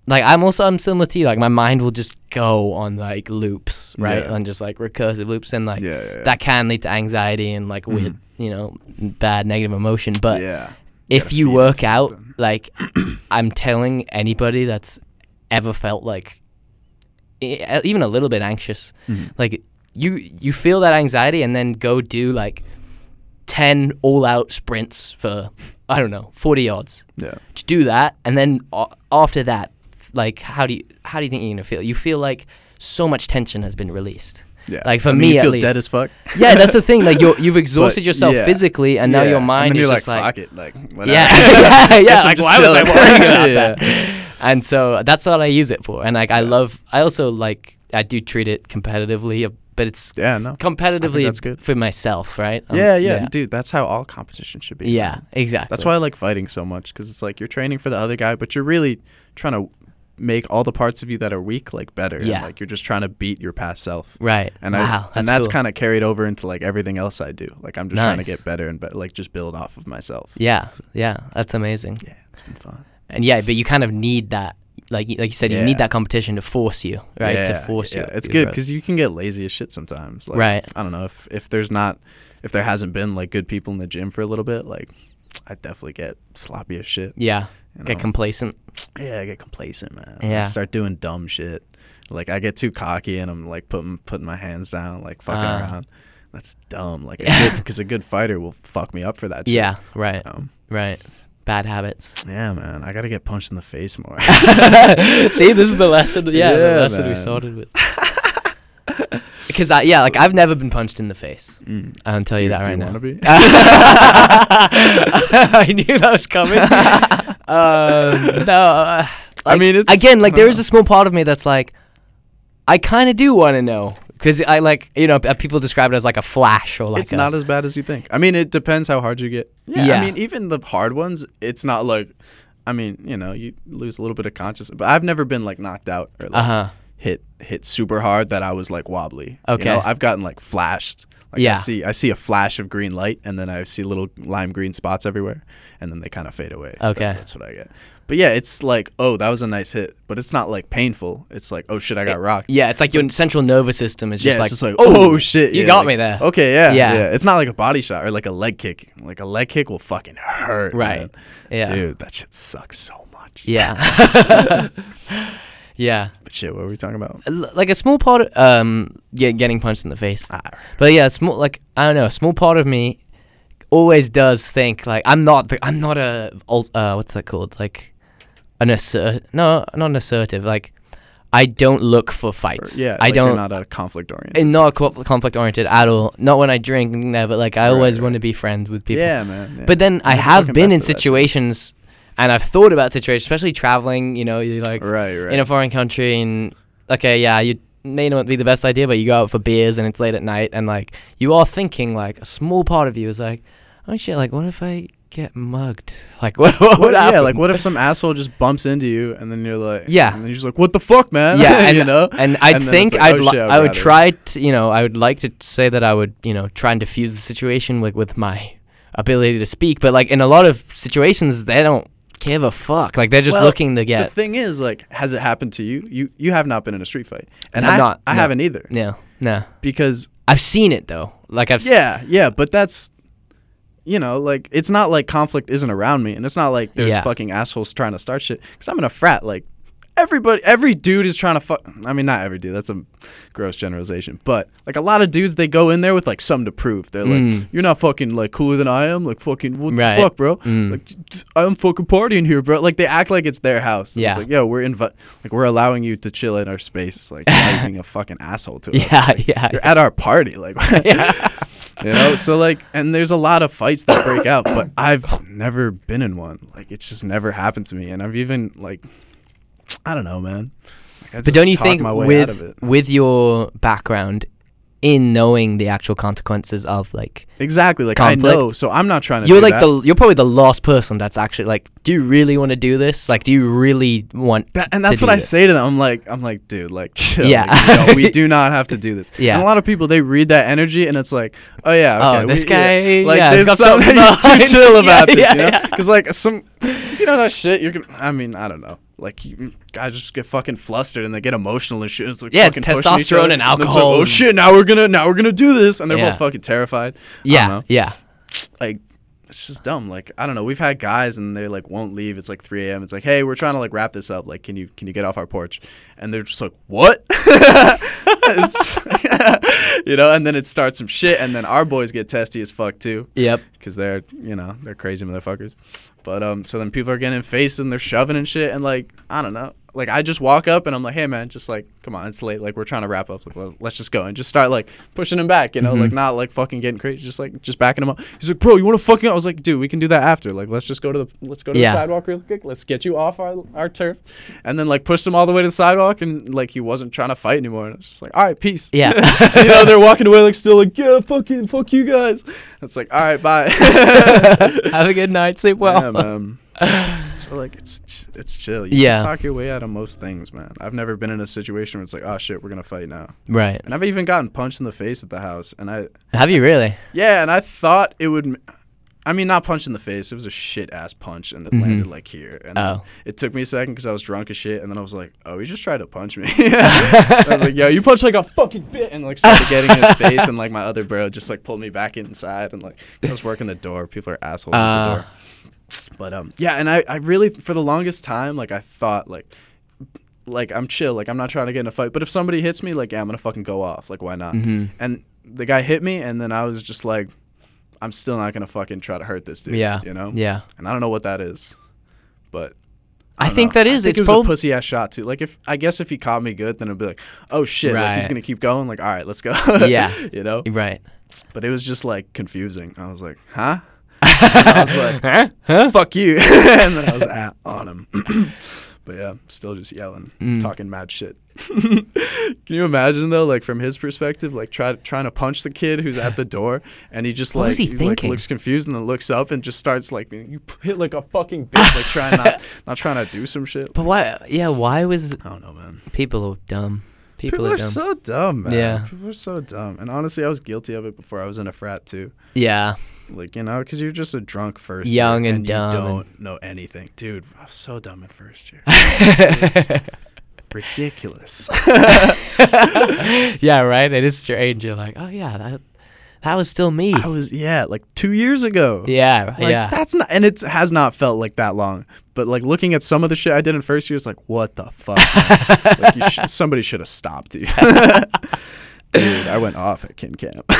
[SPEAKER 1] Like I'm also I'm similar to you. Like my mind will just go on like loops, right?
[SPEAKER 2] Yeah.
[SPEAKER 1] And just like recursive loops, and like
[SPEAKER 2] yeah. yeah, yeah.
[SPEAKER 1] that can lead to anxiety and like
[SPEAKER 2] Mhm.
[SPEAKER 1] weird, you know, bad negative emotion. But
[SPEAKER 2] yeah.
[SPEAKER 1] if
[SPEAKER 2] gotta
[SPEAKER 1] you
[SPEAKER 2] feed it
[SPEAKER 1] work
[SPEAKER 2] to
[SPEAKER 1] out
[SPEAKER 2] something.
[SPEAKER 1] <coughs> like i'm telling anybody that's ever felt like e- even a little bit anxious
[SPEAKER 2] Mhm.
[SPEAKER 1] like you you feel that anxiety and then go do like 10 all out sprints for i don't know 40 yards
[SPEAKER 2] Yeah.
[SPEAKER 1] just do that and then a- after that like how do you how do you think you're going to feel you feel like so much tension has been released
[SPEAKER 2] Yeah.
[SPEAKER 1] Like, for
[SPEAKER 2] I
[SPEAKER 1] me
[SPEAKER 2] mean, you
[SPEAKER 1] at
[SPEAKER 2] feel
[SPEAKER 1] least-
[SPEAKER 2] dead as fuck.
[SPEAKER 1] yeah that's the thing like you're,
[SPEAKER 2] <laughs>
[SPEAKER 1] you've exhausted yourself
[SPEAKER 2] yeah.
[SPEAKER 1] physically and now
[SPEAKER 2] Yeah,
[SPEAKER 1] your mind
[SPEAKER 2] and then
[SPEAKER 1] is
[SPEAKER 2] you're
[SPEAKER 1] just
[SPEAKER 2] like,
[SPEAKER 1] like
[SPEAKER 2] fuck it, like whatever.
[SPEAKER 1] yeah,
[SPEAKER 2] <laughs>
[SPEAKER 1] <laughs> yeah, yeah.
[SPEAKER 2] Guess I'm
[SPEAKER 1] Like,
[SPEAKER 2] just
[SPEAKER 1] why was I
[SPEAKER 2] chilling.
[SPEAKER 1] worrying about
[SPEAKER 2] <laughs>
[SPEAKER 1] <laughs>
[SPEAKER 2] Yeah.
[SPEAKER 1] that? And so that's what I use it for. And like, I love. I also like. I do treat it competitively, uh, but it's
[SPEAKER 2] Yeah, no.
[SPEAKER 1] competitively
[SPEAKER 2] that's good.
[SPEAKER 1] for myself, right? Um,
[SPEAKER 2] yeah, yeah, dude. That's how all competition should be.
[SPEAKER 1] Yeah, exactly.
[SPEAKER 2] That's why I like fighting so much because it's like you're training for the other guy, but you're really trying to make all the parts of you that are weak like better. and,
[SPEAKER 1] Yeah.
[SPEAKER 2] like you're just trying to beat your past self.
[SPEAKER 1] Right.
[SPEAKER 2] And
[SPEAKER 1] wow,
[SPEAKER 2] I
[SPEAKER 1] that's
[SPEAKER 2] and that's
[SPEAKER 1] cool.
[SPEAKER 2] kind of carried over into like everything else I do. Like I'm just trying to
[SPEAKER 1] Nice.
[SPEAKER 2] get better and be- like just build off of myself.
[SPEAKER 1] Yeah, yeah. That's amazing.
[SPEAKER 2] Yeah, it's been fun.
[SPEAKER 1] And yeah, but you kind of need that. Like, you- like you said, you
[SPEAKER 2] Yeah.
[SPEAKER 1] need that competition to force you, right? to
[SPEAKER 2] Yeah,
[SPEAKER 1] force you.
[SPEAKER 2] yeah. It's
[SPEAKER 1] your
[SPEAKER 2] good
[SPEAKER 1] growth.
[SPEAKER 2] because you can get lazy as shit sometimes. Like,
[SPEAKER 1] Right.
[SPEAKER 2] I don't know if if there's not if there hasn't been like good people in the gym for a little bit, like I definitely get sloppy as shit.
[SPEAKER 1] Yeah.
[SPEAKER 2] you
[SPEAKER 1] Get
[SPEAKER 2] know?
[SPEAKER 1] complacent.
[SPEAKER 2] Yeah, I get complacent, man. I
[SPEAKER 1] Yeah.
[SPEAKER 2] start doing dumb shit. Like I get too cocky and I'm like putting putting my hands down, like fucking
[SPEAKER 1] Ah.
[SPEAKER 2] around. That's dumb.
[SPEAKER 1] <laughs>
[SPEAKER 2] Like
[SPEAKER 1] Yeah.
[SPEAKER 2] because a good fighter will fuck me up for that. Shit.
[SPEAKER 1] Yeah. Right.
[SPEAKER 2] Um,
[SPEAKER 1] Right. Bad habits.
[SPEAKER 2] <laughs>
[SPEAKER 1] <laughs>
[SPEAKER 2] yeah, man. I gotta get punched in the face more.
[SPEAKER 1] See, this is the lesson. Yeah,
[SPEAKER 2] Yeah,
[SPEAKER 1] the lesson
[SPEAKER 2] man.
[SPEAKER 1] we started
[SPEAKER 2] <laughs>
[SPEAKER 1] with. Because I, yeah, like I've never been punched in the face.
[SPEAKER 2] Mm.
[SPEAKER 1] I'll tell you
[SPEAKER 2] Dude,
[SPEAKER 1] that
[SPEAKER 2] do
[SPEAKER 1] right
[SPEAKER 2] you
[SPEAKER 1] now.
[SPEAKER 2] wanna be?
[SPEAKER 1] <laughs>
[SPEAKER 2] <laughs>
[SPEAKER 1] I knew that was
[SPEAKER 2] <laughs>
[SPEAKER 1] coming. um, no, uh,
[SPEAKER 2] I
[SPEAKER 1] like,
[SPEAKER 2] mean, it's- uh-huh.
[SPEAKER 1] again, like
[SPEAKER 2] I
[SPEAKER 1] there
[SPEAKER 2] don't
[SPEAKER 1] is
[SPEAKER 2] know.
[SPEAKER 1] a small part of me that's like, I kind of do want to know because I like you know p- people describe it as like a flash or like
[SPEAKER 2] it's
[SPEAKER 1] a,
[SPEAKER 2] not as bad as you think. I mean, it depends how hard you get. Yeah.
[SPEAKER 1] Yeah.
[SPEAKER 2] I mean, even the hard ones, it's not like. I mean, you know, you lose a little bit of consciousness, but I've never been like knocked out or
[SPEAKER 1] uh
[SPEAKER 2] like
[SPEAKER 1] huh.
[SPEAKER 2] hit hit super hard that I was like wobbly. You
[SPEAKER 1] Okay.
[SPEAKER 2] know, I've gotten like flashed. Like
[SPEAKER 1] Yeah.
[SPEAKER 2] I see I see a flash of green light and then I see little lime green spots everywhere and then they kind of fade away. That-
[SPEAKER 1] Okay.
[SPEAKER 2] that's what I get. But yeah, it's like, oh, that was a nice hit, but it's not like painful. It's like, oh shit, I got rocked.
[SPEAKER 1] Yeah, it's like your central nervous system is just
[SPEAKER 2] yeah,
[SPEAKER 1] like,
[SPEAKER 2] it's just like, oh,
[SPEAKER 1] "Ooh,
[SPEAKER 2] shit,
[SPEAKER 1] you
[SPEAKER 2] yeah,
[SPEAKER 1] got
[SPEAKER 2] like,
[SPEAKER 1] me there.
[SPEAKER 2] Okay, yeah,
[SPEAKER 1] Yeah.
[SPEAKER 2] yeah, It's not like a body shot or like a leg kick. Like a leg kick will fucking hurt.
[SPEAKER 1] Right.
[SPEAKER 2] man.
[SPEAKER 1] Yeah.
[SPEAKER 2] Dude, that shit sucks so much. <laughs>
[SPEAKER 1] Yeah. yeah.
[SPEAKER 2] But shit, what were we talking about?
[SPEAKER 1] L- Like a small part of, um yeah, getting punched in the face.
[SPEAKER 2] Ah,
[SPEAKER 1] But yeah, small like I don't know, a small part of me always does think like I'm not the, I'm not a al- uh, what's that called? Like an assert no, not an assertive. Like I don't look for fights.
[SPEAKER 2] yeah,
[SPEAKER 1] I
[SPEAKER 2] like
[SPEAKER 1] don't
[SPEAKER 2] You're not a conflict oriented.
[SPEAKER 1] and not co- conflict oriented at all. Not when I drink, never. Like I
[SPEAKER 2] Right,
[SPEAKER 1] always
[SPEAKER 2] right.
[SPEAKER 1] want to be friends with people.
[SPEAKER 2] Yeah, man. yeah.
[SPEAKER 1] But then I
[SPEAKER 2] You're the
[SPEAKER 1] have
[SPEAKER 2] fucking
[SPEAKER 1] been
[SPEAKER 2] best
[SPEAKER 1] in
[SPEAKER 2] at that shit.
[SPEAKER 1] situations, and I've thought about situations, especially traveling. You know, you like
[SPEAKER 2] right, right.
[SPEAKER 1] in a foreign country, and okay, yeah, you may not be the best idea, but you go out for beers, and it's late at night, and like you are thinking, like a small part of you is like, oh shit, like what if I get mugged? <laughs> Like what? What,
[SPEAKER 2] what,
[SPEAKER 1] would happen?
[SPEAKER 2] yeah, like what if some asshole just bumps into you and then you're like,
[SPEAKER 1] Yeah.
[SPEAKER 2] and then you're just like, what the fuck,
[SPEAKER 1] <laughs>
[SPEAKER 2] man?
[SPEAKER 1] yeah, and,
[SPEAKER 2] <laughs> you know.
[SPEAKER 1] and I'd
[SPEAKER 2] And then
[SPEAKER 1] think
[SPEAKER 2] it's like,
[SPEAKER 1] I'd
[SPEAKER 2] oh,
[SPEAKER 1] li-
[SPEAKER 2] shit, I'm
[SPEAKER 1] I would
[SPEAKER 2] outta
[SPEAKER 1] try
[SPEAKER 2] here.
[SPEAKER 1] to you know I would like to say that I would you know try and diffuse the situation like with my ability to speak, but like in a lot of situations they don't give a fuck. Like they're just
[SPEAKER 2] Well,
[SPEAKER 1] looking to
[SPEAKER 2] The
[SPEAKER 1] get
[SPEAKER 2] thing is, like, has it happened to you? You you have not been in a street fight, and
[SPEAKER 1] I have
[SPEAKER 2] I
[SPEAKER 1] not,
[SPEAKER 2] I
[SPEAKER 1] no.
[SPEAKER 2] haven't either
[SPEAKER 1] no no.
[SPEAKER 2] because
[SPEAKER 1] I've seen it though. Like I've s-
[SPEAKER 2] yeah, yeah, but that's. You know, like it's not like conflict isn't around me, and it's not like there's
[SPEAKER 1] Yeah.
[SPEAKER 2] fucking assholes trying to start shit. Cause I'm in a frat, like everybody, every dude is trying to fuck. I mean, not every dude. That's a gross generalization, but like a lot of dudes, they go in there with like something to prove. They're like,
[SPEAKER 1] Mm.
[SPEAKER 2] "You're not fucking like cooler than I am. Like fucking what
[SPEAKER 1] Right.
[SPEAKER 2] the fuck, bro?
[SPEAKER 1] Mm.
[SPEAKER 2] Like t- t- I'm fucking partying here, bro. Like they act like it's their house. And It's
[SPEAKER 1] Yeah.
[SPEAKER 2] like yo, we're invi- like we're allowing you to chill in our space. Like you're
[SPEAKER 1] <laughs>
[SPEAKER 2] not being a fucking asshole to
[SPEAKER 1] <laughs>
[SPEAKER 2] us.
[SPEAKER 1] yeah yeah
[SPEAKER 2] You're at our party, like <laughs>
[SPEAKER 1] <laughs>
[SPEAKER 2] you know. So like, and there's a lot of fights that break out, but I've never been in one. Like it's just never happened to me, and I've even like, I don't know, man. Like, I
[SPEAKER 1] But
[SPEAKER 2] just
[SPEAKER 1] don't you
[SPEAKER 2] talk
[SPEAKER 1] think
[SPEAKER 2] my way out of
[SPEAKER 1] with
[SPEAKER 2] it.
[SPEAKER 1] with your background in knowing the actual consequences of like
[SPEAKER 2] exactly like I
[SPEAKER 1] conflict?
[SPEAKER 2] know, so I'm not trying to.
[SPEAKER 1] you're
[SPEAKER 2] do
[SPEAKER 1] like
[SPEAKER 2] that.
[SPEAKER 1] the you're probably the last person that's actually like do you really want to do this like do you really want
[SPEAKER 2] That, and
[SPEAKER 1] to
[SPEAKER 2] that's what
[SPEAKER 1] do
[SPEAKER 2] I
[SPEAKER 1] this?
[SPEAKER 2] say to them. I'm like, I'm like, dude, like, <laughs> chill.
[SPEAKER 1] Yeah.
[SPEAKER 2] Like, we, don't-
[SPEAKER 1] <laughs>
[SPEAKER 2] we do not have to do this.
[SPEAKER 1] Yeah.
[SPEAKER 2] And a lot of people they read that energy and it's like, oh yeah,
[SPEAKER 1] Oh,
[SPEAKER 2] okay,
[SPEAKER 1] this
[SPEAKER 2] we- yeah.
[SPEAKER 1] guy,
[SPEAKER 2] like,
[SPEAKER 1] yeah, he's
[SPEAKER 2] there's
[SPEAKER 1] got
[SPEAKER 2] something
[SPEAKER 1] something <laughs> behind.
[SPEAKER 2] he's too chill
[SPEAKER 1] Yeah,
[SPEAKER 2] about this,
[SPEAKER 1] yeah,
[SPEAKER 2] you know?
[SPEAKER 1] yeah.
[SPEAKER 2] Because like some, if you don't know shit, you're gonna. I mean, I don't know. Like you, guys just get fucking flustered and they get emotional and shit. It's like
[SPEAKER 1] Yeah, it's
[SPEAKER 2] fucking pushing each other.
[SPEAKER 1] testosterone and
[SPEAKER 2] it's
[SPEAKER 1] alcohol
[SPEAKER 2] like, oh
[SPEAKER 1] and-
[SPEAKER 2] shit, now we're gonna now we're gonna do this, and they're
[SPEAKER 1] Yeah.
[SPEAKER 2] both fucking terrified. I don't
[SPEAKER 1] yeah
[SPEAKER 2] know
[SPEAKER 1] yeah
[SPEAKER 2] like it's just dumb. Like I don't know. We've had guys and they like won't leave. It's like 3 a.m. It's like, hey, we're trying to like wrap this up. Like, can you can you get off our porch? And they're just like, what? <laughs> It's- <laughs> you know. And then it starts some shit. And then our boys get testy as fuck too,
[SPEAKER 1] yep
[SPEAKER 2] <laughs> because they're you know they're crazy motherfuckers. But um, so then people are getting in face and they're shoving and shit. And like I don't know. Like I just walk up and I'm like, hey man, just like come on, it's late. Like we're trying to wrap up. Like well, let's just go and just start like pushing him back. You know,
[SPEAKER 1] Mm-hmm.
[SPEAKER 2] like not like fucking getting crazy. Just like just backing him up. He's like, bro, you want to fucking? I was like, dude, we can do that after. Like let's just go to the let's go to
[SPEAKER 1] Yeah.
[SPEAKER 2] the sidewalk real quick. Let's get you off our our turf. And then like pushed him all the way to the sidewalk and like he wasn't trying to fight anymore. And I was just like, all right, peace.
[SPEAKER 1] yeah
[SPEAKER 2] <laughs>
[SPEAKER 1] <laughs>
[SPEAKER 2] you know, they're walking away like still like yeah, fucking fuck you guys. It's like all right,
[SPEAKER 1] <laughs>
[SPEAKER 2] bye.
[SPEAKER 1] have a good night sleep well
[SPEAKER 2] yeah, man.
[SPEAKER 1] <laughs>
[SPEAKER 2] so like it's ch- it's chill. You
[SPEAKER 1] Yeah.
[SPEAKER 2] can talk your way out of most things, man. I've never been in a situation where it's like, oh shit, we're gonna fight now.
[SPEAKER 1] <laughs> right
[SPEAKER 2] And I've even gotten punched in the face at the house, and I
[SPEAKER 1] have you
[SPEAKER 2] <laughs>
[SPEAKER 1] really
[SPEAKER 2] yeah, and I thought it would. m- I mean, not punched in the face. It was a shit ass punch, and it landed like here. And then
[SPEAKER 1] Mm-hmm. Oh.
[SPEAKER 2] it took me a second because I was drunk as shit, and then I was like, "Oh, he just tried to
[SPEAKER 1] <laughs>
[SPEAKER 2] punch me." <laughs> I was like, "Yo, you punched like a fucking bit," and like started getting in his face, and like my other bro just like pulled me back inside, and like I was working the door. People are assholes at
[SPEAKER 1] Uh.
[SPEAKER 2] the door. But um, yeah, and I, I really for the longest time, like I thought like. Like I'm chill, like I'm not trying to get in a fight. But if somebody hits me, like yeah, I'm gonna fucking go off. Like why not?
[SPEAKER 1] Mm-hmm.
[SPEAKER 2] And the guy hit me, and then I was just like, I'm still not gonna fucking try to hurt this dude.
[SPEAKER 1] yeah
[SPEAKER 2] you know.
[SPEAKER 1] yeah
[SPEAKER 2] And I don't know what that is, but
[SPEAKER 1] I,
[SPEAKER 2] don't
[SPEAKER 1] think
[SPEAKER 2] know.
[SPEAKER 1] that is
[SPEAKER 2] I
[SPEAKER 1] it's
[SPEAKER 2] think it was a
[SPEAKER 1] probably
[SPEAKER 2] pussy ass shot too. Like if I guess if he caught me good, then it'd be like, oh shit, like he's
[SPEAKER 1] Right.
[SPEAKER 2] gonna keep going. Like all right, let's go.
[SPEAKER 1] Yeah.
[SPEAKER 2] <laughs> you know.
[SPEAKER 1] right
[SPEAKER 2] But it was just like confusing. I was like, huh? And I was like,
[SPEAKER 1] huh <laughs> huh
[SPEAKER 2] fuck you. <laughs> and then I was at, on him. <clears throat> but yeah, still just yelling,
[SPEAKER 1] Mm.
[SPEAKER 2] talking mad shit. <laughs> Can you imagine though, like from his perspective, like try, trying to punch the kid who's at the door, and he just
[SPEAKER 1] What
[SPEAKER 2] like
[SPEAKER 1] was he
[SPEAKER 2] like
[SPEAKER 1] thinking?
[SPEAKER 2] looks confused and then looks up and just starts like being, you <laughs> p- hit like a fucking bitch,
[SPEAKER 1] <laughs>
[SPEAKER 2] like trying not not trying to do some shit.
[SPEAKER 1] but why yeah why was
[SPEAKER 2] I don't know, man.
[SPEAKER 1] people are dumb People,
[SPEAKER 2] People
[SPEAKER 1] are,
[SPEAKER 2] are
[SPEAKER 1] dumb.
[SPEAKER 2] so dumb, man.
[SPEAKER 1] Yeah.
[SPEAKER 2] People are so dumb. And honestly, I was guilty of it before I was in a frat too.
[SPEAKER 1] yeah.
[SPEAKER 2] Like, you know, because you're just a drunk first
[SPEAKER 1] Young
[SPEAKER 2] year
[SPEAKER 1] and
[SPEAKER 2] and,
[SPEAKER 1] dumb and-
[SPEAKER 2] You don't know anything. Dude, I was so dumb in first
[SPEAKER 1] <laughs>
[SPEAKER 2] year. It was ridiculous.
[SPEAKER 1] <laughs> yeah, right. It is strange. You're like, oh yeah, that that was still me.
[SPEAKER 2] I was, yeah, like two years ago.
[SPEAKER 1] <laughs> yeah,
[SPEAKER 2] Like,
[SPEAKER 1] yeah.
[SPEAKER 2] That's not, and it has not felt like that long. But like looking at some of the shit I did in first year, it's like, what the fuck? man?
[SPEAKER 1] <laughs>
[SPEAKER 2] like you sh- somebody should have stopped you. Dude, I went off at kin camp.
[SPEAKER 1] <laughs>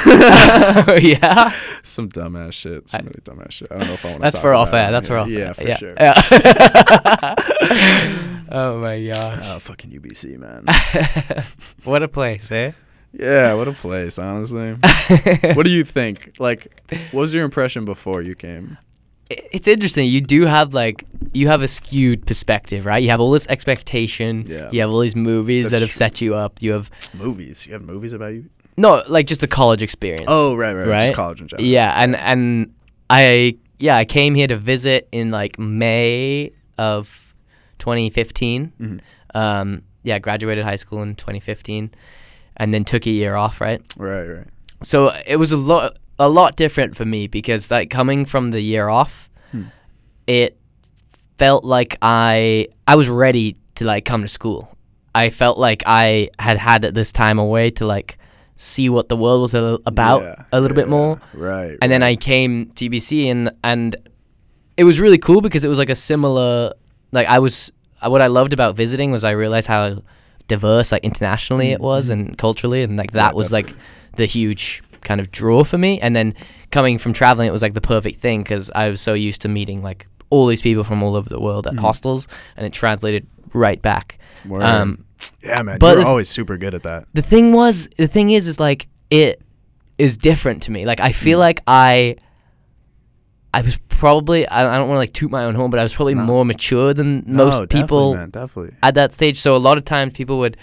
[SPEAKER 1] Oh, yeah.
[SPEAKER 2] some dumbass shit. Some really dumbass shit. I don't know if I want to.
[SPEAKER 1] That's
[SPEAKER 2] talk
[SPEAKER 1] for
[SPEAKER 2] about
[SPEAKER 1] off air.
[SPEAKER 2] it.
[SPEAKER 1] That's for off
[SPEAKER 2] Yeah,
[SPEAKER 1] air.
[SPEAKER 2] for
[SPEAKER 1] yeah. Uh,
[SPEAKER 2] sure. <laughs>
[SPEAKER 1] Yeah. <laughs> oh my gosh.
[SPEAKER 2] Oh, fucking UBC, man. Um,
[SPEAKER 1] <laughs> What a place, eh?
[SPEAKER 2] yeah, what a place, honestly. <laughs> what do you think? Like, what was your impression before you came?
[SPEAKER 1] I- <laughs> it's interesting. You do have like you have a skewed perspective, right? You have all this expectation.
[SPEAKER 2] Yeah.
[SPEAKER 1] You have all these movies that
[SPEAKER 2] That's
[SPEAKER 1] have
[SPEAKER 2] true.
[SPEAKER 1] set you up. You have
[SPEAKER 2] Movies. You had movies about you?
[SPEAKER 1] no, like just the college experience.
[SPEAKER 2] Oh, right, right, right.
[SPEAKER 1] Right?
[SPEAKER 2] Just college in general.
[SPEAKER 1] Yeah, and and I yeah I came here to visit in like May of 2015.
[SPEAKER 2] Mm-hmm.
[SPEAKER 1] Um, yeah, graduated high school in 2015, and then took a year off. Right,
[SPEAKER 2] Right, right.
[SPEAKER 1] so it was a lot a lot different for me because like coming from the year off,
[SPEAKER 2] Hmm.
[SPEAKER 1] it felt like I I was ready to like come to school. I felt like I had had this time away to like see what the world was a, about
[SPEAKER 2] Yeah,
[SPEAKER 1] a little bit
[SPEAKER 2] yeah,
[SPEAKER 1] more
[SPEAKER 2] Right.
[SPEAKER 1] and then I came to UBC and and it was really cool because it was like a similar like I was uh, what I loved about visiting was I realized how diverse like internationally
[SPEAKER 2] Mm,
[SPEAKER 1] it was
[SPEAKER 2] mm-hmm.
[SPEAKER 1] and culturally and like that was like the huge kind of draw for me and then coming from traveling it was like the perfect thing because I was so used to meeting like all these people from all over the world
[SPEAKER 2] Mm.
[SPEAKER 1] at hostels and it translated right back
[SPEAKER 2] Word.
[SPEAKER 1] um
[SPEAKER 2] yeah, man.
[SPEAKER 1] but
[SPEAKER 2] You're
[SPEAKER 1] if-
[SPEAKER 2] always super good at that.
[SPEAKER 1] the thing was the thing is is like it is different to me like i
[SPEAKER 2] Mm.
[SPEAKER 1] feel like i i was probably i, I don't want to like toot my own horn but i was probably more mature than most
[SPEAKER 2] No, definitely,
[SPEAKER 1] people
[SPEAKER 2] man, definitely.
[SPEAKER 1] at that stage so a lot of times people would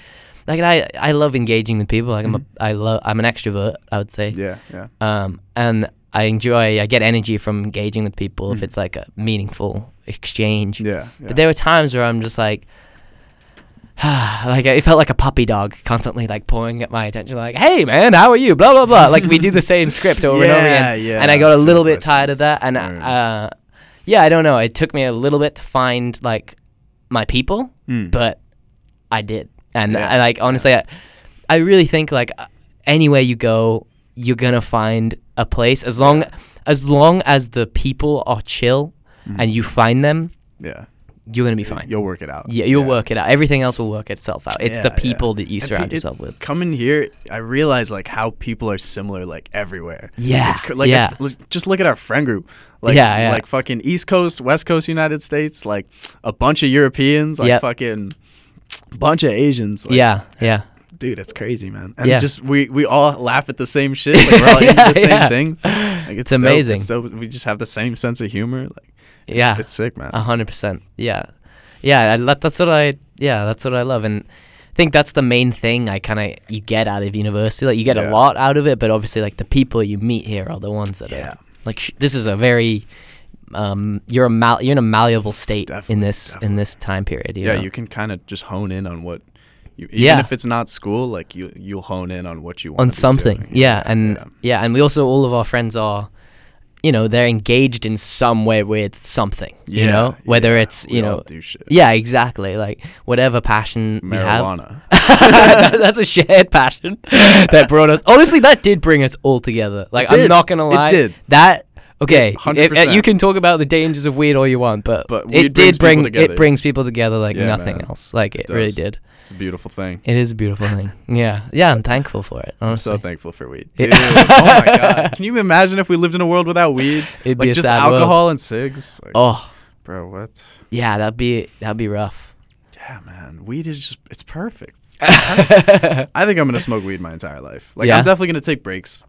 [SPEAKER 1] like and i i love engaging with people like i'm a i love i'm an extrovert i would say
[SPEAKER 2] Mm. Yeah, yeah.
[SPEAKER 1] um and i enjoy i get energy from engaging with people
[SPEAKER 2] Mm.
[SPEAKER 1] if it's like a meaningful exchange
[SPEAKER 2] Yeah. yeah.
[SPEAKER 1] but there were times where I'm just like, <sighs> like it felt like a puppy dog constantly like pawing at my attention, like, "Hey man, how are you?" Blah blah blah. like we do the same script over and over
[SPEAKER 2] <laughs> Yeah,
[SPEAKER 1] again,
[SPEAKER 2] yeah,
[SPEAKER 1] and I got a
[SPEAKER 2] same
[SPEAKER 1] little bit tired of that. And
[SPEAKER 2] questions.
[SPEAKER 1] uh, yeah, I don't know. It took me a little bit to find like my people,
[SPEAKER 2] Mm.
[SPEAKER 1] but I did. And
[SPEAKER 2] Yeah.
[SPEAKER 1] I, like honestly, I, I really think like uh, anywhere you go, you're gonna find a place as long as long as the people are chill
[SPEAKER 2] Mm-hmm.
[SPEAKER 1] and you find them.
[SPEAKER 2] mm, yeah.
[SPEAKER 1] You're gonna be fine.
[SPEAKER 2] You'll work it out.
[SPEAKER 1] Yeah, you'll work it out. Everything else will work itself out. It's the
[SPEAKER 2] Yeah, yeah.
[SPEAKER 1] people that you
[SPEAKER 2] And
[SPEAKER 1] surround
[SPEAKER 2] pe- it-
[SPEAKER 1] yourself with.
[SPEAKER 2] Coming here, I realize like how people are similar like everywhere.
[SPEAKER 1] Yeah,
[SPEAKER 2] it's cr- like
[SPEAKER 1] yeah.
[SPEAKER 2] it's- like, just look at our friend group. Like,
[SPEAKER 1] Yeah, yeah.
[SPEAKER 2] like fucking East Coast, West Coast, United States. Like a bunch of Europeans. Like
[SPEAKER 1] Yep.
[SPEAKER 2] fucking bunch of Asians. Like,
[SPEAKER 1] yeah, yeah,
[SPEAKER 2] dude, it's crazy, man. And
[SPEAKER 1] Yeah.
[SPEAKER 2] just we we all laugh at the same
[SPEAKER 1] <laughs>
[SPEAKER 2] shit. Like, we're all into
[SPEAKER 1] Yeah,
[SPEAKER 2] the same
[SPEAKER 1] yeah.
[SPEAKER 2] things. Like, it's, dope,
[SPEAKER 1] amazing.
[SPEAKER 2] It's dope. We just have the same sense of humor. Like it's,
[SPEAKER 1] yeah. Uh,
[SPEAKER 2] it's sick, man.
[SPEAKER 1] A hundred percent. Yeah, yeah. I, lo- that's what I. Yeah, that's what I love, and I think that's the main thing I kind of you get out of university. Like you get a
[SPEAKER 2] Yeah.
[SPEAKER 1] lot out of it, but obviously, like the people you meet here are the ones that
[SPEAKER 2] Yeah.
[SPEAKER 1] are like sh- this is a very. Um, you're a mal- you're in a malleable state in
[SPEAKER 2] Definitely,
[SPEAKER 1] this in this time period. You
[SPEAKER 2] yeah,
[SPEAKER 1] know?
[SPEAKER 2] you can kind of just hone in on what you even
[SPEAKER 1] Yeah.
[SPEAKER 2] if it's not school, like you you'll hone in on what you want
[SPEAKER 1] on something. yeah, and
[SPEAKER 2] yeah.
[SPEAKER 1] yeah. and we also all of our friends are, you know, they're engaged in some way with something. You
[SPEAKER 2] Yeah,
[SPEAKER 1] know, whether
[SPEAKER 2] yeah,
[SPEAKER 1] it's
[SPEAKER 2] we
[SPEAKER 1] you
[SPEAKER 2] all
[SPEAKER 1] know,
[SPEAKER 2] do shit.
[SPEAKER 1] yeah, exactly, like whatever passion we have.
[SPEAKER 2] marijuana.
[SPEAKER 1] That- <laughs> that's a shared passion <laughs> that brought us. Honestly, that did bring us all together. Like I'm
[SPEAKER 2] did.
[SPEAKER 1] not gonna
[SPEAKER 2] It
[SPEAKER 1] lie,
[SPEAKER 2] did.
[SPEAKER 1] that. Okay,
[SPEAKER 2] Yeah,
[SPEAKER 1] if- uh,
[SPEAKER 2] 100%.
[SPEAKER 1] you can talk about the dangers of weed all you want, but,
[SPEAKER 2] But
[SPEAKER 1] it did
[SPEAKER 2] weed brings people
[SPEAKER 1] bring
[SPEAKER 2] together.
[SPEAKER 1] it brings people together like
[SPEAKER 2] Yeah,
[SPEAKER 1] nothing
[SPEAKER 2] man.
[SPEAKER 1] else. Like it,
[SPEAKER 2] It
[SPEAKER 1] really
[SPEAKER 2] does.
[SPEAKER 1] did.
[SPEAKER 2] It's a beautiful thing.
[SPEAKER 1] It is a beautiful thing. Yeah, yeah, I'm thankful for it.
[SPEAKER 2] I'm
[SPEAKER 1] Honestly.
[SPEAKER 2] so thankful for weed. Dude, oh my
[SPEAKER 1] <laughs>
[SPEAKER 2] god! Can you imagine if we lived in a world without weed?
[SPEAKER 1] It'd
[SPEAKER 2] like
[SPEAKER 1] be a
[SPEAKER 2] just
[SPEAKER 1] sad world.
[SPEAKER 2] alcohol and cigs. Like,
[SPEAKER 1] Oh,
[SPEAKER 2] bro, what?
[SPEAKER 1] Yeah, that'd be that'd be
[SPEAKER 2] <laughs>
[SPEAKER 1] rough.
[SPEAKER 2] Yeah, man, weed is just—it's perfect. It's perfect.
[SPEAKER 1] Mm-hmm.
[SPEAKER 2] I think I'm gonna smoke weed my entire life. Like,
[SPEAKER 1] Yeah? Mm-hmm.
[SPEAKER 2] I'm definitely gonna take breaks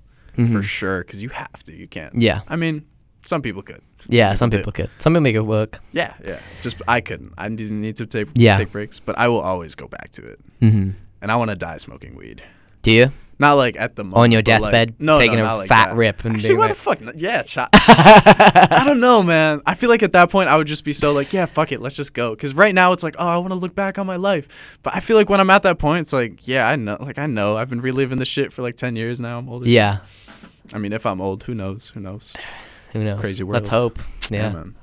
[SPEAKER 2] for sure because you have to. You can't.
[SPEAKER 1] Yeah.
[SPEAKER 2] I mean, some people could.
[SPEAKER 1] Yeah, some people
[SPEAKER 2] People
[SPEAKER 1] could. Some people make it work.
[SPEAKER 2] Yeah, yeah. Just I couldn't. I didn't need to take
[SPEAKER 1] Yeah.
[SPEAKER 2] take breaks, but I will always go back to it.
[SPEAKER 1] Mm-hmm.
[SPEAKER 2] And I want to die smoking weed.
[SPEAKER 1] Do you?
[SPEAKER 2] Not like at the moment.
[SPEAKER 1] on your
[SPEAKER 2] but, like-
[SPEAKER 1] deathbed,
[SPEAKER 2] no,
[SPEAKER 1] taking
[SPEAKER 2] no,
[SPEAKER 1] a
[SPEAKER 2] not like
[SPEAKER 1] fat
[SPEAKER 2] that.
[SPEAKER 1] rip and
[SPEAKER 2] Actually,
[SPEAKER 1] being
[SPEAKER 2] why
[SPEAKER 1] like,
[SPEAKER 2] the fuck? not? Yeah, shot. I don't know, man. I feel like at that point I would just be so like, yeah, fuck it, let's just go. Because right now it's like, oh, I want to look back on my life. But I feel like when I'm at that point, it's like, yeah, I know, like I know, I've been reliving this shit for like ten years now. I'm old.
[SPEAKER 1] <laughs>
[SPEAKER 2] as
[SPEAKER 1] yeah,
[SPEAKER 2] shit. I mean, if I'm old, who knows? Who knows?
[SPEAKER 1] who knows?
[SPEAKER 2] Crazy
[SPEAKER 1] Let's
[SPEAKER 2] world.
[SPEAKER 1] hope. Yeah,
[SPEAKER 2] man.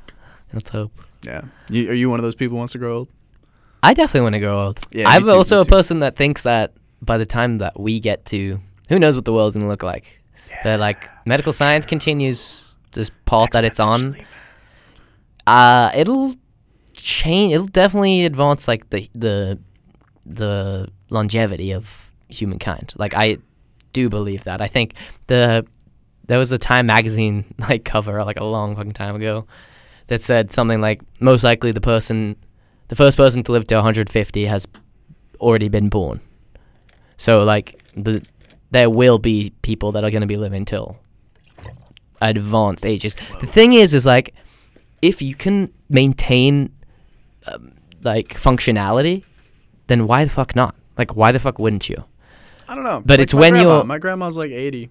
[SPEAKER 1] let's hope.
[SPEAKER 2] Yeah. You, are you one of those people who wants to grow old?
[SPEAKER 1] I definitely want to grow old.
[SPEAKER 2] Yeah, me
[SPEAKER 1] I'm
[SPEAKER 2] too,
[SPEAKER 1] also
[SPEAKER 2] me
[SPEAKER 1] a
[SPEAKER 2] too.
[SPEAKER 1] person that thinks that by the time that we get to, who knows what the world's gonna look like. But like medical science continues this path that it's on. Uh, it'll change. It'll definitely advance like the the the longevity of humankind. Like I do believe that. I think the there was a Time magazine <laughs> like cover like a long fucking time ago that said something like most likely the person the first person to live to 150 has already been born. So like the there will be people that are going to be living till advanced ages. The thing is is like if you can maintain um, like functionality, then why the fuck not? Like why the fuck wouldn't you?
[SPEAKER 2] I don't know.
[SPEAKER 1] But
[SPEAKER 2] Like
[SPEAKER 1] it's
[SPEAKER 2] my
[SPEAKER 1] when
[SPEAKER 2] grandma.
[SPEAKER 1] you're-
[SPEAKER 2] My grandma's like 80,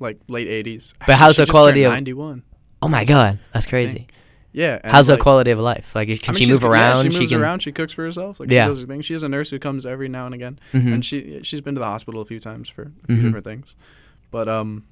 [SPEAKER 2] like late 80s.
[SPEAKER 1] But how's
[SPEAKER 2] she
[SPEAKER 1] her
[SPEAKER 2] just turned
[SPEAKER 1] quality of-
[SPEAKER 2] 91?
[SPEAKER 1] Oh my god, that's crazy.
[SPEAKER 2] Yeah. and,
[SPEAKER 1] How's her
[SPEAKER 2] like,
[SPEAKER 1] quality of life? Like can
[SPEAKER 2] I mean,
[SPEAKER 1] she
[SPEAKER 2] she's
[SPEAKER 1] move
[SPEAKER 2] good- yeah,
[SPEAKER 1] around?
[SPEAKER 2] she moves
[SPEAKER 1] can
[SPEAKER 2] around. She cooks for herself. Like
[SPEAKER 1] Yeah.
[SPEAKER 2] she does her thing. She has a nurse who comes every now and again,
[SPEAKER 1] Mhm.
[SPEAKER 2] and she she's been to the hospital a few times for a few
[SPEAKER 1] Mhm.
[SPEAKER 2] different things. But um,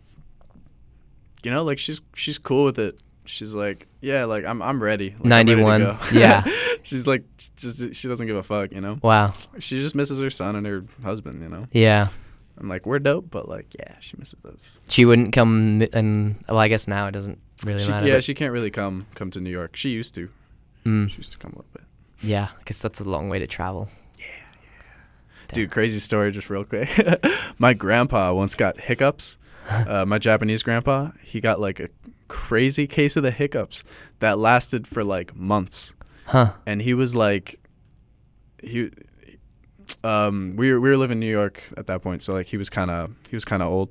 [SPEAKER 2] you know, like she's she's cool with it. She's like, yeah, like I'm I'm ready. Like, I'm ready to
[SPEAKER 1] 91,
[SPEAKER 2] go.
[SPEAKER 1] yeah.
[SPEAKER 2] <laughs> she's like, just she doesn't give a fuck. You know,
[SPEAKER 1] Wow.
[SPEAKER 2] she just misses her son and her husband. You know,
[SPEAKER 1] Yeah.
[SPEAKER 2] and like we're dope, but like yeah, she misses those.
[SPEAKER 1] She wouldn't come and well I guess now it doesn't really
[SPEAKER 2] She,
[SPEAKER 1] matter.
[SPEAKER 2] yeah,
[SPEAKER 1] but-
[SPEAKER 2] she can't really come come to New York. She used to.
[SPEAKER 1] mm.
[SPEAKER 2] She used to come a little bit.
[SPEAKER 1] Yeah, because that's a long way to travel.
[SPEAKER 2] Dude, crazy story just real quick. <laughs> my grandpa once got hiccups. Uh, my Japanese grandpa, he got like a crazy case of the hiccups that lasted for like months.
[SPEAKER 1] <laughs> Huh.
[SPEAKER 2] And he was like, he, um, we were, we were living in New York at that point. So like he was kind of, he was kind of old.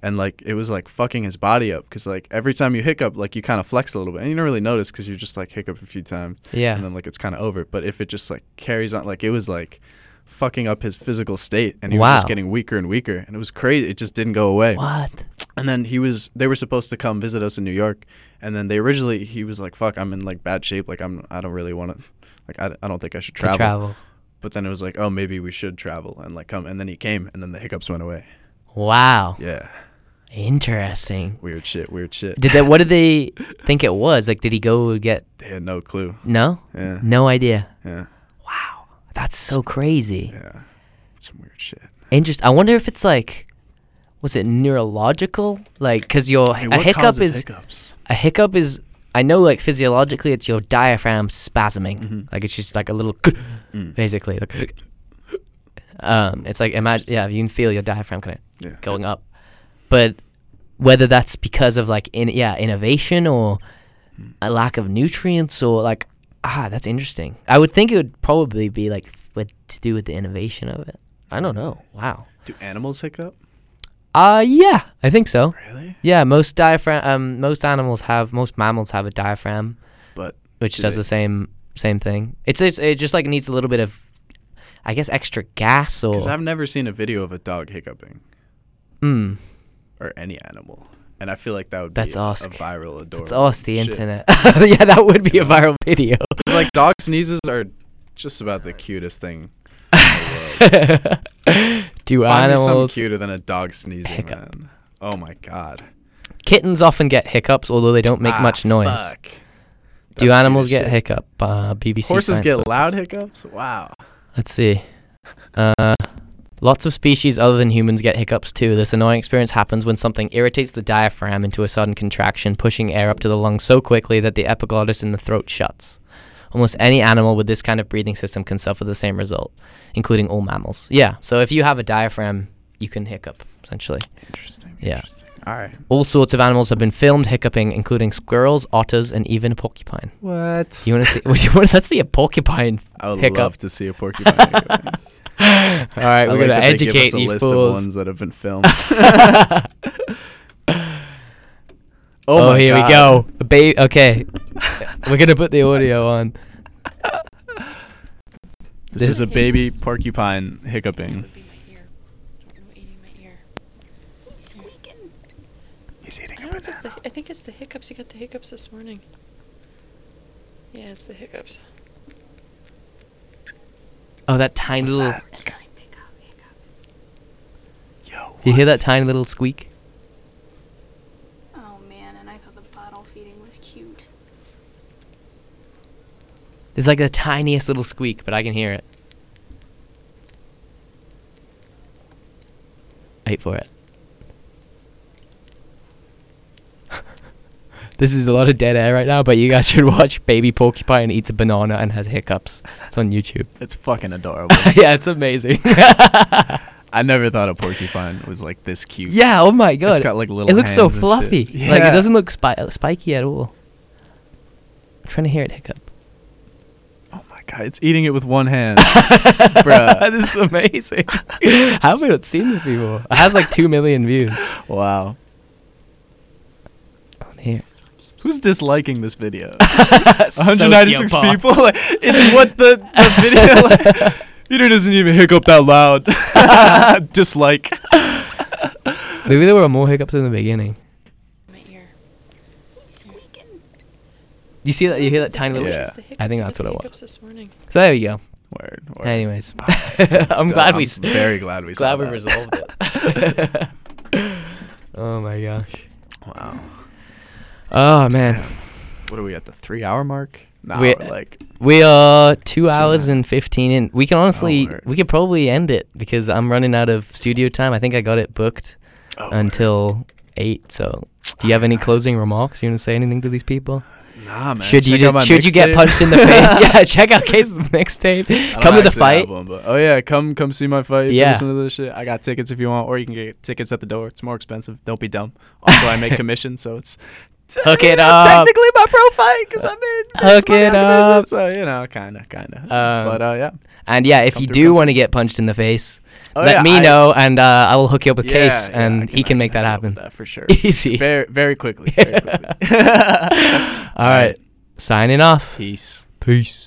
[SPEAKER 2] And like it was like fucking his body up because like every time you hiccup, like you kind of flex a little bit and you don't really notice because you just like hiccup a few times
[SPEAKER 1] Yeah.
[SPEAKER 2] and then like it's kind of over. But if it just like carries on, like it was like fucking up his physical state, and he was just
[SPEAKER 1] Wow.
[SPEAKER 2] getting weaker and weaker, and it was crazy. It just didn't go away.
[SPEAKER 1] What?
[SPEAKER 2] And then he was, they were supposed to come visit us in New York, and then they originally he was like, "Fuck, I'm in like bad shape. Like I'm, I don't really want to." Like I, I don't think I should
[SPEAKER 1] Travel.
[SPEAKER 2] travel. But then it was like, oh, maybe we should travel and like come. And then he came, and then the hiccups went away.
[SPEAKER 1] Wow.
[SPEAKER 2] Yeah,
[SPEAKER 1] Interesting.
[SPEAKER 2] weird shit, weird shit.
[SPEAKER 1] Did that? What did they
[SPEAKER 2] <laughs>
[SPEAKER 1] think it was? Like, did he go get?
[SPEAKER 2] They had no clue.
[SPEAKER 1] No.
[SPEAKER 2] Yeah,
[SPEAKER 1] No idea.
[SPEAKER 2] yeah,
[SPEAKER 1] That's so crazy.
[SPEAKER 2] yeah. Some weird shit.
[SPEAKER 1] Interesting. I wonder if it's like, was it neurological? Like, cause your
[SPEAKER 2] Hey,
[SPEAKER 1] a
[SPEAKER 2] what
[SPEAKER 1] hiccup
[SPEAKER 2] causes
[SPEAKER 1] is
[SPEAKER 2] hiccups?
[SPEAKER 1] a hiccup is. I know, like physiologically, it's your diaphragm spasming.
[SPEAKER 2] Mm-hmm.
[SPEAKER 1] Like it's just like a little, basically. Like, um, it's like imagine, yeah, you can feel your diaphragm kind of
[SPEAKER 2] Yeah.
[SPEAKER 1] going up. But whether that's because of like in yeah innovation or a lack of nutrients or like ah that's interesting. I would think it would probably be like what to do with the innovation of it. I don't know. Wow.
[SPEAKER 2] Do animals hiccup?
[SPEAKER 1] Uh yeah, I think so.
[SPEAKER 2] Really?
[SPEAKER 1] Yeah, most diaphragm um most animals have most mammals have a diaphragm
[SPEAKER 2] But
[SPEAKER 1] which
[SPEAKER 2] Do
[SPEAKER 1] does
[SPEAKER 2] they?
[SPEAKER 1] the same same thing. It's, it's it just like needs a little bit of I guess extra gas or
[SPEAKER 2] Because I've never seen a video of a dog hiccuping
[SPEAKER 1] mm,
[SPEAKER 2] or any animal, and I feel like that would
[SPEAKER 1] That's
[SPEAKER 2] be
[SPEAKER 1] us.
[SPEAKER 2] a viral adorable.
[SPEAKER 1] it's us the
[SPEAKER 2] shit.
[SPEAKER 1] internet. <laughs> yeah, that would be a viral video.
[SPEAKER 2] <laughs> It's like dog sneezes are just about the cutest thing.
[SPEAKER 1] <laughs> <laughs> Do
[SPEAKER 2] Find me something
[SPEAKER 1] animals
[SPEAKER 2] cuter than a dog sneezing,
[SPEAKER 1] Hiccup.
[SPEAKER 2] man. Oh my god.
[SPEAKER 1] kittens often get hiccups, although they don't make
[SPEAKER 2] Ah,
[SPEAKER 1] much noise.
[SPEAKER 2] fuck.
[SPEAKER 1] Do
[SPEAKER 2] That's cute
[SPEAKER 1] animals
[SPEAKER 2] as
[SPEAKER 1] get
[SPEAKER 2] shit.
[SPEAKER 1] hiccup? Uh, BBC.
[SPEAKER 2] Horses
[SPEAKER 1] Science
[SPEAKER 2] get
[SPEAKER 1] focus.
[SPEAKER 2] loud hiccups. Wow.
[SPEAKER 1] Let's see. Uh, lots of species other than humans get hiccups too. This annoying experience happens when something irritates the diaphragm into a sudden contraction, pushing air up to the lungs so quickly that the epiglottis in the throat shuts. Almost any animal with this kind of breathing system can suffer the same result, including all mammals. Yeah, so if you have a diaphragm, you can hiccup, essentially.
[SPEAKER 2] Interesting.
[SPEAKER 1] Yeah. Oh.
[SPEAKER 2] Interesting. All right.
[SPEAKER 1] All sorts of animals have been filmed hiccuping, including squirrels, otters, and even a porcupine.
[SPEAKER 2] What?
[SPEAKER 1] Do you want to see? <laughs> Would you want to see a porcupine?
[SPEAKER 2] I would
[SPEAKER 1] hiccup.
[SPEAKER 2] love to see
[SPEAKER 1] <laughs>
[SPEAKER 2] a porcupine. hiccuping.
[SPEAKER 1] All right, we're
[SPEAKER 2] I like
[SPEAKER 1] gonna
[SPEAKER 2] that they give
[SPEAKER 1] educate
[SPEAKER 2] us a
[SPEAKER 1] you
[SPEAKER 2] list of
[SPEAKER 1] fools.
[SPEAKER 2] ones that have
[SPEAKER 1] <laughs>
[SPEAKER 2] been filmed.
[SPEAKER 1] Oh,
[SPEAKER 2] my
[SPEAKER 1] here
[SPEAKER 2] God.
[SPEAKER 1] we go. A ba- okay. We're going to put the <laughs> audio on.
[SPEAKER 2] This,
[SPEAKER 1] This-
[SPEAKER 2] is a baby porcupine hiccuping.
[SPEAKER 3] would be my ear. It would be eating my ear. think it's the I think it's the hiccups. You got the hiccups this morning. Yeah, it's the hiccups.
[SPEAKER 1] Oh, that tiny little.
[SPEAKER 2] Yo.
[SPEAKER 1] You hear that tiny little squeak?
[SPEAKER 4] Oh man, and I thought the bottle feeding was cute.
[SPEAKER 1] It's like the tiniest little squeak, but I can hear it. Wait for it. <laughs> this is a lot of dead air right now, but you guys <laughs> should watch Baby Porcupine eats a banana and has hiccups. It's on YouTube. <laughs>
[SPEAKER 2] It's fucking adorable.
[SPEAKER 1] yeah, it's
[SPEAKER 2] <laughs>
[SPEAKER 1] amazing.
[SPEAKER 2] I never thought a porcupine was like this cute.
[SPEAKER 1] yeah, oh my god.
[SPEAKER 2] It's got like little
[SPEAKER 1] it looks so
[SPEAKER 2] hands and
[SPEAKER 1] fluffy.
[SPEAKER 2] shit.
[SPEAKER 1] Like it
[SPEAKER 2] Yeah.
[SPEAKER 1] doesn't look spi- spiky at all. I'm trying to hear it hiccup.
[SPEAKER 2] Oh my god, it's eating it with
[SPEAKER 1] <laughs>
[SPEAKER 2] one hand.
[SPEAKER 1] Bruh. <laughs>
[SPEAKER 2] Bruh.
[SPEAKER 1] this is amazing. <laughs> How have we not seen this before? It has like 2 million views.
[SPEAKER 2] wow.
[SPEAKER 1] On <laughs> here.
[SPEAKER 2] Who's disliking
[SPEAKER 1] <laughs>
[SPEAKER 2] this video?
[SPEAKER 1] 196
[SPEAKER 2] 196 people. Like, it's what the, the
[SPEAKER 1] <laughs>
[SPEAKER 2] video. Like, Peter doesn't even hiccup that loud. <laughs> Dislike.
[SPEAKER 1] Maybe there were more hiccups in the beginning.
[SPEAKER 3] My ear.
[SPEAKER 4] He's squeaking.
[SPEAKER 1] You see that? You hear that tiny little.
[SPEAKER 2] Yeah.
[SPEAKER 3] It's the hiccups.
[SPEAKER 1] I think
[SPEAKER 3] You got
[SPEAKER 1] that's what
[SPEAKER 3] the
[SPEAKER 1] I want.
[SPEAKER 3] Hiccups this morning.
[SPEAKER 1] So there you go.
[SPEAKER 2] Word. word.
[SPEAKER 1] Anyways, <laughs> I'm glad we s-
[SPEAKER 2] I'm
[SPEAKER 1] <laughs>
[SPEAKER 2] very glad we saw
[SPEAKER 1] glad we
[SPEAKER 2] that.
[SPEAKER 1] resolved it. oh my gosh.
[SPEAKER 2] <laughs> Wow.
[SPEAKER 1] <laughs> Oh man,
[SPEAKER 2] What are we at the three hour mark? Nah,
[SPEAKER 1] We-
[SPEAKER 2] we're like
[SPEAKER 1] we are two hours Oh,
[SPEAKER 2] hours.
[SPEAKER 1] and fifteen in. We can honestly,
[SPEAKER 2] word.
[SPEAKER 1] we could probably end it because I'm running out of studio time. I think I got it booked
[SPEAKER 2] oh,
[SPEAKER 1] until eight. So, do you have any closing remarks? You want to say anything to these people?
[SPEAKER 2] word. Nah, man.
[SPEAKER 1] should you
[SPEAKER 2] check out my
[SPEAKER 1] just, should you get
[SPEAKER 2] mixtape.
[SPEAKER 1] punched in the
[SPEAKER 2] <laughs>
[SPEAKER 1] face? yeah, check out Case's
[SPEAKER 2] I
[SPEAKER 1] mixtape.
[SPEAKER 2] don't
[SPEAKER 1] Come to the
[SPEAKER 2] actually have
[SPEAKER 1] fight.
[SPEAKER 2] one, but- oh yeah, come come see my fight.
[SPEAKER 1] Yeah.
[SPEAKER 2] Yeah. Listen to this shit. I got tickets if you want, or you can get tickets at the door. It's more expensive. Don't be dumb. Also,
[SPEAKER 1] <laughs>
[SPEAKER 2] I make commission, so it's
[SPEAKER 1] Hook it
[SPEAKER 2] <laughs> technically
[SPEAKER 1] up.
[SPEAKER 2] my pro fight because I made this
[SPEAKER 1] Hook
[SPEAKER 2] money
[SPEAKER 1] it
[SPEAKER 2] on commission,
[SPEAKER 1] up.
[SPEAKER 2] So you know, kind of, kind of.
[SPEAKER 1] Um,
[SPEAKER 2] but uh, yeah.
[SPEAKER 1] And yeah, if
[SPEAKER 2] Come
[SPEAKER 1] you
[SPEAKER 2] through,
[SPEAKER 1] do
[SPEAKER 2] come
[SPEAKER 1] want to get punched in the face,
[SPEAKER 2] Oh,
[SPEAKER 1] let
[SPEAKER 2] yeah,
[SPEAKER 1] me
[SPEAKER 2] I-
[SPEAKER 1] know, and uh, I will hook you up with
[SPEAKER 2] Yeah,
[SPEAKER 1] Case,
[SPEAKER 2] yeah,
[SPEAKER 1] and
[SPEAKER 2] I
[SPEAKER 1] he can make that
[SPEAKER 2] help
[SPEAKER 1] happen.
[SPEAKER 2] with That for sure.
[SPEAKER 1] <laughs> Easy.
[SPEAKER 2] very
[SPEAKER 1] <laughs>
[SPEAKER 2] very quickly. Very quickly. <laughs>
[SPEAKER 1] All right, signing off.
[SPEAKER 2] Peace.
[SPEAKER 1] Peace.